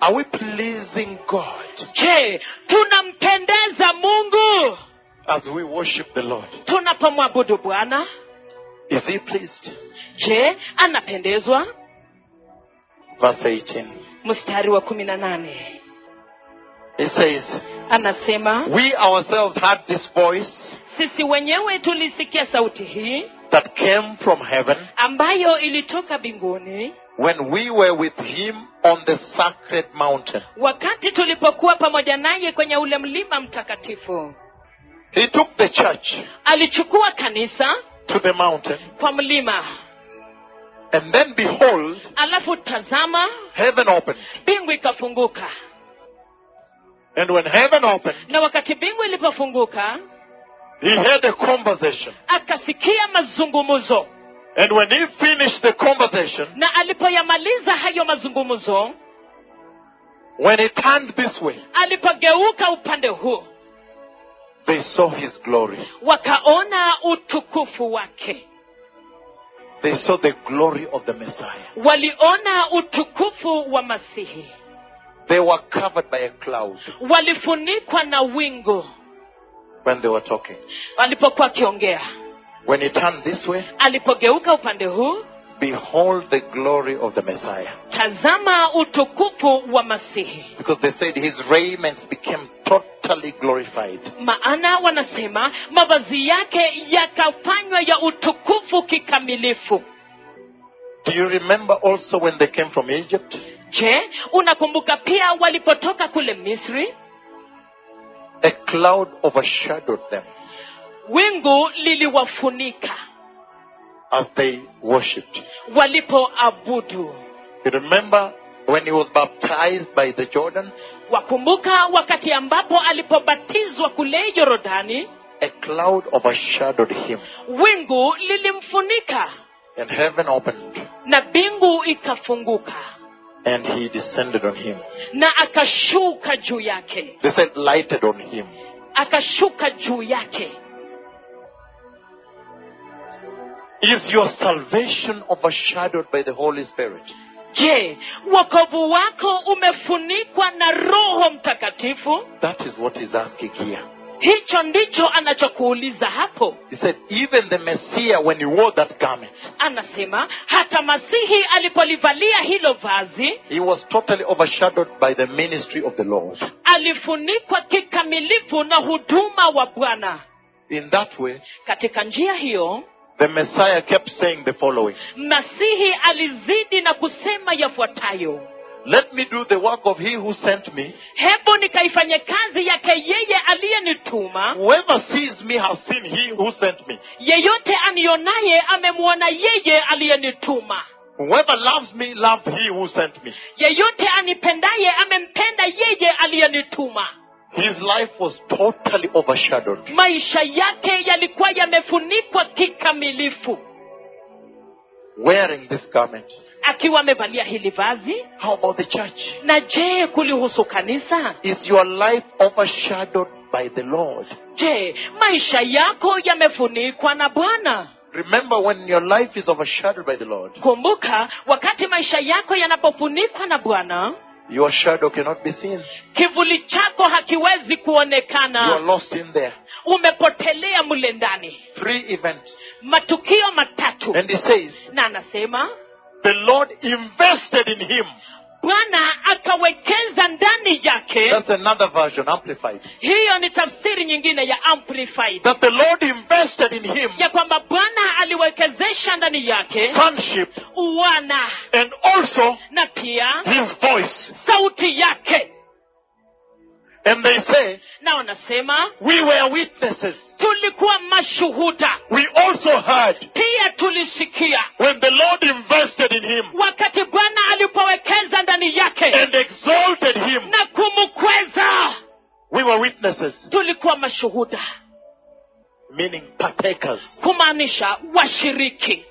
Speaker 1: Are we pleasing God
Speaker 2: je tunampendeza mungu
Speaker 1: as we worship the Lord?
Speaker 2: tunapomwabudu bwana
Speaker 1: Is he pleased?
Speaker 2: je anapendezwa
Speaker 1: Verse 18.
Speaker 2: mstari wa kumi na nane
Speaker 1: It says,
Speaker 2: anasema
Speaker 1: We ourselves had this voice
Speaker 2: sisi wenyewe tulisikia sauti hii
Speaker 1: that came from heaven
Speaker 2: ambayo ilitoka mbinguni
Speaker 1: when we were with him on the sacred mountain.
Speaker 2: wakati tulipokuwa pamoja naye kwenye ule mlima mtakatifu
Speaker 1: He took the church
Speaker 2: alichukua kanisa
Speaker 1: to the mountain,
Speaker 2: kwa mlima
Speaker 1: and then behold,
Speaker 2: alafu tazama
Speaker 1: heaven opened.
Speaker 2: mbingu ikafunguka
Speaker 1: And when heaven opened,
Speaker 2: na wakati mbingu ilipofunguka
Speaker 1: he had a conversation.
Speaker 2: akasikia mazungumzo
Speaker 1: And when he finished the conversation,
Speaker 2: na alipoyamaliza hayo mazungumzo
Speaker 1: when he turned this way,
Speaker 2: alipogeuka upande huu
Speaker 1: they saw his glory.
Speaker 2: wakaona utukufu wake
Speaker 1: They saw the glory of the Messiah.
Speaker 2: waliona utukufu wa masihi
Speaker 1: They were covered by a cloud
Speaker 2: walifunikwa na wingu
Speaker 1: when they were talking.
Speaker 2: alipokuwa akiongea
Speaker 1: When he turned this way,
Speaker 2: alipogeuka upande huu
Speaker 1: behold the glory of the Messiah.
Speaker 2: tazama utukufu wa masihi
Speaker 1: Because they said his raiments became totally glorified.
Speaker 2: maana wanasema mavazi yake yakafanywa ya utukufu kikamilifu
Speaker 1: Do you remember also when they came from Egypt?
Speaker 2: je unakumbuka pia walipotoka kule misri
Speaker 1: A cloud overshadowed them
Speaker 2: wingu liliwafunika
Speaker 1: as they worshipped.
Speaker 2: walipoabudu
Speaker 1: You remember when he was baptized by the Jordan?
Speaker 2: wakumbuka wakati ambapo alipobatizwa kule yorodani
Speaker 1: A cloud overshadowed him,
Speaker 2: wingu lilimfunika
Speaker 1: and heaven opened,
Speaker 2: na mbingu ikafunguka
Speaker 1: and he descended on him.
Speaker 2: na akashuka juu yake
Speaker 1: They said, lighted on him.
Speaker 2: akashuka juu yake
Speaker 1: Is your salvation overshadowed by the Holy Spirit?
Speaker 2: je wokovu wako umefunikwa na roho mtakatifu
Speaker 1: That is what he's asking here.
Speaker 2: hicho ndicho anachokuuliza hapo
Speaker 1: He said, even the Messiah, when he wore that garment,
Speaker 2: anasema hata masihi alipolivalia hilo vazi
Speaker 1: he was totally overshadowed by the ministry of the Lord.
Speaker 2: alifunikwa kikamilifu na huduma wa bwana
Speaker 1: In that way,
Speaker 2: katika njia hiyo
Speaker 1: the Messiah kept saying the following
Speaker 2: masihi alizidi na kusema yafuatayo
Speaker 1: Let me do the work of he who sent me.
Speaker 2: hebu nikaifanye kazi yake yeye aliyenituma
Speaker 1: Whoever sees me has seen he who sent me.
Speaker 2: yeyote anionaye amemwona yeye aliyenituma
Speaker 1: Whoever loves me, loved he who sent me.
Speaker 2: yeyote anipendaye amempenda yeye aliyenituma
Speaker 1: His life was totally overshadowed.
Speaker 2: maisha yake yalikuwa yamefunikwa kikamilifu
Speaker 1: Wearing this garment.
Speaker 2: akiwa amevalia hili vazi
Speaker 1: How about the church?
Speaker 2: na je kulihusu kanisa
Speaker 1: Is your life overshadowed by the Lord?
Speaker 2: je maisha yako yamefunikwa na bwana
Speaker 1: Remember, when your life is overshadowed by the Lord,
Speaker 2: kumbuka wakati maisha yako yanapofunikwa na bwana
Speaker 1: your shadow cannot be seen.
Speaker 2: kivuli chako hakiwezi
Speaker 1: You are
Speaker 2: kuonekana
Speaker 1: lost in there.
Speaker 2: umepotelea mle ndani
Speaker 1: Three events.
Speaker 2: matukio matatu
Speaker 1: And he says,
Speaker 2: na anasema
Speaker 1: the Lord invested in him.
Speaker 2: bwana akawekeza ndani yake
Speaker 1: That's another version, amplified.
Speaker 2: hiyo ni tafsiri nyingine ya amplified
Speaker 1: That the Lord invested in him
Speaker 2: ya kwamba bwana aliwekezesha ndani yake
Speaker 1: sonship
Speaker 2: uwana
Speaker 1: and also
Speaker 2: na pia
Speaker 1: his voice.
Speaker 2: sauti yake
Speaker 1: And they say,
Speaker 2: na wanasema
Speaker 1: we were witnesses.
Speaker 2: tulikuwa mashuhuda
Speaker 1: We also heard
Speaker 2: pia tulisikia
Speaker 1: when the Lord invested in him
Speaker 2: wakati bwana alipowekeza ndani yake
Speaker 1: and exalted him.
Speaker 2: na kumkweza
Speaker 1: We were witnesses,
Speaker 2: tulikuwa mashuhuda
Speaker 1: meaning partakers.
Speaker 2: kumaanisha washiriki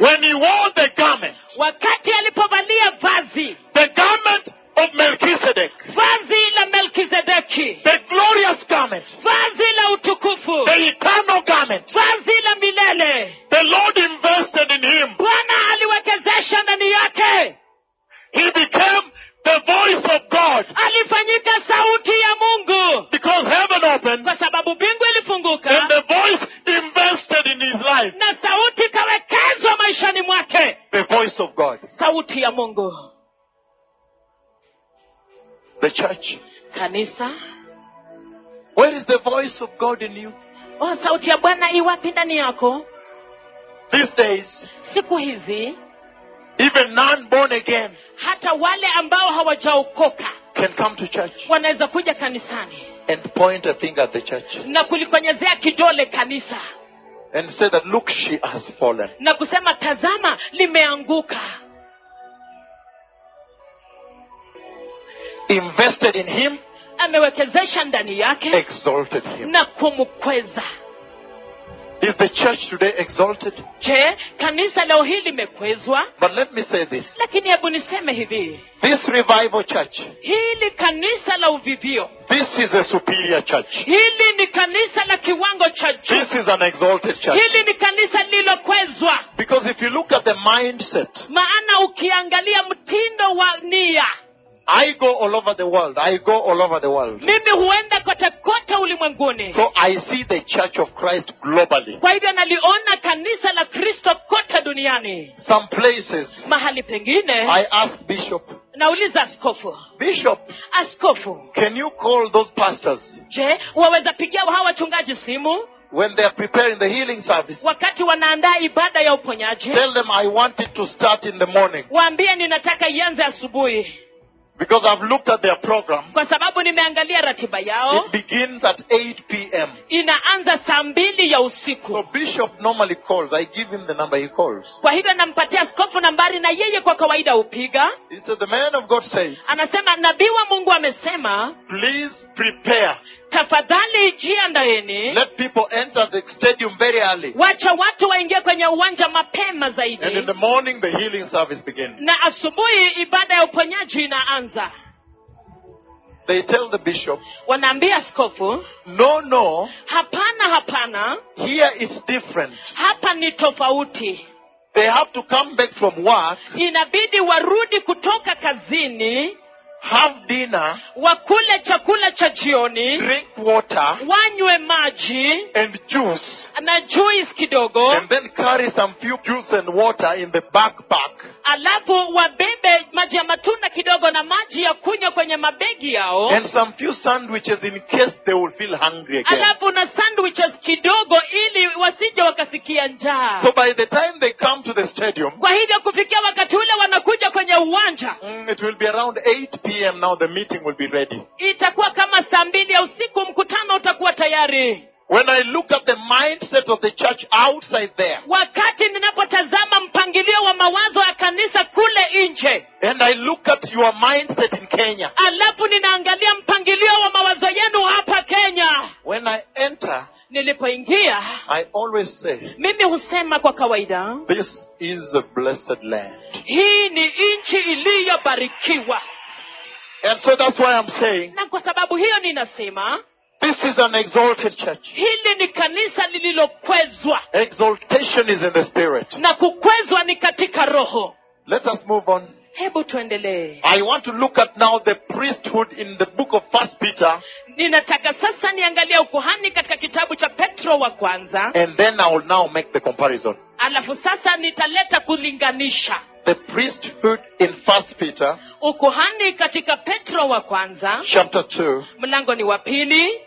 Speaker 1: When he wore the garment,
Speaker 2: wakati alipovalia vazi
Speaker 1: the garment of Melchizedek,
Speaker 2: vazi la melkizedeki
Speaker 1: the glorious garment,
Speaker 2: vazi la utukufu
Speaker 1: the eternal garment,
Speaker 2: vazi la milele
Speaker 1: the Lord invested in him.
Speaker 2: bwana aliwekezesha ndani yake
Speaker 1: He became the voice of God
Speaker 2: alifanyika sauti ya mungu
Speaker 1: because heaven opened
Speaker 2: kwa sababu mbingu
Speaker 1: and
Speaker 2: ilifunguka
Speaker 1: the voice invested in his life.
Speaker 2: na sauti ikawekezwa maishani mwake
Speaker 1: The voice of God.
Speaker 2: sauti ya mungu
Speaker 1: The church.
Speaker 2: kanisa
Speaker 1: Where is the voice of God in you?
Speaker 2: oh, sauti ya bwana iwapi ndani yako
Speaker 1: These days,
Speaker 2: siku hizi
Speaker 1: even non born again
Speaker 2: hata wale ambao hawajaokoka
Speaker 1: can come to church
Speaker 2: wanaweza kuja kanisani
Speaker 1: and point a finger at the church
Speaker 2: na kulikonyezea kidole kanisa
Speaker 1: and say that, look, she has fallen.
Speaker 2: na kusema tazama limeanguka
Speaker 1: Invested in him,
Speaker 2: amewekezesha ndani yake
Speaker 1: exalted him.
Speaker 2: na kumkweza
Speaker 1: Is the church today exalted?
Speaker 2: je kanisa leo hii limekwezwa
Speaker 1: But let me say this
Speaker 2: lakini hebu niseme hivi
Speaker 1: this revival church,
Speaker 2: hili kanisa la uvivio
Speaker 1: this is a superior church.
Speaker 2: hili ni kanisa la kiwango cha juu
Speaker 1: This is an exalted church.
Speaker 2: hili ni kanisa lililokwezwa
Speaker 1: Because if you look at the mindset,
Speaker 2: maana ukiangalia mtindo wa nia
Speaker 1: I go all over the world. I go all over the world.
Speaker 2: mimi huenda kote kote ulimwenguni
Speaker 1: So I see the church of Christ globally.
Speaker 2: kwa hivyo naliona kanisa la kristo kote duniani
Speaker 1: Some places,
Speaker 2: mahali pengine
Speaker 1: I ask Bishop,
Speaker 2: nauliza askofu
Speaker 1: Bishop,
Speaker 2: askofu
Speaker 1: can you call those pastors
Speaker 2: je waweza pigia hawa wachungaji simu
Speaker 1: when they are preparing the healing service?
Speaker 2: wakati wanaandaa ibada ya uponyaji
Speaker 1: Tell them I want it to start in the morning
Speaker 2: waambie ninataka ianze asubuhi
Speaker 1: because I've looked at their program.
Speaker 2: kwa sababu nimeangalia ratiba yao
Speaker 1: It begins at 8 p.m.
Speaker 2: inaanza saa mbili ya
Speaker 1: So
Speaker 2: usiku
Speaker 1: Bishop normally calls. I give him the number he calls.
Speaker 2: kwa hivyo nampatia askofu nambari na yeye kwa kawaida hupiga
Speaker 1: He said, The man of God says,
Speaker 2: anasema nabii wa mungu amesema
Speaker 1: Please prepare
Speaker 2: tafadhali jiandaeni
Speaker 1: Let people enter the stadium very early.
Speaker 2: wacha watu waingie kwenye uwanja mapema
Speaker 1: And in
Speaker 2: zaidi
Speaker 1: the morning, the healing service begins.
Speaker 2: na asubuhi ibada ya uponyaji inaanza
Speaker 1: They tell the bishop,
Speaker 2: wanaambia askofu
Speaker 1: no, no,
Speaker 2: hapana hapana
Speaker 1: here it's different.
Speaker 2: hapa ni tofauti
Speaker 1: They have to come back from work,
Speaker 2: inabidi warudi kutoka kazini
Speaker 1: have dinner,
Speaker 2: wakule chakula cha jioni
Speaker 1: drink water
Speaker 2: wanywe maji
Speaker 1: and juice,
Speaker 2: na juice kidogo
Speaker 1: and then carry some few juice and water in the backpack,
Speaker 2: alafu wabebe maji ya matunda kidogo na maji ya kunywa kwenye mabegi yao
Speaker 1: and some few sandwiches in case they will feel hungry again.
Speaker 2: alafu na sandwiches kidogo ili wasije wakasikia njaa
Speaker 1: So by the time they come to the stadium,
Speaker 2: kwa hivyo kufikia wakati ule wanakuja kwenye uwanja
Speaker 1: mm, it will be around 8 p.m. now. The meeting will be ready.
Speaker 2: itakuwa kama saa mbili ya usiku mkutano utakuwa tayari
Speaker 1: When I look at the mindset of the church outside there,
Speaker 2: wakati ninapotazama mpangilio wa mawazo ya kanisa kule nje
Speaker 1: and I look at your mindset in Kenya,
Speaker 2: alafu ninaangalia mpangilio wa mawazo yenu hapa kenya
Speaker 1: when I enter,
Speaker 2: nilipoingia
Speaker 1: I always say,
Speaker 2: mimi husema kwa kawaida
Speaker 1: This is a blessed land.
Speaker 2: hii ni nchi iliyobarikiwa
Speaker 1: And so that's why I'm saying,
Speaker 2: na kwa sababu hiyo ninasema
Speaker 1: This is an exalted church.
Speaker 2: hili ni kanisa lililokwezwa
Speaker 1: Exaltation is in the spirit.
Speaker 2: na kukwezwa ni katika roho
Speaker 1: Let us move on.
Speaker 2: hebu tuendelee
Speaker 1: I want to look at now the priesthood in the book of First Peter,
Speaker 2: ninataka sasa niangalie ukuhani katika kitabu cha petro wa kwanza
Speaker 1: and then I will now make the comparison.
Speaker 2: alafu sasa nitaleta kulinganisha
Speaker 1: The priesthood in First Peter,
Speaker 2: ukuhani katika petro wa kwanza
Speaker 1: chapter two,
Speaker 2: mlango ni wa pili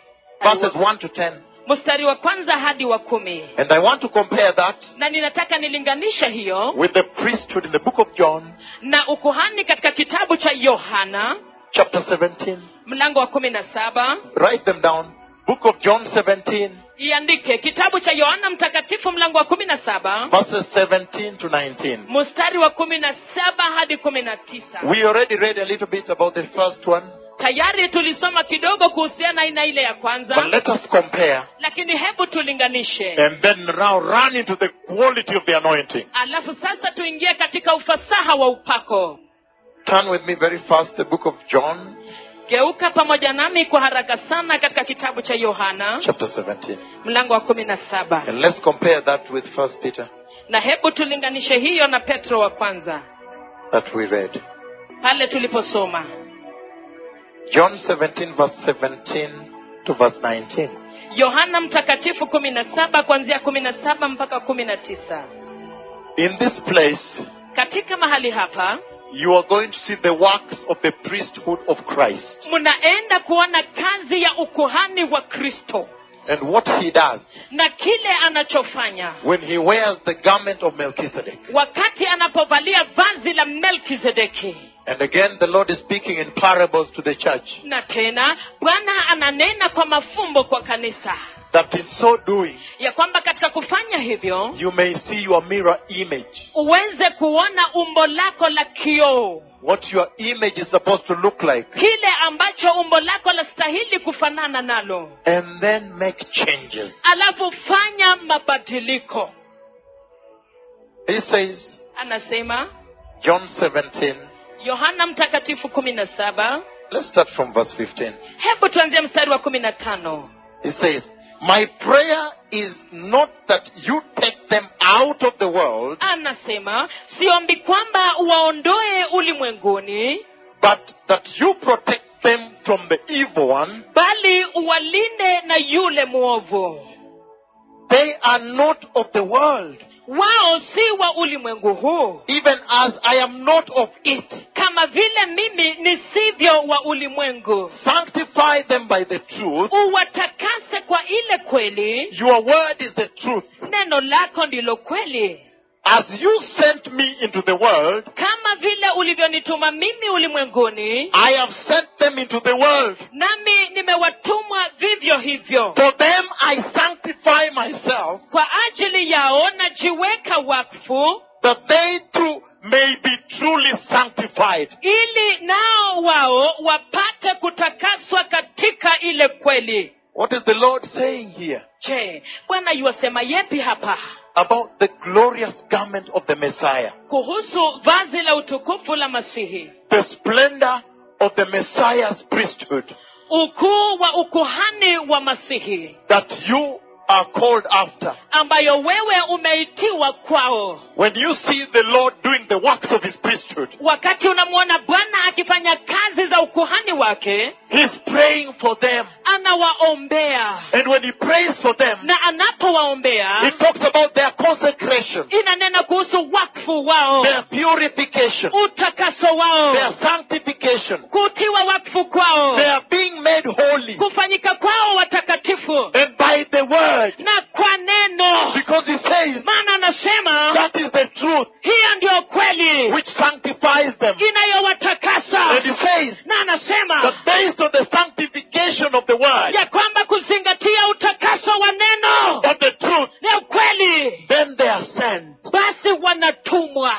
Speaker 1: verses one to ten,
Speaker 2: mstari wa kwanza hadi wa kumi
Speaker 1: and I want to compare that
Speaker 2: na ninataka nilinganishe hiyo
Speaker 1: with the priesthood in the book of John,
Speaker 2: na ukuhani katika kitabu cha yohana
Speaker 1: chapter seventeen.
Speaker 2: mlango wa kumi na saba
Speaker 1: Write them down. Book of John seventeen,
Speaker 2: iandike kitabu cha yohana mtakatifu mlango wa kumi na saba
Speaker 1: verses seventeen to nineteen.
Speaker 2: mstari wa kumi na saba hadi kumi na tisa
Speaker 1: We already read a little bit about the first one,
Speaker 2: tayari tulisoma kidogo kuhusiana na ile ya
Speaker 1: but
Speaker 2: kwanza
Speaker 1: let Eh. us compare
Speaker 2: lakini hebu tulinganishe
Speaker 1: and then now run into the quality of the anointing.
Speaker 2: alafu sasa tuingie katika ufasaha wa upako
Speaker 1: Turn with me very fast the book of John,
Speaker 2: geuka pamoja nami kwa haraka sana katika kitabu cha yohana
Speaker 1: chapter 17.
Speaker 2: mlango wa kumi na saba
Speaker 1: And let's compare that with First Peter
Speaker 2: na hebu tulinganishe hiyo na petro wa kwanza
Speaker 1: that we read.
Speaker 2: pale tuliposoma
Speaker 1: John 17, verse 17 to verse 19.
Speaker 2: yohana mtakatifu kumi na saba kuanzia kumi na saba mpaka kumi na tisa
Speaker 1: In this place,
Speaker 2: katika mahali hapa
Speaker 1: you are going to see the works of the priesthood of Christ
Speaker 2: mnaenda kuona kazi ya ukuhani wa kristo
Speaker 1: and what he does
Speaker 2: na kile anachofanya
Speaker 1: when he wears the garment of Melchizedek.
Speaker 2: wakati anapovalia vazi la melkizedeki
Speaker 1: And again, the Lord is speaking in parables to the church
Speaker 2: na tena bwana ananena kwa mafumbo kwa kanisa
Speaker 1: that in so doing,
Speaker 2: ya kwamba katika kufanya hivyo
Speaker 1: you may see your mirror image.
Speaker 2: uweze kuona umbo lako la kioo
Speaker 1: What your image is supposed to look like.
Speaker 2: kile ambacho umbo lako lastahili kufanana nalo
Speaker 1: and then make changes.
Speaker 2: alafu fanya mabadiliko
Speaker 1: He says,
Speaker 2: anasema
Speaker 1: John 17,
Speaker 2: yohana mtakatifu kumi na saba
Speaker 1: let's start from verse 15.
Speaker 2: hebu tuanzie mstari wa kumi na tano
Speaker 1: He says, My prayer is not that you take them out of the world,
Speaker 2: anasema siombi kwamba waondoe ulimwenguni
Speaker 1: but that you protect them from the evil one.
Speaker 2: bali uwalinde na yule mwovu
Speaker 1: They are not of the world,
Speaker 2: wao si wa ulimwengu huu
Speaker 1: even as I am not of it.
Speaker 2: kama vile mimi nisivyo wa ulimwengu
Speaker 1: Sanctify them by the truth.
Speaker 2: uwatakase kwa ile kweli
Speaker 1: Your word is the truth.
Speaker 2: neno lako ndilo kweli
Speaker 1: As you sent me into the world,
Speaker 2: kama vile ulivyonituma mimi ulimwenguni
Speaker 1: I have sent them into the world.
Speaker 2: nami nimewatumwa vivyo hivyo
Speaker 1: For them I sanctify myself,
Speaker 2: kwa ajili yao najiweka wakfu
Speaker 1: that they too may be truly sanctified.
Speaker 2: ili nao wao wapate kutakaswa katika ile kweli
Speaker 1: What is the Lord saying here
Speaker 2: je bwana yuwasema yepi hapa
Speaker 1: about the glorious garment of the Messiah?
Speaker 2: kuhusu vazi la utukufu la masihi
Speaker 1: The splendor of the Messiah's priesthood
Speaker 2: ukuu wa ukuhani wa masihi
Speaker 1: that you are called after.
Speaker 2: ambayo wewe umeitiwa kwao
Speaker 1: When you see the Lord doing the works of his priesthood,
Speaker 2: wakati unamwona bwana akifanya kazi za ukuhani wake
Speaker 1: he's praying for them.
Speaker 2: anawaombea
Speaker 1: And when he prays for them,
Speaker 2: na
Speaker 1: he
Speaker 2: anapowaombea
Speaker 1: talks about their consecration,
Speaker 2: inanena kuhusu wakfu wao
Speaker 1: their purification,
Speaker 2: utakaso wao
Speaker 1: their sanctification,
Speaker 2: kutiwa wakfu kwao
Speaker 1: their being made holy.
Speaker 2: kufanyika kwao watakatifu
Speaker 1: And by the word,
Speaker 2: na kwa neno
Speaker 1: because he says
Speaker 2: maana anasema
Speaker 1: that is the truth
Speaker 2: hiyo ndiyo kweli
Speaker 1: which sanctifies them.
Speaker 2: inayowatakasa
Speaker 1: And he says
Speaker 2: na
Speaker 1: that
Speaker 2: anasema
Speaker 1: based on the sanctification of the word,
Speaker 2: ya kwamba kuzingatia utakaso wa neno
Speaker 1: of the truth,
Speaker 2: ni ukweli
Speaker 1: then they are sent.
Speaker 2: basi wanatumwa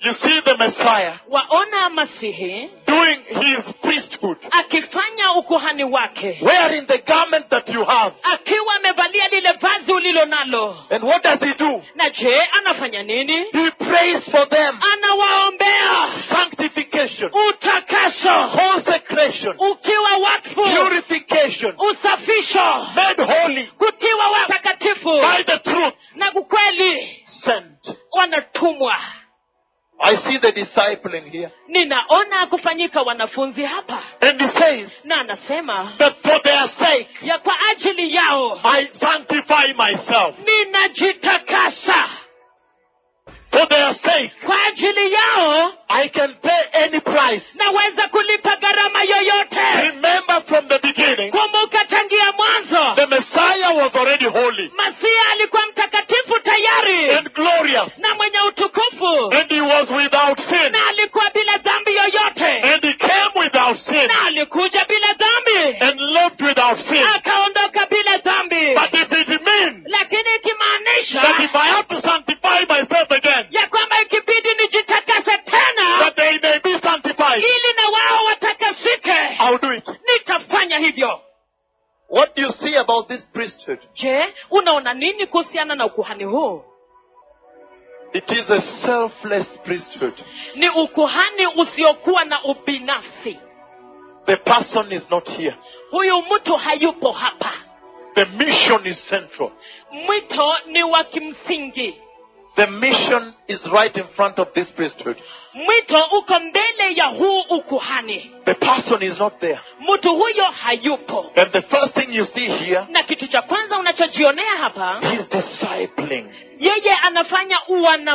Speaker 1: You see the Messiah
Speaker 2: waona masihi
Speaker 1: doing his priesthood,
Speaker 2: akifanya ukuhani wake
Speaker 1: wearing the garment that you have.
Speaker 2: akiwa amevalia lile vazi ulilo nalo
Speaker 1: And what does he do?
Speaker 2: na je anafanya nini
Speaker 1: He prays for them.
Speaker 2: anawaombea
Speaker 1: Sanctification,
Speaker 2: utakaso
Speaker 1: consecration,
Speaker 2: ukiwa wakfu
Speaker 1: purification,
Speaker 2: usafisho
Speaker 1: made holy
Speaker 2: kutiwa watakatifu
Speaker 1: by the truth,
Speaker 2: na ukweli
Speaker 1: sent.
Speaker 2: wanatumwa
Speaker 1: I see the disciple in here.
Speaker 2: ninaona kufanyika wanafunzi hapa
Speaker 1: And he says
Speaker 2: na anasema
Speaker 1: that for their sake,
Speaker 2: ya kwa ajili yao
Speaker 1: I sanctify myself.
Speaker 2: ninajitakasa
Speaker 1: For their sake,
Speaker 2: kwa ajili yao
Speaker 1: I can pay any price.
Speaker 2: naweza kulipa gharama yoyote
Speaker 1: Remember from the beginning,
Speaker 2: kumbuka tangia mwanzo
Speaker 1: the Messiah was already holy
Speaker 2: masia alikuwa mtakatifu tayari
Speaker 1: and glorious,
Speaker 2: na mwenye utukufu
Speaker 1: and he was without sin,
Speaker 2: na alikuwa bila dhambi yoyote
Speaker 1: and he came without sin,
Speaker 2: na alikuja bila dhambi
Speaker 1: and left without sin.
Speaker 2: akaondoka bila dhambi
Speaker 1: But if it means
Speaker 2: lakini
Speaker 1: that
Speaker 2: ikimaanisha
Speaker 1: if I have to sanctify myself again,
Speaker 2: ya kwamba ikibidi nijitakase tena
Speaker 1: that they may be sanctified,
Speaker 2: ili na wao watakasike
Speaker 1: I'll do it.
Speaker 2: nitafanya hivyo
Speaker 1: What do you see about this priesthood?
Speaker 2: je unaona nini kuhusiana na ukuhani huu
Speaker 1: It is a selfless priesthood.
Speaker 2: ni ukuhani usiokuwa na ubinafsi
Speaker 1: The person is not here.
Speaker 2: huyu mtu hayupo hapa
Speaker 1: The mission is central.
Speaker 2: mwito ni wa kimsingi
Speaker 1: The mission is right in front of this priesthood.
Speaker 2: mwito uko mbele ya huu ukuhani
Speaker 1: The person is not there.
Speaker 2: mtu huyo hayupo
Speaker 1: And the first thing you see here,
Speaker 2: na kitu cha kwanza unachojionea hapa
Speaker 1: he's discipling
Speaker 2: yeye anafanya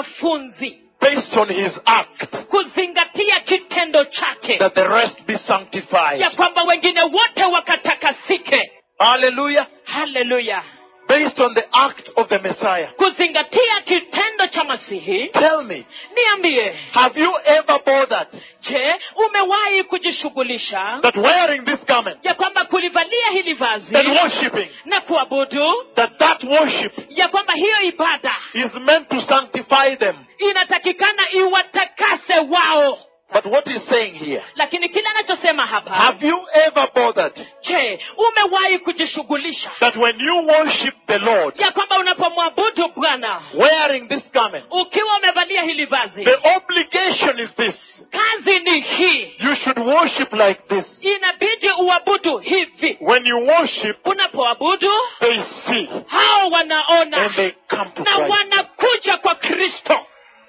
Speaker 2: uwanafunzi
Speaker 1: based on his act
Speaker 2: kuzingatia kitendo chake
Speaker 1: that the rest be sanctified.
Speaker 2: ya kwamba wengine wote wakatakasike
Speaker 1: Hallelujah.
Speaker 2: haleluya
Speaker 1: Based on the act of the Messiah.
Speaker 2: kuzingatia kitendo cha masihi
Speaker 1: Tell me,
Speaker 2: niambie
Speaker 1: have you ever bothered
Speaker 2: je umewahi kujishughulisha
Speaker 1: that wearing this garment
Speaker 2: ya kwamba kulivalia hili vazi
Speaker 1: and worshipping,
Speaker 2: na kuabudu
Speaker 1: that that worship
Speaker 2: ya kwamba hiyo ibada
Speaker 1: is meant to sanctify them?
Speaker 2: inatakikana iwatakase wao
Speaker 1: But what he's saying here,
Speaker 2: lakini kile anachosema hapa
Speaker 1: have you ever bothered
Speaker 2: je umewahi kujishughulisha
Speaker 1: that when you worship the Lord,
Speaker 2: ya kwamba unapomwabudu bwana
Speaker 1: wearing this garment,
Speaker 2: ukiwa umevalia hili vazi
Speaker 1: the obligation is this.
Speaker 2: kazi ni hii
Speaker 1: You should worship like this.
Speaker 2: inabidi uabudu hivi
Speaker 1: When you worship,
Speaker 2: unapoabudu
Speaker 1: they see
Speaker 2: hao wanaona
Speaker 1: and they come to
Speaker 2: na
Speaker 1: Christ.
Speaker 2: wanakuja kwa kristo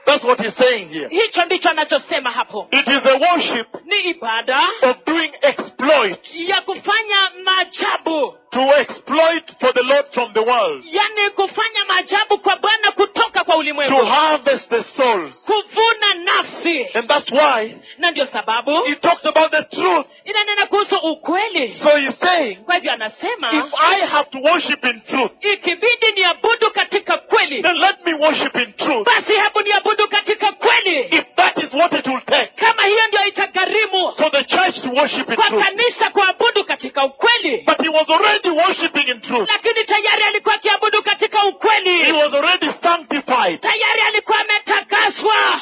Speaker 1: That's what he's saying here.
Speaker 2: hicho ndicho anachosema hapo
Speaker 1: It is a worship
Speaker 2: ni ibada
Speaker 1: of doing exploits
Speaker 2: ya kufanya maajabu
Speaker 1: to exploit for the Lord from the world,
Speaker 2: yani kufanya maajabu kwa bwana kutoka kwa
Speaker 1: to
Speaker 2: ulimwengu
Speaker 1: harvest the souls.
Speaker 2: kuvuna nafsi
Speaker 1: And that's why
Speaker 2: na ndio sababu
Speaker 1: he talked about the truth.
Speaker 2: inanena kuhusu ukweli
Speaker 1: So he's saying,
Speaker 2: kwa hivyo
Speaker 1: if
Speaker 2: anasema
Speaker 1: I have to worship in truth,
Speaker 2: ikibidi niabudu katika kweli
Speaker 1: then let me worship in truth.
Speaker 2: basi hebu niabudu katika kweli
Speaker 1: If that is what it will take
Speaker 2: kama hiyo ndio itagharimu
Speaker 1: for the church to worship in
Speaker 2: kwa
Speaker 1: truth.
Speaker 2: kanisa kuabudu katika ukweli
Speaker 1: But he was already worshiping in truth.
Speaker 2: lakini tayari alikuwa akiabudu katika
Speaker 1: He
Speaker 2: ukweli
Speaker 1: was already sanctified.
Speaker 2: tayari alikuwa ametakaswa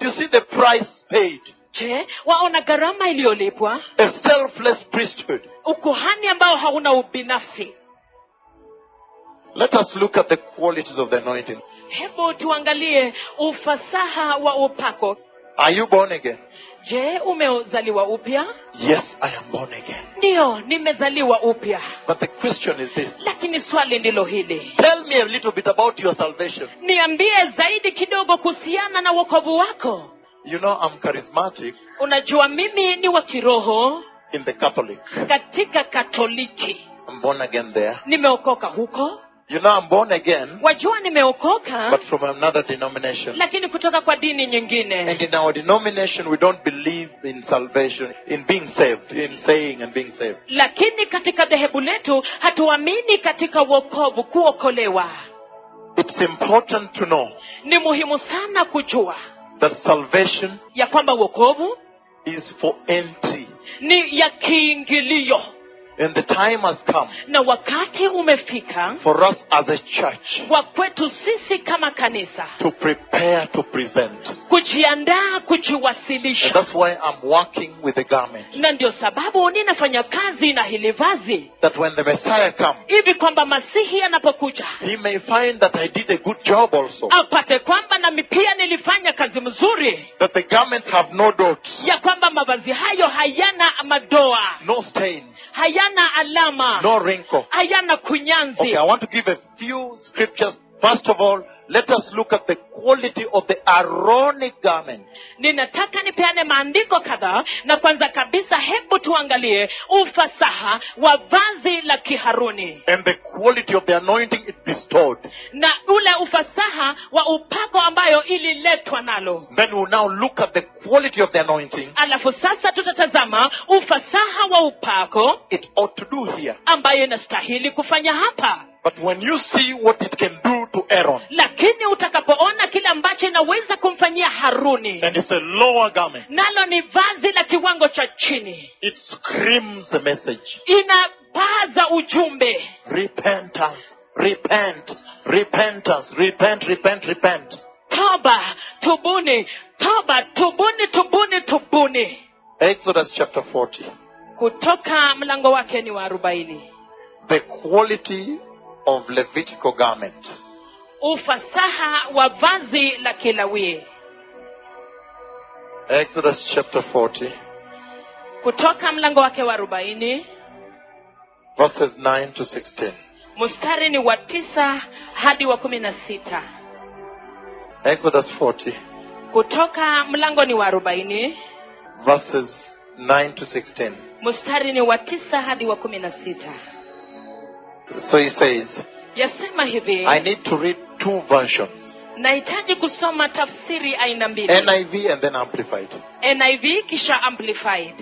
Speaker 1: Do you see the price paid?
Speaker 2: je waona gharama iliyolipwa
Speaker 1: A selfless priesthood.
Speaker 2: ukuhani ambao hauna ubinafsi
Speaker 1: Let us look at the qualities of the anointing.
Speaker 2: hebu tuangalie ufasaha wa upako
Speaker 1: Are you born again?
Speaker 2: je umezaliwa upya
Speaker 1: Yes, I am born again.
Speaker 2: ndiyo nimezaliwa upya
Speaker 1: But the question is this
Speaker 2: lakini swali ndilo hili
Speaker 1: Tell me a little bit about your salvation.
Speaker 2: niambie zaidi kidogo kuhusiana na wokovu wako
Speaker 1: You know, I'm charismatic
Speaker 2: unajua mimi ni wa kiroho
Speaker 1: in the Catholic.
Speaker 2: katika katoliki
Speaker 1: I'm born again there.
Speaker 2: nimeokoka huko
Speaker 1: You know, I'm born again,
Speaker 2: wajua nimeokoka
Speaker 1: but from another denomination.
Speaker 2: lakini kutoka kwa dini nyingine
Speaker 1: And in our denomination, we don't believe in salvation, in being saved, in saying and being saved.
Speaker 2: lakini katika dhehebu letu hatuamini katika wokovu kuokolewa
Speaker 1: It's important to know
Speaker 2: ni muhimu sana kujua
Speaker 1: that salvation
Speaker 2: ya kwamba wokovu
Speaker 1: is for entry.
Speaker 2: ni ya kiingilio
Speaker 1: And the time has come
Speaker 2: na wakati umefika
Speaker 1: for us as a church
Speaker 2: wa kwetu sisi kama kanisa
Speaker 1: to prepare to present.
Speaker 2: kujiandaa
Speaker 1: And
Speaker 2: kujiwasilisha
Speaker 1: that's why I'm working with the garment.
Speaker 2: na ndio sababu ninafanya kazi na hili vazi
Speaker 1: That when the Messiah comes,
Speaker 2: hivi kwamba masihi anapokuja
Speaker 1: he may find that I did a good job also.
Speaker 2: apate kwamba nami pia nilifanya kazi mzuri
Speaker 1: That the garments have no dots,
Speaker 2: ya kwamba mavazi hayo hayana madoa
Speaker 1: no stain,
Speaker 2: hayana alama
Speaker 1: no wrinkle.
Speaker 2: hayana kunyanzi
Speaker 1: Okay, I want to give a few scriptures. First of all, let us look at the quality of the Aaronic garment.
Speaker 2: ninataka nipeane maandiko kadhaa na kwanza kabisa hebu tuangalie ufasaha wa vazi la kiharuni
Speaker 1: and the quality of the anointing it bestowed.
Speaker 2: na ule ufasaha wa upako ambayo ililetwa nalo
Speaker 1: Then we'll now look at the quality of the anointing
Speaker 2: alafu sasa tutatazama ufasaha wa upako
Speaker 1: it ought to do here.
Speaker 2: ambayo inastahili kufanya hapa
Speaker 1: But when you see what it can do to Aaron,
Speaker 2: lakini utakapoona kile ambacho inaweza kumfanyia haruni
Speaker 1: and it's a lower garment,
Speaker 2: nalo ni vazi la kiwango cha chini
Speaker 1: it screams a message.
Speaker 2: inapaza ujumbe
Speaker 1: Repentance, repent, repentance, repent, repent, repent.
Speaker 2: toba tubuni toba tubuni tubuni tubuni
Speaker 1: Exodus chapter 40.
Speaker 2: kutoka mlango wake ni wa arobaini
Speaker 1: The quality of Levitical garment.
Speaker 2: ufasaha wa vazi la kilawie
Speaker 1: Exodus chapter 40,
Speaker 2: kutoka mlango wake wa arobaini
Speaker 1: verses 9 to 16.
Speaker 2: mstari ni wa tisa hadi wa kumi na sita
Speaker 1: Exodus 40,
Speaker 2: kutoka mlango ni wa arobaini
Speaker 1: verses 9 to 16.
Speaker 2: mstari ni wa tisa hadi wa kumi na sita
Speaker 1: So he says,
Speaker 2: yasema hivi
Speaker 1: I need to read two versions
Speaker 2: nahitaji kusoma tafsiri aina mbili
Speaker 1: NIV and then Amplified.
Speaker 2: niv kisha amplified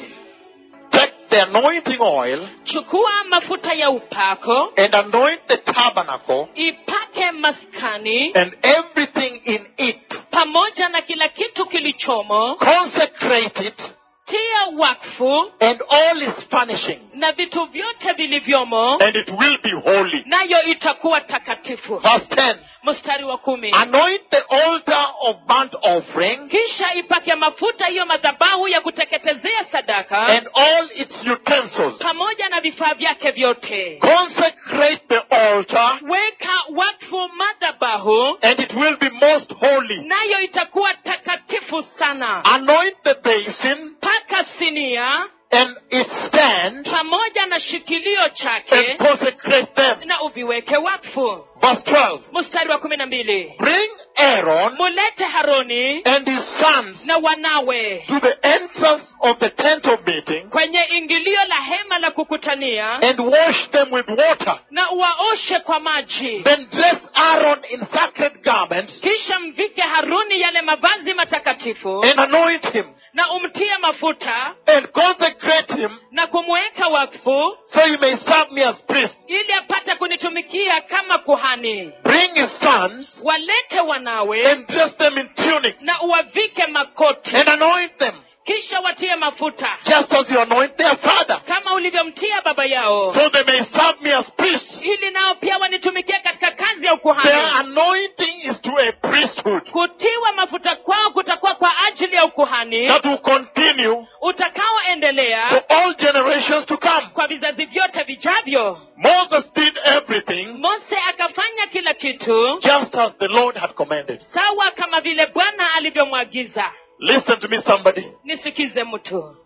Speaker 1: Take the anointing oil
Speaker 2: chukua mafuta ya upako
Speaker 1: and anoint the tabernacle
Speaker 2: ipake maskani
Speaker 1: and everything in it.
Speaker 2: pamoja na kila kitu kilichomo
Speaker 1: Consecrate it
Speaker 2: tia wakfu
Speaker 1: and all its furnishings,
Speaker 2: na vitu vyote vilivyomo
Speaker 1: and it will be holy.
Speaker 2: nayo itakuwa takatifu
Speaker 1: Verse 10
Speaker 2: mstari wa kumi
Speaker 1: Anoint the altar of burnt offering
Speaker 2: kisha ipake mafuta hiyo madhabahu ya kuteketezea sadaka
Speaker 1: and all its utensils.
Speaker 2: pamoja na vifaa vyake vyote
Speaker 1: Consecrate the altar
Speaker 2: weka wakfu madhabahu
Speaker 1: and it will be most holy.
Speaker 2: nayo itakuwa takatifu sana
Speaker 1: Anoint the basin
Speaker 2: paka sinia
Speaker 1: and its stand
Speaker 2: pamoja na shikilio chake
Speaker 1: and consecrate them.
Speaker 2: na uviweke wakfu
Speaker 1: Verse 12.
Speaker 2: mstari wa kumi na mbili
Speaker 1: Bring Aaron
Speaker 2: mulete haroni
Speaker 1: and his sons
Speaker 2: na wanawe
Speaker 1: to the entrance of the tent of meeting
Speaker 2: kwenye ingilio la hema la kukutania
Speaker 1: and wash them with water.
Speaker 2: na uwaoshe kwa maji
Speaker 1: Then dress Aaron in sacred garments
Speaker 2: kisha mvike haruni yale mavazi matakatifu
Speaker 1: and anoint him
Speaker 2: na umtie mafuta
Speaker 1: and consecrate him
Speaker 2: na kumweka wakfu
Speaker 1: so he may serve me as priest.
Speaker 2: ili apate kunitumikia kama kuhani
Speaker 1: Bring his sons
Speaker 2: walete wanawe
Speaker 1: and dress them in tunics
Speaker 2: na uwavike makoti
Speaker 1: and anoint them
Speaker 2: kisha watie mafuta
Speaker 1: just as you anoint their father
Speaker 2: kama ulivyomtia baba yao
Speaker 1: so they may serve me as priests.
Speaker 2: ili nao pia wanitumikia katika kazi ya
Speaker 1: Their
Speaker 2: ukuhani
Speaker 1: anointing is to a priesthood.
Speaker 2: kutiwa mafuta kwao kutakuwa kwa ajili ya ukuhani
Speaker 1: that will continue for
Speaker 2: utakaoendelea
Speaker 1: all generations to come.
Speaker 2: kwa vizazi vyote vijavyo
Speaker 1: Moses did everything
Speaker 2: mose akafanya kila kitu
Speaker 1: just as the Lord had commanded.
Speaker 2: sawa kama vile bwana alivyomwagiza
Speaker 1: Listen to me, somebody.
Speaker 2: nisikize mtu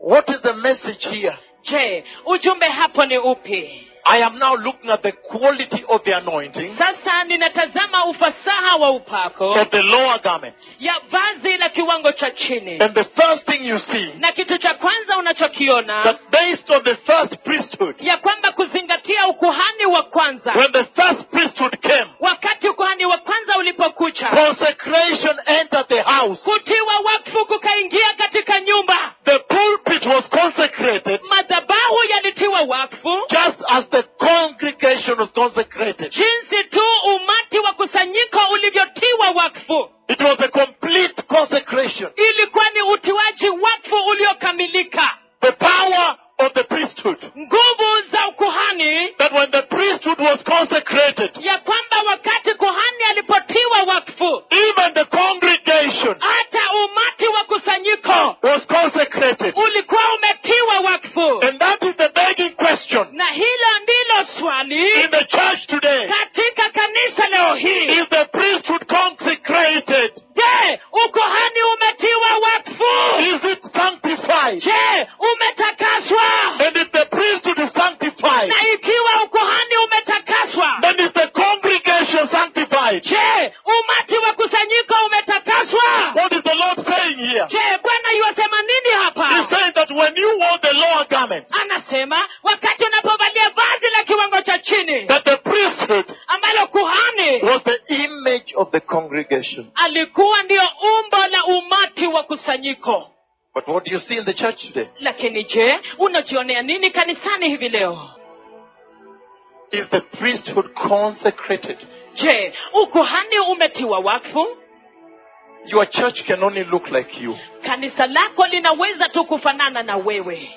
Speaker 1: What is the message here?
Speaker 2: je ujumbe hapo ni upi
Speaker 1: I am now looking at the quality of the anointing
Speaker 2: sasa ninatazama ufasaha wa upako
Speaker 1: of the lower garment.
Speaker 2: ya vazi la kiwango cha chini
Speaker 1: And the first thing you see
Speaker 2: na kitu cha kwanza
Speaker 1: that
Speaker 2: unachokiona
Speaker 1: based on the first priesthood,
Speaker 2: ya kwamba kuzingatia ukuhani wa kwanza
Speaker 1: when the first priesthood came,
Speaker 2: wakati ukuhani wa kwanza ulipokucha
Speaker 1: consecration entered the house.
Speaker 2: kutiwa wakfu kukaingia katika nyumba
Speaker 1: The pulpit was consecrated
Speaker 2: madhabahu yalitiwa wakfu
Speaker 1: just as the congregation was consecrated.
Speaker 2: jinsi tu umati wa kusanyiko ulivyotiwa wakfu
Speaker 1: It was a complete consecration.
Speaker 2: ilikuwa ni utiwaji wakfu uliokamilika
Speaker 1: The power of the priesthood.
Speaker 2: nguvu za ukuhani
Speaker 1: That when the priesthood was consecrated,
Speaker 2: ya kwamba wakati kuhani alipotiwa wakfu
Speaker 1: even the congregation uh,
Speaker 2: hata umati wa kusanyiko
Speaker 1: was consecrated.
Speaker 2: ulikuwa umetiwa wakfu
Speaker 1: And that is the begging question
Speaker 2: na hilo ndilo
Speaker 1: in
Speaker 2: swali
Speaker 1: the church today.
Speaker 2: katika kanisa leo hii
Speaker 1: Is the priesthood consecrated?
Speaker 2: je ukuhani umetiwa wakfu
Speaker 1: Is it sanctified?
Speaker 2: je umetakaswa
Speaker 1: And if the priesthood is sanctified,
Speaker 2: na ikiwa ukuhani umetakaswa
Speaker 1: then is the congregation sanctified?
Speaker 2: je umati wa kusanyiko umetakaswa
Speaker 1: What is the Lord saying here?
Speaker 2: je bwana yuwasema nini
Speaker 1: He's
Speaker 2: hapa
Speaker 1: saying that when you wore the lower garment,
Speaker 2: anasema wakati unapovalia vazi la kiwango cha chini
Speaker 1: that the priesthood
Speaker 2: ambalo kuhani
Speaker 1: was the image of the congregation.
Speaker 2: alikuwa ndiyo umbo la umati wa kusanyiko
Speaker 1: But what do you see in the church today?
Speaker 2: lakini je unajionea nini kanisani hivi leo
Speaker 1: Is the priesthood consecrated?
Speaker 2: je ukuhani umetiwa wakfu
Speaker 1: Your church can only look like you.
Speaker 2: kanisa lako linaweza tu kufanana na wewe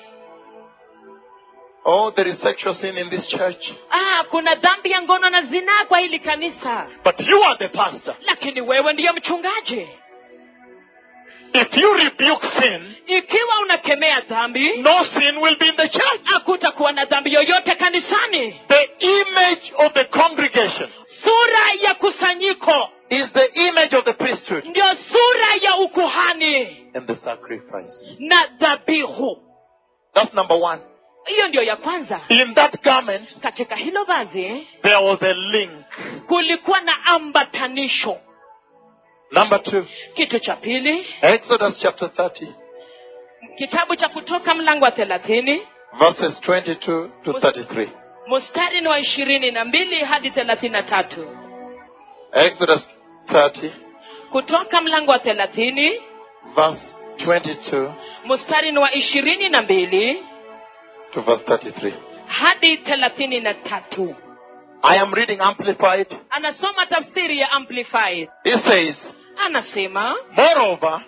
Speaker 1: Oh, there is sexual sin in this church.
Speaker 2: ah, kuna dhambi ya ngono na zinaa kwa hili kanisa
Speaker 1: But you are the pastor.
Speaker 2: lakini wewe ndiye mchungaji
Speaker 1: If you rebuke sin,
Speaker 2: ikiwa unakemea dhambi
Speaker 1: no sin will be in the church.
Speaker 2: hakutakuwa na dhambi yoyote kanisani
Speaker 1: The image of the congregation
Speaker 2: sura ya kusanyiko
Speaker 1: is the image of the priesthood
Speaker 2: ndiyo sura ya ukuhani
Speaker 1: and the sacrifice.
Speaker 2: na dhabihu
Speaker 1: That's number one.
Speaker 2: hiyo ndiyo ya kwanza
Speaker 1: In that garment,
Speaker 2: katika hilo vazi
Speaker 1: there was a link.
Speaker 2: kulikuwa na ambatanisho
Speaker 1: Number two,
Speaker 2: kitu cha pili
Speaker 1: Exodus chapter 30,
Speaker 2: kitabu cha kutoka mlango wa thelathini
Speaker 1: verses 22 to 33.
Speaker 2: mstari ni wa ishirini na mbili hadi thelathini na tatu
Speaker 1: Exodus 30,
Speaker 2: kutoka mlango wa thelathini
Speaker 1: verse 22
Speaker 2: mstari ni wa ishirini na mbili
Speaker 1: to verse 33.
Speaker 2: hadi thelathini na tatu
Speaker 1: I am reading Amplified.
Speaker 2: anasoma tafsiri ya amplified
Speaker 1: It says,
Speaker 2: anasema
Speaker 1: Moreover,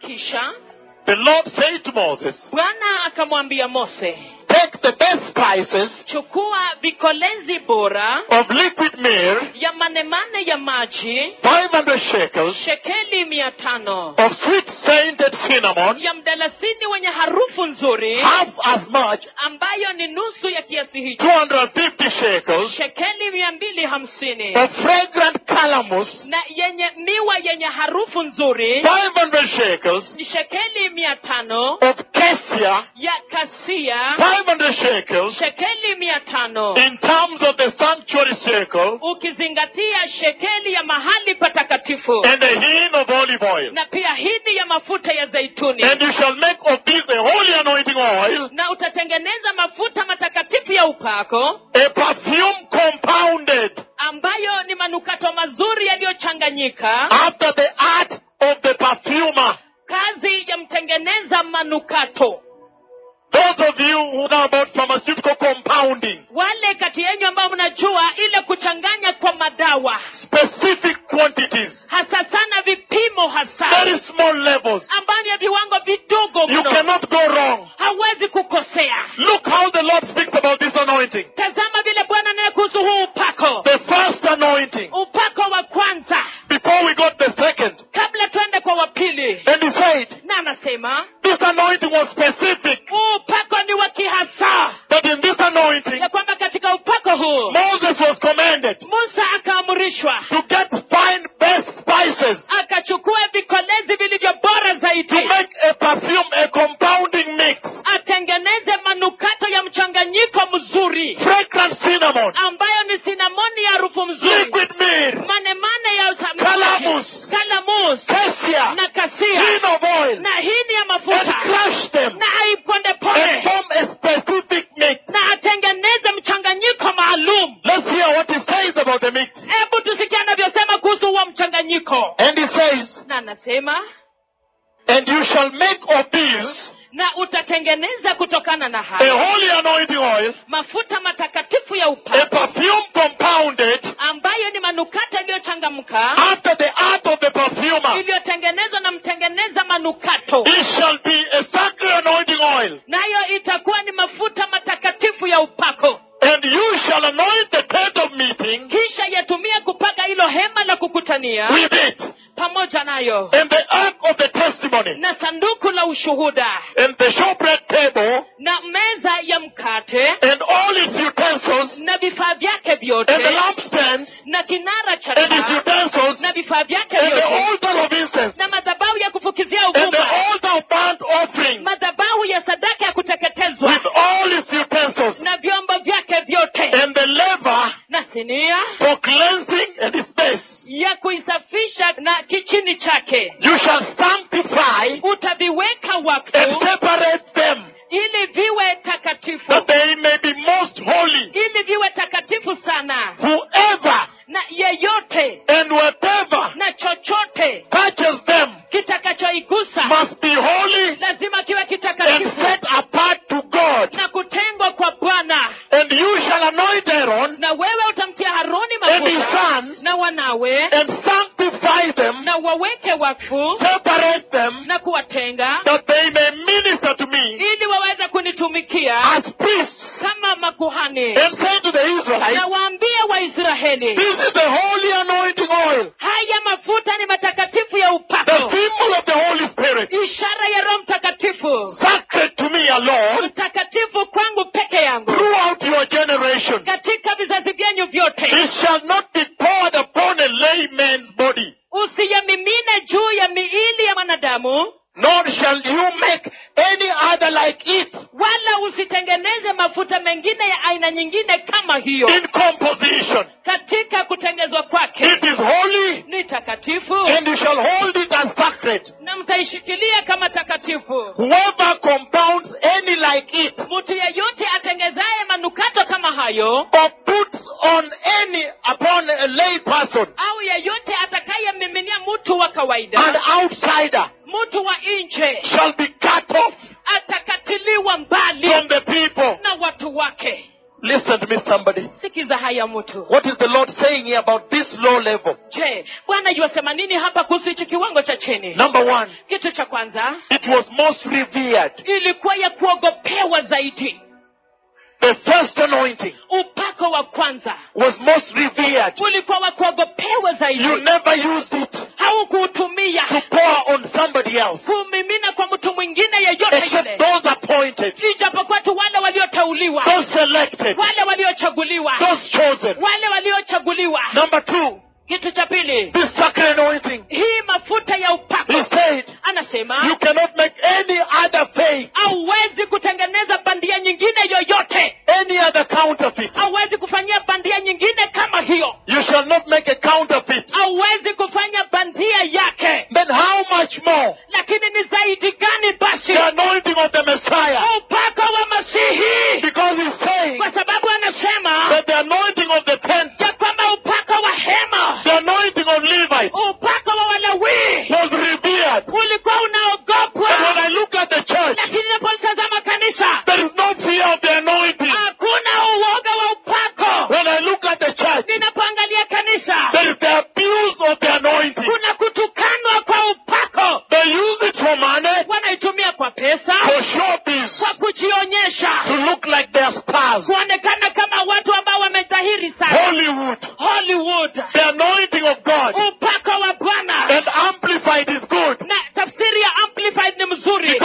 Speaker 2: kisha
Speaker 1: the Lord said to Moses,
Speaker 2: bwana akamwambia mose
Speaker 1: Take the best spices
Speaker 2: chukua vikolezi bora
Speaker 1: of liquid myrrh,
Speaker 2: ya manemane ya maji
Speaker 1: 500 shekels,
Speaker 2: shekeli mia tano
Speaker 1: of sweet scented cinnamon,
Speaker 2: ya mdalasini wenye harufu nzuri
Speaker 1: half as much,
Speaker 2: ambayo ni nusu ya kiasi hicho
Speaker 1: 250 shekels,
Speaker 2: shekeli mia mbili hamsini
Speaker 1: of fragrant calamus,
Speaker 2: na yenye miwa yenye harufu nzuri
Speaker 1: 500 shekels,
Speaker 2: ni shekeli mia tano
Speaker 1: of cassia,
Speaker 2: ya kasia
Speaker 1: 500 shekels,
Speaker 2: shekeli mia tano
Speaker 1: in terms of the sanctuary circle,
Speaker 2: ukizingatia shekeli ya mahali patakatifu
Speaker 1: and a hin of olive oil.
Speaker 2: na pia hidi ya mafuta ya zaituni
Speaker 1: And you shall make of this a holy anointing oil,
Speaker 2: na utatengeneza mafuta matakatifu ya upako
Speaker 1: a perfume compounded
Speaker 2: ambayo ni manukato mazuri yaliyochanganyika
Speaker 1: after the art of the perfumer.
Speaker 2: kazi ya mtengeneza manukato
Speaker 1: Those of you who know about pharmaceutical compounding,
Speaker 2: wale kati yenyu ambao mnajua ile kuchanganya kwa madawa
Speaker 1: specific quantities,
Speaker 2: hasa sana vipimo hasa
Speaker 1: very small levels,
Speaker 2: ambayo ni ya viwango vidogo
Speaker 1: you
Speaker 2: mno
Speaker 1: cannot go wrong.
Speaker 2: hawezi kukosea
Speaker 1: Look how the Lord speaks about this anointing.
Speaker 2: tazama vile bwana naye kuhusu huu upako
Speaker 1: The first anointing,
Speaker 2: upako wa kwanza
Speaker 1: before we got the second,
Speaker 2: kabla tuende kwa wapili
Speaker 1: and He
Speaker 2: anasema
Speaker 1: This anointing was specific,
Speaker 2: huu upako ni wa kihasaa
Speaker 1: but in this anointing,
Speaker 2: ya kwamba katika upako huu
Speaker 1: Moses was commanded
Speaker 2: musa akaamrishwa
Speaker 1: to get fine best spices
Speaker 2: akachukua vikolezi vilivyo bora
Speaker 1: to
Speaker 2: zaidi
Speaker 1: make a perfume, a compounding mix,
Speaker 2: atengeneze manukato ya mchanganyiko mzuri
Speaker 1: fragrant cinnamon,
Speaker 2: ambayo ni sinamoni ya harufu mzuri
Speaker 1: liquid myrrh,
Speaker 2: manemane ya
Speaker 1: Calamus.
Speaker 2: kalamus
Speaker 1: cassia,
Speaker 2: na
Speaker 1: green
Speaker 2: kasia
Speaker 1: of oil,
Speaker 2: na hini ya
Speaker 1: and
Speaker 2: mafuta
Speaker 1: crush them
Speaker 2: na
Speaker 1: and
Speaker 2: aipondeponde
Speaker 1: form a specific mix.
Speaker 2: na atengeneze mchanganyiko maalum
Speaker 1: Let's hear what he says about the mix.
Speaker 2: hebu tusikia anavyosema kuhusu huo mchanganyiko
Speaker 1: And he says,
Speaker 2: na anasema
Speaker 1: And you shall make of these
Speaker 2: na utatengeneza kutokana na
Speaker 1: a
Speaker 2: haya
Speaker 1: holy anointing oil,
Speaker 2: mafuta matakatifu ya
Speaker 1: a
Speaker 2: upako
Speaker 1: perfume compounded
Speaker 2: ambayo ni manukato yaliyochangamka
Speaker 1: after the art of the perfumer.
Speaker 2: iliyotengenezwa na mtengeneza manukato
Speaker 1: It shall be a sacred anointing oil,
Speaker 2: nayo itakuwa ni mafuta matakatifu ya upako
Speaker 1: and you shall anoint the tent of meeting
Speaker 2: kisha yatumia kupaka hilo hema la kukutania
Speaker 1: with it,
Speaker 2: pamoja nayo
Speaker 1: and the ark of the testimony,
Speaker 2: na sanduku la ushuhuda
Speaker 1: and the showbread table,
Speaker 2: na meza ya mkate
Speaker 1: and all its utensils,
Speaker 2: na vifaa vyake
Speaker 1: and Eh, the Eh,
Speaker 2: vyote
Speaker 1: lampstand,
Speaker 2: na kinara cha
Speaker 1: and its
Speaker 2: taa
Speaker 1: utensils,
Speaker 2: na vifaa vyake
Speaker 1: and Eh, the
Speaker 2: vyote
Speaker 1: altar of incense,
Speaker 2: na madhabahu ya kufukizia
Speaker 1: and the
Speaker 2: uvumba
Speaker 1: altar of burnt offering
Speaker 2: madhabahu ya sadaka ya
Speaker 1: with
Speaker 2: kuteketezwa
Speaker 1: all its utensils,
Speaker 2: na vyombo vyake vyote
Speaker 1: and the lever
Speaker 2: na sinia
Speaker 1: for cleansing and its base.
Speaker 2: ya kuisafisha na kichini chake
Speaker 1: You shall sanctify
Speaker 2: utaviweka
Speaker 1: and
Speaker 2: wakfu
Speaker 1: separate them
Speaker 2: ili viwe
Speaker 1: that
Speaker 2: takatifu
Speaker 1: they may be most holy.
Speaker 2: ili viwe takatifu sana
Speaker 1: Whoever
Speaker 2: na yeyote
Speaker 1: and whatever
Speaker 2: na chochote
Speaker 1: touches them
Speaker 2: kitakachoigusa
Speaker 1: must be holy
Speaker 2: lazima kiwe
Speaker 1: and set
Speaker 2: kitakatifu
Speaker 1: apart to God.
Speaker 2: na kutengwa kwa bwana
Speaker 1: And you shall anoint Aaron
Speaker 2: na wewe utamtia haruni
Speaker 1: and his
Speaker 2: mafuta
Speaker 1: sons
Speaker 2: na wanawe
Speaker 1: and sanctify them,
Speaker 2: na waweke wakfu
Speaker 1: separate them,
Speaker 2: na kuwatenga
Speaker 1: that they may minister to me
Speaker 2: ili waweze kunitumikia
Speaker 1: as priests.
Speaker 2: kama makuhani
Speaker 1: And say to the
Speaker 2: na
Speaker 1: Israelites,
Speaker 2: waambie waisraheli
Speaker 1: this is the holy anointing oil,
Speaker 2: haya mafuta ni matakatifu ya
Speaker 1: the
Speaker 2: upako
Speaker 1: symbol of the Holy Spirit,
Speaker 2: ishara ya roho mtakatifu
Speaker 1: sacred to me alone
Speaker 2: mtakatifu kwangu peke yangu
Speaker 1: throughout your generation.
Speaker 2: katika vizazi vyenyu vyote
Speaker 1: It shall not be poured upon a layman's body,
Speaker 2: usiyamimine juu ya miili ya mwanadamu
Speaker 1: nor shall you make any other like it
Speaker 2: wala usitengeneze mafuta mengine ya aina nyingine kama hiyo
Speaker 1: in composition.
Speaker 2: katika kutengezwa
Speaker 1: It
Speaker 2: kwake
Speaker 1: is holy,
Speaker 2: ni takatifu
Speaker 1: and you shall hold it as sacred.
Speaker 2: na mtaishikilia kama takatifu
Speaker 1: Whoever compounds any like it,
Speaker 2: mtu yeyote atengezaye manukato kama hayo
Speaker 1: or puts on any upon a lay person,
Speaker 2: au yeyote atakayemmiminia mtu wa
Speaker 1: an
Speaker 2: kawaida
Speaker 1: outsider,
Speaker 2: mtu wa nje
Speaker 1: shall be cut off
Speaker 2: atakatiliwa mbali
Speaker 1: from the people.
Speaker 2: na watu wake
Speaker 1: Listen to me, somebody.
Speaker 2: sikiza haya mtu
Speaker 1: What is the Lord saying here about this low level?
Speaker 2: je bwana yuwasema nini hapa kuhusu hichi kiwango cha chini
Speaker 1: Number one,
Speaker 2: kitu cha kwanza
Speaker 1: it was most revered.
Speaker 2: ilikuwa ya kuogopewa zaidi
Speaker 1: The first anointing.
Speaker 2: upako wa kwanza
Speaker 1: was most revered.
Speaker 2: ulikuwa wa kuogopewa
Speaker 1: You
Speaker 2: zaidi
Speaker 1: never used it to
Speaker 2: haukuutumia
Speaker 1: pour on somebody else
Speaker 2: kumimina kwa mtu mwingine yeyote
Speaker 1: except
Speaker 2: yule
Speaker 1: those appointed,
Speaker 2: ijapokuwa tu wale walioteuliwa
Speaker 1: those selected,
Speaker 2: wale waliochaguliwa
Speaker 1: those chosen.
Speaker 2: wale waliochaguliwa
Speaker 1: Number two,
Speaker 2: kitu cha pili
Speaker 1: this sacred anointing.
Speaker 2: hii mafuta ya
Speaker 1: He
Speaker 2: upako
Speaker 1: said, You
Speaker 2: anasema
Speaker 1: cannot make any other fake,
Speaker 2: hauwezi kutengeneza bandia nyingine yoyote
Speaker 1: any other counterfeit.
Speaker 2: hauwezi kufanyia bandia nyingine kama hiyo
Speaker 1: You shall not make a counterfeit.
Speaker 2: hauwezi kufanya bandia yake
Speaker 1: Then how much more
Speaker 2: lakini ni zaidi gani basi
Speaker 1: the anointing of the Messiah?
Speaker 2: upako wa masihi
Speaker 1: Because he's saying
Speaker 2: kwa sababu anasema
Speaker 1: that the anointing of the tent,
Speaker 2: ya kwamba upako wa hema
Speaker 1: the anointing of Levi
Speaker 2: upako wa walawii
Speaker 1: was revered.
Speaker 2: ulikuwa
Speaker 1: And when
Speaker 2: unaogopwa
Speaker 1: I look at the church,
Speaker 2: lakini napolitazama kanisa
Speaker 1: There is no fear of the anointing.
Speaker 2: hakuna uoga wa upako
Speaker 1: When I look at the church,
Speaker 2: ninapoangalia kanisa
Speaker 1: there is the abuse of the anointing.
Speaker 2: kuna kutukanwa kwa upako
Speaker 1: They use it for money,
Speaker 2: wanaitumia kwa pesa
Speaker 1: for showbiz,
Speaker 2: kwa
Speaker 1: to
Speaker 2: kujionyesha
Speaker 1: look like they are stars.
Speaker 2: kuonekana kama watu ambao wamedhahiri sana
Speaker 1: Hollywood,
Speaker 2: hollywood
Speaker 1: the anointing of God,
Speaker 2: upako wa bwana
Speaker 1: and amplified is good.
Speaker 2: na tafsiri ya amplified ni mzuri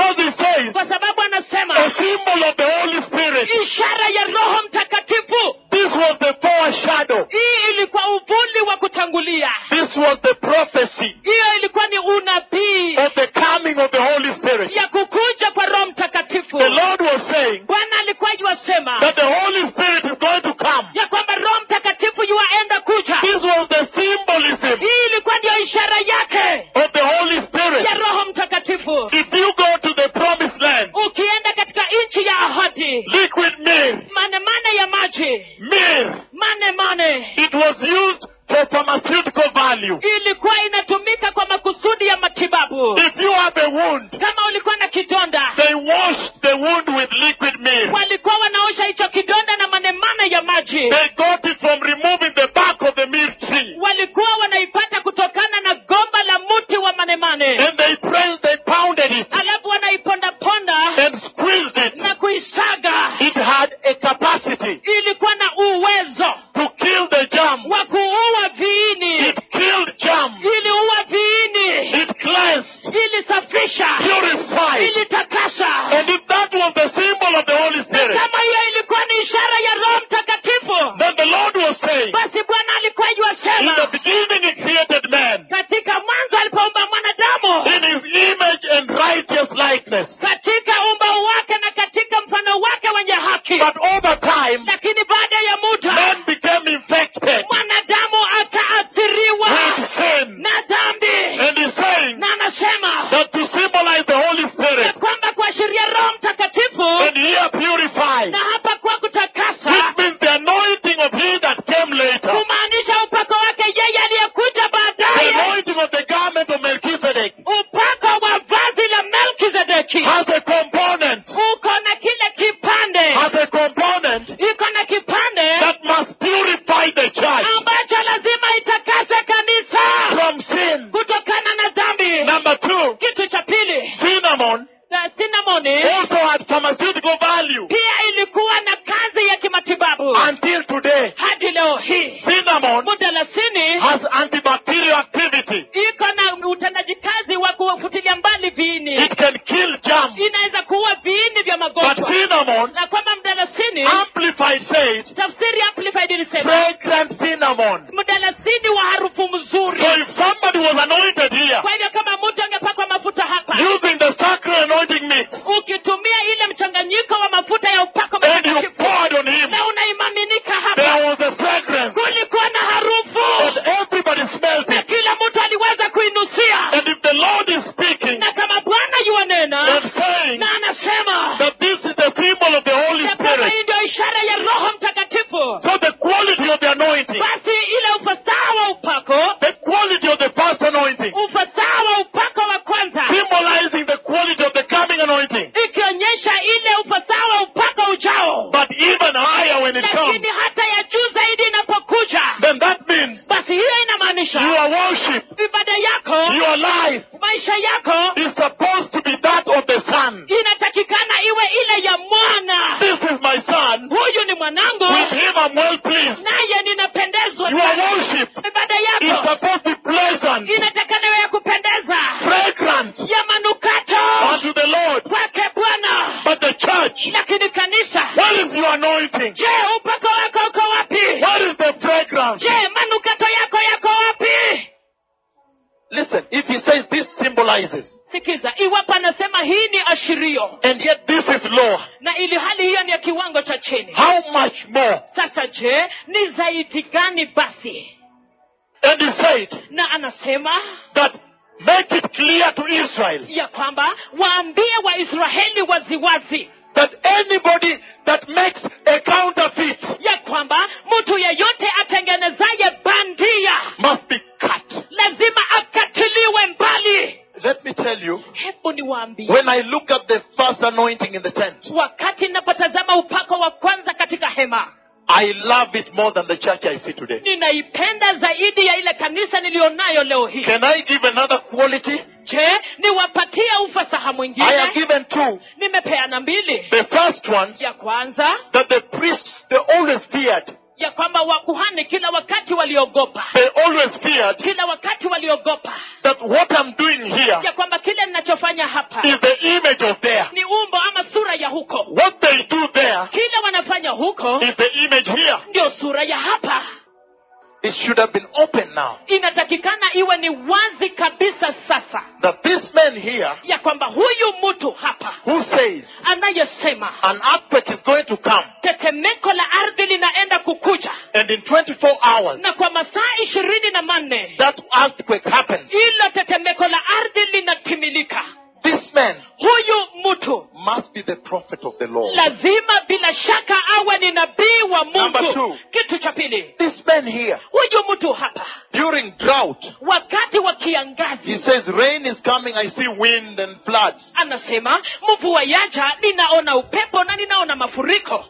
Speaker 2: yake
Speaker 1: of the Holy Spirit.
Speaker 2: ya roho mtakatifu
Speaker 1: If you go to the promised land,
Speaker 2: ukienda katika nchi ya ahadi
Speaker 1: liquid meal,
Speaker 2: manemane ya maji
Speaker 1: meal,
Speaker 2: manemane
Speaker 1: it was used for pharmaceutical value.
Speaker 2: ilikuwa inatumika kwa makusudi ya matibabu
Speaker 1: If you have a wound,
Speaker 2: kama ulikuwa na kidonda
Speaker 1: they washed the wound with liquid meal.
Speaker 2: walikuwa wanaosha hicho kidonda na manemane ya maji
Speaker 1: They got it from removing the bark of the meal tree.
Speaker 2: walikuwa wanaipata kutokana na gomba la mti wa manemane
Speaker 1: And they pressed, they pounded it,
Speaker 2: alafu wanaipondaponda
Speaker 1: and squeezed it.
Speaker 2: na kuisaga
Speaker 1: It had a capacity
Speaker 2: ilikuwa na uwezo
Speaker 1: to kill the germ.
Speaker 2: wa kuua viini
Speaker 1: It killed germ.
Speaker 2: iliua viini
Speaker 1: It cleansed,
Speaker 2: ilisafisha
Speaker 1: purified.
Speaker 2: ilitakasa
Speaker 1: And if that was the symbol of the Holy Spirit,
Speaker 2: kama hiyo ilikuwa ni ishara ya roho mtakatifu
Speaker 1: then the Lord was saying,
Speaker 2: basi bwana alikuwa
Speaker 1: In the
Speaker 2: yuasema
Speaker 1: beginning he created man
Speaker 2: katika mwanzo alipoumba mwanadamu
Speaker 1: in his image and righteous likeness.
Speaker 2: katika umbao wake na katika mfano wake wenye haki
Speaker 1: But over time,
Speaker 2: lakini baada ya muda
Speaker 1: man became infected
Speaker 2: mwanadamu akaathiriwa
Speaker 1: with sin.
Speaker 2: na dhambi
Speaker 1: And he's saying
Speaker 2: na anasema
Speaker 1: that to symbolize the Holy
Speaker 2: ya
Speaker 1: Spirit
Speaker 2: kwamba kuashiria roho
Speaker 1: and
Speaker 2: mtakatifu
Speaker 1: here
Speaker 2: na
Speaker 1: purified,
Speaker 2: hapa kwa
Speaker 1: which
Speaker 2: kutakasa
Speaker 1: means the anointing of he that came later,
Speaker 2: kumaanisha upako wake yeye aliyekuja
Speaker 1: the
Speaker 2: baadaye
Speaker 1: anointing of the garment of Melchizedek
Speaker 2: upako wa vazi la melkizedeki
Speaker 1: has a component,
Speaker 2: uko na kile kipande
Speaker 1: has a component
Speaker 2: iko na kipande
Speaker 1: that must purify the church
Speaker 2: ambacho lazima itakase kanisa
Speaker 1: from sin.
Speaker 2: kutokana na dhambi
Speaker 1: Number two,
Speaker 2: kitu cha pili
Speaker 1: cinnamon
Speaker 2: na sinamoni
Speaker 1: also had pharmaceutical value
Speaker 2: pia ilikuwa na kazi ya kimatibabu
Speaker 1: until today.
Speaker 2: hadi leo hii
Speaker 1: Cinnamon
Speaker 2: mudalasini
Speaker 1: has antibacterial activity.
Speaker 2: iko na utendaji kazi wa kuwafutilia mbali viini
Speaker 1: It can kill germs.
Speaker 2: inaweza kuua viini vya
Speaker 1: But Um,
Speaker 2: magonjwa
Speaker 1: cinnamon,
Speaker 2: na kwamba mdalasini
Speaker 1: amplified said,
Speaker 2: tafsiri amplified ilisema
Speaker 1: fragrant cinnamon.
Speaker 2: mdalasini wa harufu
Speaker 1: So
Speaker 2: mzuri
Speaker 1: if somebody was anointed here
Speaker 2: kwa hivyo kama mtu angepakwa mafuta hapa
Speaker 1: using the sacral anointing mix
Speaker 2: ukitumia ile mchanganyiko wa mafuta ya upako
Speaker 1: and you
Speaker 2: matakatifu
Speaker 1: poured on him,
Speaker 2: na unaimaminika hapa
Speaker 1: there was a fragrance
Speaker 2: kulikuwa na
Speaker 1: and
Speaker 2: harufu
Speaker 1: everybody smelled
Speaker 2: na
Speaker 1: it.
Speaker 2: kila mtu aliweza kuinusia
Speaker 1: And if the Lord is speaking
Speaker 2: na kama bwana
Speaker 1: and
Speaker 2: yuanena
Speaker 1: saying
Speaker 2: na anasema
Speaker 1: that this is the symbol of the Holy
Speaker 2: ya kwamba
Speaker 1: Spirit,
Speaker 2: hii ndio ishara ya roho mtakatifu
Speaker 1: so the quality of the anointing
Speaker 2: basi ile ufasaha wa upako
Speaker 1: the quality of the first anointing,
Speaker 2: ufasaha wa upako wa kwanza
Speaker 1: symbolizing the quality of the coming anointing,
Speaker 2: ikionyesha ile ufasaha wa upako ujao
Speaker 1: but even higher when it comes,
Speaker 2: lakini hata ya juu zaidi inapokuja
Speaker 1: then that means
Speaker 2: basi hiyo
Speaker 1: your
Speaker 2: inamaanisha
Speaker 1: worship,
Speaker 2: ibada yako
Speaker 1: your life
Speaker 2: maisha yako
Speaker 1: is supposed to be that of the Son.
Speaker 2: inatakikana iwe ile ya mwana
Speaker 1: This is my Son,
Speaker 2: huyu ni mwanangu
Speaker 1: with him I'm well pleased.
Speaker 2: naye ninapendezwa
Speaker 1: Your
Speaker 2: naye.
Speaker 1: worship
Speaker 2: ibada
Speaker 1: is
Speaker 2: yako
Speaker 1: supposed to be pleasant,
Speaker 2: inatakana iwe ya kupendeza
Speaker 1: fragrant
Speaker 2: ya manukato
Speaker 1: unto the Lord.
Speaker 2: kwake bwana
Speaker 1: But the church,
Speaker 2: lakini kanisa
Speaker 1: what is your anointing?
Speaker 2: je upako wako uko wapi
Speaker 1: What is the fragrance?
Speaker 2: je manukato yako yako wapi
Speaker 1: Listen, if he says this symbolizes,
Speaker 2: sikiza iwapo anasema hii ni ashirio
Speaker 1: and yet this is lower,
Speaker 2: na ili hali hiyo ni ya kiwango cha chini
Speaker 1: how much more?
Speaker 2: sasa je ni zaidi gani basi
Speaker 1: And he said
Speaker 2: na anasema
Speaker 1: that make it clear to Israel
Speaker 2: ya kwamba waambie waisraeli waziwazi
Speaker 1: that anybody that makes a counterfeit
Speaker 2: ya kwamba mtu yeyote atengenezaye bandia
Speaker 1: must be cut.
Speaker 2: lazima akatiliwe mbali
Speaker 1: Let me tell you,
Speaker 2: hebu niwaambie
Speaker 1: when I look at the first anointing in the tent,
Speaker 2: wakati napotazama upako wa kwanza katika hema
Speaker 1: I love it more than the church I see today.
Speaker 2: ninaipenda zaidi ya ile kanisa nilionayo leo hii
Speaker 1: Can I give another quality?
Speaker 2: je niwapatie ufasaha
Speaker 1: I have
Speaker 2: mwingine
Speaker 1: given two.
Speaker 2: nimepeana mbili
Speaker 1: The first one,
Speaker 2: ya kwanza
Speaker 1: that the priests, they always feared.
Speaker 2: ya kwamba wakuhani kila wakati waliogopa
Speaker 1: They always feared
Speaker 2: kila wakati waliogopa
Speaker 1: that what I'm doing here
Speaker 2: ya kwamba kile ninachofanya hapa
Speaker 1: is the image of there.
Speaker 2: ni umbo ama sura ya huko
Speaker 1: What they do there
Speaker 2: kile wanafanya huko
Speaker 1: is the image here.
Speaker 2: ndio sura ya hapa
Speaker 1: It should have been open now.
Speaker 2: inatakikana iwe ni wazi kabisa sasa
Speaker 1: that this man here
Speaker 2: ya kwamba huyu mtu hapa
Speaker 1: who says
Speaker 2: anayesema
Speaker 1: an earthquake is going to come
Speaker 2: tetemeko la ardhi linaenda kukuja
Speaker 1: a and in 24 hours
Speaker 2: na kwa masaa ishirini na manne
Speaker 1: that earthquake happens.
Speaker 2: hilo tetemeko la ardhi linatimilika
Speaker 1: This man
Speaker 2: huyu mtu
Speaker 1: must be the prophet of the Lord.
Speaker 2: lazima bila shaka awe ni nabii wa
Speaker 1: Number
Speaker 2: mungu
Speaker 1: two.
Speaker 2: kitu cha pili
Speaker 1: This man here,
Speaker 2: huyu mtu hapa
Speaker 1: during drought,
Speaker 2: wakati wa
Speaker 1: he
Speaker 2: kiangazi
Speaker 1: says, Rain is coming, I see wind and floods.
Speaker 2: anasema mvua yaja ninaona upepo na ninaona mafuriko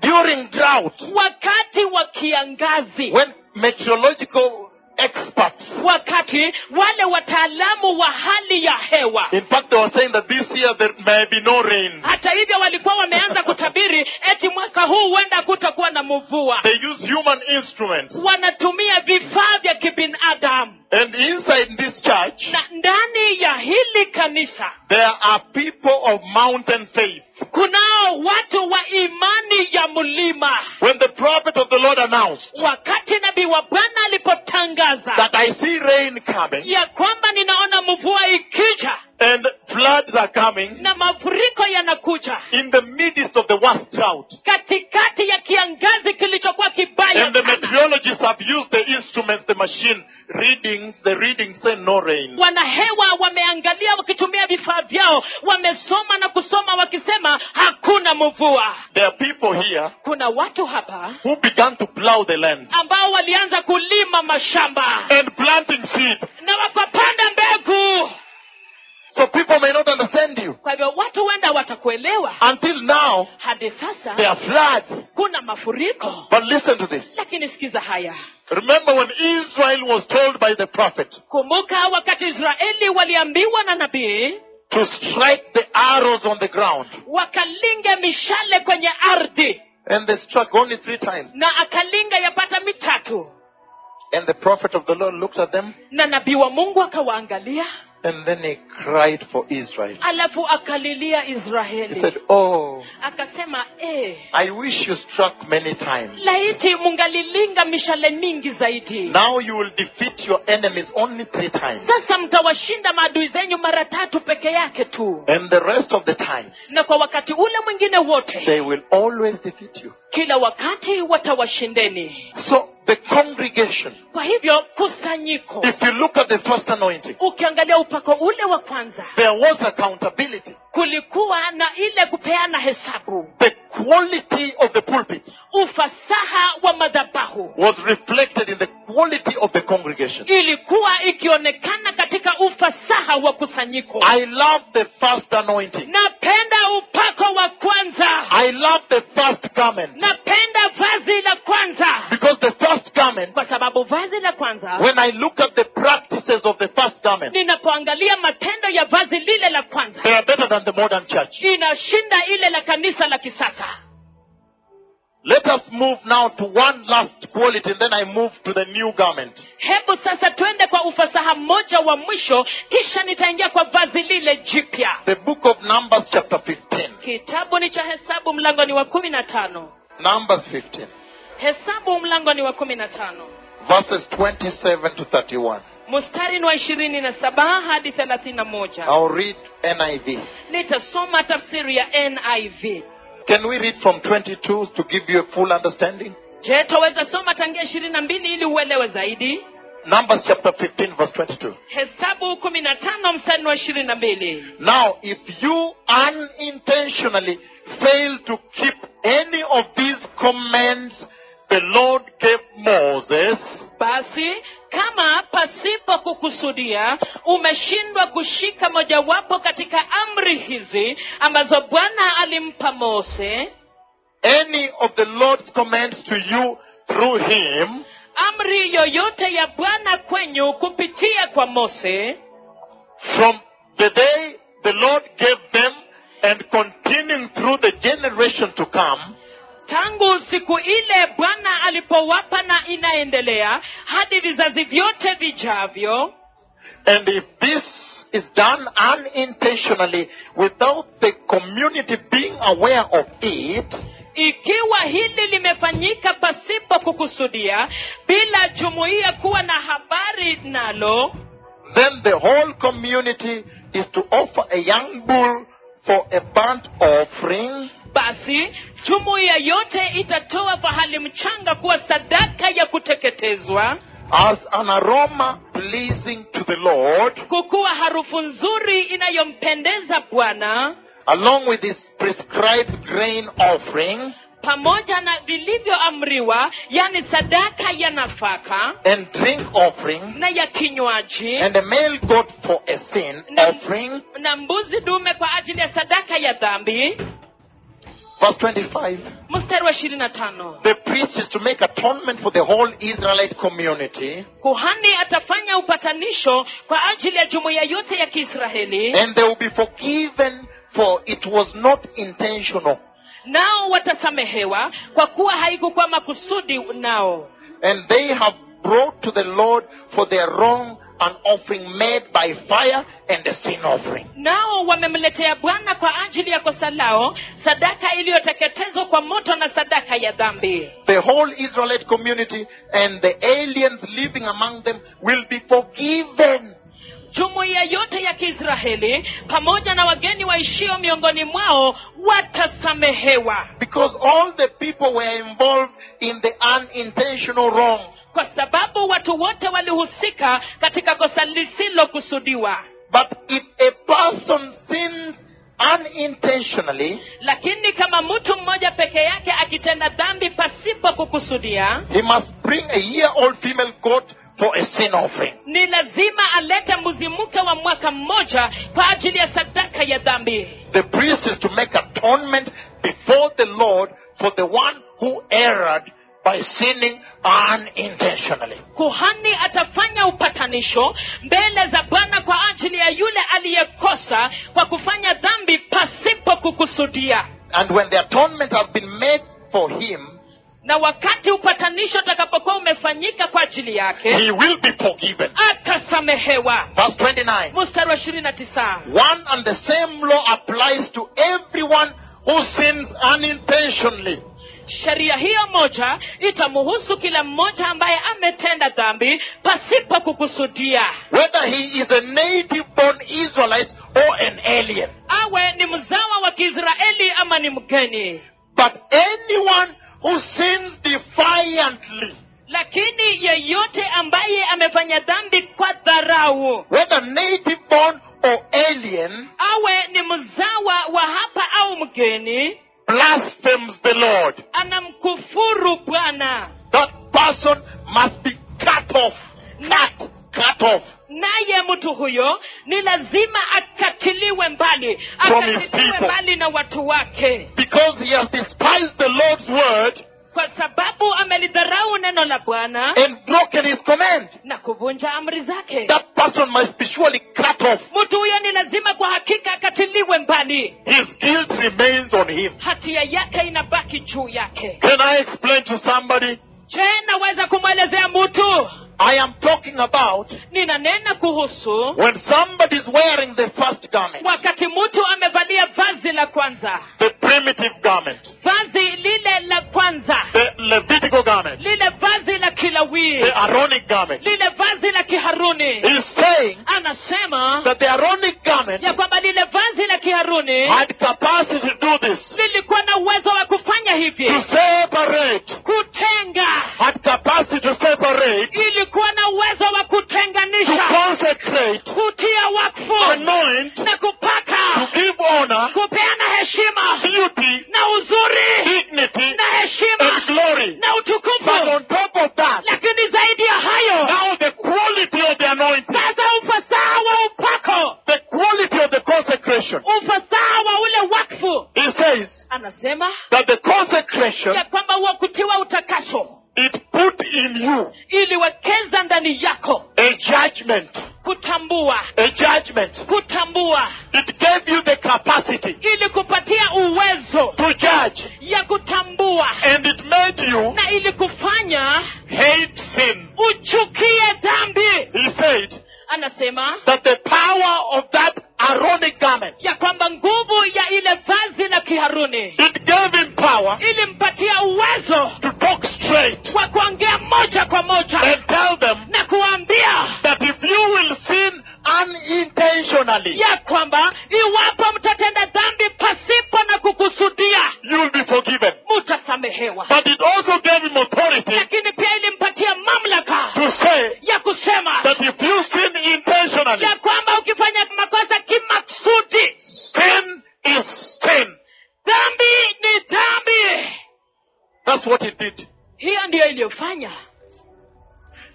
Speaker 1: During drought,
Speaker 2: wakati wa kiangazi
Speaker 1: when meteorological experts
Speaker 2: wakati wale wataalamu wa hali ya hewa
Speaker 1: In fact, they were saying that this year there may be no rain.
Speaker 2: hata hivyo walikuwa wameanza kutabiri eti mwaka huu huenda kutakuwa na mvua
Speaker 1: They use human instruments.
Speaker 2: wanatumia vifaa vya kibinadamu
Speaker 1: And inside this church,
Speaker 2: na ndani ya hili kanisa
Speaker 1: there are people of mountain faith.
Speaker 2: kunao watu wa imani ya mlima
Speaker 1: When the prophet of the Lord announced
Speaker 2: wakati nabii wa bwana alipotangaza
Speaker 1: that I see rain coming
Speaker 2: ya kwamba ninaona mvua ikija
Speaker 1: and floods are coming
Speaker 2: na mafuriko yanakuja
Speaker 1: in the midst of the worst drought,
Speaker 2: katikati ya kiangazi kilichokuwa kibaya
Speaker 1: and the
Speaker 2: sana
Speaker 1: meteorologists have used the instruments, the machine readings, the readings say no rain.
Speaker 2: wanahewa wameangalia wakitumia vifaa vyao wamesoma na kusoma wakisema hakuna mvua
Speaker 1: There are people here
Speaker 2: kuna watu hapa
Speaker 1: who began to plow the land
Speaker 2: ambao walianza kulima mashamba
Speaker 1: and planting seed.
Speaker 2: na wakapanda mbegu
Speaker 1: So people may not understand you.
Speaker 2: kwa hivyo watu huenda watakuelewa
Speaker 1: Until now,
Speaker 2: hadi
Speaker 1: There
Speaker 2: sasa
Speaker 1: are floods.
Speaker 2: kuna mafuriko
Speaker 1: But listen to this.
Speaker 2: lakini sikiza haya
Speaker 1: Remember when Israel was told by the prophet
Speaker 2: kumbuka wakati israeli waliambiwa na nabii
Speaker 1: to strike the arrows on the ground.
Speaker 2: wakalinge mishale kwenye ardhi
Speaker 1: And they struck only three times.
Speaker 2: na akalinga yapata mitatu
Speaker 1: And the prophet of the Lord looked at them
Speaker 2: na nabii wa mungu akawaangalia
Speaker 1: and then he cried for Israel.
Speaker 2: alafu akalilia
Speaker 1: He said,
Speaker 2: israeli
Speaker 1: Oh,
Speaker 2: akasema eh,
Speaker 1: I wish you struck many times.
Speaker 2: laiti mungalilinga mishale mingi zaidi
Speaker 1: Now you will defeat your enemies only three times.
Speaker 2: sasa mtawashinda maadui zenyu mara tatu peke yake tu
Speaker 1: And the rest of the time,
Speaker 2: na kwa wakati ule mwingine wote
Speaker 1: they will always defeat you.
Speaker 2: kila wakati watawashindeni
Speaker 1: So the congregation,
Speaker 2: kwa hivyo kusanyiko
Speaker 1: if you look at the first anointing,
Speaker 2: ukiangalia upako ule wa kwanza
Speaker 1: there was accountability.
Speaker 2: kulikuwa na ile kupeana hesabu
Speaker 1: the quality of the pulpit
Speaker 2: ufasaha wa madhabahu
Speaker 1: was reflected in the quality of the congregation.
Speaker 2: ilikuwa ikionekana katika ufasaha wa kusanyiko
Speaker 1: I love the first anointing.
Speaker 2: napenda upako wa kwanza
Speaker 1: I love the first garment.
Speaker 2: napenda vazi la kwanza
Speaker 1: Because the first garment,
Speaker 2: kwa sababu vazi la kwanza
Speaker 1: when I look at the practices of the first garment,
Speaker 2: ninapoangalia matendo ya vazi lile la kwanza
Speaker 1: they are better than the modern church.
Speaker 2: inashinda ile la kanisa la kisasa
Speaker 1: Let us move now to one last quality and then I move to the new garment.
Speaker 2: hebu sasa twende kwa ufasaha mmoja wa mwisho kisha nitaingia kwa vazi lile jipya
Speaker 1: The book of Numbers, chapter 15.
Speaker 2: kitabu ni cha hesabu mlango ni wa kumi na tano
Speaker 1: Numbers 15,
Speaker 2: hesabu mlango ni wa kumi na tano
Speaker 1: verses 27 to 31.
Speaker 2: mstari ni wa ishirini na saba hadi thelathini na moja
Speaker 1: I'll read NIV.
Speaker 2: nitasoma tafsiri ya niv
Speaker 1: Can we read from 22 to give you a full understanding?
Speaker 2: je taweza soma tangia ishirini na mbili ili uelewe zaidi
Speaker 1: Numbers chapter 15, verse 22.
Speaker 2: hesabu kumi na tano mstari wa ishirini na mbili
Speaker 1: Now, if you unintentionally fail to keep any of these commands the Lord gave Moses,
Speaker 2: basi kama pasipo kukusudia umeshindwa kushika mojawapo katika amri hizi ambazo bwana alimpa mose
Speaker 1: any of the Lord's commands to you through him,
Speaker 2: amri yoyote ya bwana kwenyu kupitia kwa mose
Speaker 1: from the day the Lord gave them and continuing through the generation to come,
Speaker 2: tangu siku ile bwana alipowapa na inaendelea hadi vizazi vyote vijavyo
Speaker 1: And if this is done unintentionally without the community being aware of it,
Speaker 2: ikiwa hili limefanyika pasipo kukusudia bila jumuiya kuwa na habari nalo
Speaker 1: then the whole community is to offer a young bull for a burnt offering
Speaker 2: basi jumuiya yote itatoa fahali mchanga kuwa sadaka ya kuteketezwa
Speaker 1: as an aroma pleasing to the Lord,
Speaker 2: kukuwa harufu nzuri inayompendeza bwana
Speaker 1: along with his prescribed grain offering
Speaker 2: pamoja na vilivyoamriwa yani sadaka ya nafaka
Speaker 1: and drink offering,
Speaker 2: na ya kinywaji
Speaker 1: and a male goat for a sin
Speaker 2: na,
Speaker 1: offering.
Speaker 2: na mbuzi dume kwa ajili ya sadaka ya dhambi
Speaker 1: Verse 25.
Speaker 2: mstari wa ishirini na tano
Speaker 1: The priest is to make atonement for the whole Israelite community,
Speaker 2: kuhani atafanya upatanisho kwa ajili ya jumuiya yote ya kiisraeli
Speaker 1: and they will be forgiven, for it was not intentional.
Speaker 2: nao watasamehewa kwa kuwa haikukuwa makusudi nao
Speaker 1: And they have brought to the Lord for their wrong an offering made by fire and a sin offering.
Speaker 2: nao wamemletea bwana kwa ajili ya kosa lao sadaka iliyoteketezwa kwa moto na sadaka ya dhambi
Speaker 1: The whole Israelite community and the aliens living among them will be forgiven.
Speaker 2: jumuiya yote ya kiisraeli pamoja na wageni waishio miongoni mwao watasamehewa
Speaker 1: Because all the people were involved in the unintentional wrong.
Speaker 2: kwa sababu watu wote walihusika katika kosa lisilokusudiwa
Speaker 1: But if a person sins unintentionally,
Speaker 2: lakini kama mtu mmoja peke yake akitenda dhambi pasipo kukusudia
Speaker 1: He must bring a year old female goat for a sin offering.
Speaker 2: ni lazima alete mbuzi mke wa mwaka mmoja kwa ajili ya sadaka ya dhambi
Speaker 1: The priest is to make atonement before the Lord for the one who erred by sinning unintentionally.
Speaker 2: kuhani atafanya upatanisho mbele za bwana kwa ajili ya yule aliyekosa kwa kufanya dhambi pasipo kukusudia
Speaker 1: And when the atonement has been made for him,
Speaker 2: na wakati upatanisho utakapokuwa umefanyika kwa ajili yake
Speaker 1: he will be forgiven.
Speaker 2: atasamehewa
Speaker 1: Verse 29.
Speaker 2: mstari wa ishirini na tisa
Speaker 1: One and the same law applies to everyone who sins unintentionally.
Speaker 2: sheria hiyo moja itamhusu kila mmoja ambaye ametenda dhambi pasipo kukusudia
Speaker 1: Whether he is a native born Israelite or an alien.
Speaker 2: awe ni mzawa wa kiisraeli ama ni mgeni
Speaker 1: But anyone who sins defiantly,
Speaker 2: lakini yeyote ambaye amefanya dhambi kwa dharau
Speaker 1: whether native born or alien,
Speaker 2: awe ni mzawa wa hapa au mgeni
Speaker 1: blasphemes the Lord.
Speaker 2: anamkufuru bwana
Speaker 1: That person must be cut off. Cut, cut off
Speaker 2: naye mtu huyo ni lazima akatiliwe mbali
Speaker 1: From his
Speaker 2: akatiliwe
Speaker 1: people.
Speaker 2: mbali na watu wake
Speaker 1: because he has despised the Lord's word
Speaker 2: kwa sababu amelidharau neno la bwana
Speaker 1: and broken his command.
Speaker 2: na kuvunja amri zake
Speaker 1: That person must be surely cut off.
Speaker 2: mtu huyo ni lazima kwa hakika akatiliwe mbali
Speaker 1: His guilt remains on him.
Speaker 2: hatia yake inabaki juu yake
Speaker 1: Can I explain to somebody?
Speaker 2: je naweza kumwelezea mtu
Speaker 1: I am talking about
Speaker 2: ninanena kuhusu
Speaker 1: when somebody is wearing the first garment,
Speaker 2: wakati mtu amevalia vazi la kwanza
Speaker 1: the primitive garment.
Speaker 2: vazi lile la kwanza
Speaker 1: the Levitical garment,
Speaker 2: lile vazi la kilawii
Speaker 1: the Aaronic garment.
Speaker 2: lile vazi la kiharuni
Speaker 1: He's saying
Speaker 2: anasema
Speaker 1: that the Aaronic garment
Speaker 2: ya kwamba lile vazi la kiharuni
Speaker 1: had capacity to do this,
Speaker 2: lilikuwa na uwezo wa kufanya
Speaker 1: to
Speaker 2: hivi
Speaker 1: separate,
Speaker 2: kutenga
Speaker 1: had capacity to separate,
Speaker 2: ilikuwa na uwezo wa
Speaker 1: to
Speaker 2: kutenganisha
Speaker 1: consecrate,
Speaker 2: kutia wakfu
Speaker 1: anoint,
Speaker 2: na
Speaker 1: to
Speaker 2: kupaka
Speaker 1: give honor,
Speaker 2: kupeana heshima
Speaker 1: beauty,
Speaker 2: na uzuri
Speaker 1: dignity,
Speaker 2: na
Speaker 1: and
Speaker 2: heshima
Speaker 1: glory.
Speaker 2: na
Speaker 1: But
Speaker 2: utukufu
Speaker 1: on top of that,
Speaker 2: lakini zaidi ya hayo
Speaker 1: now the quality of the anointing,
Speaker 2: sasa ufasaha wa upako
Speaker 1: the quality of the consecration.
Speaker 2: ufasaha wa ule wakfu
Speaker 1: He says
Speaker 2: anasema
Speaker 1: that the consecration,
Speaker 2: ya kwamba huo kutiwa utakaso
Speaker 1: it put in you
Speaker 2: iliwekeza ndani yako
Speaker 1: a judgment.
Speaker 2: kutambua
Speaker 1: a judgment.
Speaker 2: kutambua
Speaker 1: It gave you the capacity
Speaker 2: ili kupatia uwezo
Speaker 1: to judge,
Speaker 2: ya kutambua
Speaker 1: and it made you
Speaker 2: na ili kufanya
Speaker 1: hate sin.
Speaker 2: uchukie dhambi
Speaker 1: He said
Speaker 2: anasema
Speaker 1: that the power of that Aaronic garment,
Speaker 2: ya kwamba nguvu ya ile vazi la kiharuni
Speaker 1: it gave him power
Speaker 2: ilimpatia uwezo
Speaker 1: to talk straight
Speaker 2: wa kuongea moja kwa moja
Speaker 1: and tell them
Speaker 2: na kuwaambia
Speaker 1: that if you will sin unintentionally,
Speaker 2: ya kwamba iwapo mtatenda dhambi pasipo na kukusudia
Speaker 1: you will be forgiven.
Speaker 2: mutasamehewa
Speaker 1: But it also gave him authority
Speaker 2: lakini pia ilimpatia mamlaka
Speaker 1: to say
Speaker 2: ya kusema
Speaker 1: that if you sin intentionally,
Speaker 2: ya kwamba ukifanya makosa kimaksudi
Speaker 1: sin is sin.
Speaker 2: dhambi ni dhambi
Speaker 1: That's what it did.
Speaker 2: hiyo ndiyo iliyofanya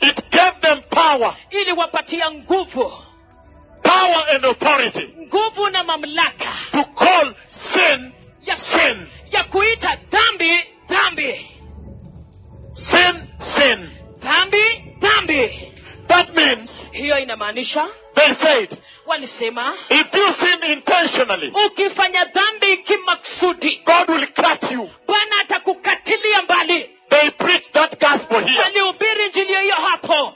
Speaker 1: It gave them power,
Speaker 2: iliwapatia nguvu
Speaker 1: power and authority
Speaker 2: nguvu na mamlaka
Speaker 1: to call sin
Speaker 2: ya,
Speaker 1: sin,
Speaker 2: ya kuita dhambi dhambi
Speaker 1: sin, sin.
Speaker 2: dhambi dhambi
Speaker 1: That means
Speaker 2: hiyo inamaanisha
Speaker 1: they said,
Speaker 2: walisema
Speaker 1: if you sin intentionally,
Speaker 2: ukifanya dhambi kimaksudi
Speaker 1: God will cut you.
Speaker 2: bwana atakukatilia mbali
Speaker 1: They preach that gospel here.
Speaker 2: walihubiri njili hiyo hapo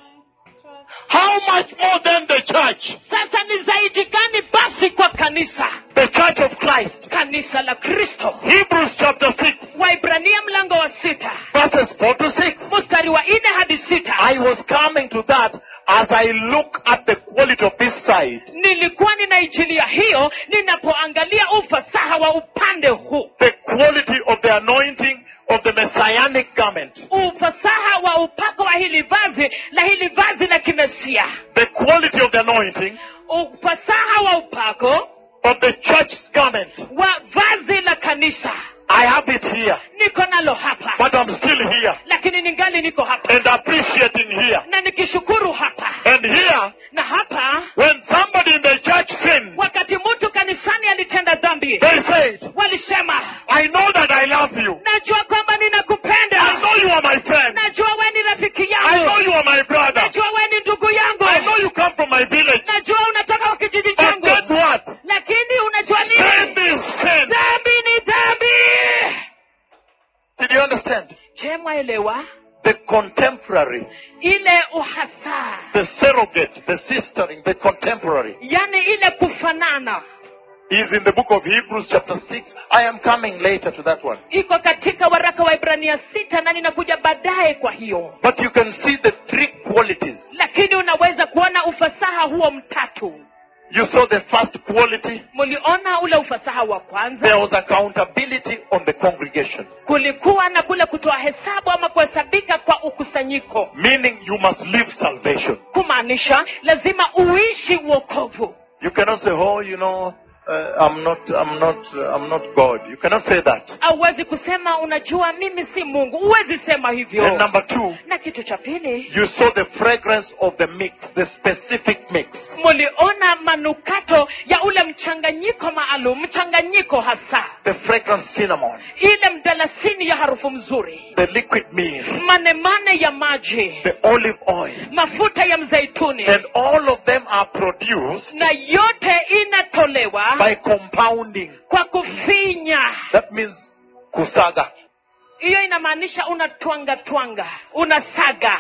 Speaker 1: How much more than the church,
Speaker 2: sasa ni zaidi gani basi kwa kanisa
Speaker 1: the church of Christ?
Speaker 2: kanisa la kristo
Speaker 1: Hebrews chapter 6,
Speaker 2: waibrania mlango wa sita
Speaker 1: verses 4 to 6.
Speaker 2: mstari wa nne hadi sita
Speaker 1: I was coming to that as I look at the quality of this side.
Speaker 2: nilikuwa ninaijilia hiyo ninapoangalia ufasaha wa upande huu
Speaker 1: The quality of the anointing of the messianic garment.
Speaker 2: ufasaha wa upako wa hili vazi la hili vazi la kimesia
Speaker 1: The quality of the anointing
Speaker 2: ufasaha wa upako
Speaker 1: of the church's garment.
Speaker 2: wa vazi la kanisa
Speaker 1: I have it here,
Speaker 2: niko nalo hapa
Speaker 1: but I'm still here
Speaker 2: lakini ningali niko hapa
Speaker 1: and appreciating here.
Speaker 2: na nikishukuru hapa
Speaker 1: And here,
Speaker 2: na hapa
Speaker 1: when somebody in the church sinned,
Speaker 2: wakati mtu kanisani alitenda dhambi
Speaker 1: they said,
Speaker 2: walisema
Speaker 1: I know that I love you.
Speaker 2: najua kwamba
Speaker 1: I
Speaker 2: ninakupenda
Speaker 1: know you are my friend.
Speaker 2: najua we ni rafiki
Speaker 1: I know
Speaker 2: yangu
Speaker 1: you are my brother.
Speaker 2: najua we ni ndugu
Speaker 1: I know
Speaker 2: yangu
Speaker 1: you come from my village.
Speaker 2: najua unatoka kwa kijiji
Speaker 1: But guess
Speaker 2: changu
Speaker 1: what?
Speaker 2: lakini unajua
Speaker 1: Sin
Speaker 2: nini
Speaker 1: is sin.
Speaker 2: dhambi ni dhambi
Speaker 1: Did you understand?
Speaker 2: je mwaelewa
Speaker 1: The contemporary,
Speaker 2: ile uhasaa
Speaker 1: the surrogate, the sistering, the contemporary
Speaker 2: yani ile kufanana
Speaker 1: is in the book of Hebrews, chapter 6. I am coming later to that one.
Speaker 2: iko katika waraka wa ibrania sita na ninakuja baadaye kwa hiyo
Speaker 1: But you can see the three qualities.
Speaker 2: lakini unaweza kuona ufasaha huo mtatu
Speaker 1: You saw the first quality.
Speaker 2: mliona ule ufasaha wa kwanza
Speaker 1: There was accountability on the congregation,
Speaker 2: kulikuwa na kule kutoa hesabu ama kuhesabika kwa ukusanyiko
Speaker 1: meaning you must live salvation.
Speaker 2: kumaanisha lazima uishi uokovu
Speaker 1: You cannot say, "Oh, you know, uh, I'm not, I'm not, uh, I'm not God." You cannot say that.
Speaker 2: auwezi kusema unajua mimi si mungu huwezi sema
Speaker 1: And
Speaker 2: hivyo
Speaker 1: number two,
Speaker 2: na kitu cha pili
Speaker 1: you saw the fragrance of the mix, the specific mix.
Speaker 2: muliona manukato ya ule mchanganyiko maalum mchanganyiko hasa
Speaker 1: the fragrant cinnamon,
Speaker 2: ile mdalasini ya harufu mzuri
Speaker 1: the liquid myrrh,
Speaker 2: manemane ya maji
Speaker 1: the olive oil,
Speaker 2: mafuta ya mzeituni
Speaker 1: and all of them are produced
Speaker 2: na yote inatolewa
Speaker 1: by compounding.
Speaker 2: kwa kufinya
Speaker 1: That means kusaga,
Speaker 2: hiyo inamaanisha unatwanga twanga unasaga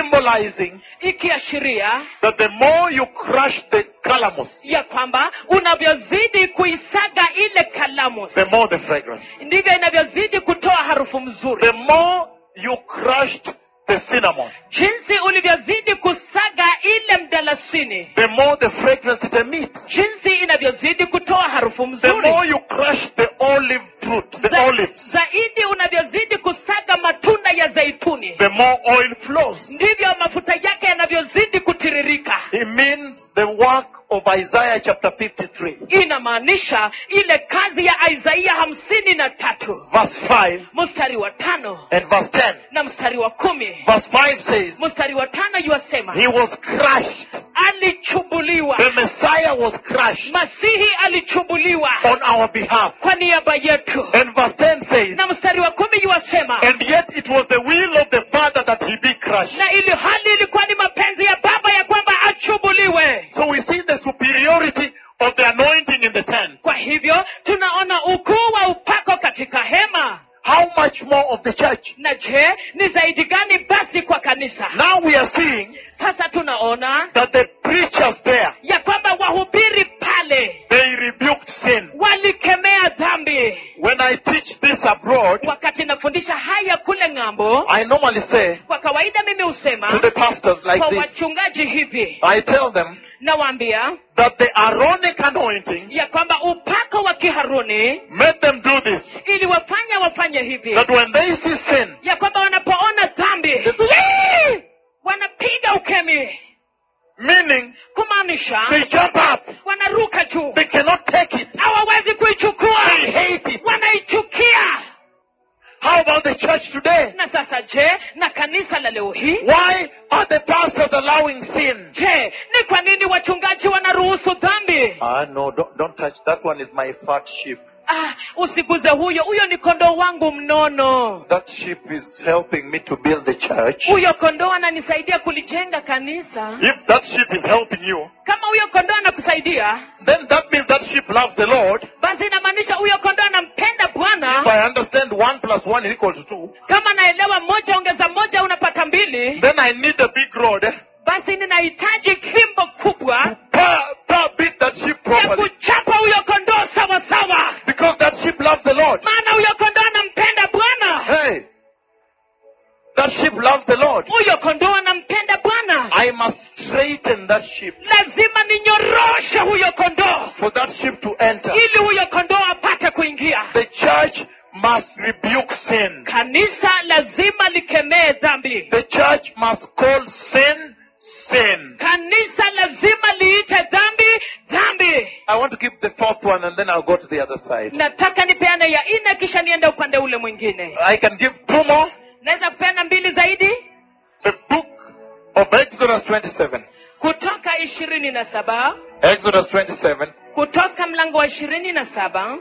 Speaker 1: symbolizing
Speaker 2: ikiashiria
Speaker 1: that the more you crush the calamus,
Speaker 2: ya kwamba unavyozidi kuisaga ile kalamu
Speaker 1: the more the fragrance.
Speaker 2: ndivyo inavyozidi kutoa harufu
Speaker 1: The
Speaker 2: mzuri
Speaker 1: more you crushed the cinnamon,
Speaker 2: jinsi ulivyozidi kusaga ile mdalasini
Speaker 1: the more the fragrance it emits.
Speaker 2: jinsi inavyozidi kutoa harufu
Speaker 1: The
Speaker 2: mzuri
Speaker 1: more you crush the olive fruit, the
Speaker 2: Za-
Speaker 1: olives,
Speaker 2: zaidi unavyozidi kusaga matunda ya zaituni
Speaker 1: the more oil flows.
Speaker 2: ndivyo mafuta yake yanavyozidi kutiririka
Speaker 1: It means the work of Isaiah chapter 53.
Speaker 2: inamaanisha ile kazi ya isaia hamsini na tatu
Speaker 1: verse 5
Speaker 2: mstari wa tano
Speaker 1: and verse 10.
Speaker 2: na mstari wa kumi
Speaker 1: Verse 5 says,
Speaker 2: mstari wa tano yuwasema
Speaker 1: He was crushed. The
Speaker 2: alichubuliwa
Speaker 1: Messiah was crushed
Speaker 2: masihi alichubuliwa
Speaker 1: on our behalf.
Speaker 2: kwa niaba yetu
Speaker 1: And verse 10 says,
Speaker 2: na mstari wa kumi yuwasema
Speaker 1: And yet it was the will of the Father that he be crushed.
Speaker 2: na ili hali ilikuwa ni mapenzi ya baba ya kwamba achubuliwe
Speaker 1: So we see the superiority of the anointing in the tent.
Speaker 2: kwa hivyo tunaona ukuu wa upako katika hema
Speaker 1: How much more of the church?
Speaker 2: na je ni zaidi gani basi kwa kanisa
Speaker 1: Now we are seeing
Speaker 2: sasa tunaona
Speaker 1: that the preachers there,
Speaker 2: ya kwamba wahubiri pale
Speaker 1: they rebuked sin.
Speaker 2: walikemea dhambi
Speaker 1: When I teach this abroad,
Speaker 2: wakati nafundisha haya kule ng'ambo
Speaker 1: I normally say
Speaker 2: kwa kawaida mimi
Speaker 1: to
Speaker 2: husema
Speaker 1: the pastors like
Speaker 2: kwa
Speaker 1: this
Speaker 2: wachungaji hivi
Speaker 1: I tell them
Speaker 2: nawaambia
Speaker 1: that the Aaronic anointing
Speaker 2: ya kwamba upako wa kiharuni
Speaker 1: made them do this.
Speaker 2: iliwafanya wafanye hivi
Speaker 1: That when they see sin,
Speaker 2: ya kwamba wanapoona dhambi
Speaker 1: they say,
Speaker 2: wanapiga ukemi
Speaker 1: "Yee!" meaning
Speaker 2: kumaanisha
Speaker 1: they jump up,
Speaker 2: wanaruka juu
Speaker 1: they cannot take it,
Speaker 2: hawawezi kuichukua
Speaker 1: they hate it.
Speaker 2: wanaichukia
Speaker 1: How about the church today?
Speaker 2: na sasa je na kanisa la leo hii
Speaker 1: Why are the pastors allowing sin?
Speaker 2: je ni kwa nini wachungaji wanaruhusu dhambi
Speaker 1: Ah, no, don't, don't touch. That one is my fat sheep.
Speaker 2: ah, usiguze huyo huyo ni kondoo wangu mnono
Speaker 1: That sheep is helping me to build the church.
Speaker 2: huyo kondoo ananisaidia kulijenga kanisa
Speaker 1: If that sheep is helping you,
Speaker 2: kama huyo kondoo anakusaidia
Speaker 1: then that means that sheep loves the Lord.
Speaker 2: basi inamaanisha huyo kondoo anampenda
Speaker 1: If
Speaker 2: bwana
Speaker 1: I understand one plus one is equal to two,
Speaker 2: kama naelewa moja ongeza moja unapata mbili
Speaker 1: then I need a big rod eh,
Speaker 2: basi ninahitaji fimbo kubwa
Speaker 1: to pa, pa beat that sheep
Speaker 2: ya
Speaker 1: properly.
Speaker 2: kuchapa huyo kondoo sawa sawa
Speaker 1: Because that sheep loves the Lord.
Speaker 2: maana huyo kondoo anampenda bwana
Speaker 1: Hey! That sheep loves the Lord.
Speaker 2: huyo kondoo anampenda bwana
Speaker 1: I must straighten that sheep
Speaker 2: lazima ninyoroshe huyo kondoo
Speaker 1: for that sheep to enter.
Speaker 2: ili huyo kondoo apate kuingia
Speaker 1: The church must rebuke sin.
Speaker 2: kanisa lazima likemee dhambi
Speaker 1: The church must call sin, sin.
Speaker 2: kanisa lazima liite dhambi dhambi
Speaker 1: I want to give the fourth one and then I'll go to the other side.
Speaker 2: nataka nipeane ya nne kisha niende upande ule mwingine
Speaker 1: I can give two more.
Speaker 2: naweza kupeana mbili zaidi
Speaker 1: The book of Exodus 27.
Speaker 2: kutoka ishirini na saba
Speaker 1: Exodus 27,
Speaker 2: kutoka mlango wa ishirini na saba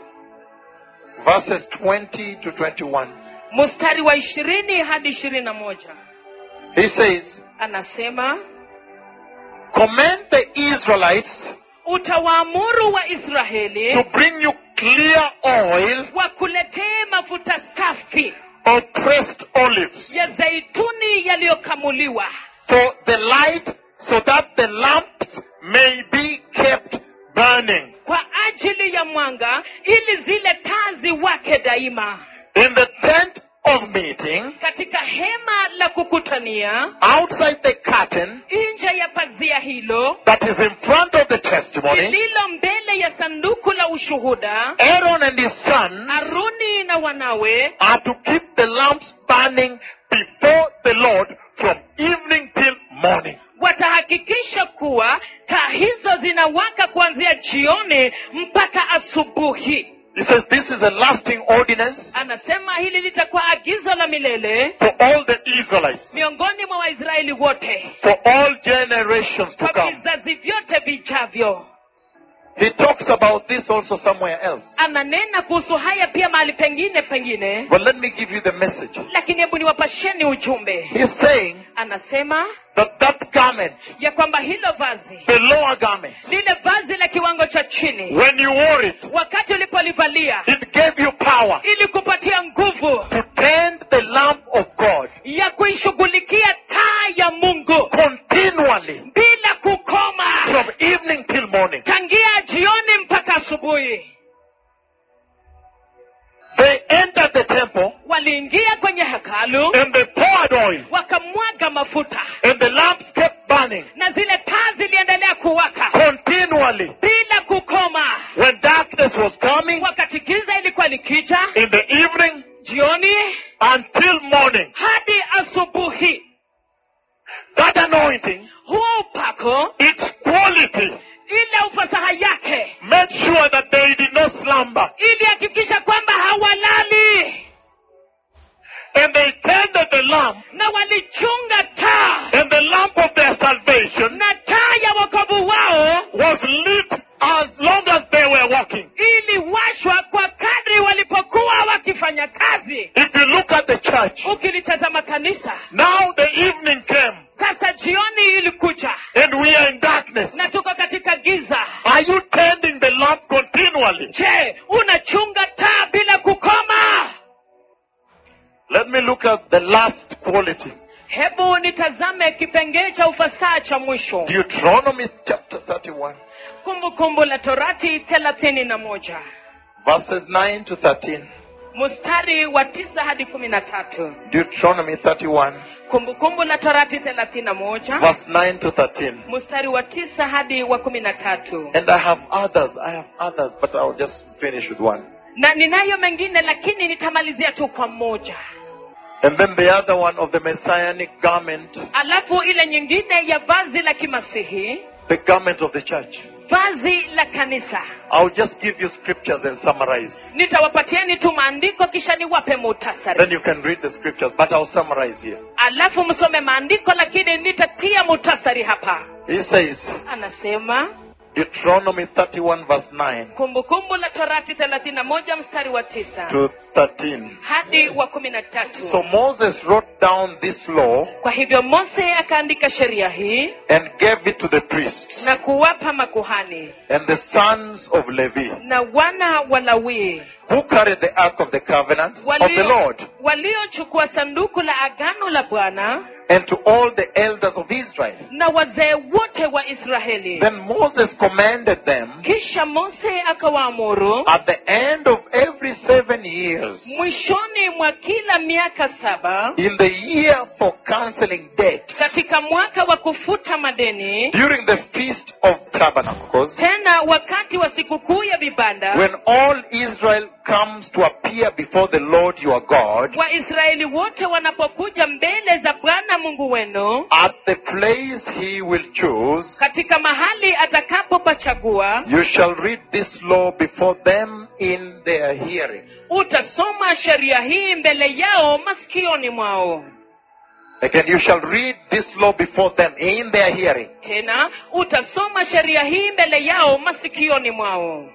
Speaker 1: verses 20 to 21.
Speaker 2: mstari wa ishirini hadi ishirini na moja
Speaker 1: He says,
Speaker 2: anasema
Speaker 1: Command the Israelites
Speaker 2: utawaamuru
Speaker 1: to
Speaker 2: waisraeli
Speaker 1: bring you clear oil
Speaker 2: wakuletee mafuta safi
Speaker 1: or pressed olives
Speaker 2: ya zaituni yaliyokamuliwa
Speaker 1: for the light so that the lamps may be kept burning.
Speaker 2: kwa ajili ya mwanga ili zile taa ziwake daima
Speaker 1: In the tent of meeting,
Speaker 2: katika hema la kukutania
Speaker 1: outside the curtain
Speaker 2: nje ya pazia hilo
Speaker 1: that is in front of the testimony,
Speaker 2: lililo mbele ya sanduku la ushuhuda
Speaker 1: Aaron and his sons
Speaker 2: aruni na wanawe
Speaker 1: are to keep the lamps burning before the Lord from evening till morning.
Speaker 2: watahakikisha kuwa taa hizo zinawaka kuanzia jioni mpaka asubuhi
Speaker 1: He says this is a lasting ordinance
Speaker 2: anasema hili litakuwa agizo la milele
Speaker 1: for all the Israelites,
Speaker 2: miongoni mwa waisraeli wote
Speaker 1: for all generations to
Speaker 2: kwa
Speaker 1: come.
Speaker 2: vizazi vyote vijavyo
Speaker 1: He talks about this also somewhere else.
Speaker 2: ananena kuhusu haya pia mahali pengine pengine
Speaker 1: But let me give you the message.
Speaker 2: lakini hebu niwapasheni ujumbe
Speaker 1: He's saying
Speaker 2: anasema
Speaker 1: that that garment,
Speaker 2: ya kwamba hilo vazi
Speaker 1: the lower garment,
Speaker 2: lile vazi la kiwango cha chini
Speaker 1: when you wore it,
Speaker 2: wakati ulipolivalia
Speaker 1: it gave you power
Speaker 2: ili kupatia nguvu
Speaker 1: to tend the lamp of God
Speaker 2: ya kuishughulikia taa ya mungu
Speaker 1: continually
Speaker 2: bila kukoma
Speaker 1: from evening till morning.
Speaker 2: tangia jioni mpaka asubuhi
Speaker 1: They entered the temple
Speaker 2: waliingia kwenye hekalu
Speaker 1: and they poured oil,
Speaker 2: wakamwaga mafuta
Speaker 1: and the lamps kept burning
Speaker 2: na zile taa ziliendelea kuwaka
Speaker 1: continually.
Speaker 2: bila kukoma
Speaker 1: When darkness was coming
Speaker 2: wakati giza ilikuwa likija
Speaker 1: in the evening
Speaker 2: jioni
Speaker 1: until morning,
Speaker 2: hadi asubuhi
Speaker 1: that anointing,
Speaker 2: huo upako
Speaker 1: its quality,
Speaker 2: ile ufasaha yake
Speaker 1: made sure that they did not slumber.
Speaker 2: ilihakikisha kwamba hawalali
Speaker 1: And they tended the lamp
Speaker 2: na walichunga taa
Speaker 1: and the lamp of their salvation
Speaker 2: na taa ya wokovu wao
Speaker 1: was lit as long as they were walking.
Speaker 2: iliwashwa kwa kadri walipokuwa wakifanya kazi
Speaker 1: If you look at the church,
Speaker 2: ukilitazama kanisa
Speaker 1: now the evening came
Speaker 2: sasa jioni ilikuja
Speaker 1: and we are in darkness.
Speaker 2: na tuko katika giza
Speaker 1: Are you tending the lamp continually?
Speaker 2: je unachunga taa bila kukoma
Speaker 1: Let me look at the last quality.
Speaker 2: hebu nitazame kipengee cha ufasaha cha mwisho
Speaker 1: Deuteronomy chapter 31,
Speaker 2: kumbukumbu la torati thelathini na moja
Speaker 1: verses 9 to 13.
Speaker 2: mstari wa tisa hadi kumi na tatu
Speaker 1: Deuteronomy 31,
Speaker 2: kumbukumbu la torati thelathini na moja
Speaker 1: verse 9 to 13.
Speaker 2: mstari wa tisa hadi wa kumi na tatu
Speaker 1: And I have others, I have others, but I'll just finish with one.
Speaker 2: na ninayo mengine lakini nitamalizia tu kwa mmoja
Speaker 1: And then the other one of the messianic garment,
Speaker 2: alafu ile nyingine ya vazi la kimasihi
Speaker 1: the garment of the church.
Speaker 2: vazi la kanisa
Speaker 1: I'll just give you scriptures and summarize.
Speaker 2: nitawapatieni tu maandiko kisha niwape
Speaker 1: Then
Speaker 2: muhtasari
Speaker 1: you can read the scriptures, but I'll summarize here.
Speaker 2: alafu msome maandiko lakini nitatia muhtasari hapa
Speaker 1: He says,
Speaker 2: anasema
Speaker 1: Deuteronomy 31, verse 9
Speaker 2: kumbukumbu la torati thelathini na moja mstari wa tisa
Speaker 1: to 13.
Speaker 2: hadi wa kumi na tatu
Speaker 1: So Moses wrote down this law
Speaker 2: kwa hivyo mose akaandika sheria hii
Speaker 1: and gave it to the priests
Speaker 2: na kuwapa makuhani
Speaker 1: and the sons of Levi,
Speaker 2: na wana wa lawii
Speaker 1: who carried the ark of the covenant of the
Speaker 2: walio-
Speaker 1: Lord,
Speaker 2: waliochukua sanduku la agano la bwana
Speaker 1: and to all the elders of Israel.
Speaker 2: na wazee wote wa israeli
Speaker 1: Then Moses commanded them
Speaker 2: kisha mose akawaamuru
Speaker 1: at the end of every seven years,
Speaker 2: mwishoni mwa kila miaka saba
Speaker 1: in the year for cancelling debts,
Speaker 2: katika mwaka wa kufuta madeni
Speaker 1: during the feast of tabernacles,
Speaker 2: tena wakati wa sikukuu ya vibanda
Speaker 1: When all Israel comes to appear before the Lord your God
Speaker 2: waisraeli wote wanapokuja mbele za bwana mungu wenu
Speaker 1: at the place he will choose,
Speaker 2: katika mahali atakapopachagua
Speaker 1: you shall read this law before them in their hearing.
Speaker 2: utasoma sheria hii mbele yao masikioni mwao
Speaker 1: Again, you shall read this law before them in their hearing.
Speaker 2: tena utasoma sheria hii mbele yao masikioni mwao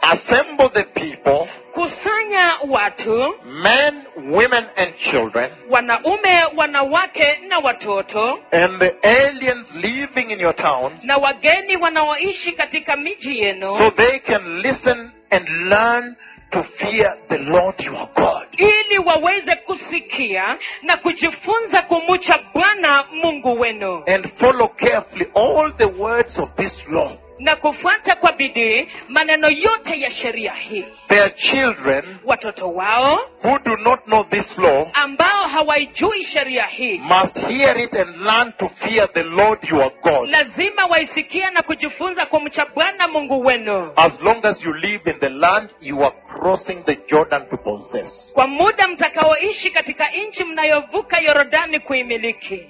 Speaker 1: Assemble the people,
Speaker 2: kusanya watu
Speaker 1: men, women, and children,
Speaker 2: wanaume wanawake na watoto
Speaker 1: and the aliens living in your towns,
Speaker 2: na wageni wanaoishi katika miji yenu
Speaker 1: so they can listen and learn to fear the Lord your God.
Speaker 2: ili waweze kusikia na kujifunza kumcha bwana mungu wenu
Speaker 1: and follow carefully all the words of this law.
Speaker 2: na kufuata kwa bidii maneno yote ya sheria hii
Speaker 1: Their children
Speaker 2: watoto wao
Speaker 1: who do not know this law
Speaker 2: ambao hawaijui sheria hii
Speaker 1: must hear it and learn to fear the Lord your God
Speaker 2: lazima waisikie na kujifunza kumcha bwana mungu wenu
Speaker 1: as long as you live in the land you are crossing the Jordan to possess.
Speaker 2: kwa muda mtakaoishi katika nchi mnayovuka yorodani kuimiliki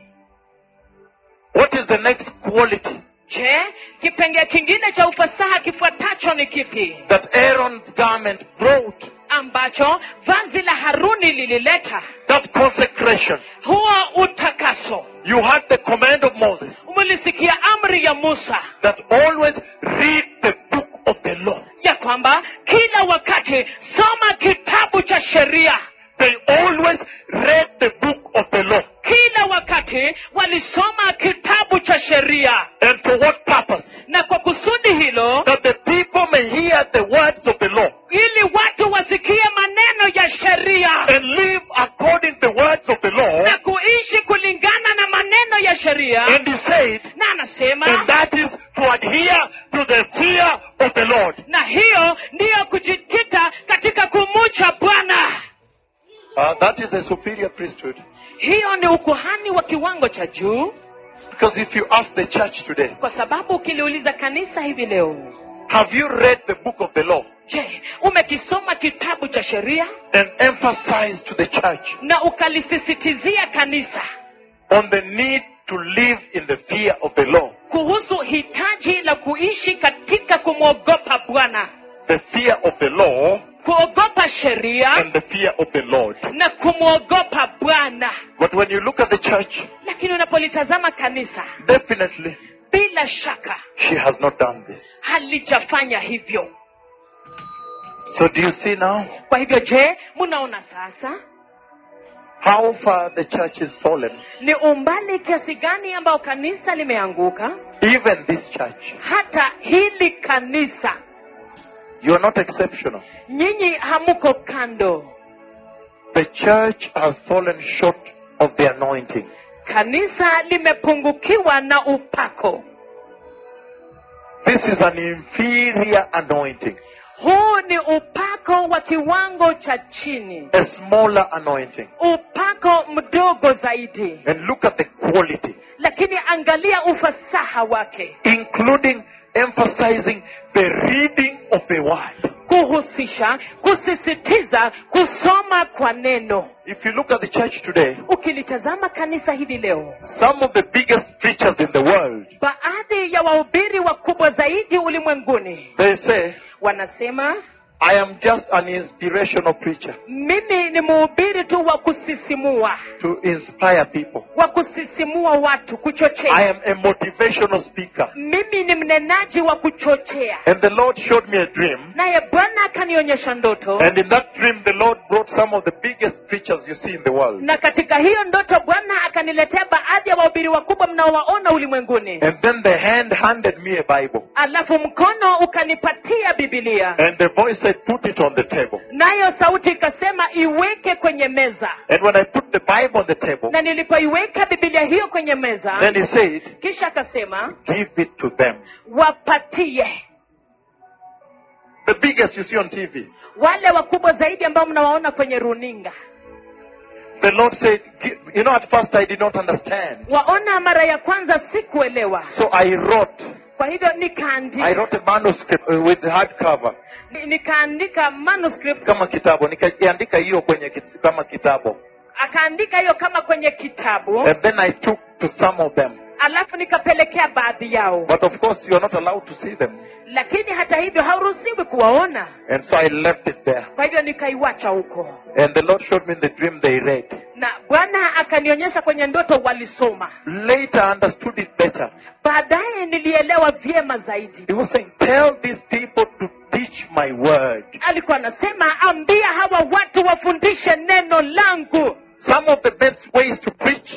Speaker 1: What is the next quality
Speaker 2: je kipengee kingine cha ufasaha kifuatacho ni kipi
Speaker 1: that Aaron's garment brought?
Speaker 2: ambacho vazi la haruni lilileta
Speaker 1: That consecration.
Speaker 2: huo utakaso
Speaker 1: You had the command of Moses
Speaker 2: mlisikia amri ya musa
Speaker 1: that always read the book of the law.
Speaker 2: ya kwamba kila wakati soma kitabu cha sheria
Speaker 1: They always read the book of the law.
Speaker 2: kila wakati walisoma kitabu cha sheria
Speaker 1: And for what purpose?
Speaker 2: na kwa kusudi hilo
Speaker 1: that the people may hear the words of the law
Speaker 2: ili watu wasikie maneno ya sheria
Speaker 1: and live according to the words of the law.
Speaker 2: na kuishi kulingana na maneno ya sheria
Speaker 1: And he said,
Speaker 2: na anasema
Speaker 1: and that is to adhere to the fear of the Lord.
Speaker 2: na hiyo ndiyo kujikita katika kumucha bwana
Speaker 1: Uh, that is a superior priesthood.
Speaker 2: hiyo ni ukuhani wa kiwango cha juu
Speaker 1: Because if you ask the church today,
Speaker 2: kwa sababu ukiliuliza kanisa hivi leo
Speaker 1: have you read the book of the law
Speaker 2: je umekisoma kitabu cha sheria
Speaker 1: and emphasized to the church
Speaker 2: na ukalisisitizia kanisa
Speaker 1: on the need to live in the fear of the law?
Speaker 2: kuhusu hitaji la kuishi katika kumwogopa bwana
Speaker 1: The fear of the law
Speaker 2: kuogopa sheria
Speaker 1: and the fear of the Lord.
Speaker 2: na kumwogopa bwana
Speaker 1: But when you look at the church,
Speaker 2: lakini unapolitazama kanisa
Speaker 1: definitely
Speaker 2: bila shaka
Speaker 1: she has not done this.
Speaker 2: halijafanya hivyo
Speaker 1: So do you see now?
Speaker 2: kwa hivyo je mnaona sasa
Speaker 1: how far the church is fallen,
Speaker 2: ni umbali kiasi gani ambao kanisa limeanguka
Speaker 1: even this church.
Speaker 2: hata hili kanisa
Speaker 1: You are not exceptional.
Speaker 2: nyinyi hamuko kando
Speaker 1: The church has fallen short of the anointing.
Speaker 2: kanisa limepungukiwa na upako
Speaker 1: This is an inferior anointing.
Speaker 2: huu ni upako upako wa kiwango cha chini
Speaker 1: a smaller anointing.
Speaker 2: upako mdogo zaidi
Speaker 1: And look at the quality,
Speaker 2: lakini angalia ufasaha wake
Speaker 1: including emphasizing the reading of the word.
Speaker 2: kuhusisha kusisitiza kusoma kwa neno
Speaker 1: If you look at the church today,
Speaker 2: ukilitazama kanisa hivi leo
Speaker 1: some of the biggest preachers in the world,
Speaker 2: baadhi ya wahubiri wakubwa zaidi ulimwenguni
Speaker 1: they say,
Speaker 2: wanasema
Speaker 1: I am just an inspirational preacher
Speaker 2: mimi ni mhubiri tu wa kusisimua
Speaker 1: to inspire people.
Speaker 2: wa kusisimua watu
Speaker 1: I
Speaker 2: kuchochea
Speaker 1: am a motivational speaker.
Speaker 2: mimi ni mnenaji wa kuchochea
Speaker 1: And the Lord showed me a dream.
Speaker 2: naye bwana akanionyesha ndoto
Speaker 1: And in that dream, the Lord brought some of the biggest preachers you see in the world.
Speaker 2: na katika hiyo ndoto bwana akaniletea baadhi ya wahubiri wakubwa mnaowaona ulimwenguni
Speaker 1: And then the hand handed me a Bible.
Speaker 2: alafu mkono ukanipatia bibilia
Speaker 1: And the voice said, Put it on the table.
Speaker 2: nayo sauti ikasema iweke kwenye meza
Speaker 1: And when I put the Bible on the table,
Speaker 2: na nilipoiweka bibilia hiyo kwenye meza
Speaker 1: then he said,
Speaker 2: kisha akasema
Speaker 1: Give it to them.
Speaker 2: wapatie
Speaker 1: The biggest you see on TV.
Speaker 2: wale wakubwa zaidi ambao mnawaona kwenye runinga
Speaker 1: The Lord said, "Gi- You know, at first I did not understand.
Speaker 2: waona mara ya kwanza sikuelewa
Speaker 1: So I wrote.
Speaker 2: kwa hivyo
Speaker 1: I
Speaker 2: nikaandika
Speaker 1: wrote a manuscript uh, with hardcover
Speaker 2: nikaandika manuscript
Speaker 1: kama kitabu nikaiandika hiyo kwenye kit- kama kitabu
Speaker 2: akaandika hiyo kama kwenye kitabu
Speaker 1: and then I took to some of them
Speaker 2: alafu nikapelekea baadhi yao
Speaker 1: But of course, you are not allowed to see them.
Speaker 2: lakini hata hivyo hauruhusiwi kuwaona
Speaker 1: And so I left it there.
Speaker 2: kwa hivyo nikaiwacha huko
Speaker 1: And the Lord showed me in the dream they read.
Speaker 2: na bwana akanionyesha kwenye ndoto walisoma
Speaker 1: Later, I understood it better.
Speaker 2: baadaye nilielewa vyema zaidi
Speaker 1: He was saying, Tell these people to teach my word.
Speaker 2: alikuwa anasema ambia hawa watu wafundishe neno langu
Speaker 1: Some of the best ways to preach,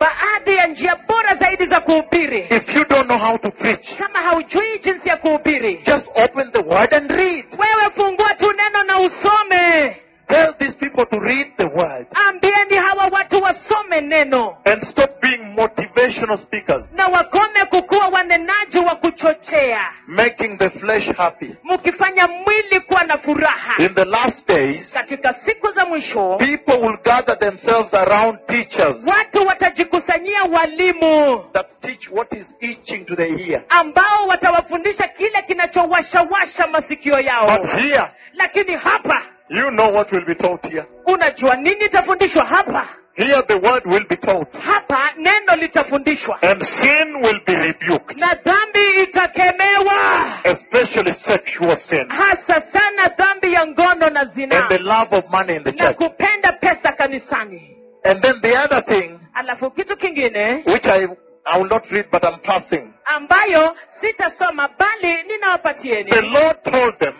Speaker 2: baadhi ya njia bora zaidi za kuhubiri
Speaker 1: if you don't know how to preach,
Speaker 2: kama haujui jinsi ya kuhubiri
Speaker 1: just open the word and read.
Speaker 2: wewe fungua tu neno na usome
Speaker 1: Tell these people to read the word
Speaker 2: ambieni hawa watu wasome neno
Speaker 1: and stop being motivational speakers,
Speaker 2: na wakome kukuwa wanenaji wa kuchochea
Speaker 1: making the flesh happy.
Speaker 2: mkifanya mwili kuwa na furaha
Speaker 1: In the last days,
Speaker 2: katika siku za mwisho
Speaker 1: people will gather themselves around teachers.
Speaker 2: watu watajikusanyia walimu
Speaker 1: that teach what is itching to the ear.
Speaker 2: ambao watawafundisha kile kinachowashawasha masikio
Speaker 1: But
Speaker 2: yao
Speaker 1: here,
Speaker 2: lakini hapa
Speaker 1: you know what will be taught here.
Speaker 2: unajua nini itafundishwa hapa
Speaker 1: Here the word will be taught,
Speaker 2: hapa neno litafundishwa
Speaker 1: and sin will be rebuked,
Speaker 2: na dhambi itakemewa
Speaker 1: especially sexual sin,
Speaker 2: hasa sana dhambi ya ngono na
Speaker 1: and the
Speaker 2: zinaa
Speaker 1: love of money in the
Speaker 2: na
Speaker 1: church.
Speaker 2: kupenda pesa kanisani
Speaker 1: And then the other thing,
Speaker 2: alafu kitu kingine
Speaker 1: which I, I will not read, but I'm passing.
Speaker 2: ambayo sitasoma bali ninawapatieni
Speaker 1: The Lord told them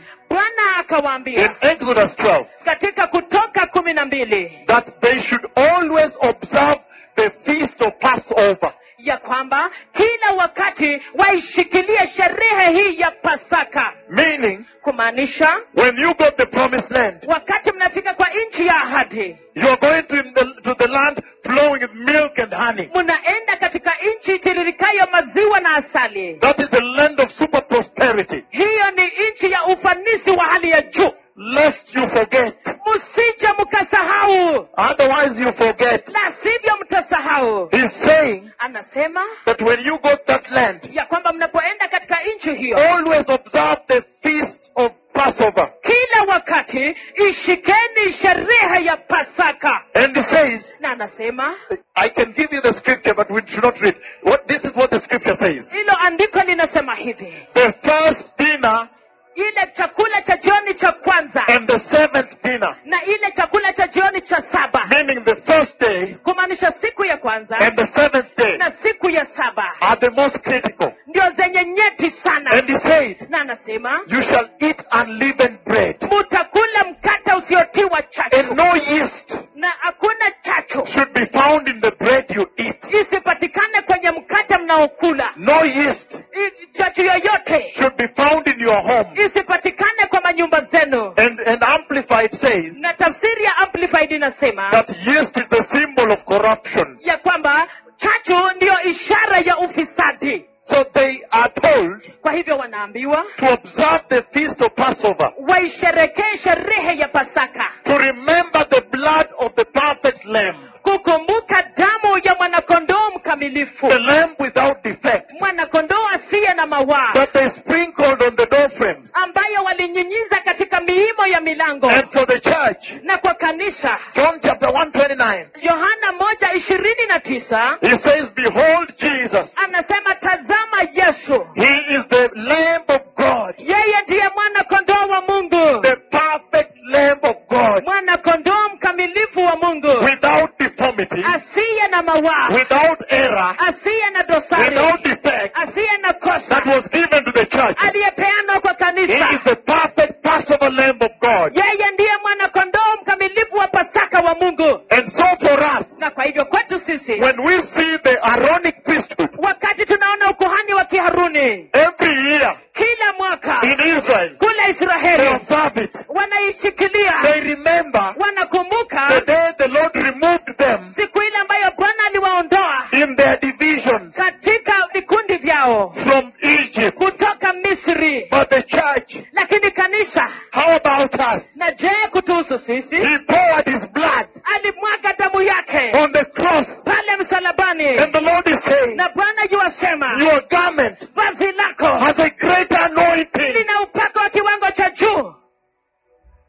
Speaker 1: in
Speaker 2: bwana akawaambia
Speaker 1: Exodus 12
Speaker 2: katika kutoka kumi na mbili
Speaker 1: that they should always observe the feast of Passover.
Speaker 2: ya kwamba kila wakati waishikilie sherehe hii ya pasaka
Speaker 1: Meaning,
Speaker 2: kumaanisha
Speaker 1: when you got the promised land,
Speaker 2: wakati mnafika kwa nchi ya ahadi
Speaker 1: You are going to the, to the land flowing with milk and honey.
Speaker 2: mnaenda katika nchi itiririkayo maziwa na asali
Speaker 1: That is the land of super prosperity.
Speaker 2: hiyo ni nchi ya ufanisi wa hali ya juu
Speaker 1: Lest you forget.
Speaker 2: msije mkasahau
Speaker 1: Otherwise, you forget.
Speaker 2: la sivyo mtasahau
Speaker 1: He's saying
Speaker 2: anasema
Speaker 1: that when you go to that land,
Speaker 2: ya kwamba mnapoenda katika nchi hiyo
Speaker 1: always observe the feast of Passover.
Speaker 2: kila wakati ishikeni sherehe ya pasaka
Speaker 1: And he says,
Speaker 2: na anasema
Speaker 1: I can give you the scripture, but we should not read. What, this is what the scripture says.
Speaker 2: hilo andiko linasema hivi
Speaker 1: The first dinner
Speaker 2: ile chakula cha jioni cha kwanza
Speaker 1: and the seventh dinner,
Speaker 2: na ile chakula cha jioni cha saba
Speaker 1: meaning the first day
Speaker 2: kumaanisha siku ya kwanza
Speaker 1: and the seventh day,
Speaker 2: na siku ya saba
Speaker 1: are the most critical.
Speaker 2: ndio zenye nyeti sana
Speaker 1: And he said,
Speaker 2: na anasema
Speaker 1: You shall eat unleavened bread,
Speaker 2: mutakula mkate usiotiwa chachu
Speaker 1: and no yeast
Speaker 2: na hakuna chachu
Speaker 1: should be found in the bread you eat.
Speaker 2: isipatikane kwenye mkate mnaokula
Speaker 1: No yeast
Speaker 2: I- chachu yoyote
Speaker 1: should be found in your home.
Speaker 2: isipatikane kwa manyumba zenu
Speaker 1: And, and Amplified says
Speaker 2: na tafsiri ya amplified inasema
Speaker 1: that yeast is the symbol of corruption.
Speaker 2: ya kwamba chachu ndiyo ishara ya ufisadi
Speaker 1: So they are told
Speaker 2: kwa hivyo wanaambiwa
Speaker 1: to observe the feast of Passover,
Speaker 2: waisherekee sherehe ya pasaka
Speaker 1: to remember the blood of the perfect lamb,
Speaker 2: kukumbuka damu ya mwanakondoo mkamilifu
Speaker 1: the lamb without defect,
Speaker 2: mwanakondoo asiye na mawaa
Speaker 1: that they sprinkled on the doorframes.
Speaker 2: ambayo walinyinyiza katika miimo ya milango
Speaker 1: And for the church,
Speaker 2: na kwa kanisa
Speaker 1: John chapter 129,
Speaker 2: yohana moja ishirini na tisa
Speaker 1: he says, Behold Jesus,
Speaker 2: anasema tazama yesu
Speaker 1: he is the Lamb of God,
Speaker 2: yeye ndiye mwana kondoo wa mungu
Speaker 1: the perfect Lamb of God,
Speaker 2: mwana kondoo mkamilifu wa mungu
Speaker 1: without deformity,
Speaker 2: asiye na mawaa
Speaker 1: without error,
Speaker 2: asiye na dosari
Speaker 1: without defect,
Speaker 2: asiye na
Speaker 1: that
Speaker 2: kosa
Speaker 1: was given to the church.
Speaker 2: aliyepeanwa kwa
Speaker 1: He is
Speaker 2: kanisa
Speaker 1: the perfect Passover Lamb of God.
Speaker 2: yeye ndiye mwana kondoo mkamilifu wa pasaka wa mungu
Speaker 1: And so for us,
Speaker 2: na kwa hivyo kwetu sisi
Speaker 1: when we see the Aaronic priesthood
Speaker 2: wakati tunaona ukuhani wa kiharuni
Speaker 1: every year
Speaker 2: kila mwaka
Speaker 1: in Israel,
Speaker 2: kule
Speaker 1: they
Speaker 2: israeli
Speaker 1: observe it.
Speaker 2: wanaishikilia
Speaker 1: They remember the
Speaker 2: wanakumbuka
Speaker 1: day the Lord removed them
Speaker 2: siku ile ambayo bwana aliwaondoa
Speaker 1: in their divisions
Speaker 2: katika vikundi vyao
Speaker 1: from Egypt.
Speaker 2: kutoka misri
Speaker 1: But the church,
Speaker 2: lakini kanisa
Speaker 1: how about us?
Speaker 2: na je kutuhusu sisi
Speaker 1: He poured his blood
Speaker 2: alimwaga damu yake
Speaker 1: on the cross.
Speaker 2: pale msalabani
Speaker 1: And the Lord is saying,
Speaker 2: na bwana yuwasema
Speaker 1: Your garment
Speaker 2: vazi lako
Speaker 1: has a greater anointing.
Speaker 2: lina upako wa kiwango cha juu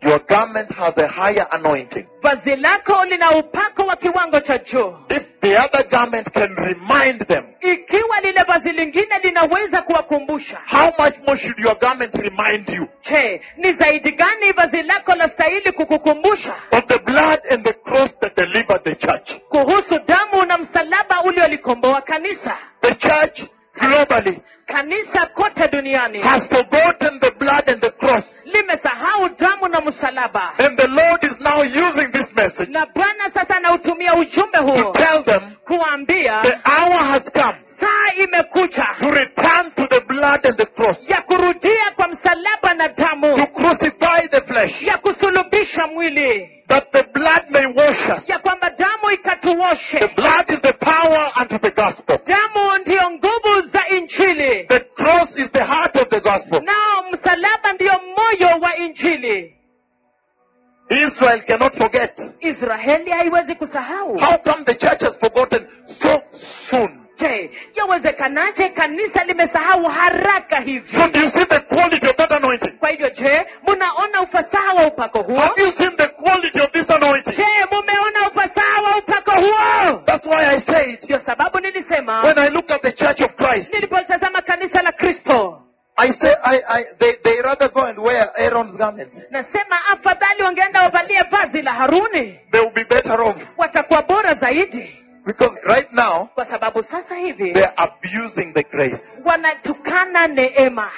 Speaker 1: Your garment has a higher anointing.
Speaker 2: vazi lako lina upako wa kiwango cha juu
Speaker 1: If the other garment can remind them,
Speaker 2: ikiwa lile vazi lingine linaweza kuwakumbusha
Speaker 1: how much more should your garment remind you
Speaker 2: je ni zaidi gani vazi lako la stahili kukukumbusha
Speaker 1: of the blood and the cross that delivered the church?
Speaker 2: kuhusu damu na msalaba uliolikomboa kanisa
Speaker 1: The church globally
Speaker 2: kanisa kote duniani
Speaker 1: has forgotten the blood and the cross.
Speaker 2: limesahau damu na msalaba
Speaker 1: And the Lord is now using this message
Speaker 2: na bwana sasa anautumia ujumbe
Speaker 1: to
Speaker 2: huo
Speaker 1: tell them the
Speaker 2: kuambia
Speaker 1: hour has come
Speaker 2: saa imekucha
Speaker 1: to return to the blood and the cross,
Speaker 2: ya kurudia kwa msalaba na
Speaker 1: to
Speaker 2: damu
Speaker 1: crucify the flesh,
Speaker 2: ya kusulubisha mwili
Speaker 1: that the blood may wash us.
Speaker 2: ya kwamba damu
Speaker 1: The
Speaker 2: ikatuoshe
Speaker 1: blood is the power unto the gospel.
Speaker 2: damu ndiyo nguvu za injili
Speaker 1: The cross is the heart of the gospel.
Speaker 2: nao msalaba ndiyo moyo wa injili
Speaker 1: Israel cannot forget.
Speaker 2: israeli haiwezi kusahau
Speaker 1: How come the church has forgotten so soon?
Speaker 2: je yawezekanaje kanisa limesahau haraka hivi
Speaker 1: So do you see the quality of that anointing?
Speaker 2: kwa hivyo je munaona ufasaha wa upako
Speaker 1: Have
Speaker 2: huo
Speaker 1: you seen the quality of this anointing?
Speaker 2: je mumeona ufasaha wa upako huo
Speaker 1: That's why I said,
Speaker 2: ndio sababu nilisema
Speaker 1: when I look at the church of Christ,
Speaker 2: nilipotazama kanisa la kristo
Speaker 1: I say, I, I, they, they rather go and wear Aaron's garment.
Speaker 2: nasema afadhali wangeenda wavalie vazi la haruni
Speaker 1: They will be better off.
Speaker 2: watakuwa bora zaidi
Speaker 1: Because right now,
Speaker 2: kwa sababu sasa hivi
Speaker 1: they're abusing the grace.
Speaker 2: wanatukana neema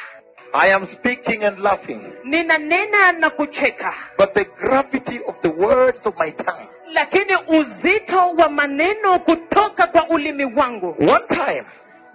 Speaker 1: I am speaking and laughing,
Speaker 2: ninanena na kucheka
Speaker 1: but the gravity of the words of my tongue.
Speaker 2: lakini uzito wa maneno kutoka kwa ulimi wangu
Speaker 1: One time,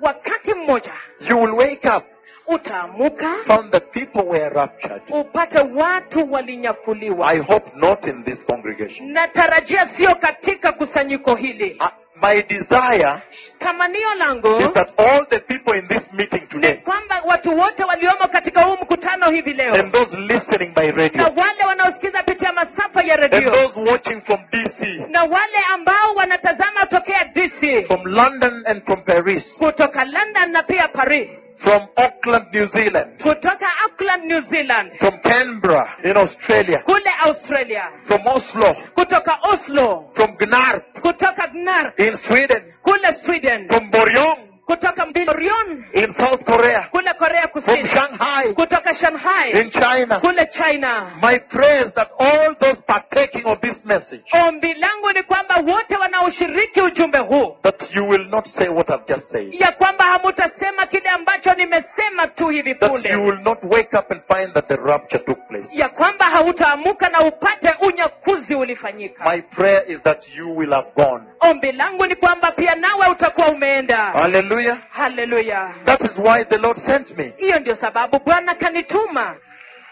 Speaker 2: wakati mmoja
Speaker 1: you will wake up,
Speaker 2: utaamuka
Speaker 1: found that people were raptured.
Speaker 2: upate watu walinyakuliwa
Speaker 1: I hope not in this congregation.
Speaker 2: natarajia sio katika kusanyiko hili
Speaker 1: Uh, my desire
Speaker 2: tamanio langu
Speaker 1: is that all the people in this meeting
Speaker 2: ni
Speaker 1: today
Speaker 2: kwamba watu wote waliomo katika huu mkutano hivi leo
Speaker 1: and those listening by radio
Speaker 2: na wale wanaosikiza kupitia masafa ya
Speaker 1: and
Speaker 2: redio
Speaker 1: those watching from DC,
Speaker 2: na wale ambao wanatazama tokea dc
Speaker 1: from London and from Paris,
Speaker 2: kutoka london na pia paris
Speaker 1: from Auckland, New Zealand,
Speaker 2: kutoka auckland new zealand
Speaker 1: from Canberra in Australia,
Speaker 2: kule australia
Speaker 1: from Oslo,
Speaker 2: kutoka oslo
Speaker 1: from Gnarp
Speaker 2: kutoka gnar
Speaker 1: in Sweden,
Speaker 2: kule sweden
Speaker 1: from Boryong
Speaker 2: kutoka mbirion
Speaker 1: in South Korea,
Speaker 2: kule korea
Speaker 1: from
Speaker 2: kusini
Speaker 1: Shanghai
Speaker 2: kutoka shanghai
Speaker 1: in China.
Speaker 2: kule china
Speaker 1: My prayer is that all those partaking of this message
Speaker 2: ombi langu ni kwamba wote wanaoshiriki ujumbe huu
Speaker 1: that you will not say what I've just said.
Speaker 2: ya kwamba hamutasema kile ambacho nimesema tu hivi
Speaker 1: That you
Speaker 2: punde
Speaker 1: will not wake up and find that the rapture took place.
Speaker 2: ya kwamba hautaamuka na upate unyakuzi ulifanyika
Speaker 1: My prayer is that you will have gone.
Speaker 2: ombi langu ni kwamba pia nawe utakuwa umeenda
Speaker 1: Hallelujah.
Speaker 2: haleluya
Speaker 1: That is why the Lord sent me.
Speaker 2: hiyo ndio sababu bwana kanituma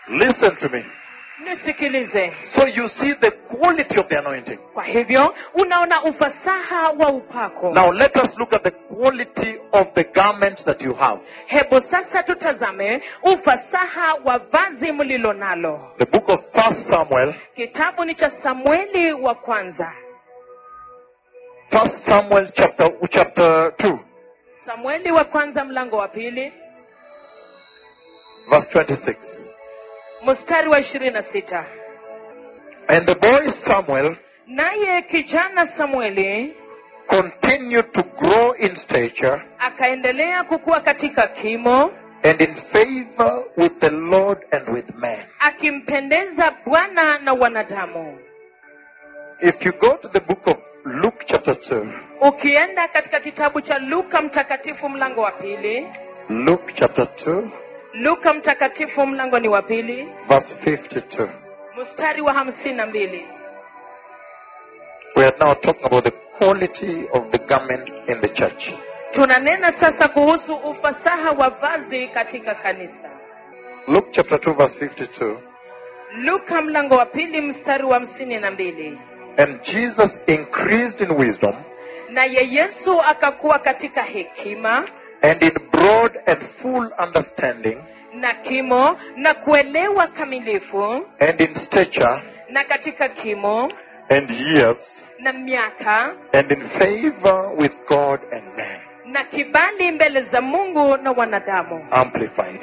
Speaker 1: Listen to me.
Speaker 2: nisikilize
Speaker 1: So you see the quality of the anointing.
Speaker 2: kwa hivyo unaona ufasaha wa upako
Speaker 1: Now let us look at the quality of the garments that you have.
Speaker 2: hebu sasa tutazame ufasaha wa vazi mlilo nalo
Speaker 1: The book of First Samuel,
Speaker 2: kitabu ni cha samueli wa kwanza
Speaker 1: First Samuel chapter chapter two,
Speaker 2: samueli wa kwanza mlango wa pili
Speaker 1: verse twenty-six.
Speaker 2: mstari wa ishirini na sita
Speaker 1: And the boy Samuel
Speaker 2: naye kijana samueli
Speaker 1: continued to grow in stature
Speaker 2: akaendelea kukua katika kimo
Speaker 1: and in favor with the Lord and with men.
Speaker 2: akimpendeza bwana na wanadamu
Speaker 1: If you go to the book of Luke chapter two,
Speaker 2: ukienda katika kitabu cha luka mtakatifu mlango wa pili
Speaker 1: Luke chapter two,
Speaker 2: luka mtakatifu mlango ni wa pili
Speaker 1: verse fifty-two.
Speaker 2: mstari wa hamsini na mbili
Speaker 1: We are now talking about the quality of the garment in the church.
Speaker 2: tunanena sasa kuhusu ufasaha wa vazi katika kanisa
Speaker 1: Luke chapter 2 verse 52.
Speaker 2: luka mlango wa pili mstari wa hamsini na mbili
Speaker 1: And Jesus increased in wisdom
Speaker 2: naye yesu akakuwa katika hekima
Speaker 1: and in broad and full understanding
Speaker 2: na kimo na kuelewa kamilifu
Speaker 1: and in stature
Speaker 2: na katika kimo
Speaker 1: and years
Speaker 2: na miaka
Speaker 1: and in favor with God and man.
Speaker 2: na kibali mbele za mungu na wanadamu
Speaker 1: Amplified.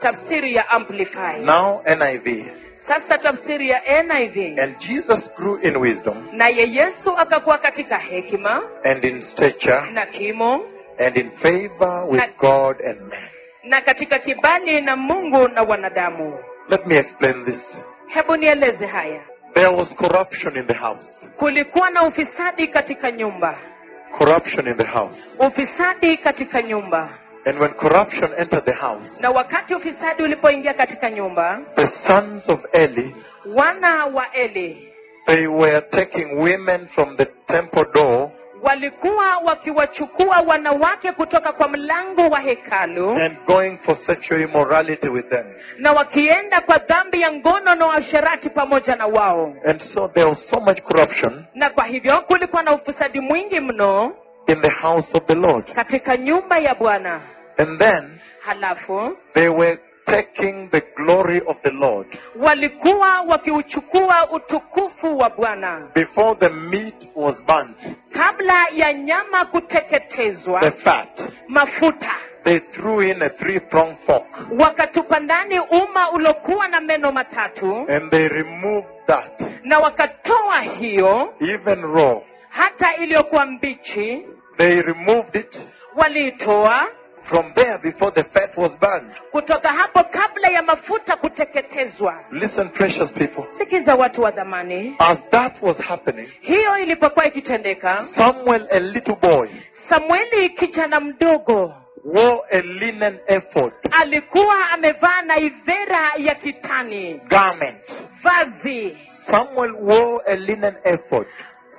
Speaker 2: tafsiri ya amplify
Speaker 1: Now NIV.
Speaker 2: sasa tafsiri ya niv
Speaker 1: And Jesus grew in wisdom
Speaker 2: naye yesu akakuwa katika hekima
Speaker 1: and in stature
Speaker 2: na kimo
Speaker 1: and in favor with God and man.
Speaker 2: na katika kibali na mungu na wanadamu
Speaker 1: Let me explain this.
Speaker 2: hebu nieleze haya
Speaker 1: There was corruption in the house.
Speaker 2: kulikuwa na ufisadi katika nyumba
Speaker 1: Corruption in the house.
Speaker 2: ufisadi katika nyumba
Speaker 1: And when corruption entered the house,
Speaker 2: na wakati ufisadi ulipoingia katika nyumba
Speaker 1: the sons of Eli
Speaker 2: wana wa eli
Speaker 1: They were taking women from the temple door
Speaker 2: walikuwa wakiwachukua wanawake kutoka kwa mlango wa hekalu
Speaker 1: and going for sexual immorality with them.
Speaker 2: na wakienda kwa dhambi ya ngono na uasherati pamoja na wao
Speaker 1: And so there was so much corruption
Speaker 2: na kwa hivyo kulikuwa na ufisadi mwingi mno
Speaker 1: in the house of the Lord.
Speaker 2: katika nyumba ya bwana
Speaker 1: And then
Speaker 2: halafu
Speaker 1: they were taking the glory of the Lord.
Speaker 2: walikuwa wakiuchukua utukufu wa bwana
Speaker 1: Before the meat was burnt,
Speaker 2: kabla ya nyama
Speaker 1: the
Speaker 2: kuteketezwa
Speaker 1: fat,
Speaker 2: mafuta
Speaker 1: they threw in a three pronged fork
Speaker 2: wakatupa ndani uma uliokuwa na meno matatu
Speaker 1: and they removed that,
Speaker 2: na wakatoa hiyo
Speaker 1: even raw.
Speaker 2: hata iliyokuwa mbichi
Speaker 1: They removed it
Speaker 2: waliitoa
Speaker 1: from there before the fat was burned.
Speaker 2: kutoka hapo kabla ya mafuta kuteketezwa
Speaker 1: Listen, precious people.
Speaker 2: sikiza watu wa dhamani
Speaker 1: As that was happening,
Speaker 2: hiyo ilipokuwa ikitendeka
Speaker 1: Samuel, a little boy,
Speaker 2: samueli kijana mdogo
Speaker 1: wore a linen ephod
Speaker 2: alikuwa amevaa naivera ya kitani
Speaker 1: garment.
Speaker 2: vazi
Speaker 1: Samuel wore a linen ephod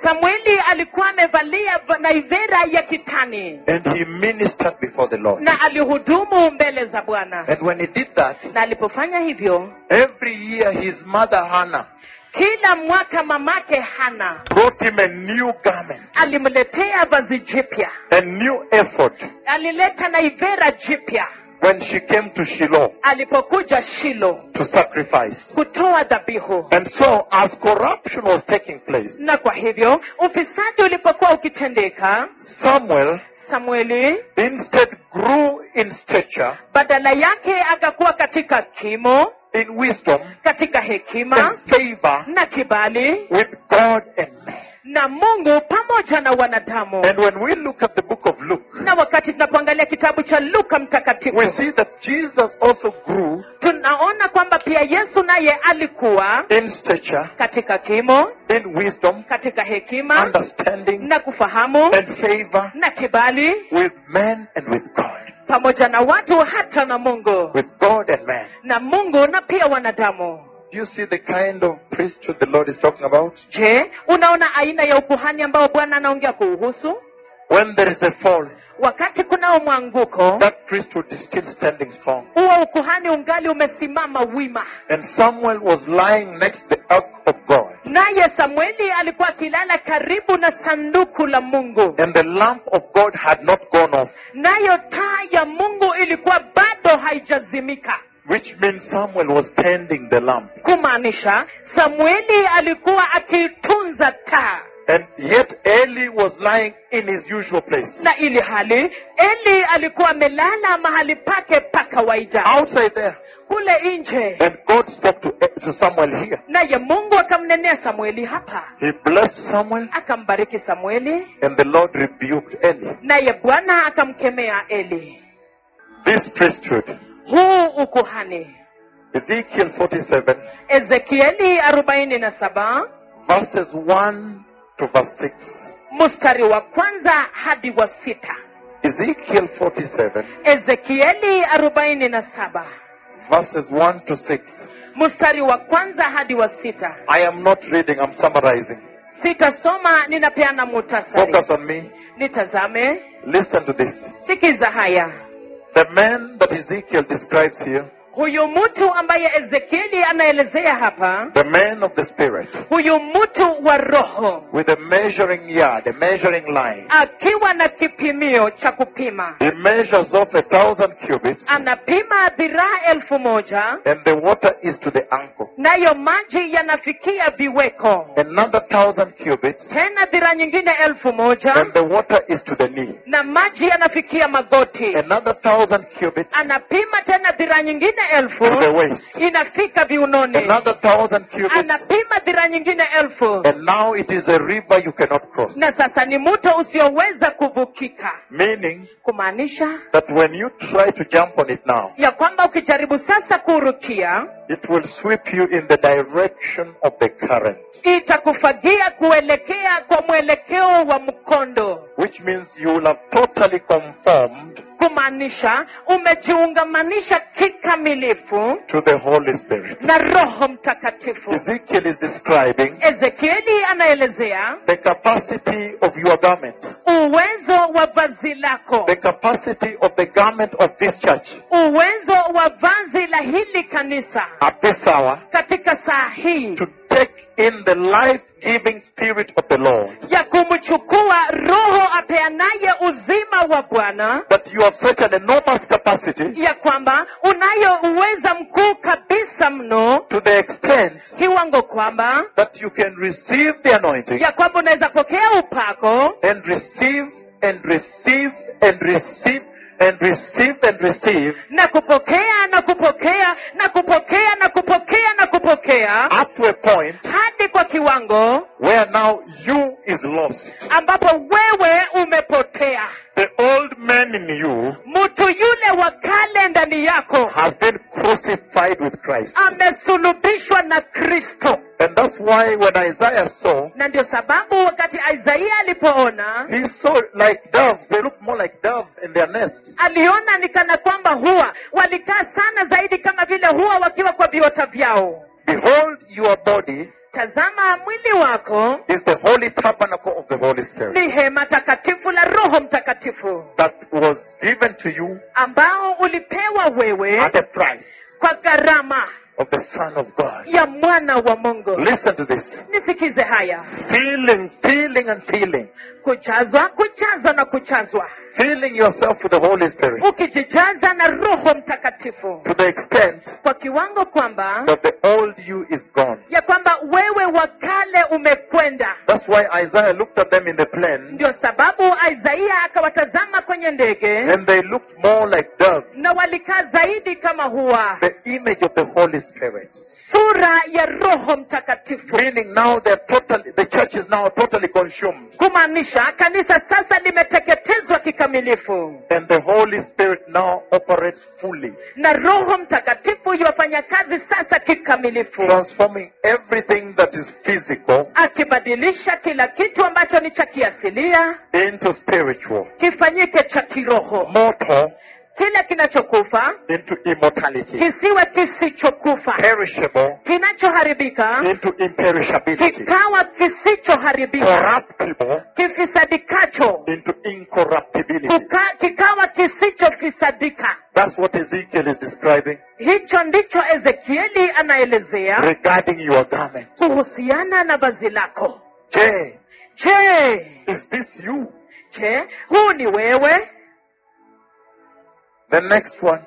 Speaker 2: samueli alikuwa amevalia va- naivera ya kitani
Speaker 1: and he ministered before the Lord.
Speaker 2: na alihudumu mbele za bwana
Speaker 1: And when he did that,
Speaker 2: na alipofanya hivyo
Speaker 1: every year his mother Hannah
Speaker 2: kila mwaka mamake hana
Speaker 1: brought him a new garment,
Speaker 2: alimletea vazi jipya
Speaker 1: a new ephod.
Speaker 2: alileta naivera jipya
Speaker 1: When she came to Shiloh
Speaker 2: alipokuja shilo
Speaker 1: to sacrifice.
Speaker 2: kutoa dhabihu
Speaker 1: And so, as corruption was taking place,
Speaker 2: na kwa hivyo ufisadi ulipokuwa ukitendeka
Speaker 1: Samuel
Speaker 2: samueli
Speaker 1: instead grew in stature,
Speaker 2: badala yake akakuwa katika kimo
Speaker 1: in wisdom,
Speaker 2: katika hekima
Speaker 1: and favor
Speaker 2: na kibali
Speaker 1: with God and man.
Speaker 2: na mungu pamoja na wanadamu
Speaker 1: And when we look at the book of Luke,
Speaker 2: na wakati tunapoangalia kitabu cha luka
Speaker 1: we
Speaker 2: mtakatifu
Speaker 1: see that Jesus also grew
Speaker 2: tunaona kwamba pia yesu naye alikuwa
Speaker 1: in stature,
Speaker 2: katika kimo
Speaker 1: in wisdom,
Speaker 2: katika hekima
Speaker 1: understanding,
Speaker 2: na kufahamu
Speaker 1: and favor
Speaker 2: na kibali
Speaker 1: with men and with God.
Speaker 2: pamoja na watu hata na mungu
Speaker 1: With God and man.
Speaker 2: na mungu na pia wanadamu
Speaker 1: Do you see the kind of priesthood the Lord is talking about?
Speaker 2: je unaona aina ya ukuhani ambao bwana anaongea kuuhusu
Speaker 1: When there is a fall,
Speaker 2: wakati kunao mwanguko
Speaker 1: that priesthood is still standing strong.
Speaker 2: huwa ukuhani ungali umesimama wima
Speaker 1: And Samuel was lying next to the ark of God.
Speaker 2: naye samueli alikuwa akilala karibu na sanduku la mungu
Speaker 1: And the lamp of God had not gone off,
Speaker 2: nayo taa ya mungu ilikuwa bado haijazimika
Speaker 1: which means Samuel was tending the lamp.
Speaker 2: kumaanisha samueli alikuwa akiitunza taa
Speaker 1: And yet Eli was lying in his usual place,
Speaker 2: na ili hali eli alikuwa amelala mahali pake pa kawaida
Speaker 1: outside there.
Speaker 2: kule nje
Speaker 1: And God spoke to, to Samuel here.
Speaker 2: naye mungu akamnenea samueli hapa
Speaker 1: He blessed Samuel,
Speaker 2: akambariki samueli
Speaker 1: and the Lord rebuked Eli.
Speaker 2: naye bwana akamkemea eli
Speaker 1: This priesthood,
Speaker 2: huu ukuhani
Speaker 1: Ezekiel 47,
Speaker 2: ezekieli arobaini na saba
Speaker 1: verses 1 to verse 6.
Speaker 2: mstari wa kwanza hadi wa sita
Speaker 1: Ezekiel 47,
Speaker 2: ezekieli arobaini na saba
Speaker 1: verses 1 to 6.
Speaker 2: mstari wa kwanza hadi wa sita
Speaker 1: I am not reading, I'm summarizing.
Speaker 2: sitasoma ninapeana muhtasari
Speaker 1: Focus on me.
Speaker 2: nitazame
Speaker 1: Listen to this.
Speaker 2: sikiza haya
Speaker 1: The man that Ezekiel describes here,
Speaker 2: huyu mtu ambaye ezekieli anaelezea hapa
Speaker 1: the man of the spirit,
Speaker 2: huyu mtu wa roho
Speaker 1: with a measuring yard, a measuring line,
Speaker 2: akiwa na kipimio cha kupima
Speaker 1: he measures off a thousand cubits,
Speaker 2: Um. anapima dhiraa elfu moja
Speaker 1: and the water is to the ankle.
Speaker 2: nayo maji yanafikia viweko
Speaker 1: Another thousand cubits,
Speaker 2: tena dhiraa nyingine elfu moja
Speaker 1: and the water is to the knee.
Speaker 2: na maji yanafikia magoti
Speaker 1: Another thousand cubits
Speaker 2: Um. anapima tena dhiraa nyingine elfu
Speaker 1: to the waist.
Speaker 2: inafika viunoni
Speaker 1: Another thousand cubits,
Speaker 2: anapima dhiraa nyingine elfu
Speaker 1: and now it is a river you cannot cross.
Speaker 2: na sasa ni mto usioweza kuvukika
Speaker 1: Meaning
Speaker 2: kumaanisha
Speaker 1: that when you try to jump on it now,
Speaker 2: ya kwamba ukijaribu sasa kurukia
Speaker 1: it will sweep you in the direction of the current,
Speaker 2: itakufagia kuelekea kwa mwelekeo wa mkondo
Speaker 1: which means you will have totally conformed
Speaker 2: kumaanisha umejiungamanisha kikamilifu
Speaker 1: to the Holy Spirit.
Speaker 2: na roho mtakatifu
Speaker 1: Ezekiel is describing
Speaker 2: ezekieli anaelezea
Speaker 1: the capacity of your garment,
Speaker 2: uwezo wa vazi lako
Speaker 1: the capacity of the garment of this church
Speaker 2: uwezo wa vazi la hili kanisa
Speaker 1: at this hour
Speaker 2: katika saa hii
Speaker 1: to take in the life giving spirit of the Lord.
Speaker 2: ya kumchukua roho apeanaye uzima wa bwana
Speaker 1: That you have such an enormous capacity
Speaker 2: ya kwamba unayo uweza mkuu kabisa mno
Speaker 1: to the extent
Speaker 2: kiwango kwamba
Speaker 1: that you can receive the anointing
Speaker 2: ya kwamba unaweza pokea upako
Speaker 1: and receive and receive and receive and receive and receive
Speaker 2: na kupokea na kupokea na kupokea na kupokea na kupokea
Speaker 1: up to a point
Speaker 2: hadi kwa kiwango
Speaker 1: where now you is lost.
Speaker 2: ambapo wewe umepotea
Speaker 1: The old man in you
Speaker 2: mtu yule wa kale ndani yako
Speaker 1: has been crucified with Christ.
Speaker 2: Ah. amesulubishwa na kristo
Speaker 1: And that's why when Isaiah saw,
Speaker 2: na ndio sababu wakati isaia alipoona
Speaker 1: he saw like doves, they look more like doves in their nests.
Speaker 2: aliona ni kana kwamba huwa walikaa sana zaidi kama vile huwa wakiwa kwa viota vyao
Speaker 1: Behold, your body
Speaker 2: tazama mwili wako
Speaker 1: is the holy tabernacle of the Holy Spirit
Speaker 2: ni hema takatifu la roho mtakatifu
Speaker 1: that was given to you
Speaker 2: ambao ulipewa wewe
Speaker 1: at the price
Speaker 2: kwa gharama
Speaker 1: of the Son of God.
Speaker 2: ya mwana wa mungu
Speaker 1: Listen to this.
Speaker 2: nisikize haya
Speaker 1: Feeling, feeling and feeling.
Speaker 2: kujazwa kujazwa na kujazwa
Speaker 1: Feeling yourself with the Holy Spirit
Speaker 2: ukijijaza na roho mtakatifu
Speaker 1: to the extent
Speaker 2: kwa kiwango kwamba
Speaker 1: that the old you is gone.
Speaker 2: ya kwamba wewe wa kale umekwenda
Speaker 1: That's why Isaiah looked at them in the plain
Speaker 2: ndio sababu isaia akawatazama kwenye ndege
Speaker 1: and they looked more like doves.
Speaker 2: na walikaa zaidi kama huwa
Speaker 1: The image of the Holy Spirit.
Speaker 2: sura ya roho mtakatifu
Speaker 1: Meaning now they're totally, the church is now totally consumed.
Speaker 2: kumaanisha kanisa sasa limeteketezwa kikamilifu
Speaker 1: And the Holy Spirit now operates fully,
Speaker 2: na roho mtakatifu yuwafanya kazi sasa kikamilifu
Speaker 1: transforming everything that is physical
Speaker 2: akibadilisha kila kitu ambacho ni cha kiasilia
Speaker 1: into spiritual,
Speaker 2: kifanyike cha kiroho
Speaker 1: mortal
Speaker 2: kile kinachokufa
Speaker 1: into immortality,
Speaker 2: kisiwe kisichokufa
Speaker 1: perishable
Speaker 2: kinachoharibika
Speaker 1: into imperishability,
Speaker 2: kikawa kisichoharibika
Speaker 1: corruptible
Speaker 2: kifisadikacho
Speaker 1: into incorruptibility.
Speaker 2: kuka, kikawa kisichofisadika
Speaker 1: That's what Ezekiel is describing
Speaker 2: hicho ndicho ezekieli anaelezea
Speaker 1: regarding your garment.
Speaker 2: kuhusiana na vazi lako
Speaker 1: Jay,
Speaker 2: je
Speaker 1: is this you?
Speaker 2: je huu ni wewe
Speaker 1: The next one,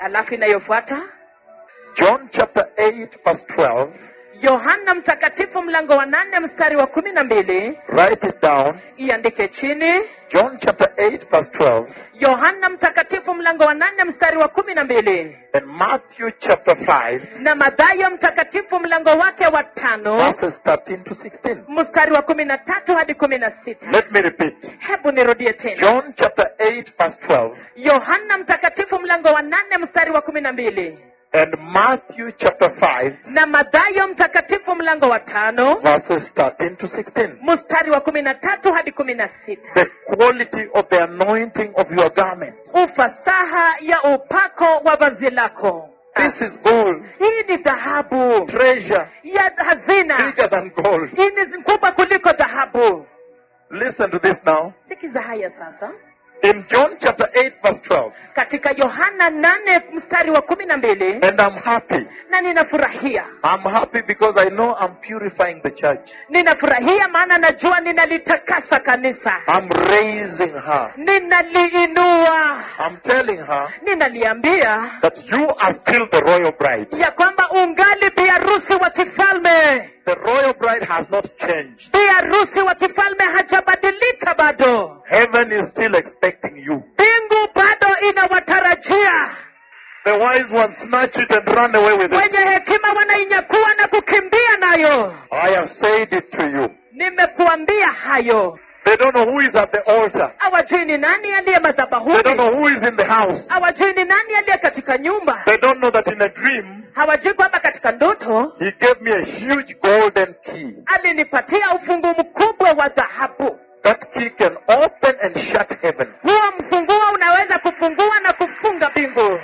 Speaker 2: alafu inayofuata
Speaker 1: John chapter 8, verse 12.
Speaker 2: yohana mtakatifu mlango wa nane mstari wa kumi na mbili
Speaker 1: Write it down.
Speaker 2: iandike chini
Speaker 1: John chapter 8, verse 12.
Speaker 2: yohana mtakatifu mlango wa nane mstari wa kumi na mbili
Speaker 1: And Matthew chapter 5,
Speaker 2: na madhayo mtakatifu mlango wake wa tano
Speaker 1: verses 13 to 16.
Speaker 2: mstari wa kumi na tatu hadi kumi na sita
Speaker 1: Let me repeat.
Speaker 2: hebu nirudie tena
Speaker 1: John chapter 8, verse 12.
Speaker 2: yohana mtakatifu mlango wa nane mstari wa kumi na mbili
Speaker 1: And Matthew chapter 5,
Speaker 2: na madhayo mtakatifu mlango wa tano
Speaker 1: verses 13 to 16.
Speaker 2: mstari wa kumi na tatu hadi kumi na sita
Speaker 1: The quality of the anointing of your garment.
Speaker 2: ufasaha ya upako wa vazi lako
Speaker 1: This is gold,
Speaker 2: hii ni dhahabu
Speaker 1: treasure
Speaker 2: ya hazina
Speaker 1: bigger than gold.
Speaker 2: hii ni kubwa kuliko dhahabu
Speaker 1: Listen to this now.
Speaker 2: sikiza haya sasa
Speaker 1: In John chapter 8, verse 12.
Speaker 2: katika yohana nane mstari wa kumi na mbili
Speaker 1: And I'm happy.
Speaker 2: na ninafurahia
Speaker 1: I'm happy because I know I'm purifying the church.
Speaker 2: ninafurahia maana najua ninalitakasa kanisa
Speaker 1: I'm raising her.
Speaker 2: ninaliinua
Speaker 1: I'm telling her
Speaker 2: ninaliambia
Speaker 1: that you are still the royal bride.
Speaker 2: ya kwamba ungali biharusi wa kifalme
Speaker 1: The royal bride has not changed.
Speaker 2: biharusi wa kifalme hajabadilika bado
Speaker 1: Heaven is still expecting you.
Speaker 2: mbingu bado inawatarajia
Speaker 1: The wise ones snatch it and run away with it.
Speaker 2: wenye hekima wanainyakuwa na kukimbia nayo
Speaker 1: I have said it to you.
Speaker 2: nimekuambia hayo
Speaker 1: They don't know who is at the altar.
Speaker 2: hawajui ni nani aliye
Speaker 1: They don't know
Speaker 2: madhabahuni
Speaker 1: who is in the house.
Speaker 2: hawajui ni nani aliye katika nyumba
Speaker 1: They don't know that in a dream,
Speaker 2: hawajui kwamba katika ndoto
Speaker 1: he gave me a huge golden key.
Speaker 2: alinipatia ufunguo mkubwa wa dhahabu
Speaker 1: That key can open and shut heaven.
Speaker 2: huo mfunguo unaweza kufungua na kufunga mbingu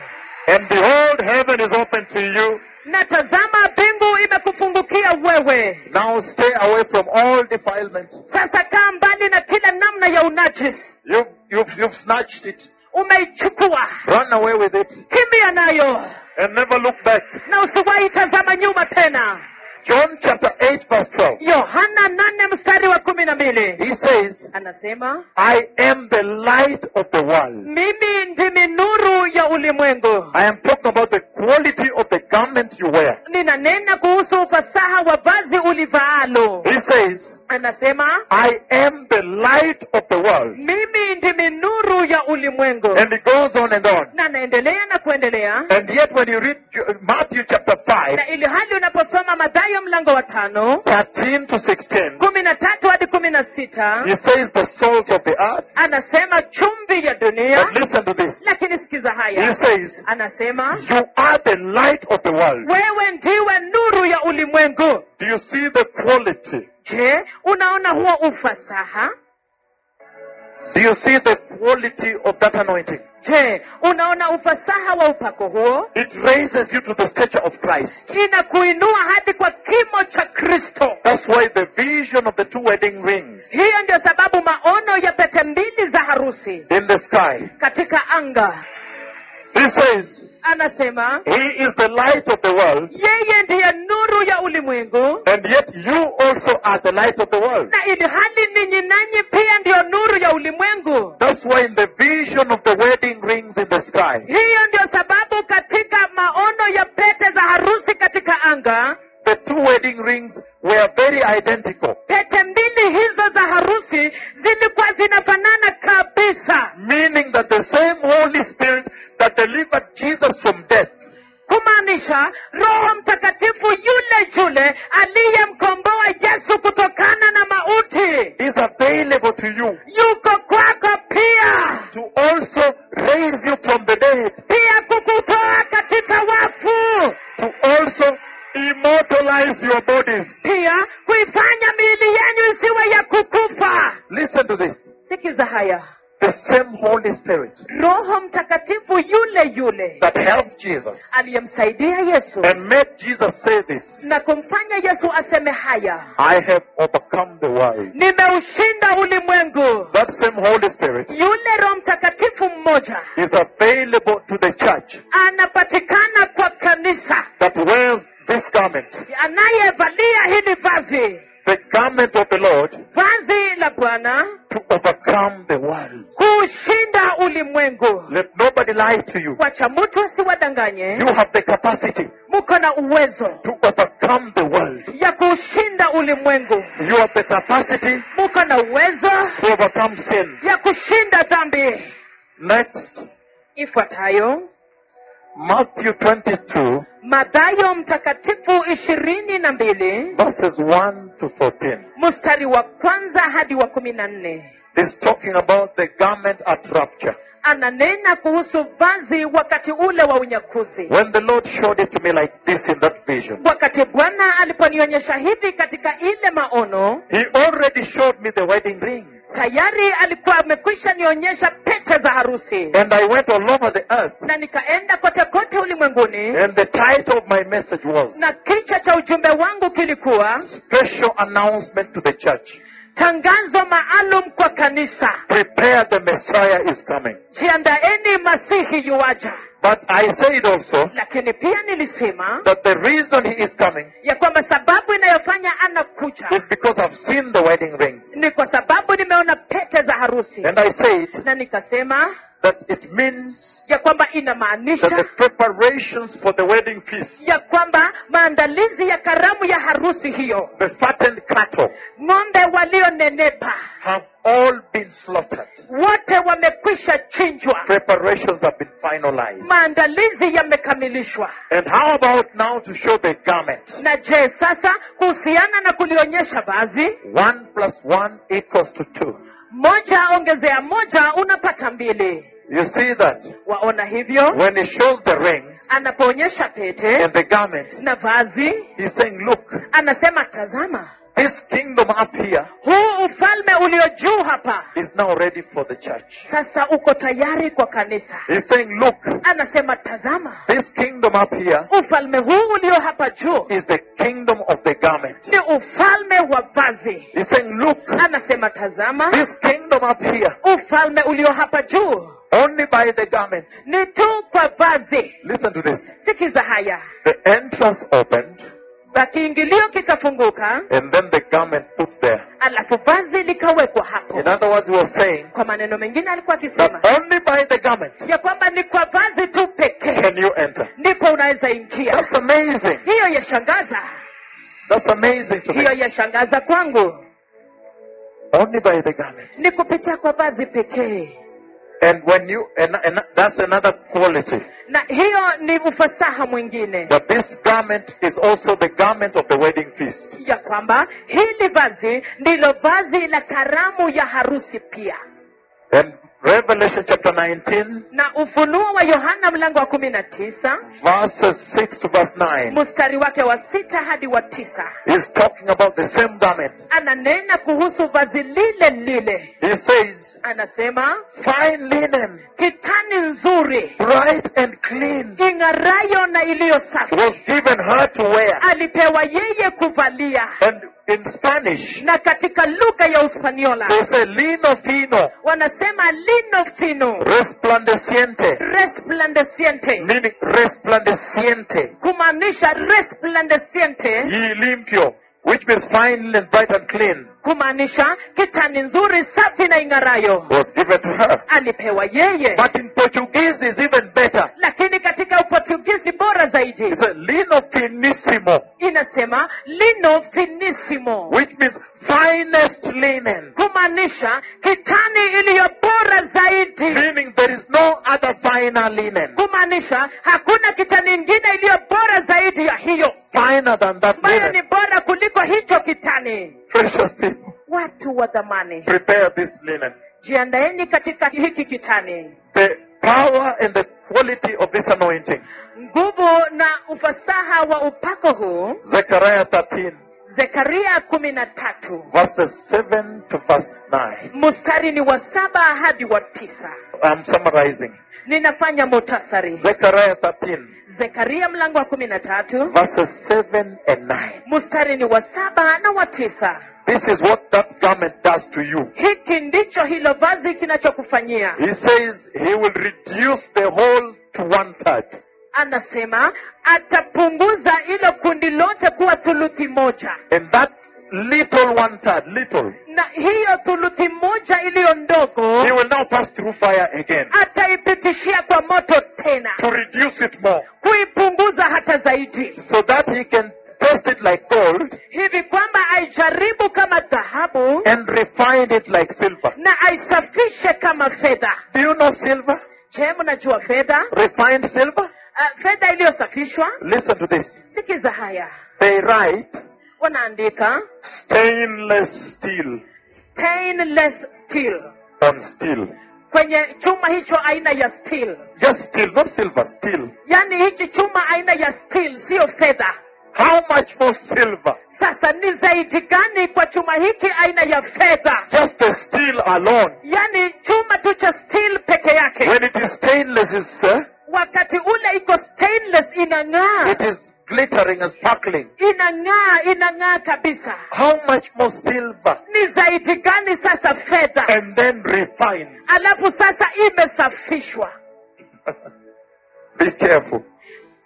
Speaker 1: And behold, heaven is open to you.
Speaker 2: na tazama mbingu imekufungukia wewe
Speaker 1: Now stay away from all defilement.
Speaker 2: sasa kaa mbali na kila namna ya unajisi
Speaker 1: You've, you've, you've snatched it.
Speaker 2: umeichukua
Speaker 1: Run away with it
Speaker 2: kimbia nayo
Speaker 1: and never look back.
Speaker 2: na usiwahi tazama nyuma tena
Speaker 1: John chapter 8 verse 12.
Speaker 2: yohana nane mstari wa kumi na mbili
Speaker 1: He says,
Speaker 2: anasema
Speaker 1: I am the light of the world.
Speaker 2: mimi ndimi nuru ya ulimwengu
Speaker 1: I am talking about the quality of the garment you wear.
Speaker 2: ninanena kuhusu ufasaha wa vazi ulivaalo
Speaker 1: He says,
Speaker 2: anasema
Speaker 1: I am the light of the world.
Speaker 2: mimi ndimi nuru ya ulimwengu
Speaker 1: And he goes on and on.
Speaker 2: na naendelea na kuendelea
Speaker 1: And yet when you read Ju- Matthew chapter 5,
Speaker 2: na ili hali unaposoma madhayo mlango wa tano
Speaker 1: 13 to 16,
Speaker 2: kumi na tatu hadi kumi na sita
Speaker 1: he says the salt of the earth.
Speaker 2: anasema chumvi ya dunia
Speaker 1: But listen to this.
Speaker 2: lakini sikiza
Speaker 1: He
Speaker 2: haya
Speaker 1: says,
Speaker 2: anasema
Speaker 1: You are the light of the world.
Speaker 2: wewe ndiwe nuru ya ulimwengu
Speaker 1: Do you see the quality?
Speaker 2: je unaona huo ufasaha
Speaker 1: Do you see the quality of that anointing?
Speaker 2: je unaona ufasaha wa upako huo
Speaker 1: It raises you to the stature of Christ.
Speaker 2: inakuinua hadi kwa kimo cha kristo
Speaker 1: That's why the vision of the two wedding rings
Speaker 2: hiyo ndio sababu maono ya pete mbili za harusi
Speaker 1: in the sky.
Speaker 2: katika anga
Speaker 1: He says,
Speaker 2: anasema
Speaker 1: He is the light of the world,
Speaker 2: yeye ndiye nuru ya ulimwengu
Speaker 1: and yet you also are the light of the world.
Speaker 2: na ili hali ninyi nanyi pia ndiyo nuru ya ulimwengu
Speaker 1: That's why in the vision of the wedding rings in the sky,
Speaker 2: hiyo ndio sababu katika maono ya pete za harusi katika anga
Speaker 1: the two wedding rings were very identical.
Speaker 2: pete mbili hizo za harusi zilikuwa zinafanana kabisa
Speaker 1: Meaning that the same Holy Spirit that delivered Jesus from death
Speaker 2: kumaanisha roho mtakatifu yule yule aliyemkomboa yesu kutokana na mauti
Speaker 1: is available to you
Speaker 2: yuko kwako pia
Speaker 1: to also raise you from the dead,
Speaker 2: pia kukutoa katika wafu
Speaker 1: to also immortalize your bodies.
Speaker 2: pia kuifanya miili yenu isiwe ya kukufa
Speaker 1: Listen to this.
Speaker 2: sikiza haya
Speaker 1: The the same Holy Spirit
Speaker 2: roho mtakatifu yule yule
Speaker 1: that helped Jesus
Speaker 2: aliyemsaidia yesu
Speaker 1: and made Jesus say this
Speaker 2: na kumfanya yesu aseme haya
Speaker 1: I have overcome the world.
Speaker 2: nimeushinda ulimwengu
Speaker 1: That same Holy Spirit
Speaker 2: yule roho mtakatifu mmoja
Speaker 1: is available to the church
Speaker 2: anapatikana kwa kanisa
Speaker 1: that wears this garment,
Speaker 2: anayevalia hili vazi
Speaker 1: the garment of the Lord,
Speaker 2: vazi la bwana
Speaker 1: to overcome the world.
Speaker 2: kuushinda ulimwengu
Speaker 1: Let nobody lie to you.
Speaker 2: wacha mtu
Speaker 1: You
Speaker 2: asiwadanganye
Speaker 1: have the capacity
Speaker 2: muko na uwezo
Speaker 1: to overcome the world.
Speaker 2: ya kuushinda ulimwengu
Speaker 1: You have the capacity
Speaker 2: muko na uwezo
Speaker 1: to overcome sin.
Speaker 2: ya kushinda dhambi
Speaker 1: Next,
Speaker 2: ifuatayo
Speaker 1: Matthew 22,
Speaker 2: madhayo mtakatifu ishirini na mbili
Speaker 1: verses 1 to 14,
Speaker 2: mstari wa kwanza hadi wa kumi na nne
Speaker 1: is talking about the garment at rapture.
Speaker 2: ananena kuhusu vazi wakati ule wa unyakuzi
Speaker 1: When the Lord showed it to me like this in that vision,
Speaker 2: wakati bwana aliponionyesha hivi katika ile maono
Speaker 1: He already showed me the wedding ring.
Speaker 2: tayari alikuwa amekwisha nionyesha pete za harusi
Speaker 1: And I went all over the earth.
Speaker 2: na nikaenda kote kote ulimwenguni
Speaker 1: And the title of my message was
Speaker 2: na kichwa cha ujumbe wangu kilikuwa
Speaker 1: Special Announcement to the Church.
Speaker 2: tangazo maalum kwa kanisa
Speaker 1: Prepare the Messiah is coming.
Speaker 2: jiandaeni masihi yuwaja
Speaker 1: But I said also
Speaker 2: lakini pia nilisema
Speaker 1: that the reason He is coming
Speaker 2: ya kwamba sababu inayofanya anakuja
Speaker 1: is because I've seen the wedding ring.
Speaker 2: ni kwa sababu nimeona pete za harusi
Speaker 1: And I said
Speaker 2: na nikasema
Speaker 1: that it means
Speaker 2: ya kwamba
Speaker 1: that the
Speaker 2: inamaanisha
Speaker 1: preparations for the wedding feast,
Speaker 2: ya kwamba maandalizi ya karamu ya harusi hiyo
Speaker 1: the fattened cattle,
Speaker 2: ng'ombe walionenepa
Speaker 1: have all been slaughtered.
Speaker 2: wote wamekwisha chinjwa
Speaker 1: Preparations have been finalized.
Speaker 2: maandalizi yamekamilishwa
Speaker 1: And how about now to show the garment?
Speaker 2: na je sasa kuhusiana na kulionyesha vazi
Speaker 1: One plus one equals to two.
Speaker 2: moja ongezea moja unapata mbili
Speaker 1: You see that
Speaker 2: waona hivyo
Speaker 1: when he shows the rings
Speaker 2: anapoonyesha pete
Speaker 1: and the garment,
Speaker 2: na vazi
Speaker 1: he's saying, Look,
Speaker 2: anasema tazama
Speaker 1: this kingdom up here
Speaker 2: huu ufalme ulio juu hapa
Speaker 1: is now ready for the church.
Speaker 2: sasa uko tayari kwa kanisa
Speaker 1: He's saying, Look,
Speaker 2: anasema tazama
Speaker 1: this kingdom up here
Speaker 2: ufalme huu ulio hapa juu
Speaker 1: is the kingdom of the garment.
Speaker 2: ni ufalme wa vazi
Speaker 1: He's saying, Look,
Speaker 2: anasema tazama
Speaker 1: this kingdom up here
Speaker 2: ufalme ulio hapa juu
Speaker 1: only by the garment.
Speaker 2: ni tu kwa vazi
Speaker 1: Listen to this.
Speaker 2: sikiza haya
Speaker 1: The entrance opened,
Speaker 2: na kiingilio kikafunguka
Speaker 1: and then the garment put there.
Speaker 2: alafu vazi likawekwa hapo
Speaker 1: In other words, he was saying
Speaker 2: kwa maneno mengine alikuwa
Speaker 1: that
Speaker 2: akisema
Speaker 1: only by the garment
Speaker 2: ya kwamba ni kwa vazi tu pekee
Speaker 1: can you enter.
Speaker 2: ndipo unaweza ingia
Speaker 1: That's amazing.
Speaker 2: hiyo yashangaza
Speaker 1: That's amazing to me.
Speaker 2: hiyo yashangaza kwangu
Speaker 1: Only by the garment.
Speaker 2: ni kupitia kwa vazi pekee
Speaker 1: And when you, and, and that's another quality.
Speaker 2: na hiyo ni ufasaha mwingine
Speaker 1: That this garment is also the garment of the wedding feast.
Speaker 2: ya kwamba hili vazi ndilo vazi la karamu ya harusi pia
Speaker 1: And Revelation chapter 19,
Speaker 2: na ufunuo wa yohana mlango wa kumi na tisa
Speaker 1: verses 6 to verse 9,
Speaker 2: mstari wake wa sita hadi wa tisa
Speaker 1: is talking about the same garment.
Speaker 2: ananena kuhusu vazi lile lile
Speaker 1: He says,
Speaker 2: anasema
Speaker 1: fine linen,
Speaker 2: kitani nzuri
Speaker 1: bright and clean,
Speaker 2: ing'arayo na iliyo safi
Speaker 1: was given her to wear.
Speaker 2: alipewa yeye kuvalia
Speaker 1: And in Spanish,
Speaker 2: na katika lugha ya uspaniola
Speaker 1: they say lino fino,
Speaker 2: wanasema lino fino
Speaker 1: resplandeciente,
Speaker 2: resplandeciente
Speaker 1: meaning resplandeciente,
Speaker 2: kumaanisha resplandeciente
Speaker 1: ye limpio, which means fine linen, bright and clean,
Speaker 2: kumaanisha kitani nzuri safi na ing'arayo
Speaker 1: was given to her.
Speaker 2: alipewa yeye
Speaker 1: But in Portuguese is even better.
Speaker 2: lakini katika uportugizi bora zaidi
Speaker 1: It's a lino finissimo,
Speaker 2: inasema lino finissimo
Speaker 1: which means finest linen,
Speaker 2: kumaanisha kitani iliyo bora zaidi
Speaker 1: meaning there is no other finer linen,
Speaker 2: kumaanisha hakuna kitani ingine iliyo bora zaidi ya hiyo
Speaker 1: finer than that
Speaker 2: ambayo ni
Speaker 1: linen.
Speaker 2: bora kuliko hicho kitani
Speaker 1: Precious people,
Speaker 2: watu wa dhamani
Speaker 1: prepare this linen.
Speaker 2: jiandaeni katika hiki kitani
Speaker 1: The power and the quality of this anointing.
Speaker 2: nguvu na ufasaha wa upako huu
Speaker 1: Zechariah 13,
Speaker 2: zekaria kumi na tatu
Speaker 1: verses 7 to verse 9.
Speaker 2: mstari ni wa saba hadi wa tisa
Speaker 1: I'm summarizing.
Speaker 2: ninafanya mutasari
Speaker 1: Zechariah 13,
Speaker 2: zekaria mlango wa kumi na tatu
Speaker 1: verses 7 and 9.
Speaker 2: mstari ni wa saba na wa tisa
Speaker 1: This is what that garment does to you.
Speaker 2: hiki ndicho hilo vazi kinachokufanyia
Speaker 1: He says he will reduce the whole to one third.
Speaker 2: anasema atapunguza ilo kundi lote kuwa thuluthi moja
Speaker 1: And that little one third, little,
Speaker 2: na hiyo thuluthi moja iliyo ndogo
Speaker 1: he will now pass through fire again
Speaker 2: ataipitishia kwa moto tena
Speaker 1: to reduce it more
Speaker 2: kuipunguza hata zaidi
Speaker 1: so that he can test it like gold
Speaker 2: hivi kwamba aijaribu kama dhahabu
Speaker 1: and refine it like silver.
Speaker 2: na aisafishe kama fedha
Speaker 1: Do you know silver?
Speaker 2: je mnajua fedha
Speaker 1: Refined silver?
Speaker 2: uh, fedha iliyosafishwa
Speaker 1: Listen to this.
Speaker 2: sikiza haya
Speaker 1: They write
Speaker 2: wanaandika
Speaker 1: stainless steel
Speaker 2: stainless steel
Speaker 1: on steel.
Speaker 2: kwenye chuma hicho aina ya steel
Speaker 1: Just steel, not silver, steel.
Speaker 2: yaani hichi chuma aina ya steel siyo fedha
Speaker 1: How much for silver?
Speaker 2: sasa ni zaidi gani kwa chuma hiki aina ya fedha
Speaker 1: Just the steel alone.
Speaker 2: yaani chuma tu cha steel peke yake
Speaker 1: When it is stainless, it's, uh,
Speaker 2: wakati ule iko stainless inang'aa
Speaker 1: it is glittering and sparkling.
Speaker 2: inang'aa inang'aa kabisa
Speaker 1: How much more silver?
Speaker 2: ni zaidi gani sasa fedha
Speaker 1: And then refined.
Speaker 2: alafu sasa imesafishwa
Speaker 1: Be careful.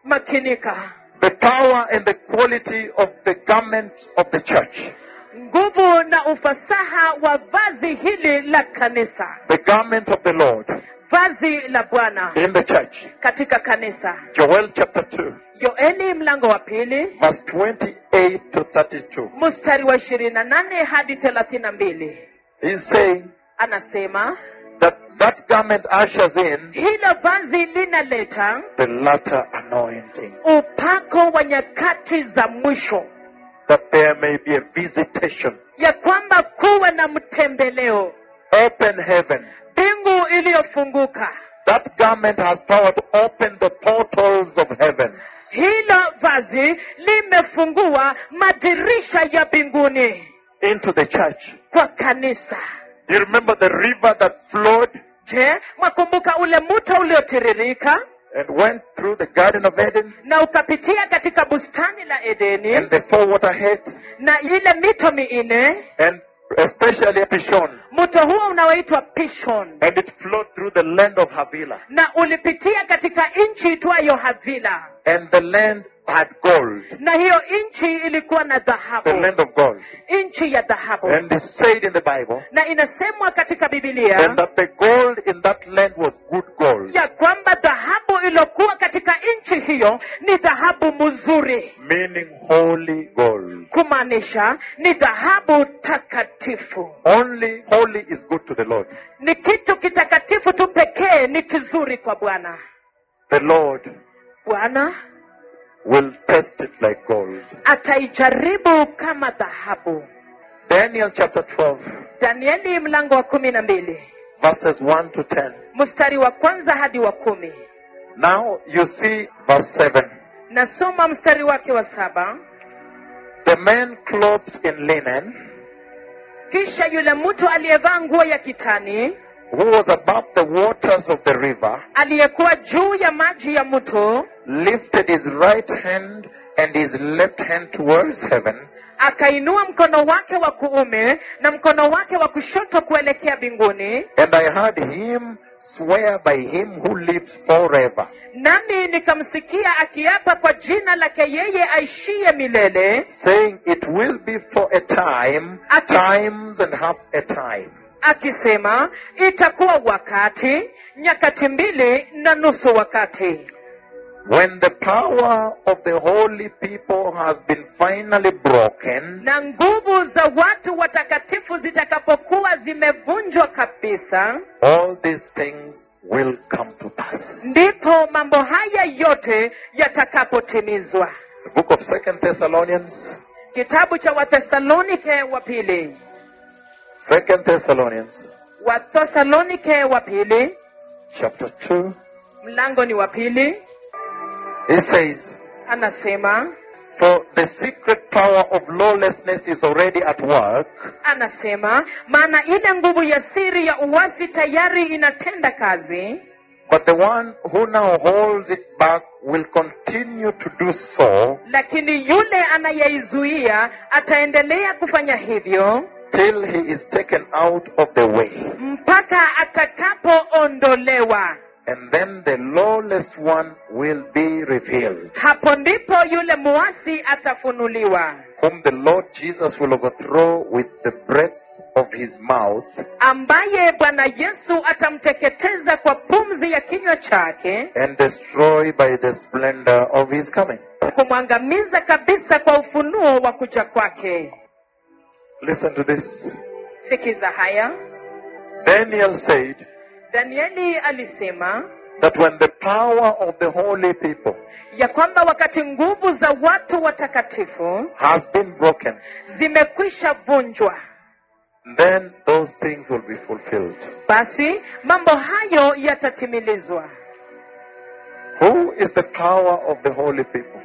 Speaker 2: makinika
Speaker 1: The power and the quality of the garment of the church.
Speaker 2: nguvu na ufasaha wa vazi hili la kanisa
Speaker 1: The garment of the Lord
Speaker 2: vazi la bwana
Speaker 1: in the church.
Speaker 2: katika kanisa
Speaker 1: Joel chapter 2,
Speaker 2: yoeli mlango wa pili
Speaker 1: verse 28 to 32.
Speaker 2: mstari wa ishirini na nane hadi thelathini na mbili
Speaker 1: He's saying
Speaker 2: anasema
Speaker 1: that that garment ushers in
Speaker 2: hilo vazi linaleta
Speaker 1: the latter anointing.
Speaker 2: upako wa nyakati za mwisho
Speaker 1: that there may be a visitation.
Speaker 2: ya kwamba kuwe na mtembeleo
Speaker 1: Open heaven.
Speaker 2: mbingu iliyofunguka
Speaker 1: That garment has power to open the portals of heaven.
Speaker 2: hilo vazi limefungua madirisha ya mbinguni
Speaker 1: into the church.
Speaker 2: kwa kanisa
Speaker 1: Do you remember the river that flowed
Speaker 2: je mwakumbuka ule mto uliotiririka
Speaker 1: and went through the Garden of Eden
Speaker 2: na ukapitia katika bustani la
Speaker 1: and
Speaker 2: edeni
Speaker 1: the four water heads
Speaker 2: na ile mito minne
Speaker 1: and especially Pishon
Speaker 2: mto huo unaoitwa pishon
Speaker 1: and it flowed through the land of Havilah
Speaker 2: na ulipitia katika nchi itwayo havila
Speaker 1: and the land had gold,
Speaker 2: na hiyo nchi ilikuwa na
Speaker 1: the
Speaker 2: dhahabu
Speaker 1: land of gold.
Speaker 2: nchi ya dhahabu
Speaker 1: And it said in the Bible
Speaker 2: na inasemwa katika bibilia
Speaker 1: and that the gold in that land was good gold,
Speaker 2: ya kwamba dhahabu iliyokuwa katika nchi hiyo ni dhahabu mzuri
Speaker 1: meaning holy gold.
Speaker 2: kumaanisha ni dhahabu takatifu
Speaker 1: Only holy is good to the Lord.
Speaker 2: ni kitu kitakatifu tu pekee ni kizuri kwa bwana
Speaker 1: The Lord
Speaker 2: bwana
Speaker 1: will test it like gold.
Speaker 2: ataijaribu kama dhahabu
Speaker 1: Daniel chapter 12,
Speaker 2: danieli mlango wa kumi na mbili
Speaker 1: verses 1 to 10.
Speaker 2: mstari wa kwanza hadi wa kumi
Speaker 1: Now you see verse 7.
Speaker 2: nasoma mstari wake wa saba
Speaker 1: The man clothed in linen,
Speaker 2: kisha yule mtu aliyevaa nguo ya kitani
Speaker 1: who was above the waters of the river,
Speaker 2: aliyekuwa juu ya maji ya mto
Speaker 1: lifted his right hand and his left hand towards heaven,
Speaker 2: akainua mkono wake wa kuume na mkono wake wa kushoto kuelekea mbinguni
Speaker 1: and I heard him swear by him who lives forever,
Speaker 2: nami nikamsikia akiapa kwa jina lake yeye aishiye milele
Speaker 1: saying, It will be for a time,
Speaker 2: Aki-
Speaker 1: times and half a time.
Speaker 2: akisema itakuwa wakati nyakati mbili na nusu wakati
Speaker 1: When the power of the holy people has been finally broken,
Speaker 2: na nguvu za watu watakatifu zitakapokuwa zimevunjwa kabisa
Speaker 1: all these things will come to pass.
Speaker 2: ndipo mambo haya yote yatakapotimizwa
Speaker 1: The book of Second Thessalonians,
Speaker 2: kitabu cha wathesalonike wa pili
Speaker 1: Second Thessalonians,
Speaker 2: wathesalonike wa pili
Speaker 1: chapter two,
Speaker 2: mlango ni wa pili
Speaker 1: it says,
Speaker 2: anasema
Speaker 1: For the secret power of lawlessness is already at work,
Speaker 2: anasema maana ile nguvu ya siri ya uwasi tayari inatenda kazi
Speaker 1: but the one who now holds it back will continue to do so
Speaker 2: lakini yule anayeizuia ataendelea kufanya hivyo
Speaker 1: till he is taken out of the way.
Speaker 2: mpaka atakapoondolewa
Speaker 1: And then the lawless one will be revealed,
Speaker 2: hapo ndipo yule muasi atafunuliwa
Speaker 1: whom the Lord Jesus will overthrow with the breath of his mouth
Speaker 2: ambaye bwana yesu atamteketeza kwa pumzi ya kinywa chake
Speaker 1: and destroy by the splendor of his coming.
Speaker 2: kumwangamiza kabisa kwa ufunuo wa kuja kwake
Speaker 1: Listen to this.
Speaker 2: sikiza haya
Speaker 1: Daniel said
Speaker 2: danieli alisema
Speaker 1: that when the power of the holy people
Speaker 2: ya kwamba wakati nguvu za watu watakatifu
Speaker 1: has been broken,
Speaker 2: zimekwisha vunjwa
Speaker 1: then those things will be fulfilled.
Speaker 2: basi mambo hayo yatatimilizwa
Speaker 1: Who is the power of the holy people?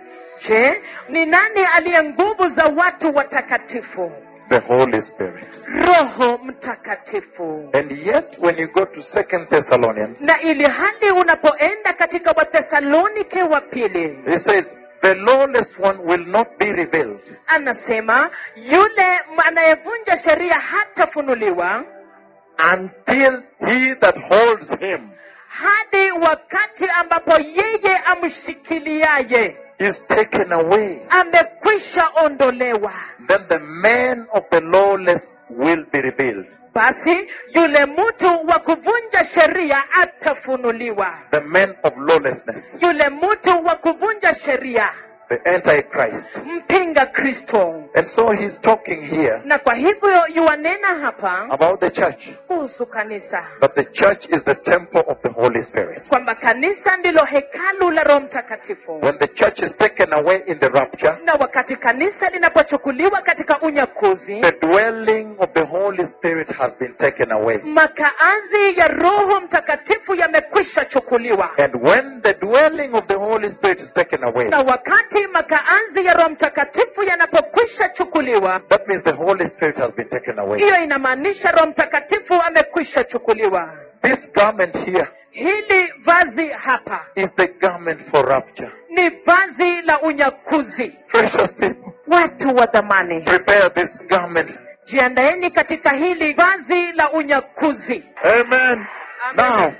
Speaker 2: je ni nani aliye nguvu za watu watakatifu
Speaker 1: The Holy Spirit.
Speaker 2: roho mtakatifu
Speaker 1: And yet, when you go to Second Thessalonians,
Speaker 2: na ili hali unapoenda katika wathesalonike wa pili
Speaker 1: he says, the lawless one will not be revealed,
Speaker 2: anasema yule anayevunja sheria hatafunuliwa
Speaker 1: until he that holds him
Speaker 2: hadi wakati ambapo yeye amshikiliaye
Speaker 1: is taken away.
Speaker 2: amekwisha ondolewa
Speaker 1: Then the man of the lawless will be revealed.
Speaker 2: basi yule mtu wa kuvunja sheria atafunuliwa
Speaker 1: The man of lawlessness,
Speaker 2: yule mtu wa kuvunja sheria
Speaker 1: the Antichrist.
Speaker 2: mpinga kristo
Speaker 1: And so he's talking here
Speaker 2: na kwa hivyo yuwanena hapa
Speaker 1: about the church.
Speaker 2: kuhusu kanisa
Speaker 1: But the church is the temple of the Holy Spirit.
Speaker 2: kwamba kanisa ndilo hekalu la roho mtakatifu
Speaker 1: When the church is taken away in the rapture,
Speaker 2: na wakati kanisa linapochukuliwa katika unyakuzi
Speaker 1: the dwelling of the Holy Spirit has been taken away.
Speaker 2: makaazi ya roho mtakatifu yamekwisha chukuliwa
Speaker 1: And when the dwelling of the Holy Spirit is taken away,
Speaker 2: na wakati makaazi ya roho mtakatifu yanapokwisha chukuliwa
Speaker 1: that means the Holy Spirit has been taken away.
Speaker 2: hiyo inamaanisha roho mtakatifu amekwisha chukuliwa
Speaker 1: This garment here
Speaker 2: hili vazi hapa
Speaker 1: is the garment for rapture.
Speaker 2: ni vazi la unyakuzi
Speaker 1: Precious people,
Speaker 2: watu wa dhamani
Speaker 1: prepare this garment.
Speaker 2: jiandaeni katika hili vazi la unyakuzi
Speaker 1: Amen. Now,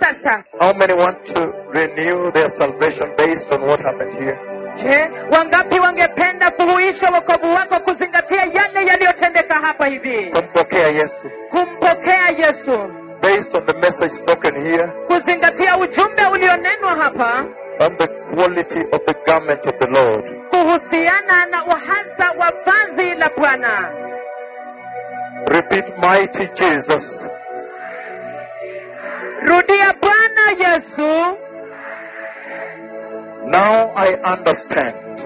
Speaker 2: sasa
Speaker 1: how many want to renew their salvation based on what happened here?
Speaker 2: je wangapi wangependa kuhuisha wokovu wako kuzingatia yale yaliyotendeka hapa hivi
Speaker 1: Kumpokea Yesu.
Speaker 2: kumpokea yesu
Speaker 1: Based on the message spoken here,
Speaker 2: kuzingatia ujumbe ulionenwa hapa
Speaker 1: on the quality of the garment of the Lord,
Speaker 2: kuhusiana na uhasa wa vazi la bwana
Speaker 1: repeat, mighty Jesus.
Speaker 2: rudia bwana yesu
Speaker 1: Now I understand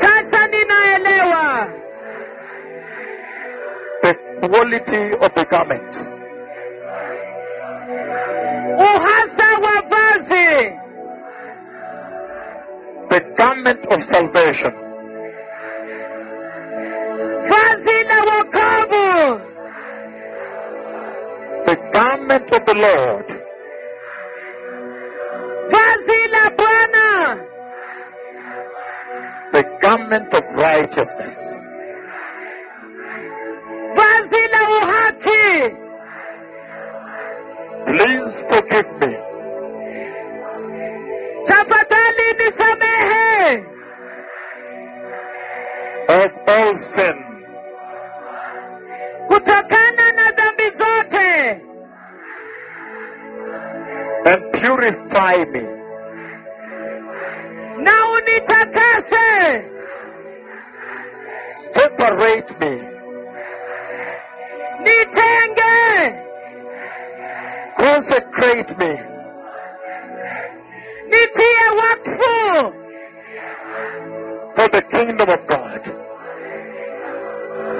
Speaker 2: sasa ninaelewa
Speaker 1: the quality of the garment
Speaker 2: uhasa wa vazi
Speaker 1: the garment of salvation
Speaker 2: vazi la wokovu
Speaker 1: the garment of the lord
Speaker 2: vazi la bwana
Speaker 1: the garment of righteousness
Speaker 2: vazi la uhaki
Speaker 1: please forgive me
Speaker 2: tafadhali nisamehe
Speaker 1: of all sin
Speaker 2: kutokana na dhambi zote
Speaker 1: and purify me
Speaker 2: na unitakase
Speaker 1: separate me
Speaker 2: nitenge
Speaker 1: consecrate me
Speaker 2: nitie wakfu
Speaker 1: for the kingdom of god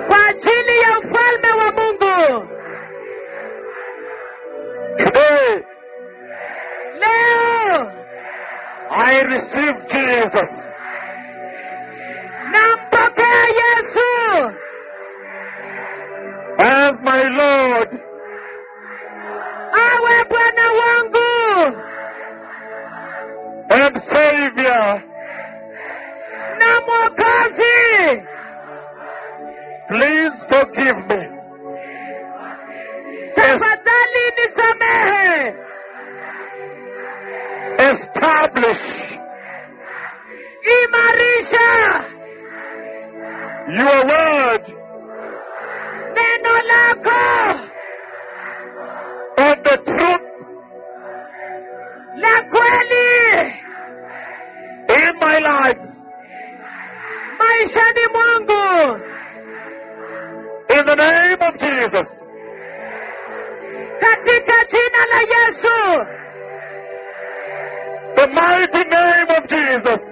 Speaker 2: kwa ajili ya ufalme wa mungu
Speaker 1: today
Speaker 2: leo
Speaker 1: i receive jesus Jesus.
Speaker 2: Nampokea Yesu
Speaker 1: As my Lord
Speaker 2: awe Bwana wangu
Speaker 1: and Savior,
Speaker 2: na Mwokozi.
Speaker 1: please forgive me. Es-
Speaker 2: Tafadhali nisamehe,
Speaker 1: Establish
Speaker 2: imarisha
Speaker 1: your word
Speaker 2: neno lako
Speaker 1: on the truth
Speaker 2: la kweli
Speaker 1: in my life.
Speaker 2: maishani mwangu
Speaker 1: In the name of Jesus,
Speaker 2: katika jina la Yesu,
Speaker 1: the mighty name of Jesus,